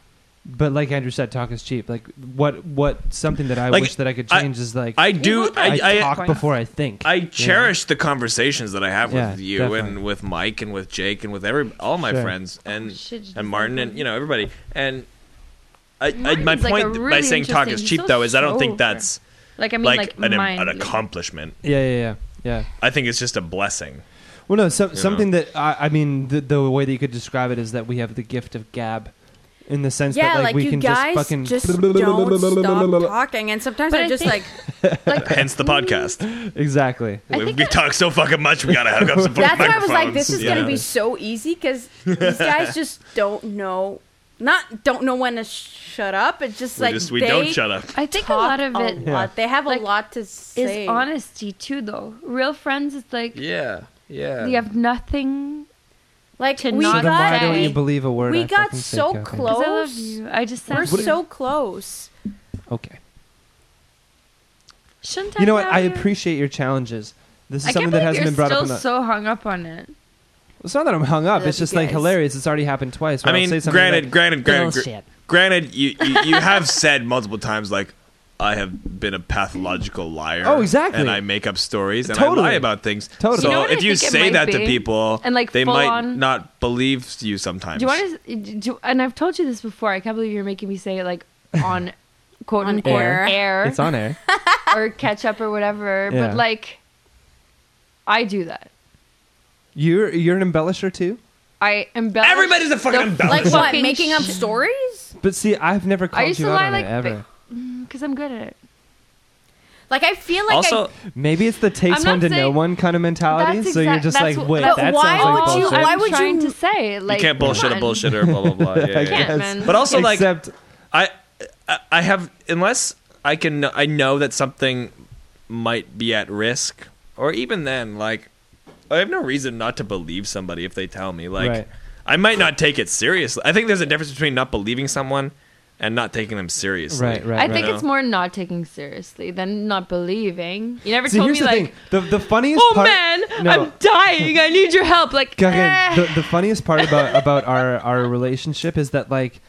S1: but like Andrew said, talk is cheap. Like what? What? Something that I
S2: Like,
S1: wish that I could
S2: I-
S1: change is like
S2: I do. I, I,
S1: talk before I think.
S2: I
S1: you know?
S2: cherish the conversations that I have
S1: Yeah,
S2: with you
S1: definitely.
S2: and with Mike and with Jake and with every all my
S1: Sure.
S2: friends and
S3: shit, you
S2: and
S3: Oh, just
S2: Martin and you know everybody and I, I,
S3: Martin's
S2: my
S3: like a
S2: point by
S3: really
S2: saying talk is
S3: interesting-
S2: cheap
S3: he's so
S2: though is I don't think
S3: sober.
S2: that's
S3: Like I mean,
S2: like,
S3: like,
S2: an, im-
S3: mind
S2: an accomplishment.
S1: Yeah, yeah, yeah, yeah.
S2: I think it's just a blessing.
S1: Well, no, so, something that I, I mean, the, the way that you could describe it is that we have the gift of gab, in the sense
S5: Yeah,
S1: that
S5: like,
S1: we
S5: you
S1: can
S5: guys
S1: just fucking
S5: just don't stop talking, and sometimes
S3: But
S5: I
S3: I
S5: just
S3: think-
S5: like
S3: like
S2: Hence the podcast.
S1: exactly.
S3: I
S2: We,
S3: think
S2: we talk so fucking much. We gotta hook up some.
S5: That's why I was
S2: microphones.
S5: like, this is
S2: Yeah.
S5: gonna be so easy because these guys just don't know, not don't know when to shut up. It's just
S2: We
S5: like
S2: just- we
S5: they
S2: don't shut up.
S3: I think a
S5: talk
S3: lot of it is
S5: lot. They have
S3: Like,
S5: a lot to say.
S3: honesty too, though. Real friends, it's like
S2: Yeah, yeah.
S3: you have nothing.
S5: like
S3: to
S5: we
S1: so
S3: not
S1: then why
S5: got,
S1: don't you believe a word?
S5: we
S1: I
S5: got
S1: fucking say,
S5: so
S1: Kevin?
S3: 'Cause
S5: close.
S3: I love you. I just
S5: we're
S3: said
S5: so close.
S1: Okay.
S3: Shouldn't I
S1: You know what?
S3: tell
S1: I appreciate your challenges. This is
S3: I
S1: something
S3: can't
S1: that
S3: believe
S1: hasn't
S3: you're
S1: been brought
S3: still
S1: up. In the,
S3: so hung up on it.
S1: it's not that I'm hung up.
S5: love
S1: It's
S5: you
S1: just like
S5: guys.
S1: hilarious. It's already happened twice.
S2: I
S1: where I'll
S2: mean,
S1: say something
S2: granted,
S1: like,
S2: granted, granted, gr- granted, you, you you have said multiple times like I have been a pathological liar.
S1: Oh, exactly.
S2: And I make up stories and
S1: Totally.
S2: I lie about things.
S1: Totally.
S2: So
S1: You know
S3: what I
S2: if you
S3: think it
S2: say
S3: might
S2: that to
S3: be?
S2: people,
S3: And, like,
S2: they
S3: full
S2: might
S3: on-
S2: not believe you sometimes.
S3: Do you want to? Do, and I've told you this before. I can't believe you're making me say it like on quote
S5: On
S3: unquote
S5: air.
S3: air,
S1: It's on air.
S3: or catch up or whatever.
S1: Yeah.
S3: But like, I do that.
S1: You're you're an embellisher too.
S3: I embellish.
S2: Everybody's a fucking
S3: the
S5: Like
S2: embellisher.
S5: what?
S3: fucking
S5: Making up
S3: sh-
S5: stories?
S1: But see, I've never called
S3: used
S1: you
S3: to
S1: out
S3: lie
S1: on
S3: like-
S1: it ever.
S3: because I'm good at it.
S5: Like I feel like
S2: also,
S5: I.
S1: Maybe it's the takes
S3: I'm not
S1: one to know
S3: saying-
S1: one kind of mentality.
S3: That's
S1: so you're
S3: exact-
S1: just like,
S3: that's what-
S1: wait,
S5: But
S1: that
S5: why
S1: sounds like
S5: would you-
S1: bullshit.
S5: why
S3: I'm
S5: would
S3: trying
S5: you-
S3: to say like
S2: you can't bullshit a
S3: come on.
S2: bullshitter, blah blah blah. Yeah, yeah,
S1: I
S2: yeah.
S3: can't,
S1: guess.
S3: man.
S2: But also, like,
S1: Except
S2: I, I I have unless I can I know that something might be at risk, or even then, like I have no reason not to believe somebody if they tell me. Like
S1: Right.
S2: I might not take it seriously. I think there's a difference between not believing someone and not taking them seriously.
S1: Right, right.
S3: I think
S2: right.
S3: it's more not taking seriously than not believing. You never
S1: See,
S3: told
S1: here's
S3: me
S1: the
S3: like,
S1: thing. The, the funniest
S3: oh
S1: part.
S3: man,
S1: No.
S3: I'm dying. I need your help. Like, eh.
S1: Gagan, the, the funniest part about about our our relationship is that like.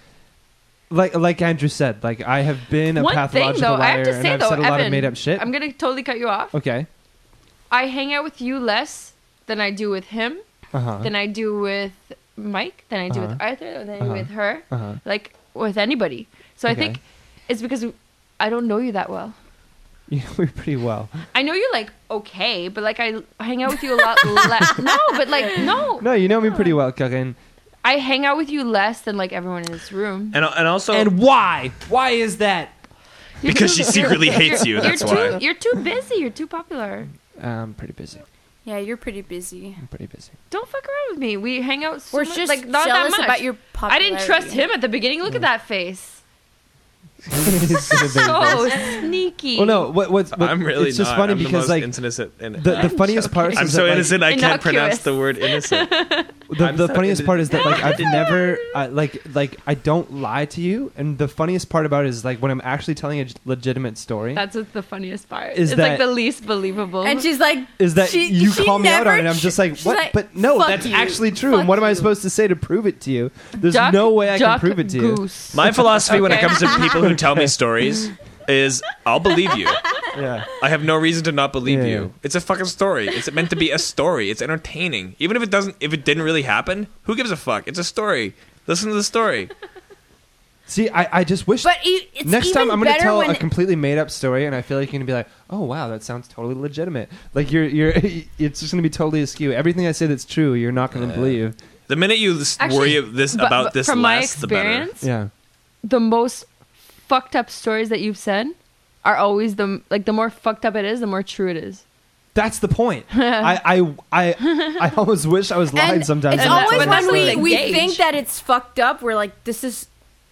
S1: Like like Andrew said, like I have been a
S3: one thing
S1: pathological
S3: though,
S1: liar
S3: I have to
S1: and
S3: say
S1: I've
S3: though,
S1: said a lot
S3: Evan,
S1: of made up shit.
S3: I'm gonna totally cut you off.
S1: okay.
S3: I hang out with you less than I do with him,
S1: Uh huh.
S3: than I do with Mike, than I do with
S1: Uh-huh.
S3: Arthur, than I do
S1: Uh-huh.
S3: with her,
S1: Uh huh.
S3: like with anybody. So I
S1: Okay.
S3: think it's because I don't know you that well.
S1: You know me pretty well.
S3: I know you're like okay, but like I hang out with you a lot less. No, but like no,
S1: No, you know me pretty well, Gagan.
S3: I hang out with you less than like everyone in this room.
S2: And and also
S1: why? Why is that?
S3: You're
S2: because she
S3: too-
S2: secretly hates you.
S3: You're
S2: That's
S3: too,
S2: why.
S3: You're too busy. You're too popular.
S1: I'm pretty busy.
S5: Yeah, you're pretty busy.
S1: I'm pretty busy.
S3: Don't fuck around with me. We hang out so
S5: We're
S3: much,
S5: just
S3: like not that
S5: jealous
S3: much.
S5: about your
S3: I didn't trust
S5: popularity.
S3: him at the beginning. Look at that face.
S1: It's gonna be
S3: So
S1: this.
S3: sneaky.
S1: Well, no. What? What's? What,
S2: I'm really
S1: It's just
S2: not.
S1: funny
S2: I'm the
S1: because
S2: most
S1: like
S2: innocent. In,
S1: the, the funniest part.
S2: I'm
S1: is
S2: so
S1: that, like,
S2: innocent. I can't
S3: Innocuous.
S2: pronounce the word innocent.
S1: the,
S2: I'm
S1: the
S2: so
S1: funniest
S2: into-
S1: part is that like I've never I, like like I don't lie to you, and the funniest part about it is like when I'm actually telling a j- legitimate story
S3: That's what's the funniest part.
S1: Is
S3: it's
S1: that-
S3: like the least believable.
S5: And she's like,
S1: is that
S5: she-
S1: you
S5: she
S1: call me out
S5: never-
S1: on it. and I'm just like
S5: she's
S1: what?
S5: like,
S1: but no,
S5: "Fuck
S1: that's
S5: you.
S1: actually true. And
S5: Fuck
S1: what am I
S5: you."
S1: supposed to say to prove it to you? There's
S3: Duck-
S1: no way I can
S3: duck,
S1: prove it to
S3: goose.
S2: My philosophy when it
S3: Okay.
S2: comes to people who tell me stories is I'll believe you.
S1: you. Yeah.
S2: I have no reason to not believe
S1: Yeah.
S2: you. It's a fucking story. It's meant to be a story. It's entertaining. Even if it doesn't if it didn't really happen, who gives a fuck? It's a story. Listen to the story.
S1: See, I, I just wish.
S5: but e- it's
S1: Next
S5: even
S1: time, I'm going to
S5: better
S1: tell
S5: when
S1: a completely made up story, and I feel like you're going to be like, "Oh wow, that sounds totally legitimate." Like you're, you're, it's just going to be totally askew. Everything I say that's true, you're not going to believe.
S2: The minute you s-
S3: Actually,
S2: worry of this
S3: but-
S2: about
S3: but
S2: this
S3: from my
S2: less, the better.
S3: experience,
S1: Yeah.
S3: the most fucked up stories that you've said are always the like the more fucked up it is, the more true it is.
S1: That's the point. I, I, I, I almost wish I was lying
S5: and
S1: sometimes.
S5: It's
S1: when I tell
S5: always
S1: that
S3: that's
S5: when
S1: story.
S5: we,
S3: the
S5: we
S3: gauge.
S5: think that it's fucked up. We're like, this is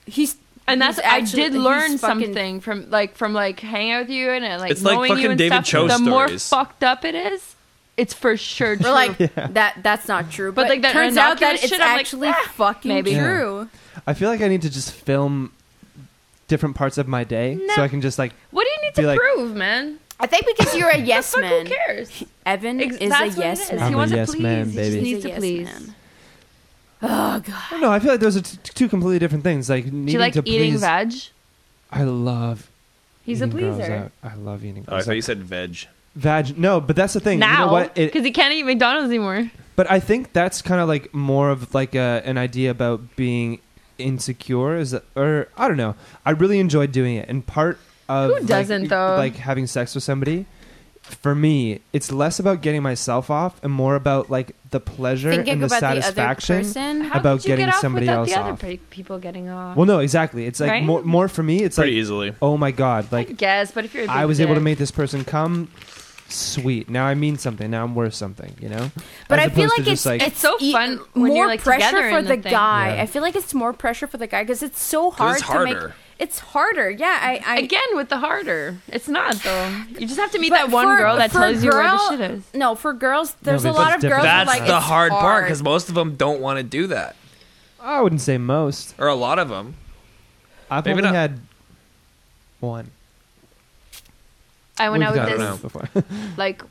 S5: he's.
S3: And that's
S5: he's
S3: I
S5: actually-
S3: did
S5: he's
S3: learn
S5: fucking-
S3: something from like from like hanging out with you and uh, like
S2: It's like
S3: knowing you
S2: fucking
S3: and
S2: David
S3: stuff.
S2: Cho
S3: the more
S2: stories.
S3: fucked up it is, it's for sure true.
S5: We're like that. That's not true. But,
S3: like, that
S5: turns out that
S3: innocuous
S5: it's
S3: shit, I'm like,
S5: actually
S3: "Ah,
S5: fucking
S3: maybe." Yeah.
S5: true.
S1: I feel like I need to just film different parts of my day so
S3: No.
S1: I can just like.
S3: what do you need
S1: Be
S3: to
S1: like-
S3: prove, man?
S5: I think because you're a yes
S3: Fuck,
S5: man.
S3: who cares?
S5: Evan
S3: Ex-
S5: is
S3: that's
S5: a
S3: what it
S5: yes
S3: is.
S1: I'm
S5: man.
S3: He
S1: a
S3: wants
S1: yes
S3: to please.
S1: man,
S3: He
S1: baby.
S3: just
S5: He's
S3: needs
S5: a
S3: to
S5: yes
S3: please.
S5: man. Oh god.
S1: No, I feel like those are t- two completely different things. Like needing
S3: Do you like
S1: to
S3: eating
S1: please.
S3: veg?
S1: I love.
S3: He's a
S1: eating girls
S3: pleaser.
S1: out. I love eating.
S2: Oh, I
S1: Girls
S2: thought
S1: out.
S2: you said veg.
S1: Vag. No, but that's the thing. you know
S3: Now,
S1: what?
S3: because
S1: It,
S3: he can't eat McDonald's anymore.
S1: but I think that's kind of like more of like a, an idea about being insecure, is that, or I don't know. I really enjoy doing it, and part of
S3: Who
S1: like,
S3: doesn't, though?
S1: like having sex with somebody. For me, it's less about getting myself off and more about like the pleasure
S5: Thinking
S1: and the
S5: about the other
S1: satisfaction.
S5: person.
S3: How
S1: About
S3: could you
S1: getting
S3: get off
S1: somebody
S3: without
S1: else
S3: the other
S1: off.
S3: pe- people getting off.
S1: well, no, exactly. It's like
S3: Right?
S1: more, more for me. It's
S2: Pretty
S1: like,
S2: easily.
S1: oh my god,
S3: I
S1: like
S3: guess, but if you're a
S1: I
S3: big
S1: was able to
S3: dick-
S1: make this person come. Sweet. Now I mean something. Now I'm worth something. You know.
S5: But
S1: As
S5: I feel
S1: opposed to
S5: like it's,
S1: just, like-
S5: it's
S3: So
S5: e-
S3: fun
S5: more
S3: when you're, like,
S5: pressure
S3: together
S5: for
S3: in
S5: the,
S3: the thing.
S5: guy.
S1: Yeah.
S5: I feel like it's more pressure for the guy because it's so hard
S2: 'Cause it's
S5: to make.
S2: harder.
S5: It's harder. Yeah, I, I
S3: again with the harder. It's not though. You just have to meet
S5: but
S3: that one
S5: for-
S3: girl that
S5: for
S3: tells you where
S5: girl-
S3: the shit is.
S5: No, for girls, there's
S1: but
S5: a lot
S1: it's
S5: of
S1: different.
S5: girls. who are
S2: That's
S5: like,
S2: the
S5: it's
S2: hard, part because
S5: hard.
S2: most of them don't want to do that,
S1: I wouldn't say most.
S2: or a lot of them.
S1: I've
S2: Maybe
S1: only
S2: not-
S1: had one.
S3: I went
S1: We've
S3: out
S1: done
S3: with
S2: I don't
S3: this
S1: before.
S3: like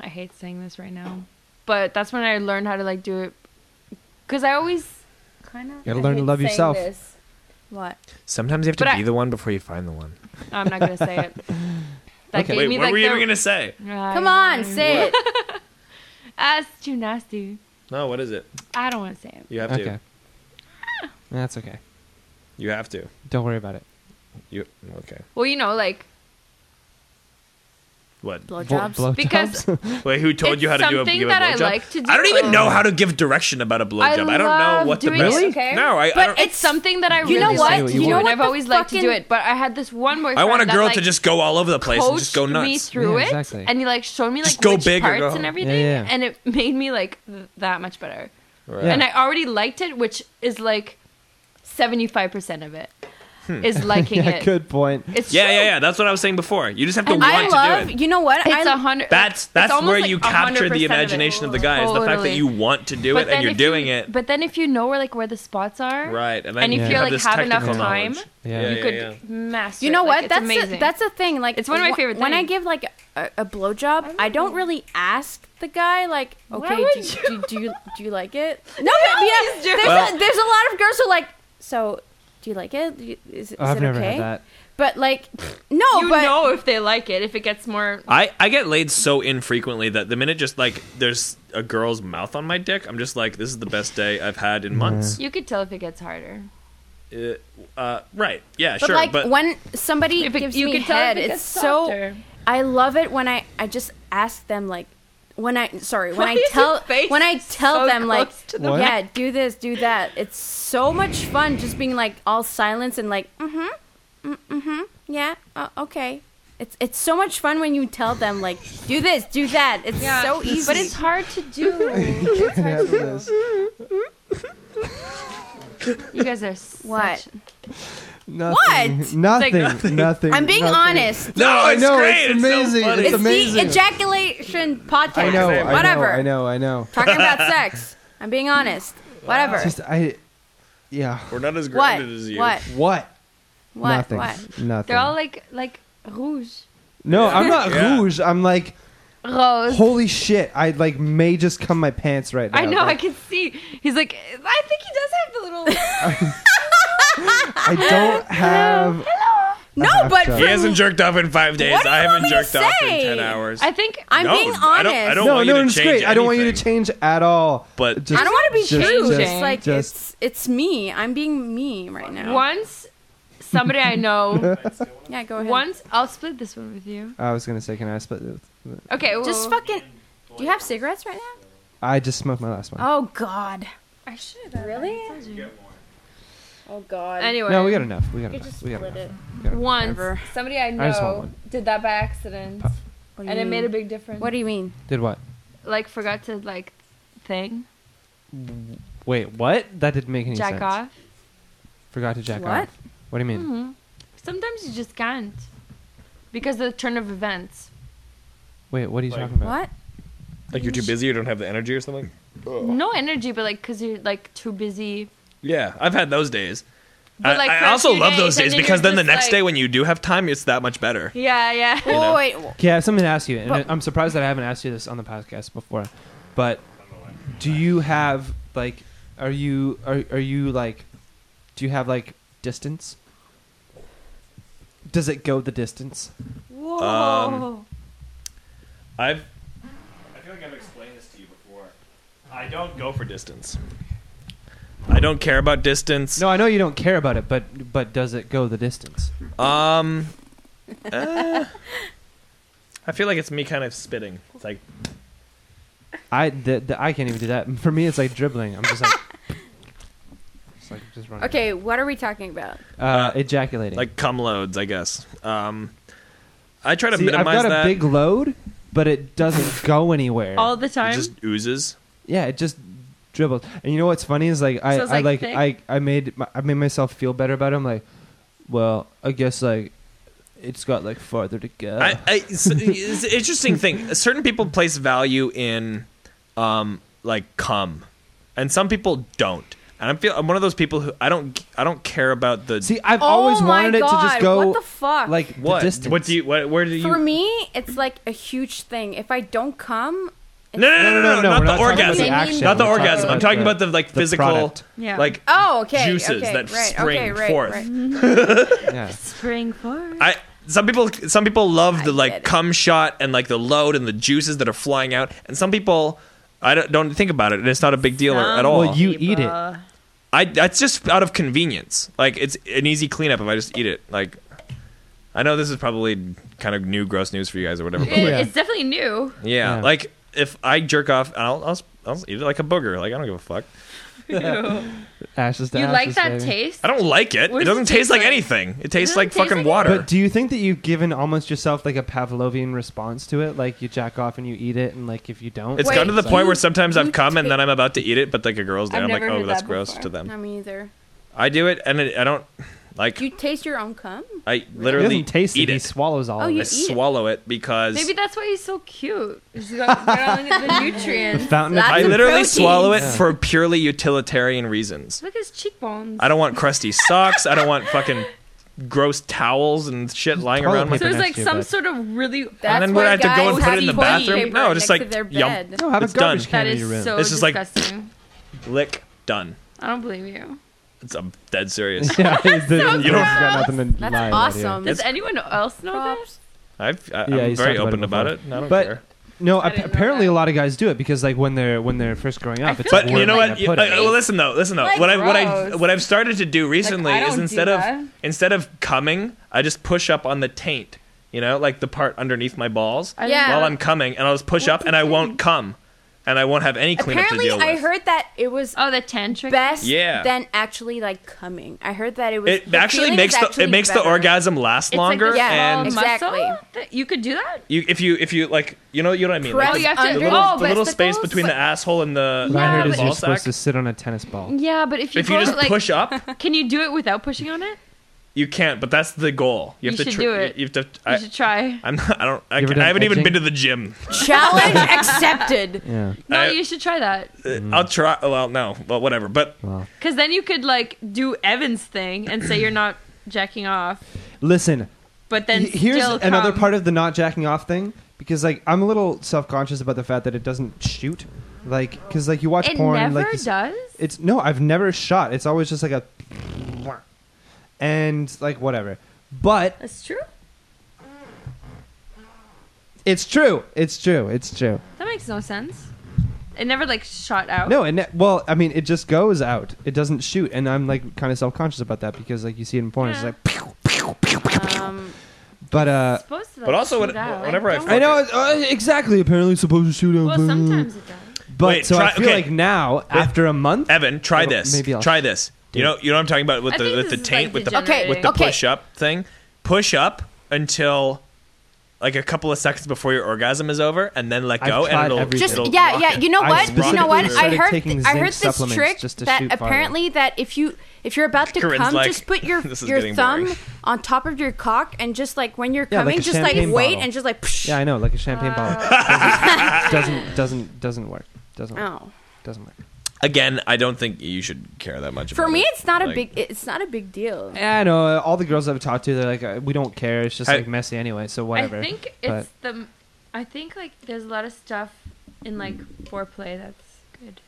S3: I hate saying this right now, but that's when I learned how to like do it because I always
S5: Kinda-
S1: gotta
S5: I
S1: learn to
S5: hate
S1: love
S5: saying
S1: yourself.
S5: this. What?
S2: Sometimes you have to
S3: But I-
S2: be the one before you find the one.
S3: I'm not gonna say it. That
S1: Okay.
S3: gave
S2: Wait,
S3: me
S2: what
S3: like
S2: were you
S3: the,
S2: even gonna say?
S3: gonna...
S5: Come on, say it.
S3: That's too nasty.
S2: No, what is it?
S3: I don't want to say it.
S2: You have
S1: okay.
S2: to.
S1: That's okay.
S2: You have to.
S1: Don't worry about it.
S2: You okay?
S3: Well, you know, like
S2: What?
S5: Blowjobs.
S1: Blow- blowjobs?
S3: because
S2: Wait, who told
S3: It's
S2: you how to do a,
S3: something
S2: give a
S3: that I
S2: blowjob?
S3: like to
S2: I don't
S3: do.
S2: even know how to give direction about a blowjob. I, don't know
S3: love
S2: what the
S3: doing
S2: best.
S3: it, okay?
S2: No, I. I,
S5: But
S2: don't-
S3: it's something that I really
S5: You know
S1: what?
S3: like to
S1: You
S3: do,
S1: know
S3: and
S5: what
S3: I've
S5: the
S3: always liked to do
S5: fucking-
S3: it. But I had this one boyfriend.
S2: I want a
S3: that,
S2: girl
S3: like,
S2: to just go all over the place and just go
S3: coached
S2: nuts.
S3: me through
S1: Yeah,
S3: it,
S1: exactly.
S3: and he like showed me like
S2: Just go
S3: which
S2: big or
S3: parts
S2: go home.
S3: and
S2: Yeah,
S3: everything,
S1: yeah.
S3: and it made me like th- that much better.
S2: Right.
S3: And I already liked it, which is like seventy five percent of it. is liking
S1: yeah,
S3: it.
S1: good point.
S3: It's
S2: Hmm. Yeah,
S3: true.
S2: yeah, yeah. That's what I was saying before. You just have to
S3: And
S2: want
S5: I
S2: to
S5: love.
S2: do it.
S5: You know what?
S3: It's
S5: I,
S3: a hundred.
S2: That's
S3: it's
S2: that's
S3: almost
S2: where
S3: like
S2: you captured
S3: 100% of
S2: the
S3: it.
S2: imagination of, the guy. It's the fact
S3: Totally.
S2: that you want to do
S3: But
S2: it and
S3: then
S2: you're
S3: if
S2: doing
S3: you,
S2: it.
S3: But then if you know where like where the spots are,
S2: Right. And,
S3: and
S2: then
S3: if
S2: you
S3: you're, like,
S2: this
S3: have enough
S2: technical
S3: time,
S2: knowledge.
S1: Yeah.
S2: Yeah,
S3: you
S2: yeah,
S3: could
S2: yeah.
S3: master.
S5: you know
S3: it.
S5: what?
S3: Like, it's
S5: that's
S3: amazing.
S5: A, that's a thing. Like
S3: It's one of my
S5: wh-
S3: favorite
S5: When I
S3: things.
S5: give like a, a blowjob, I, don't really ask the guy like,
S3: Why
S5: okay, do,
S3: would
S5: you- do, do you do you like it?
S3: no, but yeah,
S5: There's,
S2: Well-
S5: a, there's a lot of girls who are like, so do you like it? Do you- Is, is
S1: Oh, I've
S5: it
S1: never
S5: okay?
S1: had that.
S5: But like, no,
S3: you
S5: but
S3: know if they like it. If it gets more,
S2: I, I get laid so infrequently that the minute just like there's a girl's mouth on my dick, I'm just like, this is the best day I've had in months.
S3: you could tell if it gets harder.
S2: Uh, uh, right? Yeah,
S5: but
S2: sure.
S5: like
S2: but
S5: when somebody
S3: If it-
S5: gives
S3: you
S5: me
S3: could tell if
S5: head,
S3: it
S5: it's
S3: gets
S5: so.
S3: softer.
S5: I love it when I I just ask them like. When I sorry, when
S3: Why
S5: I
S3: is
S5: tell
S3: your face
S5: when I tell
S3: so
S5: them like
S3: close to
S1: the What?
S5: yeah, do this, do that. It's so much fun just being like all silence and like mm-hmm, mm-hmm, yeah, uh, okay. It's it's so much fun when you tell them like do this, do that. It's so easy.
S3: but it's hard to do. you guys are such,
S5: What?
S1: Nothing,
S5: What?
S1: Nothing. nothing.
S5: I'm being
S1: nothing.
S5: honest.
S2: no,
S1: I
S2: it's
S1: know,
S2: great.
S1: it's
S2: It's, so
S1: amazing.
S2: funny.
S1: It's
S5: It's, the
S1: amazing.
S5: ejaculation podcast.
S1: I know. I know,
S5: Whatever.
S1: I know. I know.
S5: Talking about sex. I'm being honest. Whatever.
S1: Just I. Yeah.
S2: We're not as
S5: What?
S2: grounded as you.
S5: What?
S1: What?
S5: What?
S1: Nothing.
S5: What?
S1: Nothing.
S3: They're all like like rouge,
S1: no, I'm not
S2: Yeah.
S1: rouge. I'm like,
S3: rose.
S1: holy shit! I like may just come my pants right now.
S3: I know. I
S1: Like,
S3: can see. He's like. I think he does have the little.
S1: I don't have.
S5: No,
S1: half
S5: but
S1: job.
S2: He hasn't jerked off in five days.
S5: What do you
S2: I
S5: want
S2: haven't
S5: me to
S2: jerked off in
S5: say?
S2: ten hours.
S3: I think
S5: I'm
S2: No,
S5: being honest.
S2: I don't- I don't
S1: no,
S2: want you
S1: no,
S2: to
S1: it's
S2: change
S1: great. I don't want you to
S2: anything.
S1: change at all.
S2: But-
S1: just,
S5: I don't want to be
S1: just-
S5: changed.
S1: just-
S5: like
S1: just-
S5: it's it's me. I'm being me right now.
S3: once somebody I know.
S5: Yeah, go ahead.
S3: once I'll split this one with you.
S1: I was gonna say, can I split? it?
S3: Okay. Well,
S5: Just fucking. Do you have cigarettes right now?
S1: I just smoked my last one.
S5: Oh God.
S3: I should have really.
S5: Oh God.
S3: Anyway.
S1: no, we got enough. We got
S5: You
S1: enough.
S5: just
S1: we got
S5: split
S1: enough.
S5: it.
S1: We got enough.
S3: Once somebody I know
S1: I just want one.
S3: did that by accident,
S1: Puff.
S5: What do
S3: and
S5: you
S3: it made a
S5: mean?
S3: big difference.
S5: What do you mean?
S1: Did what?
S3: like forgot to like thing
S1: Wait, what? That didn't make any
S3: jack
S1: sense.
S3: off.
S1: Forgot to jack
S5: What? Mm-hmm.
S1: off. What do you mean?
S3: hmm Sometimes you just can't because of the turn of events.
S1: Wait, what are you
S2: Like-
S1: talking about?
S5: What?
S2: like you're too busy or don't have the energy or something.
S3: No energy, but like because you're like too busy.
S2: Yeah, I've had those days.
S3: But,
S2: I,
S3: like,
S2: I
S3: for a
S2: also
S3: few
S2: love those
S3: days, and
S2: days
S3: then
S2: because
S3: you're
S2: then the
S3: just,
S2: next
S3: like-
S2: day when you do have time, it's that much better.
S3: Yeah, yeah.
S5: Oh
S2: know.
S5: wait.
S1: Okay, I have something to ask you, and
S5: But-
S1: I'm surprised that I haven't asked you this on the podcast before. But do you have like, are you are are you like, do you have like distance? Does it go the distance?
S3: Whoa.
S2: Um, I've I feel like I've explained this to you before. I don't go for distance. I don't care about distance.
S1: No, I know you don't care about it, but but does it go the distance?
S2: Um eh, I feel like it's me kind of spitting. It's like
S1: I the, the, I can't even do that. For me, it's like dribbling. I'm just like, just like just running.
S5: Okay, what are we talking about?
S1: Uh, ejaculating.
S2: like cum loads, I guess. Um I try to
S1: See, I've
S2: minimize
S1: got a
S2: that.
S1: big load, but it doesn't go anywhere.
S3: all the
S2: it
S3: time.
S2: just oozes.
S1: Yeah, it just dribbles. And you know what's funny is like I,
S3: So it's,
S1: I like
S3: like,
S1: I, I made my, I made myself feel better about it. I'm like, well, I guess like it's got like farther to go.
S2: I, I, it's, it's an interesting thing. Certain people place value in, um, like cum, and some people don't. And I'm feel I'm one of those people who I don't I don't care about the
S1: See, I've
S5: Oh
S1: always
S5: my
S1: wanted it to just
S5: God,
S1: go
S5: what the fuck?
S1: like the
S2: what
S1: distance.
S2: what do you what, where do you
S5: For me, it's like a huge thing. If I don't come,
S2: no no no no, no,
S1: we're
S2: not
S1: talking
S2: the
S1: about
S2: orgasm
S5: the action,
S2: not the
S5: we're talking
S2: orgasm I'm
S5: about
S2: talking about the like
S1: the
S2: physical
S1: product.
S3: Yeah.
S2: like
S5: oh okay,
S2: juices
S5: okay,
S2: that
S5: right,
S2: spring
S5: okay, right,
S2: forth.
S5: right.
S1: yeah.
S3: spring forward.
S2: I some people some people love the
S5: I get
S2: like
S5: it.
S2: cum shot and like the load and the juices that are flying out, and some people I don't, don't think about it and it's not a big deal or, at all.
S1: Well, you eat it.
S2: I that's just out of convenience. Like it's an easy cleanup if I just eat it. Like I know this is probably kind of new gross news for you guys or whatever. But
S3: It-
S2: like,
S1: Yeah.
S3: It's definitely new.
S2: yeah.
S1: Yeah.
S2: like if I jerk off, I'll, I'll I'll eat it like a booger. Like I don't give a fuck.
S1: Ashes to
S3: you like
S1: ashes,
S3: that
S1: baby.
S3: taste?
S2: I don't like it.
S3: What
S2: it
S3: does
S2: doesn't
S3: it
S2: taste
S3: taste
S2: like
S3: like?
S2: anything. It tastes
S3: doesn't
S2: like
S3: taste like
S2: fucking
S3: anything.
S2: water.
S1: But do you think that you've given almost yourself like a Pavlovian response to it? Like you jack off and you eat it, and like if you don't,
S2: it's
S5: Wait,
S2: gotten to the
S1: so-
S2: point where sometimes
S5: you
S2: I've come and
S5: take-
S2: then I'm about to eat it, but like a girl's there,
S3: I've
S2: I'm like,
S3: never
S2: oh,
S3: heard
S2: that's
S3: that
S2: gross
S3: before.
S2: to them.
S5: Not me either.
S2: I do it and it, I don't. Like
S5: You taste your own cum?
S2: I
S1: He
S2: literally
S1: doesn't taste it.
S2: eat it.
S1: He swallows all
S5: Oh,
S1: of
S5: you
S2: I
S1: it.
S5: eat it.
S2: swallow it because
S3: Maybe that's why he's so cute. He's got got all the nutrients.
S1: Fountain of
S5: Lots
S2: I
S5: of
S2: literally
S5: proteins.
S2: swallow it for purely utilitarian reasons.
S3: Look at his cheekbones.
S2: I don't want crusty socks. I don't want fucking gross towels and shit lying
S1: toilet
S2: around my.
S11: So
S1: paper.
S11: there's
S1: next
S11: like
S1: to you,
S11: some
S1: but-
S11: sort of really.
S5: That's
S2: then
S5: where
S2: we'd have to go
S5: guys
S2: and put it in the
S5: toilet
S2: bathroom?
S5: paper
S2: No, just
S5: next
S2: like,
S5: to their
S2: yum.
S5: bed.
S1: no, have
S2: It's
S1: a garbage
S2: done.
S1: can
S3: That
S1: in
S3: is
S1: your room.
S3: so
S2: This is like-
S3: disgusting.
S2: Lick done.
S3: I don't believe you.
S2: It's I'm dead serious.
S1: yeah, it's, it's-
S2: You don't-
S1: it's got nothing to
S5: That's
S1: lie about here.
S5: awesome.
S3: Does anyone else know that?
S5: Props.
S2: I've, I,
S1: Yeah,
S2: I'm
S1: he's talked
S2: very
S1: about
S2: open
S1: it
S2: about
S1: before.
S2: it. and I don't
S1: But-
S2: care.
S1: No, appa-
S3: didn't know
S1: apparently
S3: that.
S1: a lot of guys do it because like when they're when they're first growing up, it's
S3: feel
S1: like
S2: But you
S1: where
S2: know
S1: am I
S2: what?
S1: gonna
S2: You-
S1: put it?
S2: uh, well, listen though. Listen though.
S3: Like,
S2: what I what I
S3: gross.
S2: what I've started to do recently
S12: I
S2: is
S12: don't
S2: instead
S12: do
S2: of
S12: that.
S2: instead of coming, I just push up on the taint. You know, like the part underneath my balls.
S3: I
S5: Yeah.
S2: While I'm coming, and I'll just push up, and I won't come, and I won't have any cleanup
S5: Apparently,
S2: to deal with.
S5: I heard that it was
S3: Oh, the tantric.
S5: best
S2: Yeah.
S5: than actually like coming. I heard that it was.
S2: it
S5: the
S2: actually
S5: feeling
S2: makes
S5: is
S2: the
S5: actually
S2: it makes the
S5: better.
S2: orgasm last
S3: It's
S2: longer
S3: Like the
S5: Yeah.
S2: and
S3: small
S5: exactly.
S3: muscle that- You could do that.
S2: you if you if you like you know you know what I mean
S5: Press
S2: like
S3: Oh, you have to-
S2: the
S5: under
S2: little,
S3: Oh,
S2: the little space
S3: testicles?
S2: between the asshole and the,
S1: I
S3: Yeah,
S1: heard is
S2: and the
S3: but-
S1: you're
S2: ball
S1: supposed
S2: sack
S1: to sit on a tennis ball.
S3: Yeah, but if you,
S2: if
S3: go,
S2: you just
S3: like,
S2: push up
S3: can you do it without pushing on it?
S2: you can't but that's the goal you
S3: You
S2: have to
S3: should
S2: tr-
S3: do it.
S2: you, you have to
S3: You
S2: I,
S3: should try.
S2: I'm not I don't
S1: You
S2: I,
S1: ever
S2: can't-
S1: done
S2: I haven't even
S1: edging?
S2: been to the gym
S5: Challenge accepted.
S1: Yeah.
S3: No,
S2: I-
S3: you should try that.
S2: Uh,
S1: Mm.
S2: I'll try well no well whatever but
S1: Wow.
S3: Because then you could like do Evan's thing and say you're not jacking off,
S1: Listen,
S3: but then
S1: he- here's
S3: still
S1: another
S3: come.
S1: part of the not jacking off thing because like I'm a little self-conscious about the fact that it doesn't shoot. Like cuz like you watch
S3: It
S1: porn
S3: never
S1: like you s-
S3: does.
S1: It's no, I've never shot. It's always just like a and like whatever. But
S3: That's true.
S1: it's true. It's true. It's true.
S3: That makes no sense. It never like shot out.
S1: No, and that- well, I mean, it just goes out. It doesn't shoot, and I'm like kind of self conscious about that because like you see it in porn, it's
S3: Yeah.
S1: like. Pew, pew, pew, pew, pew.
S5: Um,
S1: But uh,
S3: Supposed to, like,
S2: But also when-
S3: shoot out.
S2: whenever I
S3: don't-
S2: fuck-
S1: I know it's, uh, exactly. Apparently, it's supposed to shoot out.
S3: Well,
S1: blah, blah, blah.
S3: sometimes it does.
S1: But
S2: Wait,
S1: so
S2: try-
S1: I feel
S2: okay.
S1: like now after a month,
S2: Evan try
S1: Hold on,
S2: this
S1: maybe I'll-
S2: try this you know you know what I'm talking about with
S3: I
S2: the
S3: think
S2: with the
S3: this is,
S2: taint
S3: like,
S2: with the
S5: okay.
S2: with the
S5: okay.
S2: push up thing. Push up until like a couple of seconds before your orgasm is over, and then let
S1: I've
S2: go,
S1: tried
S2: and it'll
S1: everything.
S5: just
S2: it'll
S5: yeah,
S2: lock
S5: yeah.
S2: it.
S5: You know
S1: I
S5: what? You know what?
S1: specifically
S5: I
S1: started
S5: heard.
S1: taking
S5: I heard
S1: zinc
S5: this
S1: supplements
S5: trick
S1: just to
S5: that
S1: shoot farther.
S5: apparently that if you if you're about to
S2: Corinne's
S5: come,
S2: like,
S5: just put your
S2: "This is
S5: your
S2: getting
S5: thumb
S2: boring."
S5: on top of your cock and just like when you're
S1: Yeah, like
S5: coming,
S1: a
S5: just like
S1: champagne
S5: wait
S1: bottle.
S5: and just like. Psh,
S1: yeah, I know, like a
S3: Oh.
S1: champagne bottle. Doesn't, doesn't doesn't doesn't work. Doesn't work.
S5: Oh.
S1: doesn't work.
S2: Again, I don't think you should care that much.
S5: For
S2: about
S5: me,
S2: it.
S5: it's not a
S2: Like,
S5: big. It's not a big deal.
S1: Yeah, I know. uh, All the girls I've talked to, they're like, uh, we don't care. It's just
S2: I-
S1: like messy anyway. So whatever.
S3: I think it's the. I think like there's a lot of stuff in like foreplay that's good.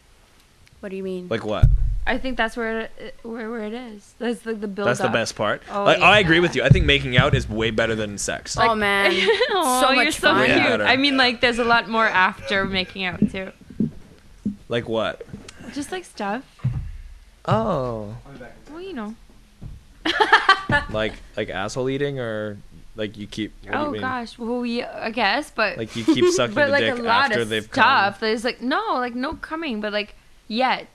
S5: What do you mean?
S2: Like what?
S3: I think that's where it, where where it is. That's like the build.
S2: That's the
S3: up.
S2: best part.
S3: Oh,
S2: like, I agree
S3: yeah.
S2: with you. I think making out is way better than sex.
S5: oh man,
S3: Aw,
S5: so
S3: you're
S5: much
S3: so
S5: fun.
S3: cute.
S2: Yeah, better.
S3: I mean, like there's a lot more after making out too.
S2: Like what?
S3: Just like stuff.
S2: Oh,
S3: Well, you know.
S2: like like asshole eating, or like you keep. What do you
S3: Oh
S2: mean?
S3: gosh. Well, we I guess, but
S2: Like you keep sucking
S3: but
S2: the
S3: like
S2: dick
S3: a lot
S2: after
S3: of
S2: they've
S3: stuff. There's like no, like no coming, but like yet.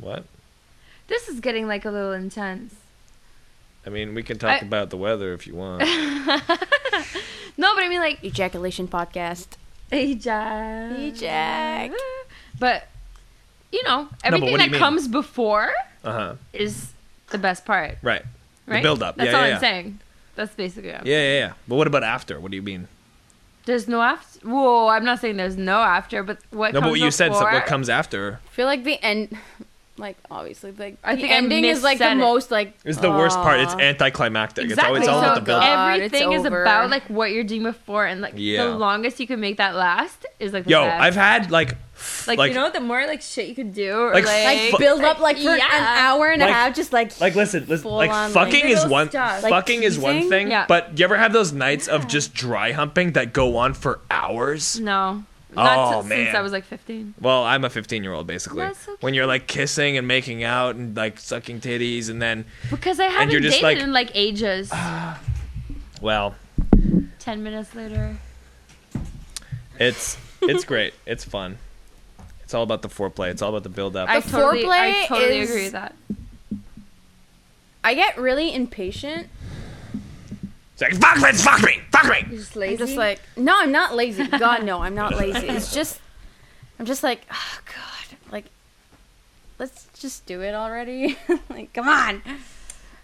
S2: come. What?
S3: This is getting like a little intense.
S2: I mean, we can talk
S3: I-
S2: about the weather if you want.
S3: No, but I mean like
S5: ejaculation podcast.
S3: Ajax.
S5: Ajax.
S3: But you know,
S2: but
S3: everything
S2: what do you
S3: that
S2: mean?
S3: comes before
S2: Uh huh.
S3: is the best part,
S2: Right.
S3: right?
S2: build up.
S3: That's
S2: Yeah, yeah,
S3: all I'm
S2: yeah.
S3: saying. That's basically it.
S2: Yeah, yeah, yeah. But what about after? What do you mean?
S3: There's no after. Whoa, I'm not saying there's no after, but what
S2: No,
S3: comes
S2: but what you said, so
S3: before-
S2: what comes after
S5: feel like the end, like obviously, like
S3: I
S5: the
S3: think I
S5: ending is like the
S3: missaid it.
S5: most like
S2: is the worst part. It's
S5: aw.
S2: anticlimactic.
S3: Exactly.
S2: It's always all
S3: so
S2: about the build.
S5: God,
S3: everything
S5: it's
S3: is
S5: over.
S3: about like what you're doing before, and like
S2: Yeah.
S3: the longest you can make that last is like the
S2: Yo,
S3: best.
S2: I've had like, f-
S3: like,
S2: like,
S3: you know the more like shit you could do, or
S2: Like,
S3: like,
S5: like
S2: fu-
S5: build up like for
S3: yeah.
S5: an hour and
S2: Like-
S5: a half, just like
S2: like listen, listen
S5: full
S2: like
S5: on, like,
S2: fucking is
S3: little
S2: one,
S3: stuff.
S5: Like
S2: fucking is one
S5: teasing?
S2: thing.
S3: Yeah.
S2: But you ever have those nights of just dry humping that go on for hours?
S3: no, not
S2: Oh,
S3: si-
S2: man.
S3: since I was like 15.
S2: Well, I'm a 15 year old basically.
S3: That's so
S2: When you're like kissing and making out and like sucking titties and then,
S3: Because I haven't
S2: you're just, like-
S3: dated in like ages.
S2: well,
S3: Ten minutes later.
S2: it's it's great. It's fun. It's all about the foreplay. It's all about the build up.
S3: I
S5: The
S3: totally, I
S5: foreplay
S3: totally
S5: is-
S3: agree with that.
S5: I get really impatient.
S2: It's like fuck, me, fuck me, fuck me.
S3: Just
S5: I'm just like no, I'm not lazy. God no, I'm not lazy. It's just I'm just like oh god, like let's just do it already. like come on.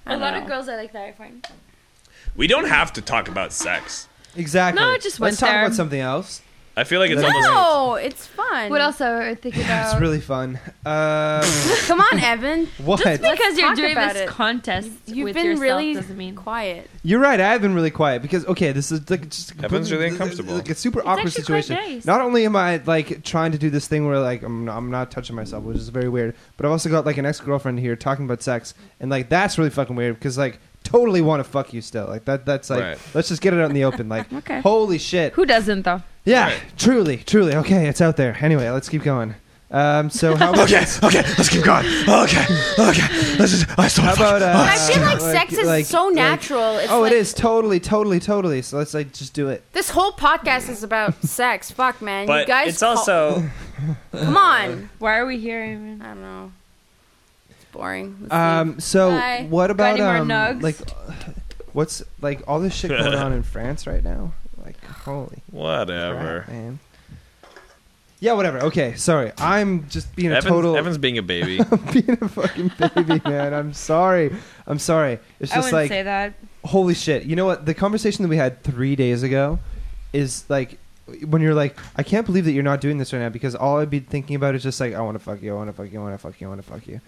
S5: I
S13: A lot of
S5: know.
S13: girls are like that, I find.
S4: We don't have to talk about sex.
S1: Exactly.
S3: No, it just
S1: Let's
S3: went
S1: talk
S3: there.
S1: about something else.
S4: I feel like it's almost.
S5: No, it's fun.
S13: What else are we thinking about?
S3: Um,
S1: It's really fun. Uh,
S5: Come on, Evan.
S1: what?
S3: because you're
S5: talk
S3: doing
S5: about
S3: this
S5: it.
S3: contest
S5: You've
S3: with
S5: been
S3: yourself
S5: really
S3: doesn't mean
S5: Quiet.
S1: You're right. I have been really quiet because okay, this is like just
S4: Evan's
S1: completely-
S4: really uncomfortable.
S1: Like a super awkward
S13: actually quite
S1: situation.
S13: nice.
S1: Not only am I like trying to do this thing where like I'm not, I'm not touching myself, which is very weird, but I've also got like an ex girlfriend here talking about sex, and like that's really fucking weird because like totally want to fuck you still. Like that that's like
S4: Right.
S1: let's just get it out in the open. Like
S3: Okay.
S1: holy shit.
S3: Who doesn't though?
S1: Yeah, truly, truly. Okay, it's out there. Anyway, let's keep going. Um, so how about
S4: Okay, okay, let's keep going. Okay, okay, let's just. I just
S1: how
S4: wanna fuck.
S1: about uh,
S5: I feel like, sex is
S1: like-
S5: so
S1: like-
S5: natural. it's
S1: oh,
S5: like,
S1: it is totally, totally, totally. So let's like just do it.
S5: This whole podcast is about sex. Fuck, man. you
S2: But
S5: guys
S2: it's
S5: call-
S2: also Uh,
S5: come on.
S3: Why are we here? Even?
S5: I don't know. It's boring. Let's
S1: Um. So
S5: Bye.
S1: what about
S3: any more
S1: um,
S3: nugs?
S1: like, what's like all this shit going on in France right now? Like, holy crap,
S2: whatever.
S1: man. Yeah, whatever. Okay, sorry. I'm just being a
S2: Evan's,
S1: total
S2: Evan's being a baby.
S1: being a fucking baby, man. I'm sorry. I'm sorry. It's
S3: I
S1: just
S3: wouldn't
S1: like
S3: say that.
S1: holy shit. You know what? The conversation that we had three days ago is like when you're like, I can't believe that you're not doing this right now because all I'd be thinking about is just like, I want to fuck you, I want to fuck you, I want to fuck you, I want to fuck you.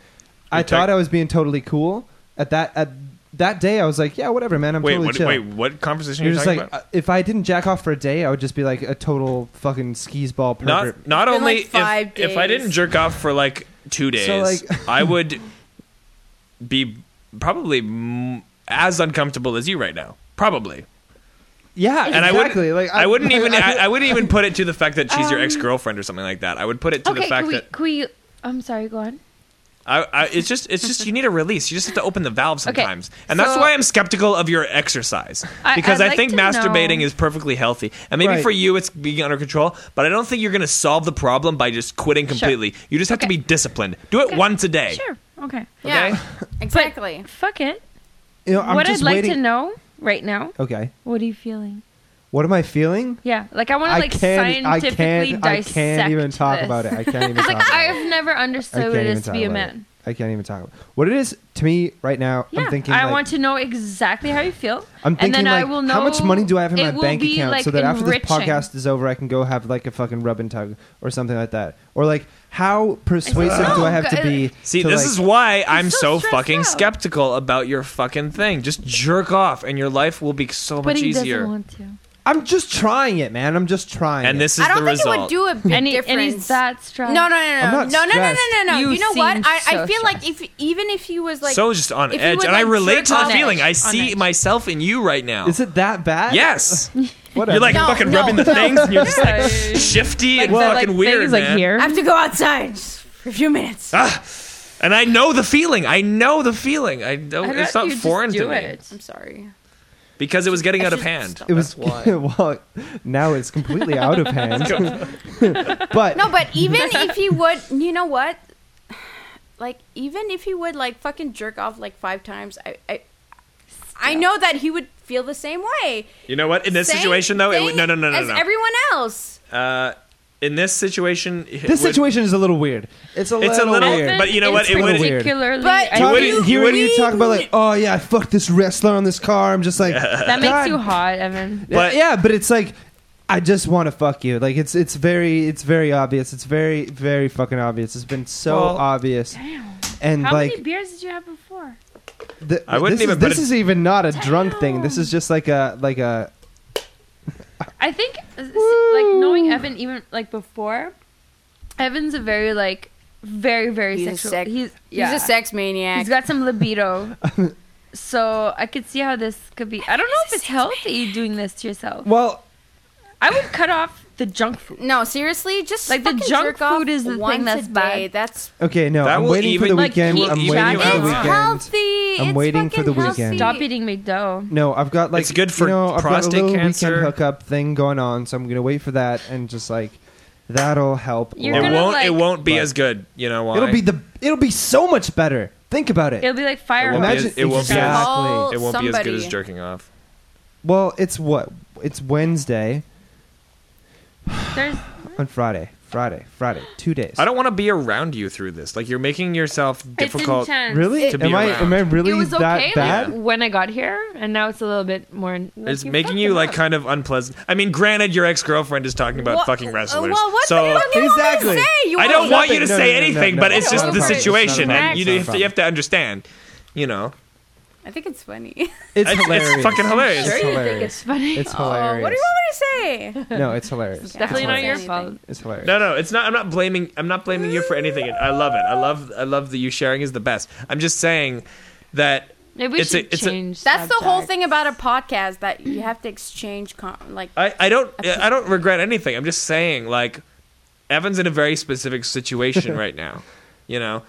S1: I
S2: Protect-
S1: thought I was being totally cool at that at that day. I was like, yeah, whatever, man. I'm
S4: Wait,
S1: totally
S4: what,
S1: chill.
S4: wait, what conversation are
S1: You're
S4: you
S1: just
S4: talking
S1: like,
S4: about?
S1: uh, if I didn't jack off for a day, I would just be like a total fucking skis ball pervert.
S2: Not not
S5: been, like,
S2: only
S5: five
S2: if, if I
S5: days.
S2: didn't jerk off for like two days,
S1: like-
S2: I would be probably m- as uncomfortable as you right now. Probably,
S1: yeah,
S2: and
S1: exactly.
S2: I wouldn't.
S1: like
S2: I, wouldn't even. I,
S1: I-
S2: I wouldn't even put it to the fact that
S5: Um,
S2: she's your ex girlfriend or something like that. I would put it to
S13: okay,
S2: the fact
S13: can we,
S2: that
S13: can we. I'm sorry, go on.
S2: I, I, it's just. It's just you need a release. You just have to open the valve
S13: Okay,
S2: sometimes, and that's
S13: so-
S2: why I'm skeptical of your exercise
S13: I-
S2: because
S13: I'd
S2: I
S13: like
S2: think
S13: to
S2: masturbating
S13: know-
S2: is perfectly healthy, and maybe
S1: Right.
S2: for you it's being under control. But I don't think you're going to solve the problem by just quitting completely. You just have to be
S13: Okay.
S2: disciplined. Do it once a day.
S13: Sure, okay.
S5: see. Yeah,
S2: okay.
S5: exactly.
S13: Fuck it.
S1: you know, I'm
S13: what I'd
S1: just
S13: like
S1: waiting.
S13: to know right now,
S1: Okay,
S13: what are you feeling?
S1: what am I feeling?
S13: Yeah, like I want to like scientifically dissect
S1: e-, I can't even talk
S13: this.
S1: about it. I can't even
S13: It's
S1: talk
S13: like
S1: about it.
S13: I've never
S1: I
S13: understood
S1: can't
S13: what it
S1: even
S13: is to
S1: talk
S13: be a
S1: about
S13: man.
S1: it. I can't even talk about it. what it is to me right now.
S13: Yeah,
S1: I'm thinking.
S13: I
S1: like,
S13: want to know exactly how you feel.
S1: I'm thinking
S13: and then
S1: like,
S13: I will know
S1: how much money do I have in
S13: it
S1: my
S13: will
S1: bank
S13: be,
S1: account
S13: like,
S1: so that
S13: enriching.
S1: after this podcast is over, I can go have like a fucking rub and tug or something like that, or like how persuasive do I have to be?
S2: See,
S1: to,
S2: this
S1: like-
S2: is why I'm so,
S13: so stressed
S2: fucking
S13: out.
S2: skeptical about your fucking thing. Just jerk off, and your life will be so
S13: But
S2: much
S13: he doesn't
S2: easier.
S13: want to.
S1: I'm just trying it, man. I'm just trying.
S2: And
S1: it.
S2: this is
S5: I don't
S2: the
S5: think
S2: result.
S5: it would do a big
S13: And, he,
S5: difference.
S13: and he's that
S5: no,
S13: strong.
S5: no, no,
S1: I'm
S5: no,
S1: not
S5: no, no, no, no, no, no.
S3: You
S5: You know what?
S3: seem
S5: I, I
S3: so
S5: feel like if even if he was like
S2: so just on
S5: if you
S2: edge,
S5: would,
S2: and I
S5: like,
S2: relate to
S5: jerk
S2: the
S5: off-
S2: feeling. I
S13: on
S2: see
S13: edge.
S2: myself in you right now.
S1: is it that bad?
S2: yes,
S1: Whatever.
S2: you're like
S5: No,
S2: fucking
S5: no,
S2: rubbing the
S5: no.
S2: things, and you're just like
S13: Like,
S2: shifty and
S13: the,
S2: fucking
S13: like,
S2: weird,
S13: things,
S2: man.
S13: like here.
S5: I have to go outside just for a few minutes.
S2: Ah, and I know the feeling. I know the feeling. I don't.
S13: I'd
S2: it's not
S13: rather you just
S2: foreign
S13: do
S2: to me
S13: it.
S5: I'm sorry.
S2: because it was getting
S5: I
S2: out of
S5: should
S2: hand.
S5: stop.
S1: It was well. Now it's completely out of hand. but
S5: No, but even if he would, you know what? Like, even if he would, like, fucking jerk off like five times, I, I, I know that he would feel the same way.
S2: You know what? In this situation, though, it would, no, no, no, no,
S5: as
S2: no.
S5: everyone else.
S2: uh, in this situation, it
S1: this
S2: would-
S1: situation is a little weird. It's a
S2: It's a
S1: little,
S2: little
S1: weird.
S2: But you know what? It
S1: would-
S13: particularly.
S5: But
S13: I
S5: You
S1: Talk-
S13: think
S2: wouldn't-
S1: you,
S2: you
S1: hearing
S2: wouldn't-
S1: you talk about like, oh yeah, I fucked this wrestler on this car. I'm just like,
S13: that
S1: God
S13: makes you hot, Evan.
S1: Yeah,
S2: But-
S1: yeah, but it's like I just want to fuck you. Like it's it's very it's very obvious. It's very very fucking obvious. It's been so
S2: Well-
S1: obvious. And
S13: How
S1: like
S13: many beers did you have before?
S1: th-
S2: I wouldn't
S1: this
S2: even
S1: is,
S2: put
S1: this
S2: it-
S1: is even not a drunk thing. This is just like a like a
S13: I think, uh, s- like knowing Evan even like before, Evan's a very like very very
S5: He's a
S13: sexual.
S5: sec-
S13: he's yeah.
S5: He's a sex maniac.
S13: He's got some libido. so I could see how this could be. I don't know if it's healthy doing this to yourself.
S1: well.
S13: I would cut off the junk food.
S5: no, seriously, just
S13: Like, the
S5: fucking
S13: junk
S5: jerk off
S13: food is the thing
S5: once
S13: that's
S5: a
S13: bad.
S5: day. That's
S1: Okay, no,
S2: That
S1: I'm
S2: will
S1: waiting for
S2: even-
S1: the
S2: Like,
S1: weekend.
S13: keep
S1: I'm
S13: track
S1: waiting for the
S13: of it.
S5: it's
S1: weekend.
S5: healthy.
S1: I'm
S5: it's
S1: waiting for
S5: fucking
S1: the
S5: healthy.
S1: weekend.
S13: Stop eating McDo.
S1: No, I've got like
S2: It's good for
S1: you know, I've got a
S2: prostate
S1: little
S2: cancer.
S1: weekend hookup thing going on, so I'm gonna wait for that and just like that'll help. a
S13: You're
S1: lot.
S2: it
S13: gonna,
S2: won't.
S13: like-
S2: it won't be
S1: But-
S2: as good. You know why?
S1: It'll be the it'll be so much better. Think about it.
S13: It'll be like fire.
S2: won't be
S13: hose.
S1: Imagine
S2: as- it won't be as-
S1: exactly.
S5: Call
S2: It won't be as good
S5: somebody.
S2: as jerking off.
S1: Well, it's what? It's Wednesday
S13: There's
S1: on Friday. Friday, Friday, two days.
S2: I don't want to be around you through this. Like you're making yourself difficult.
S3: It's intense.
S1: really.
S2: to be
S1: am I am I
S2: around.
S1: really
S3: It was
S1: that
S3: okay
S1: bad?
S3: like, when I got here, and now it's a little bit more. like,
S2: It's
S3: you
S2: making
S3: fucked
S2: you
S3: them
S2: like
S3: up.
S2: kind of unpleasant. I mean, granted, your ex girlfriend is talking about
S14: What-
S5: uh,
S2: fucking
S13: uh,
S2: wrestlers.
S14: well, what
S2: so
S14: the fuck do you want me to
S1: Exactly.
S14: say? You
S2: I
S14: want-
S2: don't want you to
S1: Nothing. No,
S2: say
S1: no, no, no,
S2: anything,
S1: no,
S2: but
S1: no,
S2: it's
S1: no,
S2: just
S1: no,
S2: the
S1: no, no, no,
S2: situation,
S1: no, no,
S2: and
S1: no,
S2: you,
S1: no,
S2: you have to, you
S1: no.
S2: have to understand. You know,
S5: I think it's funny.
S1: It's
S2: It's- it's
S1: hilarious.
S2: fucking hilarious.
S1: It's
S2: Sure
S1: hilarious.
S3: It's funny.
S1: It's hilarious.
S14: What do you want me to say?
S1: No, it's hilarious.
S3: Definitely
S5: I
S3: not
S5: won't
S3: your
S5: say
S3: fault.
S5: anything.
S1: It's hilarious.
S2: no, no, it's not. I'm not blaming. I'm not blaming you for anything. I love it. I love. I love that you sharing is the best. I'm just saying that
S3: Maybe we
S2: It's a-
S3: should
S2: it's a-
S3: change.
S5: That's the whole
S3: subject.
S5: thing about a podcast that you have to exchange, con- like,
S2: I, I don't I don't regret anything. I'm just saying like Evan's in a very specific situation right now. You know,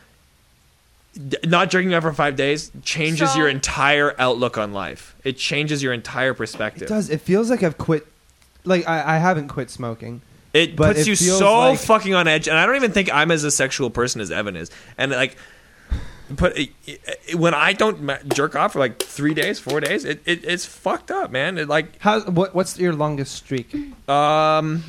S2: D- not drinking up for five days changes
S3: So-
S2: your entire outlook on life. It changes your entire perspective.
S1: It
S2: It,
S1: does. It feels like I've quit. Like I, I haven't quit smoking. but
S2: puts
S1: it
S2: you
S1: feels
S2: so
S1: like-
S2: fucking on edge. And I don't even think I'm as a sexual person as Evan is. And like, but it, it- when I don't ma- jerk off for like three days, four days, it, it it's fucked up, man. It like
S1: How? What? What's your longest streak?
S2: um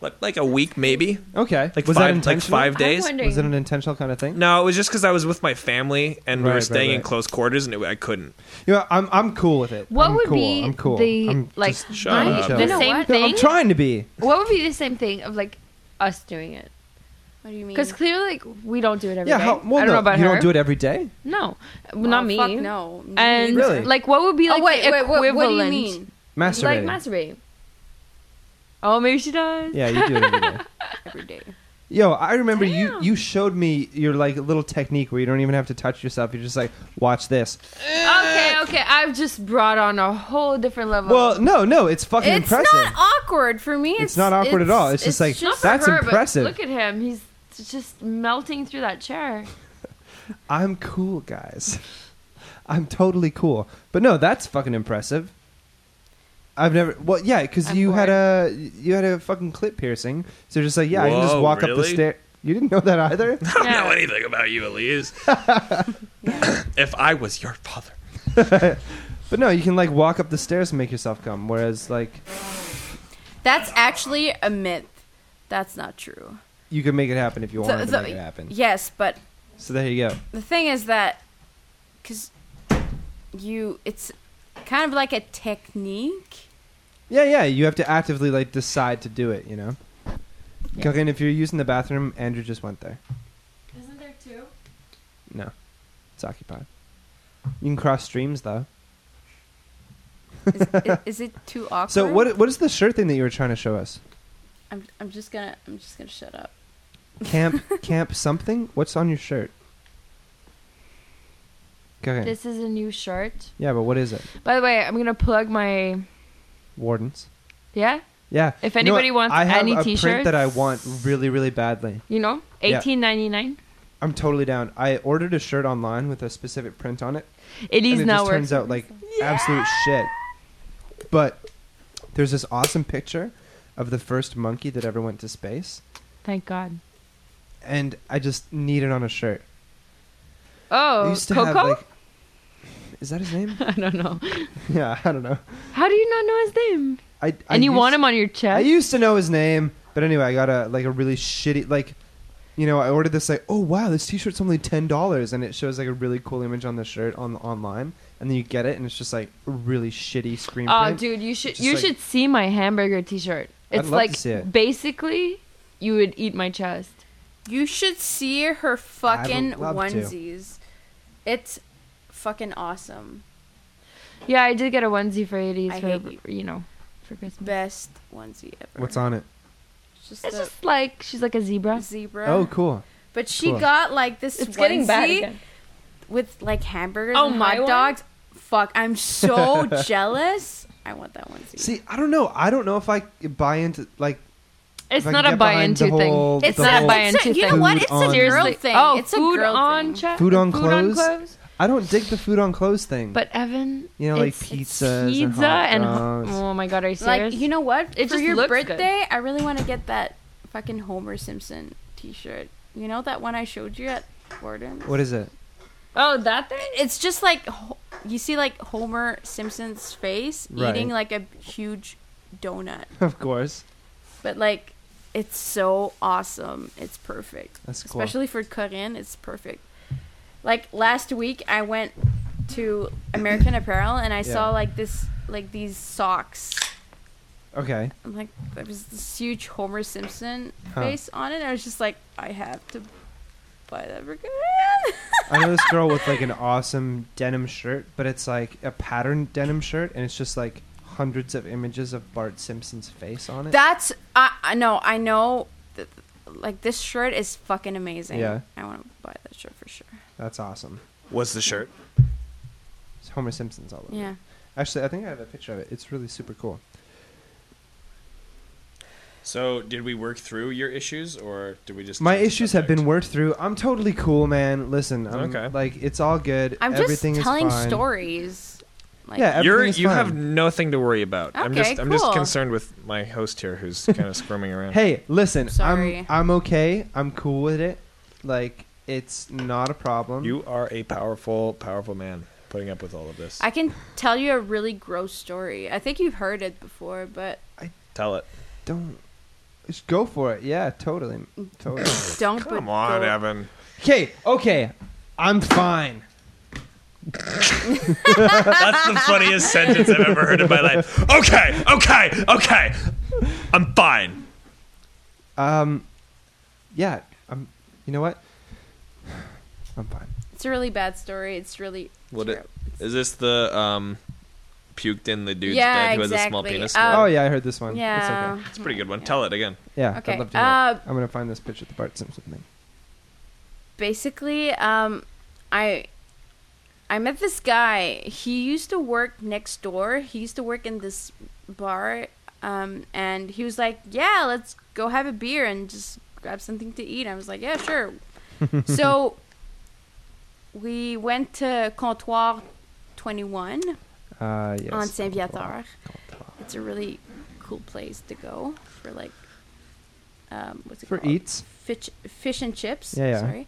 S2: like like a week maybe.
S1: Okay.
S2: Like
S1: was that
S2: five like
S1: intentional?
S2: five days.
S3: I'm
S1: Was it
S3: wondering.
S1: an intentional kind of thing?
S2: No, it was just because I was with my family and we
S1: Right,
S2: were
S1: right,
S2: staying in
S1: right.
S2: close quarters, and it, I couldn't.
S1: You know, I'm I'm cool with it.
S3: What
S1: I'm
S3: would
S1: cool.
S3: be
S1: I'm cool.
S3: the
S1: I'm
S3: like
S1: just-
S2: Shut
S3: my-
S2: up.
S3: the
S1: You know
S3: same
S5: what?
S1: No,
S3: thing?
S1: I'm trying to be.
S3: what would be the same thing of like us doing it?
S5: what do you mean?
S3: Because clearly, like we don't do it every day.
S1: Yeah. How, well,
S3: I don't
S1: no,
S3: know about
S1: you
S3: her.
S1: don't do it every day.
S3: No,
S5: Oh,
S3: not me.
S5: Fuck no. Me
S3: And
S5: neither.
S1: Really?
S3: like, what would be like
S5: oh, wait,
S3: the
S5: wait, what,
S3: equivalent?
S5: what do you mean?
S1: Masturbating.
S3: Like masturbating. Oh, maybe she does.
S1: Yeah, you do it every day.
S5: Every day.
S1: Yo, I remember you
S3: Damn.
S1: you showed me your like little technique where you don't even have to touch yourself. You're just like, watch this.
S3: Okay, okay. I've just brought on a whole different level.
S1: Well, no, no, it's fucking
S5: It's
S1: impressive.
S5: not awkward for me. It's,
S1: It's not awkward at all. It's just like-
S3: Not for
S1: That's
S3: her,
S1: impressive.
S3: But look at him. He's just melting through that chair.
S1: I'm cool, guys. I'm totally cool. But no, that's fucking impressive. I've never. Well, yeah, because
S3: I'm
S1: you had
S3: bored.
S1: a you had a fucking clit piercing. So just like, yeah, I can just
S2: Whoa,
S1: walk up the
S2: really?
S1: stair. You didn't know that either.
S2: I don't
S3: Yeah.
S2: know anything about you, Elise. if I was your father,
S1: But no, you can like walk up the stairs and make yourself come. Whereas like
S5: That's actually a myth. That's not true.
S1: you can make it happen if you
S5: So-
S1: want to
S5: so-
S1: make it happen.
S5: Yes, but
S1: So there you go.
S5: the thing is that because you, it's kind of like a technique.
S1: Yeah, yeah. You have to actively like decide to do it. You know. Okay, and if you're using the bathroom, Andrew just went there.
S3: Isn't there two?
S1: No, it's occupied. You can cross streams though.
S5: Is, i- is it too awkward?
S1: So what what is the shirt thing that you were trying to show us?
S5: I'm, I'm just gonna I'm just gonna shut up.
S1: Camp camp something? What's on your shirt? Okay.
S3: This is a new shirt.
S1: yeah, but what is it?
S3: By the way, I'm gonna plug my
S1: Wardens.
S3: yeah.
S1: Yeah.
S3: If
S1: You know what?
S3: anybody wants
S1: I have
S3: any
S1: a print
S3: t-shirts-
S1: that I want really really badly.
S3: You know,
S1: Yeah.
S3: 18.99.
S1: I'm totally down. I ordered a shirt online with a specific print on it,
S3: It is
S1: and it
S3: now
S1: just
S3: worth.
S1: turns out like absolute shit. But there's this awesome picture of the first monkey that ever went to space,
S3: Thank God.
S1: and I just need it on a shirt. I
S3: Oh,
S1: used to
S3: Coco.
S1: have like, is that his name?
S3: I don't know.
S1: yeah, I don't know.
S3: How do you not know his name?
S1: I, I
S3: and you want
S1: used-
S3: him on your
S1: I
S3: chest?
S1: used to know his name, but anyway, I got a like a really shitty like, you know, I ordered this like, oh wow, this T-shirt's only ten dollars, and it shows like a really cool image on the shirt on online, and then you get it, and it's just like a really shitty screen.
S3: Oh,
S1: print.
S3: dude, you should
S1: Just
S3: you
S1: like-
S3: should see my hamburger T-shirt.
S1: I'd
S3: It's
S1: love to
S3: like
S1: see it.
S3: basically you would eat my chest.
S5: You should see her fucking
S1: love to.
S5: onesies. It's fucking awesome.
S3: Yeah, I did get a onesie for eighties
S5: I
S3: for
S5: hate you.
S3: you. know for Christmas.
S5: Best onesie ever.
S1: What's on it?
S5: It's just
S3: It's
S5: a
S3: just like she's like a zebra.
S5: zebra.
S1: Oh, cool.
S5: But she
S1: Cool.
S5: got like this onesie
S3: again.
S5: with like hamburgers
S3: Oh,
S5: and
S3: my
S5: hot
S3: one?
S5: dogs. Fuck, I'm so jealous. I want that onesie.
S1: See, I don't know. I don't know if I could buy into like.
S3: It's
S1: if I
S3: not
S1: can
S3: a
S1: get
S3: buy
S1: behind
S3: into
S1: the
S3: thing.
S1: whole-
S5: it's
S1: the
S5: not.
S1: whole-
S3: buy
S5: It's a,
S3: into
S5: you know
S1: thing.
S5: what? It's a
S1: Food
S5: girl
S3: Seriously.
S5: thing.
S3: Oh,
S5: it's a
S3: food
S5: girl
S3: on
S5: thing.
S3: cha-
S1: Food on
S3: food
S1: clothes? I don't dig the food on clothes thing.
S3: But Evan,
S1: you know, like
S3: it's- it's
S1: pizzas and
S3: pizza
S1: hot
S3: and ho-
S1: dogs.
S3: oh my god, are you
S5: Like
S3: serious?
S5: you know what?
S3: It
S5: For
S3: just
S5: your
S3: looks good.
S5: birthday, I really want to get that fucking Homer Simpson T-shirt. You know that one I showed you at Gordon's.
S1: What is it?
S3: oh that thing.
S5: It's just like ho- you see like Homer Simpson's face
S1: Right.
S5: eating like a huge donut,
S1: Of course.
S5: but like It's so awesome. It's perfect.
S1: That's cool.
S5: Especially for Korean, it's perfect. Like last week I went to American Apparel and I saw
S1: Yeah.
S5: like this like these socks.
S1: Okay.
S5: I'm like there was this huge Homer Simpson
S1: Huh.
S5: face on it. And I was just like, I have to buy that for Korean.
S1: I know this girl with like an awesome denim shirt, but it's like a patterned denim shirt, and it's just like hundreds of images of Bart Simpson's face on it.
S5: That's I I know I know. Th- like this shirt is fucking amazing.
S1: Yeah.
S5: I want to buy that shirt for sure.
S1: That's awesome.
S2: What's the shirt?
S1: It's Homer Simpson's all over. it.
S5: Yeah.
S1: Actually, I think I have a picture of it. It's really super cool.
S2: So, did we work through your issues, or did we just?
S1: My
S2: change the
S1: issues have
S2: subject?
S1: been worked through. I'm totally cool, man. Listen, I'm
S2: Okay.
S1: like it's all good.
S5: I'm
S1: Everything
S5: just telling
S1: is fine.
S5: stories. Like,
S1: Yeah,
S2: You're
S1: everything is
S2: you
S1: fine.
S2: have nothing to worry about. I'm
S5: Okay,
S2: just I'm just
S5: cool.
S2: concerned with my host here, who's kind of squirming around.
S1: Hey, listen,
S5: Sorry.
S1: I'm I'm okay. I'm cool with it. Like it's not a problem.
S2: You are a powerful, powerful man, putting up with all of this.
S5: I can tell you a really gross story. I think you've heard it before, but
S2: Tell it.
S1: don't just go for it. Yeah, totally, totally.
S5: don't. put
S2: Come on,
S5: go-
S2: Evan.
S1: okay, okay, I'm fine.
S4: That's the funniest sentence I've ever heard in my life. Okay, okay, okay. I'm fine.
S1: Um, yeah, I'm. You know what? I'm fine.
S5: It's a really bad story. It's really.
S2: What
S5: true.
S2: it- Is this the um, puked in the dude's
S5: Yeah,
S2: dad who has a small
S5: exactly.
S2: penis?
S5: Um,
S1: oh yeah, I heard this one.
S5: yeah.
S1: it's okay.
S2: It's a pretty good one. Tell it again.
S1: Yeah,
S5: Okay,
S1: I'd love to hear it.
S5: uh,
S1: I'm gonna find this picture of the Bart Simpson thing.
S5: Basically, um, I. I met this guy. He used to work next door. He used to work in this bar, um, and he was like, "Yeah, let's go have a beer and just grab something to eat." I was like, "Yeah, sure." so we went to Comptoir Twenty One
S1: Uh, yes.
S5: on Saint
S1: Comptoir.
S5: Viator.
S1: Comptoir.
S5: It's a really cool place to go for like, um, what's it
S1: For
S5: called?
S1: eats.
S5: fish, fish and chips.
S1: Yeah, yeah.
S5: Sorry.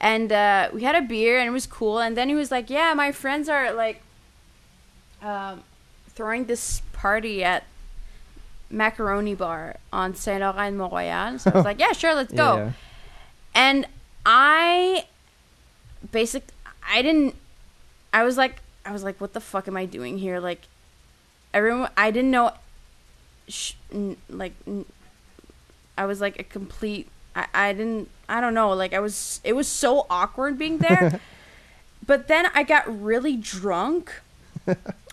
S5: And uh, we had a beer and it was cool. And then he was like, "Yeah, my friends are like, um, throwing this party at Macaroni Bar on Saint Laurent Mont Royal." So I was like, "Yeah, sure, let's go."
S1: Yeah, yeah.
S5: And I basic I didn't I was like I was like what the fuck am I doing here? Like everyone I didn't know sh- n- like n- I was like a complete I I didn't I don't know, like I was it was so awkward being there. but then I got really drunk.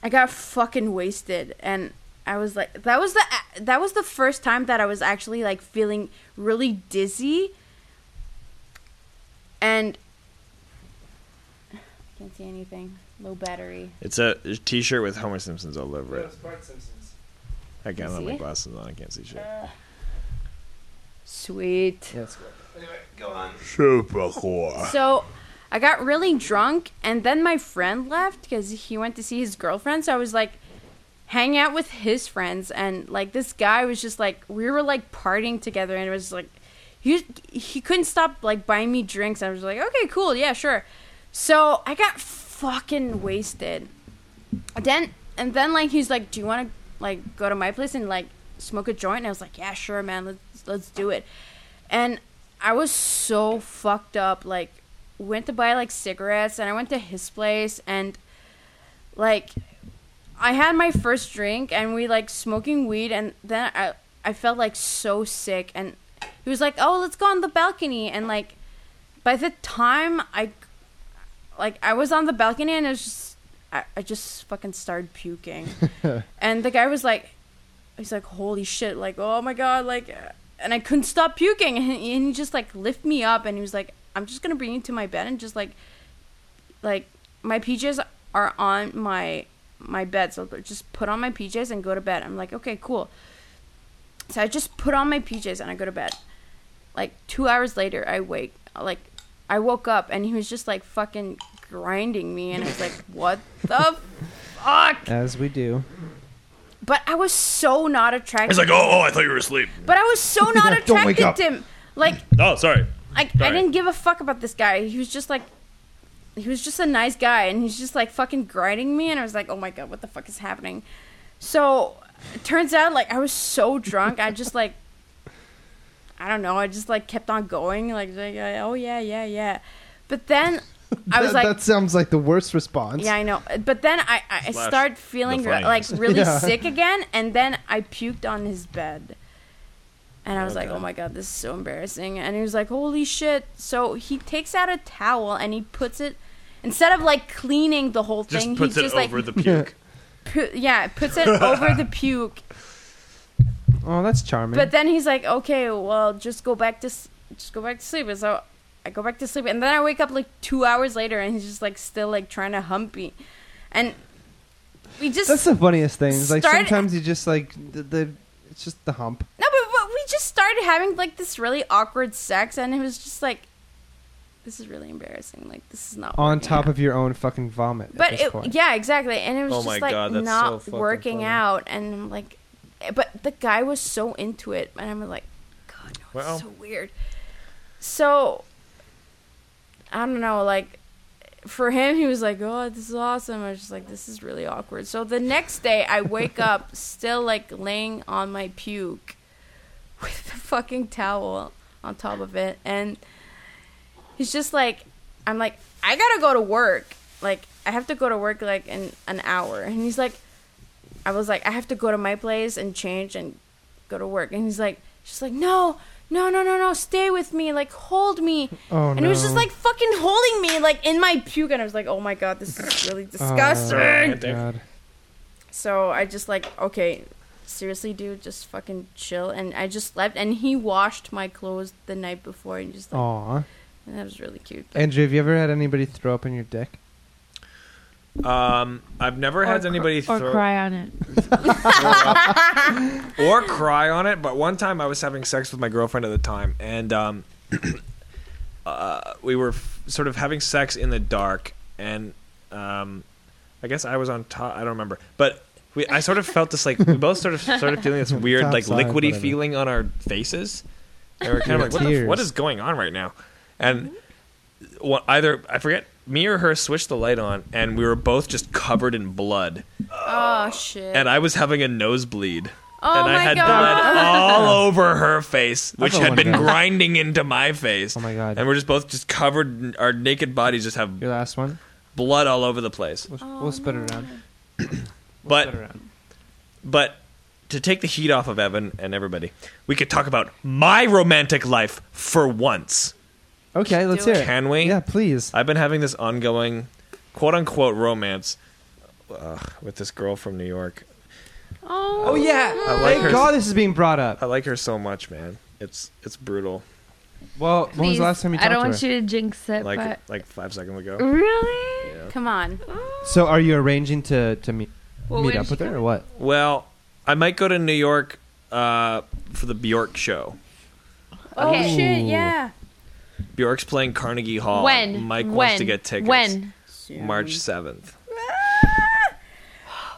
S5: I got fucking wasted and I was like that was the that was the first time that I was actually like feeling really dizzy and can't see anything. Low battery.
S2: It's a t-shirt with Homer Simpson's all over it. I can't
S5: You
S2: have
S5: see
S2: my
S5: it?
S2: glasses on. I can't see shit.
S5: Sweet.
S1: Yes.
S4: Super cool.
S5: So I got really drunk, and then my friend left because he went to see his girlfriend. So I was like, hang out with his friends, and like this guy was just like, we were like partying together, and it was like, he he couldn't stop like buying me drinks. I was like, okay, cool, yeah, sure. So I got fucking wasted. Then and then like he's like, do you want to like go to my place and like smoke a joint? And I was like, yeah, sure, man, let's let's do it. And I was so fucked up. Like, went to buy like cigarettes, and I went to his place, and like, I had my first drink, and we like smoking weed, and then I I felt like so sick, and he was like, "Oh, let's go on the balcony," and like, by the time I, like, I was on the balcony, and it was just I, I just fucking started puking, and the guy was like, he's like, holy shit, like, oh my god, like, uh," and I couldn't stop puking, and he, and he just like lift me up, and he was like, I'm just gonna bring you to my bed, and just like, like my PJs are on my my bed, so just put on my PJs and go to bed. I'm like, okay, cool. So I just put on my PJs and I go to bed. Like two hours later, I wake like I woke up and he was just like fucking grinding me, and I was like, what the fuck?
S1: As we do.
S5: But I was so not attracted.
S4: It's like, oh, oh, I thought you were asleep.
S5: But I was so not
S1: Yeah, don't wake
S5: attracted to him. Like,
S4: Oh, sorry.
S5: like I
S4: Sorry.
S5: didn't give a fuck about this guy. He was just like, he was just a nice guy, and he's just like fucking grinding me, and I was like, oh my god, what the fuck is happening? So, it turns out like I was so drunk, I just like I don't know. I just like kept on going, like, like uh, oh yeah, yeah, yeah. But then I was
S15: that,
S5: like,
S15: that sounds like the worst response.
S5: yeah, I know. But then I I I
S2: Slash
S5: start feeling
S2: the
S5: re- like really
S15: Yeah.
S5: sick again, and then I puked on his bed. And I was like, oh my god, this is so embarrassing. And he was like, holy shit. So he takes out a towel and he puts it instead of like cleaning the whole
S2: Just
S5: thing. he
S2: puts it
S5: just like
S2: over the puke.
S5: pu- yeah puts it over the puke
S1: Oh, that's charming.
S5: But then he's like, okay, well, just go back to s- just go back to sleep. And so I go back to sleep, and then I wake up like two hours later, and he's just like still like trying to hump me, and we just
S1: that's the funniest thing. It's like
S5: Start-
S1: sometimes you just like the, the it's just the hump.
S5: no, but, but we just started having like this really awkward sex, and it was just like, this is really embarrassing. Like this is not
S1: on
S5: working
S1: top
S5: out.
S1: of your own fucking vomit. at
S5: But
S1: this
S5: it,
S1: point.
S5: yeah, exactly, and it was
S2: Oh
S5: just
S2: my
S5: like
S2: God, that's so
S5: not
S2: fucking
S5: working
S2: funny.
S5: out, and I'm like, but the guy was so into it, and I'm like, God, no,
S2: Well.
S5: it's so weird. So I don't know, like for him, he was like, "Oh, this is awesome." I was just like, "This is really awkward." So the next day, I wake up still like laying on my puke with the fucking towel on top of it, and he's just like, "I'm like, I gotta go to work. Like, I have to go to work like in an hour," and he's like, "I was like, I have to go to my place and change and go to work," and he's like, "She's like, no." No, no, no, no! Stay with me, like hold me.
S1: Oh,
S5: and it was just
S1: no.
S5: like fucking holding me like in my puke and I was like, "Oh my god, this is really disgusting."
S1: God.
S5: So I just like, "Okay, seriously, dude, just fucking chill." And I just slept and he washed my clothes the night before and just like,
S1: Aw.
S5: and that was really cute.
S1: Andrew, have you ever had anybody throw up in your dick?
S2: Um, I've never had anybody
S3: or
S2: throw
S3: cry on it.
S2: or cry on it. But one time I was having sex with my girlfriend at the time, and um, uh, we were f- sort of having sex in the dark, and um, I guess I was on top. I don't remember, but we I sort of felt this like we both sort of started feeling this weird
S1: Top
S2: like
S1: side,
S2: liquidy
S1: whatever.
S2: feeling on our faces. And we were kind of like, what, the, f-
S1: Tears.
S2: what is going on right now? And what, either I forget me or her switched the light on, and we were both just covered in blood
S5: Oh shit.
S2: and I was having a nosebleed.
S5: Oh
S2: and I
S5: my
S2: had
S5: God.
S2: blood all over her face, which
S1: thought
S2: had
S1: one
S2: been
S1: does.
S2: grinding into my face.
S1: Oh my God.
S2: And we're just both just covered. Our naked bodies just have
S1: Your last one?
S2: blood all over the place.
S1: We'll, we'll spit it around.
S2: But
S1: Spit it around.
S2: but to take the heat off of Evan and everybody, we could talk about my romantic life for once.
S1: Okay, let's hear it.
S2: Can we?
S1: Yeah, please.
S2: I've been having this ongoing, quote unquote, romance uh, with this girl from New York.
S1: Oh, yeah.
S2: I like
S1: Thank
S2: her.
S1: God this is being brought up.
S2: I like her so much, man. It's it's brutal.
S1: Well, when was
S16: Please,
S1: the last time you
S16: I
S1: talked
S16: don't
S1: to
S16: want
S1: her?
S16: you to jinx it,
S2: Like
S16: but
S2: like five seconds ago.
S16: really,
S5: Come on.
S1: So, are you arranging to, to meet,
S16: Well,
S1: meet
S16: where
S1: up
S16: did
S1: with
S16: you
S1: her or what?
S2: Well, I might go to New York uh, for the Bjork show.
S16: okay.
S17: Oh shit, yeah.
S2: Bjork's playing Carnegie Hall.
S16: When
S2: Oh, Mike
S16: when
S2: wants to get tickets.
S16: When
S2: March seventh.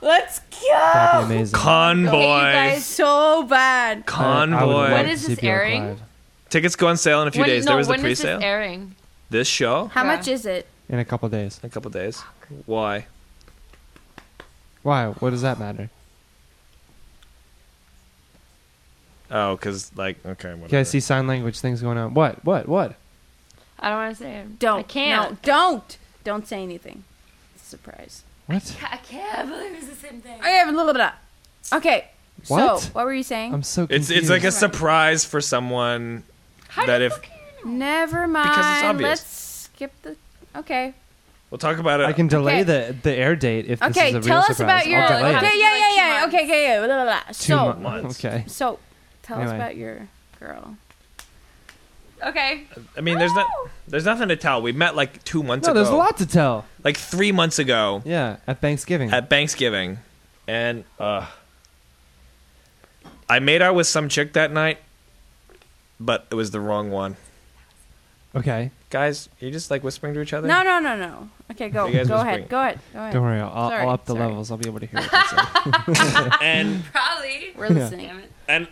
S17: Let's go.
S1: That'd be amazing.
S2: Oh, Convoy.
S17: So bad.
S1: I- I would
S2: Convoy.
S1: love
S3: When
S1: to
S3: is
S1: see
S3: this
S1: Bjork
S3: airing?
S1: live
S2: Tickets go on sale in a few
S3: When-
S2: days.
S3: no,
S2: there was the
S3: when is this
S2: pre-sale. This,
S3: airing?
S2: show,
S5: How
S3: Yeah.
S5: much is it?
S1: In a couple days.
S2: a couple days. Why?
S1: Why? What does that matter?
S2: Oh, because like okay, whatever.
S1: Okay, I see sign language things going on. What? What? What?
S3: I don't want to say it.
S5: Don't.
S3: I can't.
S5: No, don't. Don't say anything. It's a surprise.
S1: What?
S3: I can't believe it's the same thing.
S5: Okay, blah, blah, blah. Okay.
S1: What?
S5: So, what were you saying?
S1: I'm so
S2: It's
S1: confused.
S2: it's like a surprise for someone that if
S5: Never mind.
S2: obvious.
S5: Let's skip the Okay.
S2: we'll talk about it.
S1: I can delay
S5: Okay.
S1: the, the air date if this
S5: Okay,
S1: is a real
S5: tell us
S1: surprise.
S5: about your.
S1: I'll delay
S5: Okay,
S1: it.
S5: yeah,
S3: Two
S5: yeah, yeah.
S3: months.
S5: Okay, okay, yeah. Blah, blah, blah.
S1: Two
S5: So,
S1: mo-
S2: months.
S1: Okay.
S5: so tell us
S1: Anyway.
S5: about your girl.
S3: Okay.
S2: I mean, there's not there's nothing to tell. We met like two months
S1: No,
S2: ago.
S1: there's a lot to tell.
S2: Like three months ago.
S1: Yeah, at Thanksgiving.
S2: at Thanksgiving, and uh, I made out with some chick that night, but it was the wrong one.
S1: okay,
S2: Guys, are you just like whispering to each other?
S5: No, no, no, no. Okay, go.
S2: You guys
S5: Go
S2: was
S5: ahead.
S2: bring-
S5: Go ahead. Go ahead.
S1: don't worry. I'll, I'll
S5: Sorry,
S1: up the
S5: sorry.
S1: levels. I'll be able to hear what they say.
S2: And
S3: Probably.
S5: We're listening.
S2: and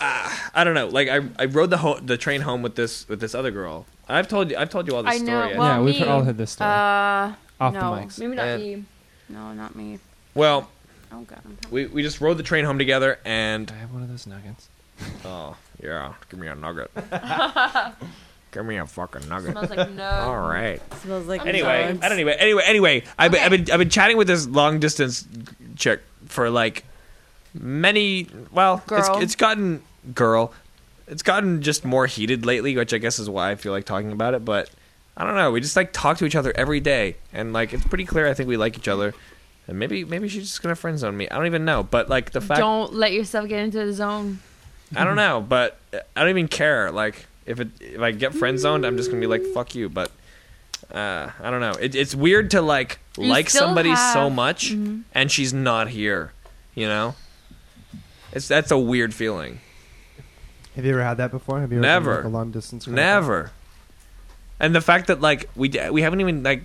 S2: uh, I don't know. Like I, I rode the ho- the train home with this with this other girl. I've told you I've told you all this
S3: I
S2: story.
S3: know.
S2: I think.
S3: Well,
S1: yeah, we've
S3: me.
S1: all heard this story
S5: Uh,
S1: off
S5: no.
S1: the mics.
S16: maybe not
S2: And-
S16: you.
S5: no, not me.
S2: well,
S5: Oh god. I'm
S2: we we just rode the train home together, and
S1: I have one of those nuggets.
S18: Oh, yeah. Give me a nugget. Give me a fucking nugget.
S3: I was like, no.
S18: All right.
S19: Um, Smells like
S2: Anyway, I don't even. Anyway, anyway, I've, been, I've been I've been chatting with this long distance chick for like many. Well,
S3: Girl.
S2: It's, it's gotten girl. It's gotten just more heated lately, which I guess is why I feel like talking about it. But I don't know. We just like talk to each other every day, and like it's pretty clear. I think we like each other, and maybe maybe she's just gonna friend zone me. I don't even know. But like the fact
S3: Don't let yourself get into the zone.
S2: I
S1: Mm-hmm.
S2: don't know, but uh, I don't even care. Like if it if I get friend zoned, I'm just gonna be like fuck you. But uh, I don't know. It, it's weird to like
S3: You
S2: like
S3: still
S2: somebody so
S3: have-
S2: much
S1: Mm-hmm.
S2: and she's not here. You know, it's that's a weird feeling.
S1: Have you ever had that before? Have you ever been,
S2: Never.
S1: like, a long distance? girl?
S2: Never. And the fact that like we d- we haven't even like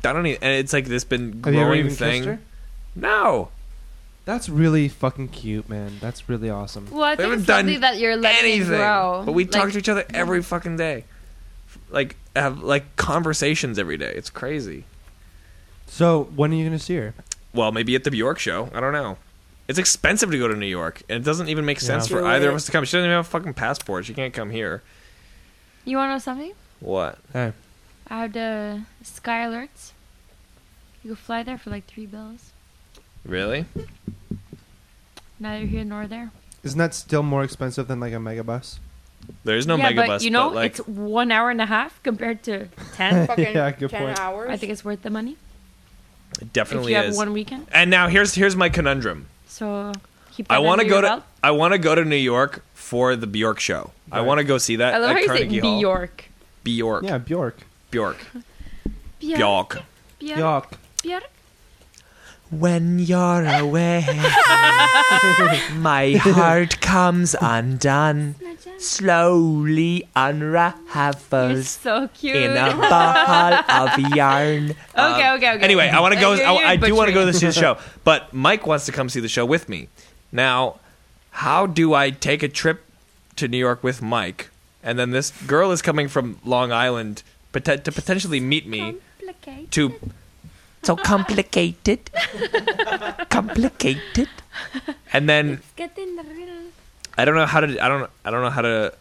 S2: done any, and it's like this been
S1: Have you ever
S2: growing
S1: even
S2: thing.
S1: kissed her?
S2: No,
S1: That's really fucking cute, man. That's really awesome.
S3: Well, I
S2: We
S3: think
S2: haven't
S3: it's something
S2: done
S3: that you're letting it
S2: anything.
S3: grow.
S2: But we
S3: Like,
S2: talk to each other every fucking day, like have like conversations every day. It's crazy.
S1: So when are you gonna see her?
S2: well, maybe at the Bjork show. I don't know. It's expensive to go to New York, and it doesn't even make sense for
S19: You're
S2: either of
S19: right.
S2: us to come. She doesn't even have a fucking passport. She can't come here.
S3: You want to know something?
S2: What?
S1: Hey,
S3: I had uh, Sky Alerts. You could fly there for like three bills.
S2: Really?
S3: Neither here nor there.
S1: isn't that still more expensive than like a megabus?
S2: There's no
S3: yeah,
S2: mega
S3: but
S2: bus.
S3: you know,
S2: but, like,
S3: it's one hour and a half compared to ten.
S19: fucking
S1: Yeah, good
S19: 10
S1: point.
S19: hours.
S3: I think it's worth the money
S2: it
S3: if
S2: definitely
S3: you have
S2: is.
S3: one weekend.
S2: And now here's here's my conundrum.
S3: So keep that
S2: I want to
S3: under
S2: go
S3: your
S2: to
S3: belt.
S2: I want to go to New York for the Bjork show. I want to go see that
S3: I love
S2: at
S3: how you say
S2: Carnegie Hall.
S3: Bjork.
S2: Bjork.
S1: Yeah, Bjork.
S2: Bjork.
S3: Bjork.
S2: Bjork.
S3: Bjork.
S1: Bjork.
S3: Bjork.
S2: When you're away, my heart comes undone, slowly
S3: You're
S2: unravels.
S3: so cute.
S2: ball of yarn.
S3: Okay, okay, okay.
S2: Anyway, I want to go.
S3: You're- you're
S2: I, I do want to go
S3: butchering.
S2: to see the show, but Mike wants to come see the show with me. Now, how do I take a trip to New York with Mike? And then this girl is coming from Long Island poten- to potentially meet me
S3: Complicate.
S2: to. So complicated, complicated, and then
S3: Get in the riddle.
S2: I don't know how to. I don't. I don't know how to.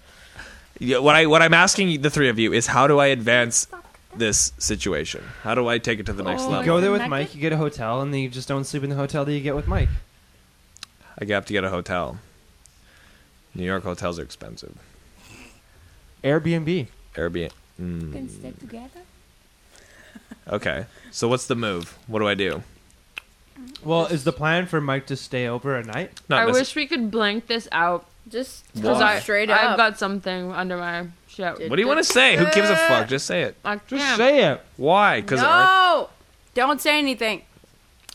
S2: Yeah, What I what I'm asking the three of you is how do I advance this situation? How do I take it to the next
S3: Oh,
S2: level?
S1: Go there with
S3: Naked?
S1: Mike. You get a hotel, and then you just don't sleep in the hotel that you get with Mike.
S2: I have to get a hotel. New York hotels are expensive.
S1: Airbnb.
S2: Airbnb.
S3: You
S2: Hmm.
S3: can stay together.
S2: Okay. So what's the move? What do I do?
S1: Well, is the plan for Mike to stay over at night?
S2: Not
S3: I
S2: necess-
S3: wish we could blank this out
S5: Just
S2: Why?
S5: come straight up.
S3: I've got something under my shit.
S2: What do you want to say? Who gives a fuck? Just say it.
S3: I
S1: Just
S3: can't.
S1: say it.
S2: Why? Because
S5: no, don't say anything.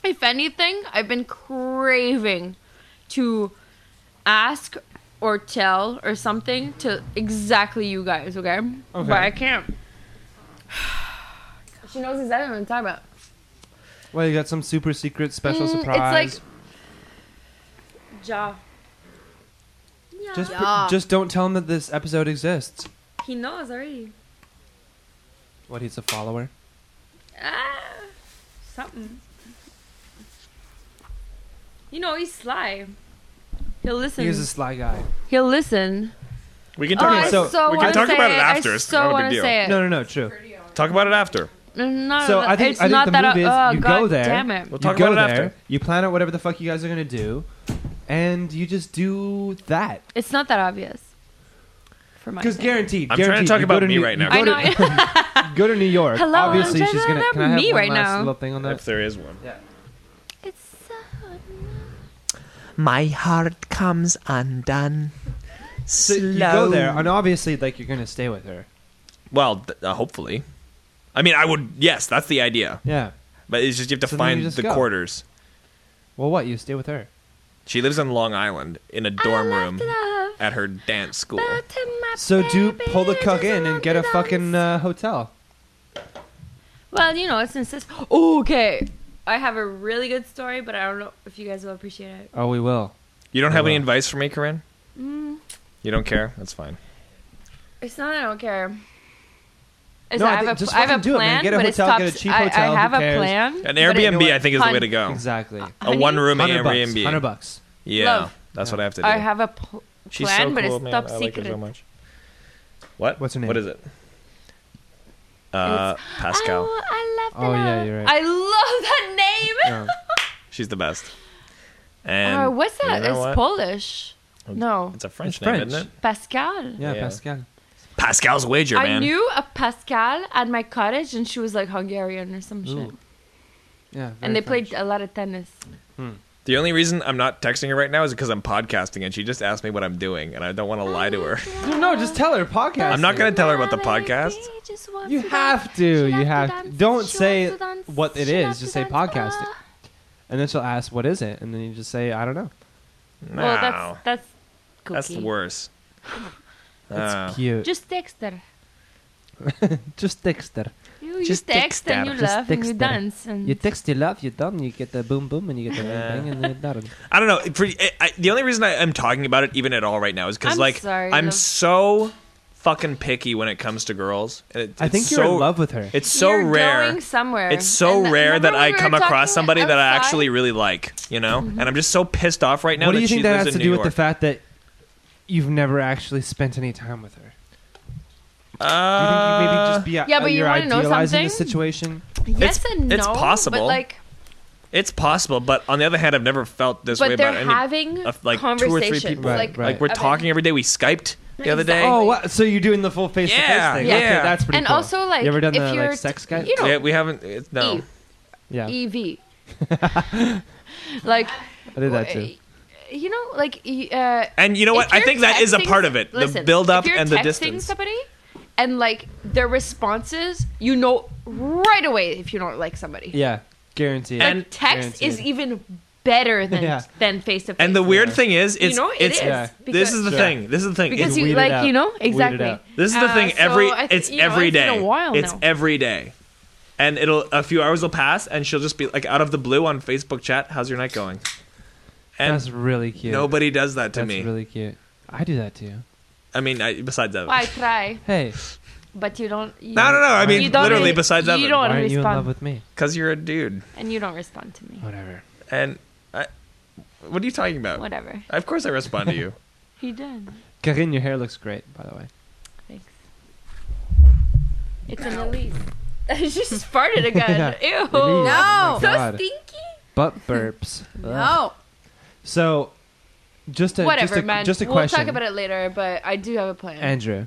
S3: If anything, I've been craving to ask or tell or something to exactly you guys, okay? But I can't. She knows exactly what I'm talking about.
S1: Well, you got some super secret special
S3: Mm, it's
S1: surprise.
S3: Ja.
S1: just, pr-
S5: Yeah.
S1: just don't tell him that this episode exists.
S3: He knows already.
S1: What? He's a follower.
S3: Ah, something. You know, he's sly. He'll listen.
S1: He is a sly guy.
S3: He'll listen.
S2: we can
S3: Oh,
S2: talk.
S1: Okay,
S3: I
S1: so-
S3: so,
S2: we can
S3: wanna
S2: talk
S3: say
S2: about it
S3: it
S2: after.
S3: I
S2: It's
S3: so
S2: not a big
S3: want to
S2: deal.
S3: say it.
S1: No, no, no. True.
S2: talk about it after.
S3: Not
S1: So I think-
S3: it's
S1: I think
S3: not
S1: the
S3: that
S1: move is
S3: oh,
S1: you
S3: God
S1: go there,
S3: Damn it.
S1: You
S2: We'll talk
S1: go
S2: about it
S1: there,
S2: after.
S1: You plan out whatever the fuck you guys are gonna do, and you just do that.
S3: It's not that obvious. For my
S1: Because
S3: sake.
S1: guaranteed,
S2: I'm trying to
S1: guaranteed,
S2: talk
S1: you go
S2: about
S1: to
S2: me
S1: New-
S2: right now.
S1: you
S3: I
S1: Go
S3: know.
S1: to, go to New York.
S3: Hello, I'm
S1: Obviously,
S3: trying
S1: she's
S3: to
S1: gonna.
S3: talk
S1: Can I have
S3: me
S1: one
S3: right
S1: last
S3: now.
S1: little thing on
S2: If
S1: that?
S2: there is one.
S1: Yeah.
S3: it's so
S20: My heart comes undone.
S1: So you go there, and obviously, like you're gonna stay with her.
S2: Well, th- uh, hopefully. I mean, I would. Yes, that's the idea.
S1: Yeah.
S2: But it's just you have to
S1: So then you
S2: find
S1: just
S2: the
S1: go.
S2: quarters.
S1: Well, what? You stay with her.
S2: She lives on Long Island in a dorm room
S3: love
S2: at her dance school.
S3: but my
S1: So do
S3: baby
S1: pull the cuck
S3: doesn't
S1: in and
S3: want
S1: get
S3: to
S1: a
S3: dance.
S1: fucking uh, hotel.
S3: Well, you know, since this. Okay. I have a really good story, but I don't know if you guys will appreciate it.
S1: Oh, we will.
S2: You don't have any
S1: Well.
S2: advice for me, Corinne?
S3: Mm.
S2: You don't care? That's fine.
S3: It's not. I don't care. It's
S1: No,
S3: that
S1: I
S3: I,
S1: think-
S3: have a,
S1: just
S3: I have a
S1: fucking do it, man.
S3: plan,
S1: Get a
S3: but it's
S1: hotel, get
S3: toxic-
S1: a cheap
S3: I-
S1: hotel,
S3: I,
S1: who
S3: have a
S1: cares?
S3: plan.
S2: An
S3: but it-
S2: Airbnb, I think, is the way to go.
S1: Exactly.
S2: A one room
S1: Hundred bucks.
S2: Airbnb.
S1: Hundred bucks.
S2: Yeah,
S3: Love.
S2: that's what I have to do.
S3: I have a pl-
S2: She's
S3: plan,
S2: so
S3: but
S2: cool,
S3: it's
S2: man.
S3: top
S2: I
S3: secret.
S2: Like her so much. What?
S1: What's her name?
S2: What is it? Uh, Pascal.
S3: Oh, I love that.
S1: Oh, yeah, you're right.
S3: I love that name.
S1: Yeah.
S2: She's the best. And
S3: oh, what's
S2: you
S3: that?
S2: know
S3: it's
S2: what? Um,
S3: Polish. No,
S2: It's a French
S1: It's
S2: name,
S1: French.
S2: isn't it?
S3: Pascal.
S1: Yeah,
S2: Yeah.
S1: Pascal.
S2: Pascal's wager,
S3: I
S2: man.
S3: knew a Pascal at my cottage, and she was like Hungarian or some shit.
S1: Ooh, Yeah.
S3: and they played a lot of tennis.
S2: the only reason I'm not texting her right now is because I'm podcasting, and she just asked me what I'm doing, and I don't want to lie to her.
S1: played. No, just tell her podcast.
S2: I'm not gonna tell her about the
S3: Mama,
S2: podcast.
S3: we just want
S1: You
S3: to
S1: have
S3: dance.
S1: to.
S3: She
S1: You
S3: loves
S1: have. To.
S3: dance.
S1: Don't
S3: She
S1: say
S3: loves to dance.
S1: what it
S3: She
S1: is.
S3: loves
S1: Just
S3: to
S1: say
S3: dance.
S1: podcasting,
S3: Ah.
S1: and then she'll ask what is it, and then you just say I don't know.
S2: No,
S3: Well, that's that's kooky.
S2: that's worse.
S1: That's
S2: Oh.
S1: cute.
S3: Just text her.
S1: Just text her.
S3: You, you
S2: Just
S3: text,
S2: text
S3: and
S2: her.
S3: you
S1: Just
S3: love and you
S1: text her.
S3: dance and
S1: You text your love, you done, you get the boom boom, and you get the
S2: Yeah.
S1: bang bang, and then done.
S2: I don't know. For, I, I, the only reason I, I'm talking about it even at all right now is because
S3: I'm
S2: like
S3: sorry,
S2: I'm
S3: though.
S2: so fucking picky when it comes to girls. It,
S1: I
S2: it's
S1: think you're
S2: so-
S1: in love with her.
S2: It's so
S3: You're
S2: rare.
S3: Going somewhere.
S2: It's so
S3: And
S2: rare
S3: remember
S2: that
S3: when
S2: I
S3: we were
S2: come across
S3: talking
S2: somebody that I
S3: outside? Mm-hmm.
S2: actually really like, you know. And I'm just so pissed off right now.
S1: what do
S2: that
S1: you
S2: she
S1: think that
S2: lives
S1: has
S2: in
S1: to
S2: New
S1: do with the
S2: York.
S1: fact that you've never actually spent any time with her? Do you think you maybe
S2: Uh,
S1: just be
S3: yeah, but you
S1: you're
S3: wanna know
S1: idealizing the
S3: something?
S1: situation?
S3: Yes
S2: It's-
S3: and no.
S2: it's possible.
S3: But like,
S2: it's possible, but on the other hand, I've never felt this way
S3: but they're
S2: about any.
S3: having
S2: of, like, two or three
S3: conversations.
S2: people.
S1: Right,
S3: like,
S1: right.
S2: Like we're
S3: about-
S2: talking every day. We skyped the other day.
S1: Oh, wow. so you're doing the full face to face
S2: Yeah,
S1: thing?
S2: yeah.
S1: Okay, that's pretty
S3: And
S1: cool.
S3: also, like,
S1: you ever done
S3: if
S1: the
S3: you're
S1: like sex
S3: t-
S1: guy?
S3: you know-
S2: Yeah, we haven't. It's, no,
S3: Eve.
S1: yeah,
S3: EV. like,
S1: I did that too.
S3: eh, you know, like, y- uh,
S2: and you know what?
S3: if
S2: I
S3: you're
S2: think that is a
S3: texting-
S2: part of it. the
S3: listen,
S2: build up
S3: if you're
S2: and the
S3: texting
S2: distance.
S3: Somebody, and like their responses, you know right away if you don't like somebody.
S1: Yeah, guaranteed.
S3: Like text is e-
S1: Guaranteed.
S3: even better than
S1: Yeah.
S3: than face to face.
S2: And the weird thing is,
S3: You
S2: it's
S3: know, it
S2: it's
S3: is,
S1: Yeah.
S2: this
S3: because-
S2: is the
S1: Sure.
S2: thing. This is the thing.
S3: because
S1: It's
S3: you
S1: weeded
S3: like
S1: out.
S3: you know
S1: Weeded
S3: exactly.
S1: out.
S2: This is the
S3: Uh,
S2: thing.
S3: so
S2: Every
S3: I thi-
S2: it's
S3: you know,
S2: every
S3: it's been
S2: day.
S3: a while
S2: It's
S3: now.
S2: every day, and it'll a few hours will pass, and she'll just be like out of the blue on Facebook chat. How's your night going? And
S1: That's really cute.
S2: nobody does that to
S1: That's
S2: me.
S1: really cute. I do that too.
S2: I mean, I, besides Evan.
S3: Well, I try,
S1: Hey,
S3: Oh, but you don't. You,
S2: No, no, no. I mean,
S3: you don't
S2: literally
S3: really-
S2: besides
S3: you
S2: Evan,
S3: don't-
S1: why
S3: wanna
S1: aren't you in
S3: respond.
S1: love with me?
S2: because you're a dude.
S3: and you don't respond to me.
S1: Whatever.
S2: And I, what are you talking about?
S3: Whatever.
S2: Of course, I respond to you.
S3: You did.
S1: Karin, your hair looks great, by the way.
S3: Thanks. It's an elite. she just farted again. Ew.
S1: Elise,
S5: No.
S1: oh my
S3: So
S1: God.
S3: stinky.
S1: Butt burps. Ugh.
S5: No.
S1: So, just a
S3: Whatever,
S1: just a,
S3: man.
S1: just a
S3: we'll
S1: question,
S3: talk about it later, but I do have a plan.
S1: Andrew,
S3: It-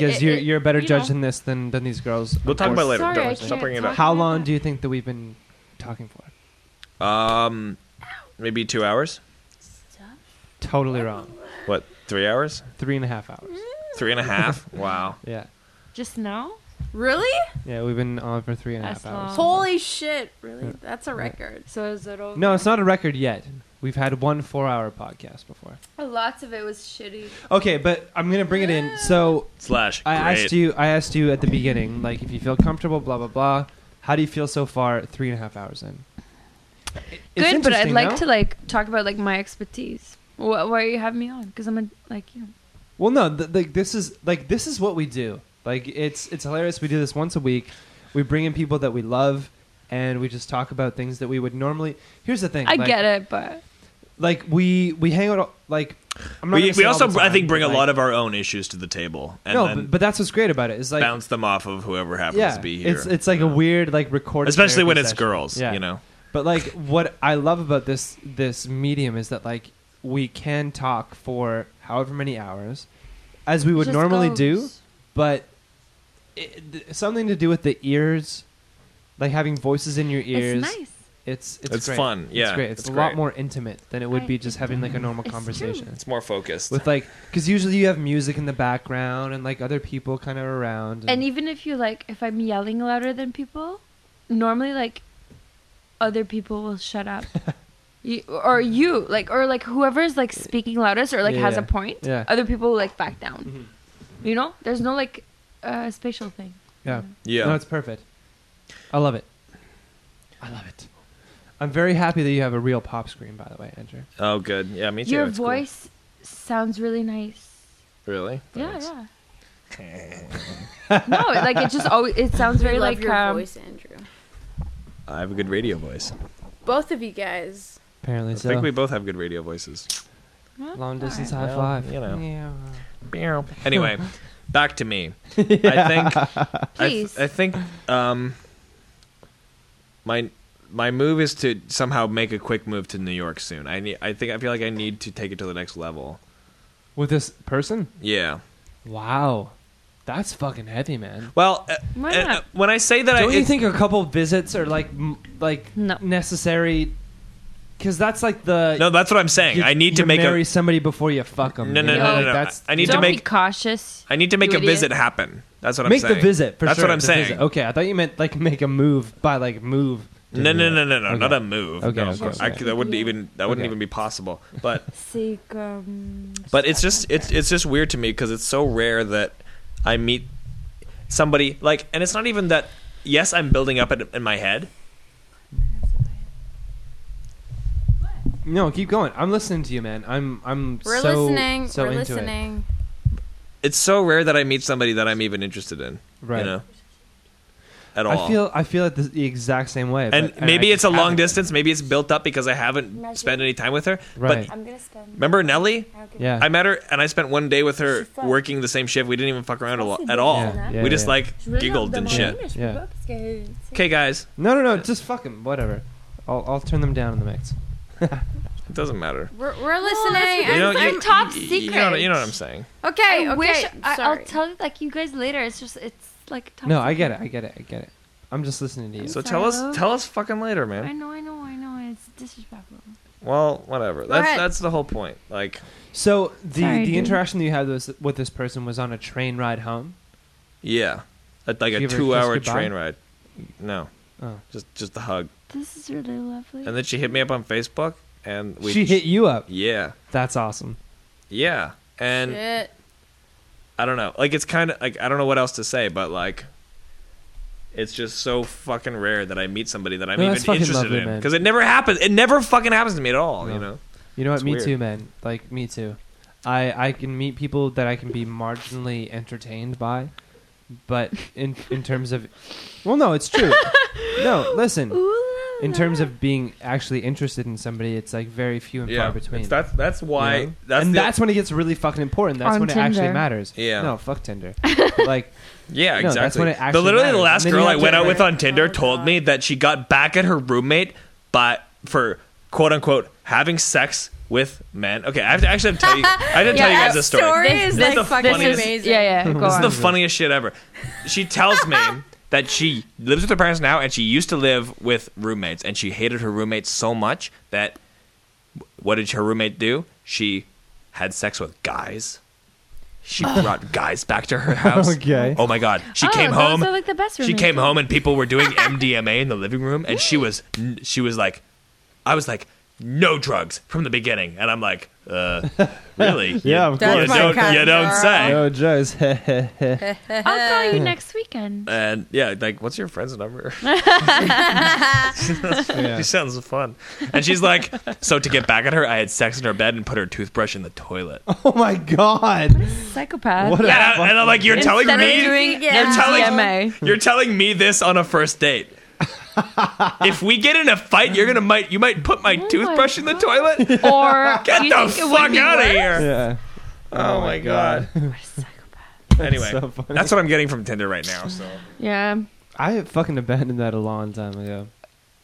S1: because
S3: it-
S1: you're
S3: it-
S1: you're a better
S3: you
S1: judge
S3: know.
S1: than this than than these girls.
S2: We'll talk about it later.
S3: Sorry, I
S2: Don't stop
S3: can't
S2: bringing it
S3: talk.
S2: up.
S1: How long do you think that we've been talking for?
S2: Um, maybe two hours.
S1: Totally wrong.
S2: What? Three hours?
S1: Three and a half hours.
S3: Mm-hmm.
S2: Three and a half? Wow.
S1: Yeah,
S3: Just now?
S5: Really?
S1: yeah, we've been on for three and a half
S3: That's
S1: hours.
S3: long.
S5: Holy shit! Really? That's a record.
S3: So is it over?
S1: No, it's not a record yet. We've had one four-hour podcast before.
S3: Lots of it was shitty.
S1: Okay, but I'm gonna bring it in. So
S2: Slash.
S1: I
S2: great.
S1: asked you. I asked you at the beginning, like, if you feel comfortable, blah blah blah. How do you feel so far? Three and a half hours in. It- it's
S3: Good, but I'd
S1: interesting,
S21: like
S1: no?
S3: like to like talk about like my expertise. Why, why you have me on? Because I'm a like you. Know.
S1: Well, no, th- like this is like this is what we do. Like it's it's hilarious. We do this once a week. We bring in people that we love, and we just talk about things that we would normally. Here's the thing.
S3: I
S1: like,
S3: get it, but
S1: Like we we hang out all- like. I'm not
S2: we
S1: gonna say
S2: we
S1: all
S2: also,
S1: the
S2: I
S1: time,
S2: think, bring
S1: but,
S2: a
S1: like-
S2: lot of our own issues to the table, and
S1: no,
S2: then
S1: but, but that's what's great about it. Is like
S2: bounce them off of whoever happens
S1: yeah,
S2: to be here.
S1: it's it's like a weird like recorded,
S2: especially when
S1: therapy
S2: it's
S1: session.
S2: girls.
S1: Yeah.
S2: You know.
S1: But like what I love about this this medium is that like we can talk for however many hours as we would
S3: Just
S1: normally
S3: goes.
S1: do, but it, th- something to do with the ears, like having voices in your ears.
S3: it's nice.
S1: It's it's,
S2: It's
S1: great.
S2: fun, yeah,
S1: it's great. It's,
S2: it's
S1: a
S2: great.
S1: lot more intimate than it would
S3: I-
S1: be just having like a normal
S3: It's true.
S1: conversation.
S2: It's more focused.
S1: With like, because usually you have music in the background and like other people kind of around.
S3: And even if you like, if I'm yelling louder than people, normally like other people will shut up. You, or you like or like whoever's like speaking loudest or like
S1: Yeah,
S3: has
S1: yeah. Mm-hmm.
S3: a point
S1: Yeah.
S3: other people will, like back down you know there's no like uh spatial thing
S1: yeah.
S2: yeah.
S1: No, it's perfect. I love it. I love it. I'm very happy that you have a real pop screen, by the way, Andrew.
S2: oh, good. Yeah, me too.
S3: your
S2: It's cool.
S3: voice sounds really nice
S2: Really? Thanks.
S3: yeah yeah no like it just always it sounds very
S5: We love
S3: like
S5: your
S3: um,
S5: voice, Andrew.
S2: I have a good radio voice.
S5: Both of you guys.
S1: Apparently
S2: I
S1: so.
S2: think we both have good radio voices.
S1: Long distance high
S2: Well,
S1: five.
S2: you know.
S1: Yeah.
S2: Anyway, back to me. I think. I, th-
S22: Please.
S2: I think. Um, my my move is to somehow make a quick move to New York soon. I need. I think. I feel like I need to take it to the next level.
S1: With this person?
S2: Yeah.
S1: Wow. That's fucking heavy, man.
S2: Well, uh,
S22: Why
S2: uh,
S22: not?
S2: uh, when I say that, I
S1: Don't you
S2: it's-
S1: think a couple visits are like m- like
S22: No.
S1: necessary? Because that's like the
S2: no, that's what I'm saying.
S1: you-
S2: I need to
S1: you
S2: make
S1: marry
S2: a.
S1: somebody before you fuck them.
S2: No, no, no, no, no.
S1: That's
S2: I need to
S3: Don't
S2: make.
S3: be cautious.
S2: I need to make
S3: you
S2: a
S3: idiot.
S2: visit happen. That's what I'm
S1: make
S2: saying.
S1: the visit. For
S2: That's
S1: sure,
S2: what I'm
S1: the
S2: saying.
S1: visit. Okay, I thought you meant like make a move by like move. to
S2: No,
S1: do
S2: no,
S1: that.
S2: no, no, no,
S1: Okay.
S2: not a move.
S1: Okay,
S2: no,
S1: okay,
S2: I-
S1: okay.
S2: that wouldn't even that wouldn't
S1: Okay.
S2: even be possible. But
S3: Seek, um,
S2: but it's just it's it's just weird to me because it's so rare that I meet somebody like, and it's not even that. Yes, I'm building up it in my head.
S1: No, keep going. I'm listening to you, man. I'm I'm
S5: We're
S1: so
S5: listening.
S1: so
S5: We're
S1: into it.
S5: listening.
S2: It's so rare that I meet somebody that I'm even interested in.
S1: Right.
S2: You know. At all.
S1: I feel I feel it the, the exact same way.
S2: and
S1: but-
S2: maybe
S1: I
S2: it's a
S1: just
S2: long
S1: haven't.
S2: distance. Maybe it's built up because I haven't spent any time with her.
S1: Right.
S2: But
S5: I'm gonna spend.
S2: remember Nelly?
S1: Yeah.
S2: I met her and I spent one day with her
S5: She's fun.
S2: working the same shift. We didn't even fuck around a lot at all.
S1: Yeah, yeah,
S2: we just
S1: yeah.
S2: like giggled and shit.
S1: yeah.
S2: Okay, guys,
S1: No, no, no. Just fuck him. Whatever. I'll I'll turn them down in the mix.
S2: it doesn't matter.
S5: We're, we're listening.
S2: You know,
S5: I'm, I'm
S2: you-
S5: top
S2: you-
S5: secret.
S2: You know, you know what I'm saying.
S5: okay,
S3: I
S5: okay.
S3: wish I, I'll
S5: sorry.
S3: tell like you guys later. It's just it's like tough
S1: No, I get it. I get it. I get it. I'm just listening to you.
S2: So
S3: sorry,
S2: tell us,
S3: Luke.
S2: tell us fucking later,
S3: I
S2: man.
S3: know, I know, I know. It's disrespectful.
S2: Well, whatever. That's
S5: ahead.
S2: that's the whole point. Like,
S1: So the
S3: Sorry,
S1: the
S3: dude.
S1: interaction that you had with, with this person was on a train ride home.
S2: yeah, A- like
S1: Give
S2: a
S1: her a kiss
S2: two-hour
S1: goodbye?
S2: train ride. No,
S1: Oh.
S2: just just the hug.
S3: This is really lovely.
S2: And then she hit me up on Facebook, and we
S1: she hit you up.
S2: Yeah,
S1: That's awesome.
S2: yeah, and
S5: Shit.
S2: I don't know. Like, it's kind of like I don't know what else to say, but like. It's just so fucking rare that I meet somebody that I'm
S1: No, that's
S2: even
S1: fucking
S2: interested
S1: lovely,
S2: in
S1: man.
S2: because it never happens. It never fucking happens to me at all.
S1: No.
S2: You know?
S1: You know what?
S2: It's
S1: me
S2: weird.
S1: too, man. Like me too. I I can meet people that I can be marginally entertained by, but in in terms of, well, no, it's true. no, listen. In terms of being actually interested in somebody, it's like very few and
S2: Yeah.
S1: far between.
S2: It's- that's that's why.
S1: you know?
S2: That's
S1: and
S2: the-
S1: that's when it gets really fucking important. That's
S3: On
S1: when it actually
S3: Tinder.
S1: matters.
S2: Yeah.
S1: No, fuck Tinder. like
S2: Yeah,
S1: No,
S2: exactly.
S1: that's when it actually
S2: the literally
S1: matters.
S2: the last
S1: And then you
S2: girl I
S1: have to
S2: went out with
S5: learn-
S2: on Tinder
S5: Oh,
S2: told
S5: God.
S2: me that she got back at her roommate by for quote unquote having sex with men. Okay, I have to actually have to tell you. I didn't tell you guys
S5: that
S2: this story.
S5: story
S2: This
S5: is
S2: is
S5: like
S2: the
S5: fucking
S2: funniest-
S5: amazing.
S3: yeah, yeah. Go
S2: This is
S3: on.
S2: the funniest shit ever. She tells me that she lives with her parents now and she used to live with roommates and she hated her roommates so much that what did her roommate do? She had sex with guys. She brought guys back to her house.
S1: Okay.
S2: Oh my god. She
S3: Oh,
S2: came
S3: those
S2: home.
S3: are, like, the best
S2: she
S3: roommates.
S2: came home and people were doing MDMA in the living room and she was she was like I was like no drugs from the beginning and I'm like uh really?
S1: Yeah,
S2: You-
S1: of
S2: you
S1: course. Oh,
S5: That's my
S2: don't,
S5: kind
S2: you
S5: of
S2: don't
S5: girl.
S2: say.
S1: Joe's.
S3: I'll call you next weekend.
S2: And yeah, like, what's your friend's number?
S1: yeah.
S2: she sounds fun. And she's like, so to get back at her, I had sex in her bed and put her toothbrush in the toilet.
S1: Oh my god.
S3: Psychopath.
S1: What a
S2: And, I, and I'm like, you're telling
S3: Instead
S2: me,
S3: of doing
S5: You're
S2: telling-
S3: MDMA.
S2: you're telling me this on a first date. if we get in a fight, you're gonna might you might put
S3: Oh
S2: my toothbrush in the toilet.
S3: Or
S2: Get the fuck out of here!
S1: Yeah.
S2: Oh, my god. anyway,
S1: so funny.
S2: that's what I'm getting from Tinder right now. So
S3: Yeah.
S1: I fucking abandoned that a long time ago.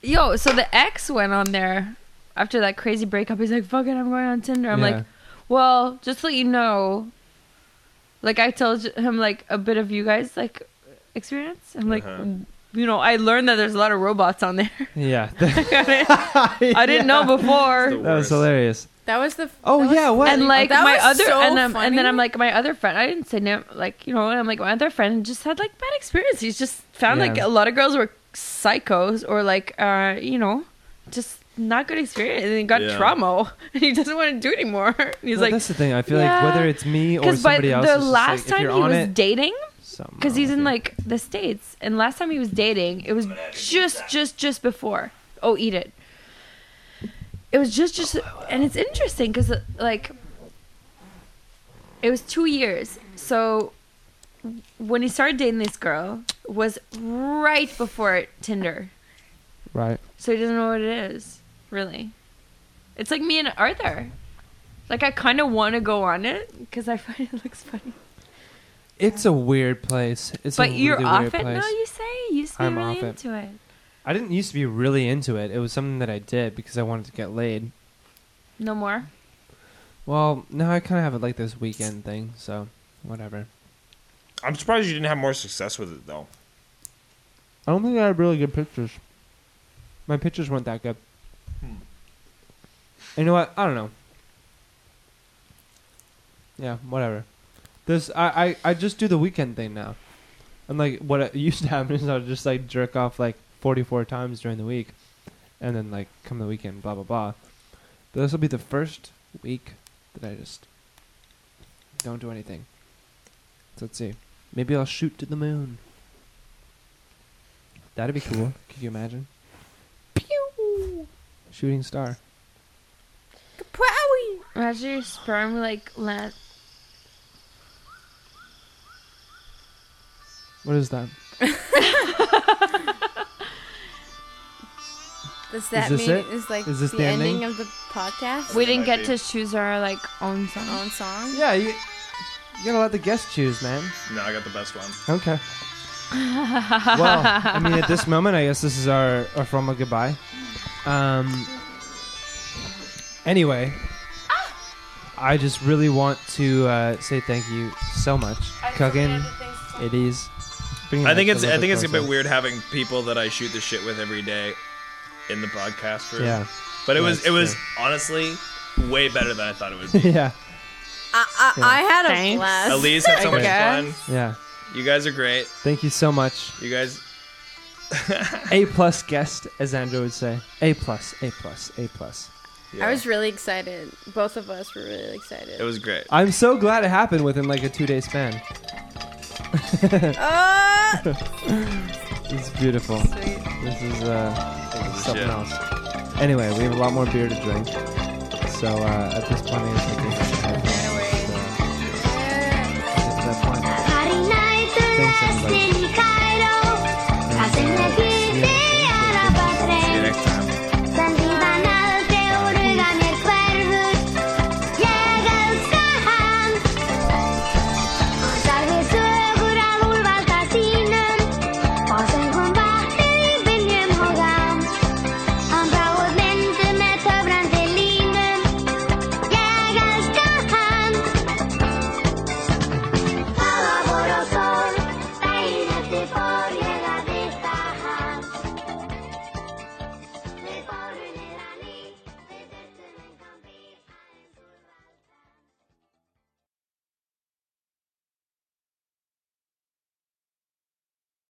S3: Yo, so the ex went on there after that crazy breakup. He's like, fuck it, I'm going on Tinder. I'm
S1: Yeah.
S3: like, well, just to let you know, like, I told him, like, a bit of you guys, like, experience. I'm like,
S2: Uh-huh.
S3: you know, I learned that there's a lot of robots on there.
S1: Yeah.
S3: I didn't know before.
S1: That was hilarious.
S5: That was the.
S1: Oh
S5: that was-
S1: yeah, what?
S3: And like
S5: That
S3: my
S5: was
S3: other,
S5: so
S3: and, um, and then
S5: funny.
S3: I'm like my other friend. I didn't say no, like you know. And I'm like my other friend just had like bad experience. He's just found
S1: Yeah.
S3: like a lot of girls were psychos or like uh you know just not good experience. And he got
S2: Yeah.
S3: trauma and he doesn't want to do it anymore. And he's
S1: Well,
S3: like
S1: that's the thing. I feel
S3: yeah.
S1: like whether it's me or
S3: because by
S1: somebody
S3: the
S1: else, it's just like,
S3: last
S1: if
S3: time
S1: you're
S3: he
S1: on
S3: was
S1: it,
S3: dating,
S1: something
S3: because
S1: wrong
S3: he's
S1: with
S3: in
S1: you.
S3: like the states, and last time he was dating, it was just just just before. Oh, eat it. It was just just, and it's interesting because like it was two years. So when he started dating this girl was right before Tinder,
S1: right.
S3: so he doesn't know what it is really. It's like me and Arthur. Like I kind of want to go on it because I find it looks funny.
S1: It's a weird place. It's
S3: but
S1: a
S3: you're
S1: really
S3: off
S1: weird
S3: it
S1: place.
S3: now. You say you used to be
S1: I'm
S3: really
S1: off it.
S3: into it.
S1: I didn't used to be really into it. It was something that I did because I wanted to get laid.
S3: No more.
S1: Well, now I kind of have it like this weekend thing, so whatever.
S4: I'm surprised you didn't have more success with it though.
S1: I don't think I had really good pictures. My pictures weren't that good. You know what? I don't know. Yeah, whatever. This I, I, I just do the weekend thing now. And like what it used to happen is I would just like jerk off like forty four times during the week and then like come the weekend, blah blah blah. But this will be the first week that I just don't do anything. So let's see. Maybe I'll shoot to the moon. That'd be cool. Could you imagine? Pew! Shooting star.
S3: Imagine your sperm like land.
S1: What is that?
S5: Does that
S1: this
S5: mean
S1: it?
S5: is like
S1: Is this
S5: the
S1: the
S5: ending?
S1: ending?
S5: of the podcast?
S3: We didn't get to choose our like own song.
S5: own song.
S1: Yeah, you, you gotta let the guests choose, man.
S2: No, I got the best one.
S1: Okay. well, I mean, at this moment, I guess this is our, our formal goodbye. Um. Anyway, I just really want to uh, say thank you so much, Cookin. It is. Hmm,
S2: I think it's I think it's a bit weird having people that I shoot the shit with every day in the podcast room.
S1: Yeah.
S2: But it
S1: Yeah,
S2: was
S1: it's
S2: it was
S1: true.
S2: honestly way better than I thought it would be.
S1: yeah.
S5: I, I, I had a
S3: Thanks.
S5: blast.
S2: Elise had so
S5: I
S2: much
S5: guess.
S2: fun.
S1: Yeah.
S2: You guys are great.
S1: Thank you so much.
S2: You guys
S1: A plus guest, as Andrew would say. A plus, A plus, A plus.
S5: I was really excited. Both of us were really excited.
S2: it was great.
S1: I'm so glad it happened within like a two day span.
S5: Uh,
S1: It's beautiful. This is uh, something
S2: shit.
S1: else. Anyway, we have a lot more beer to drink. So uh, at this point, I guess we can-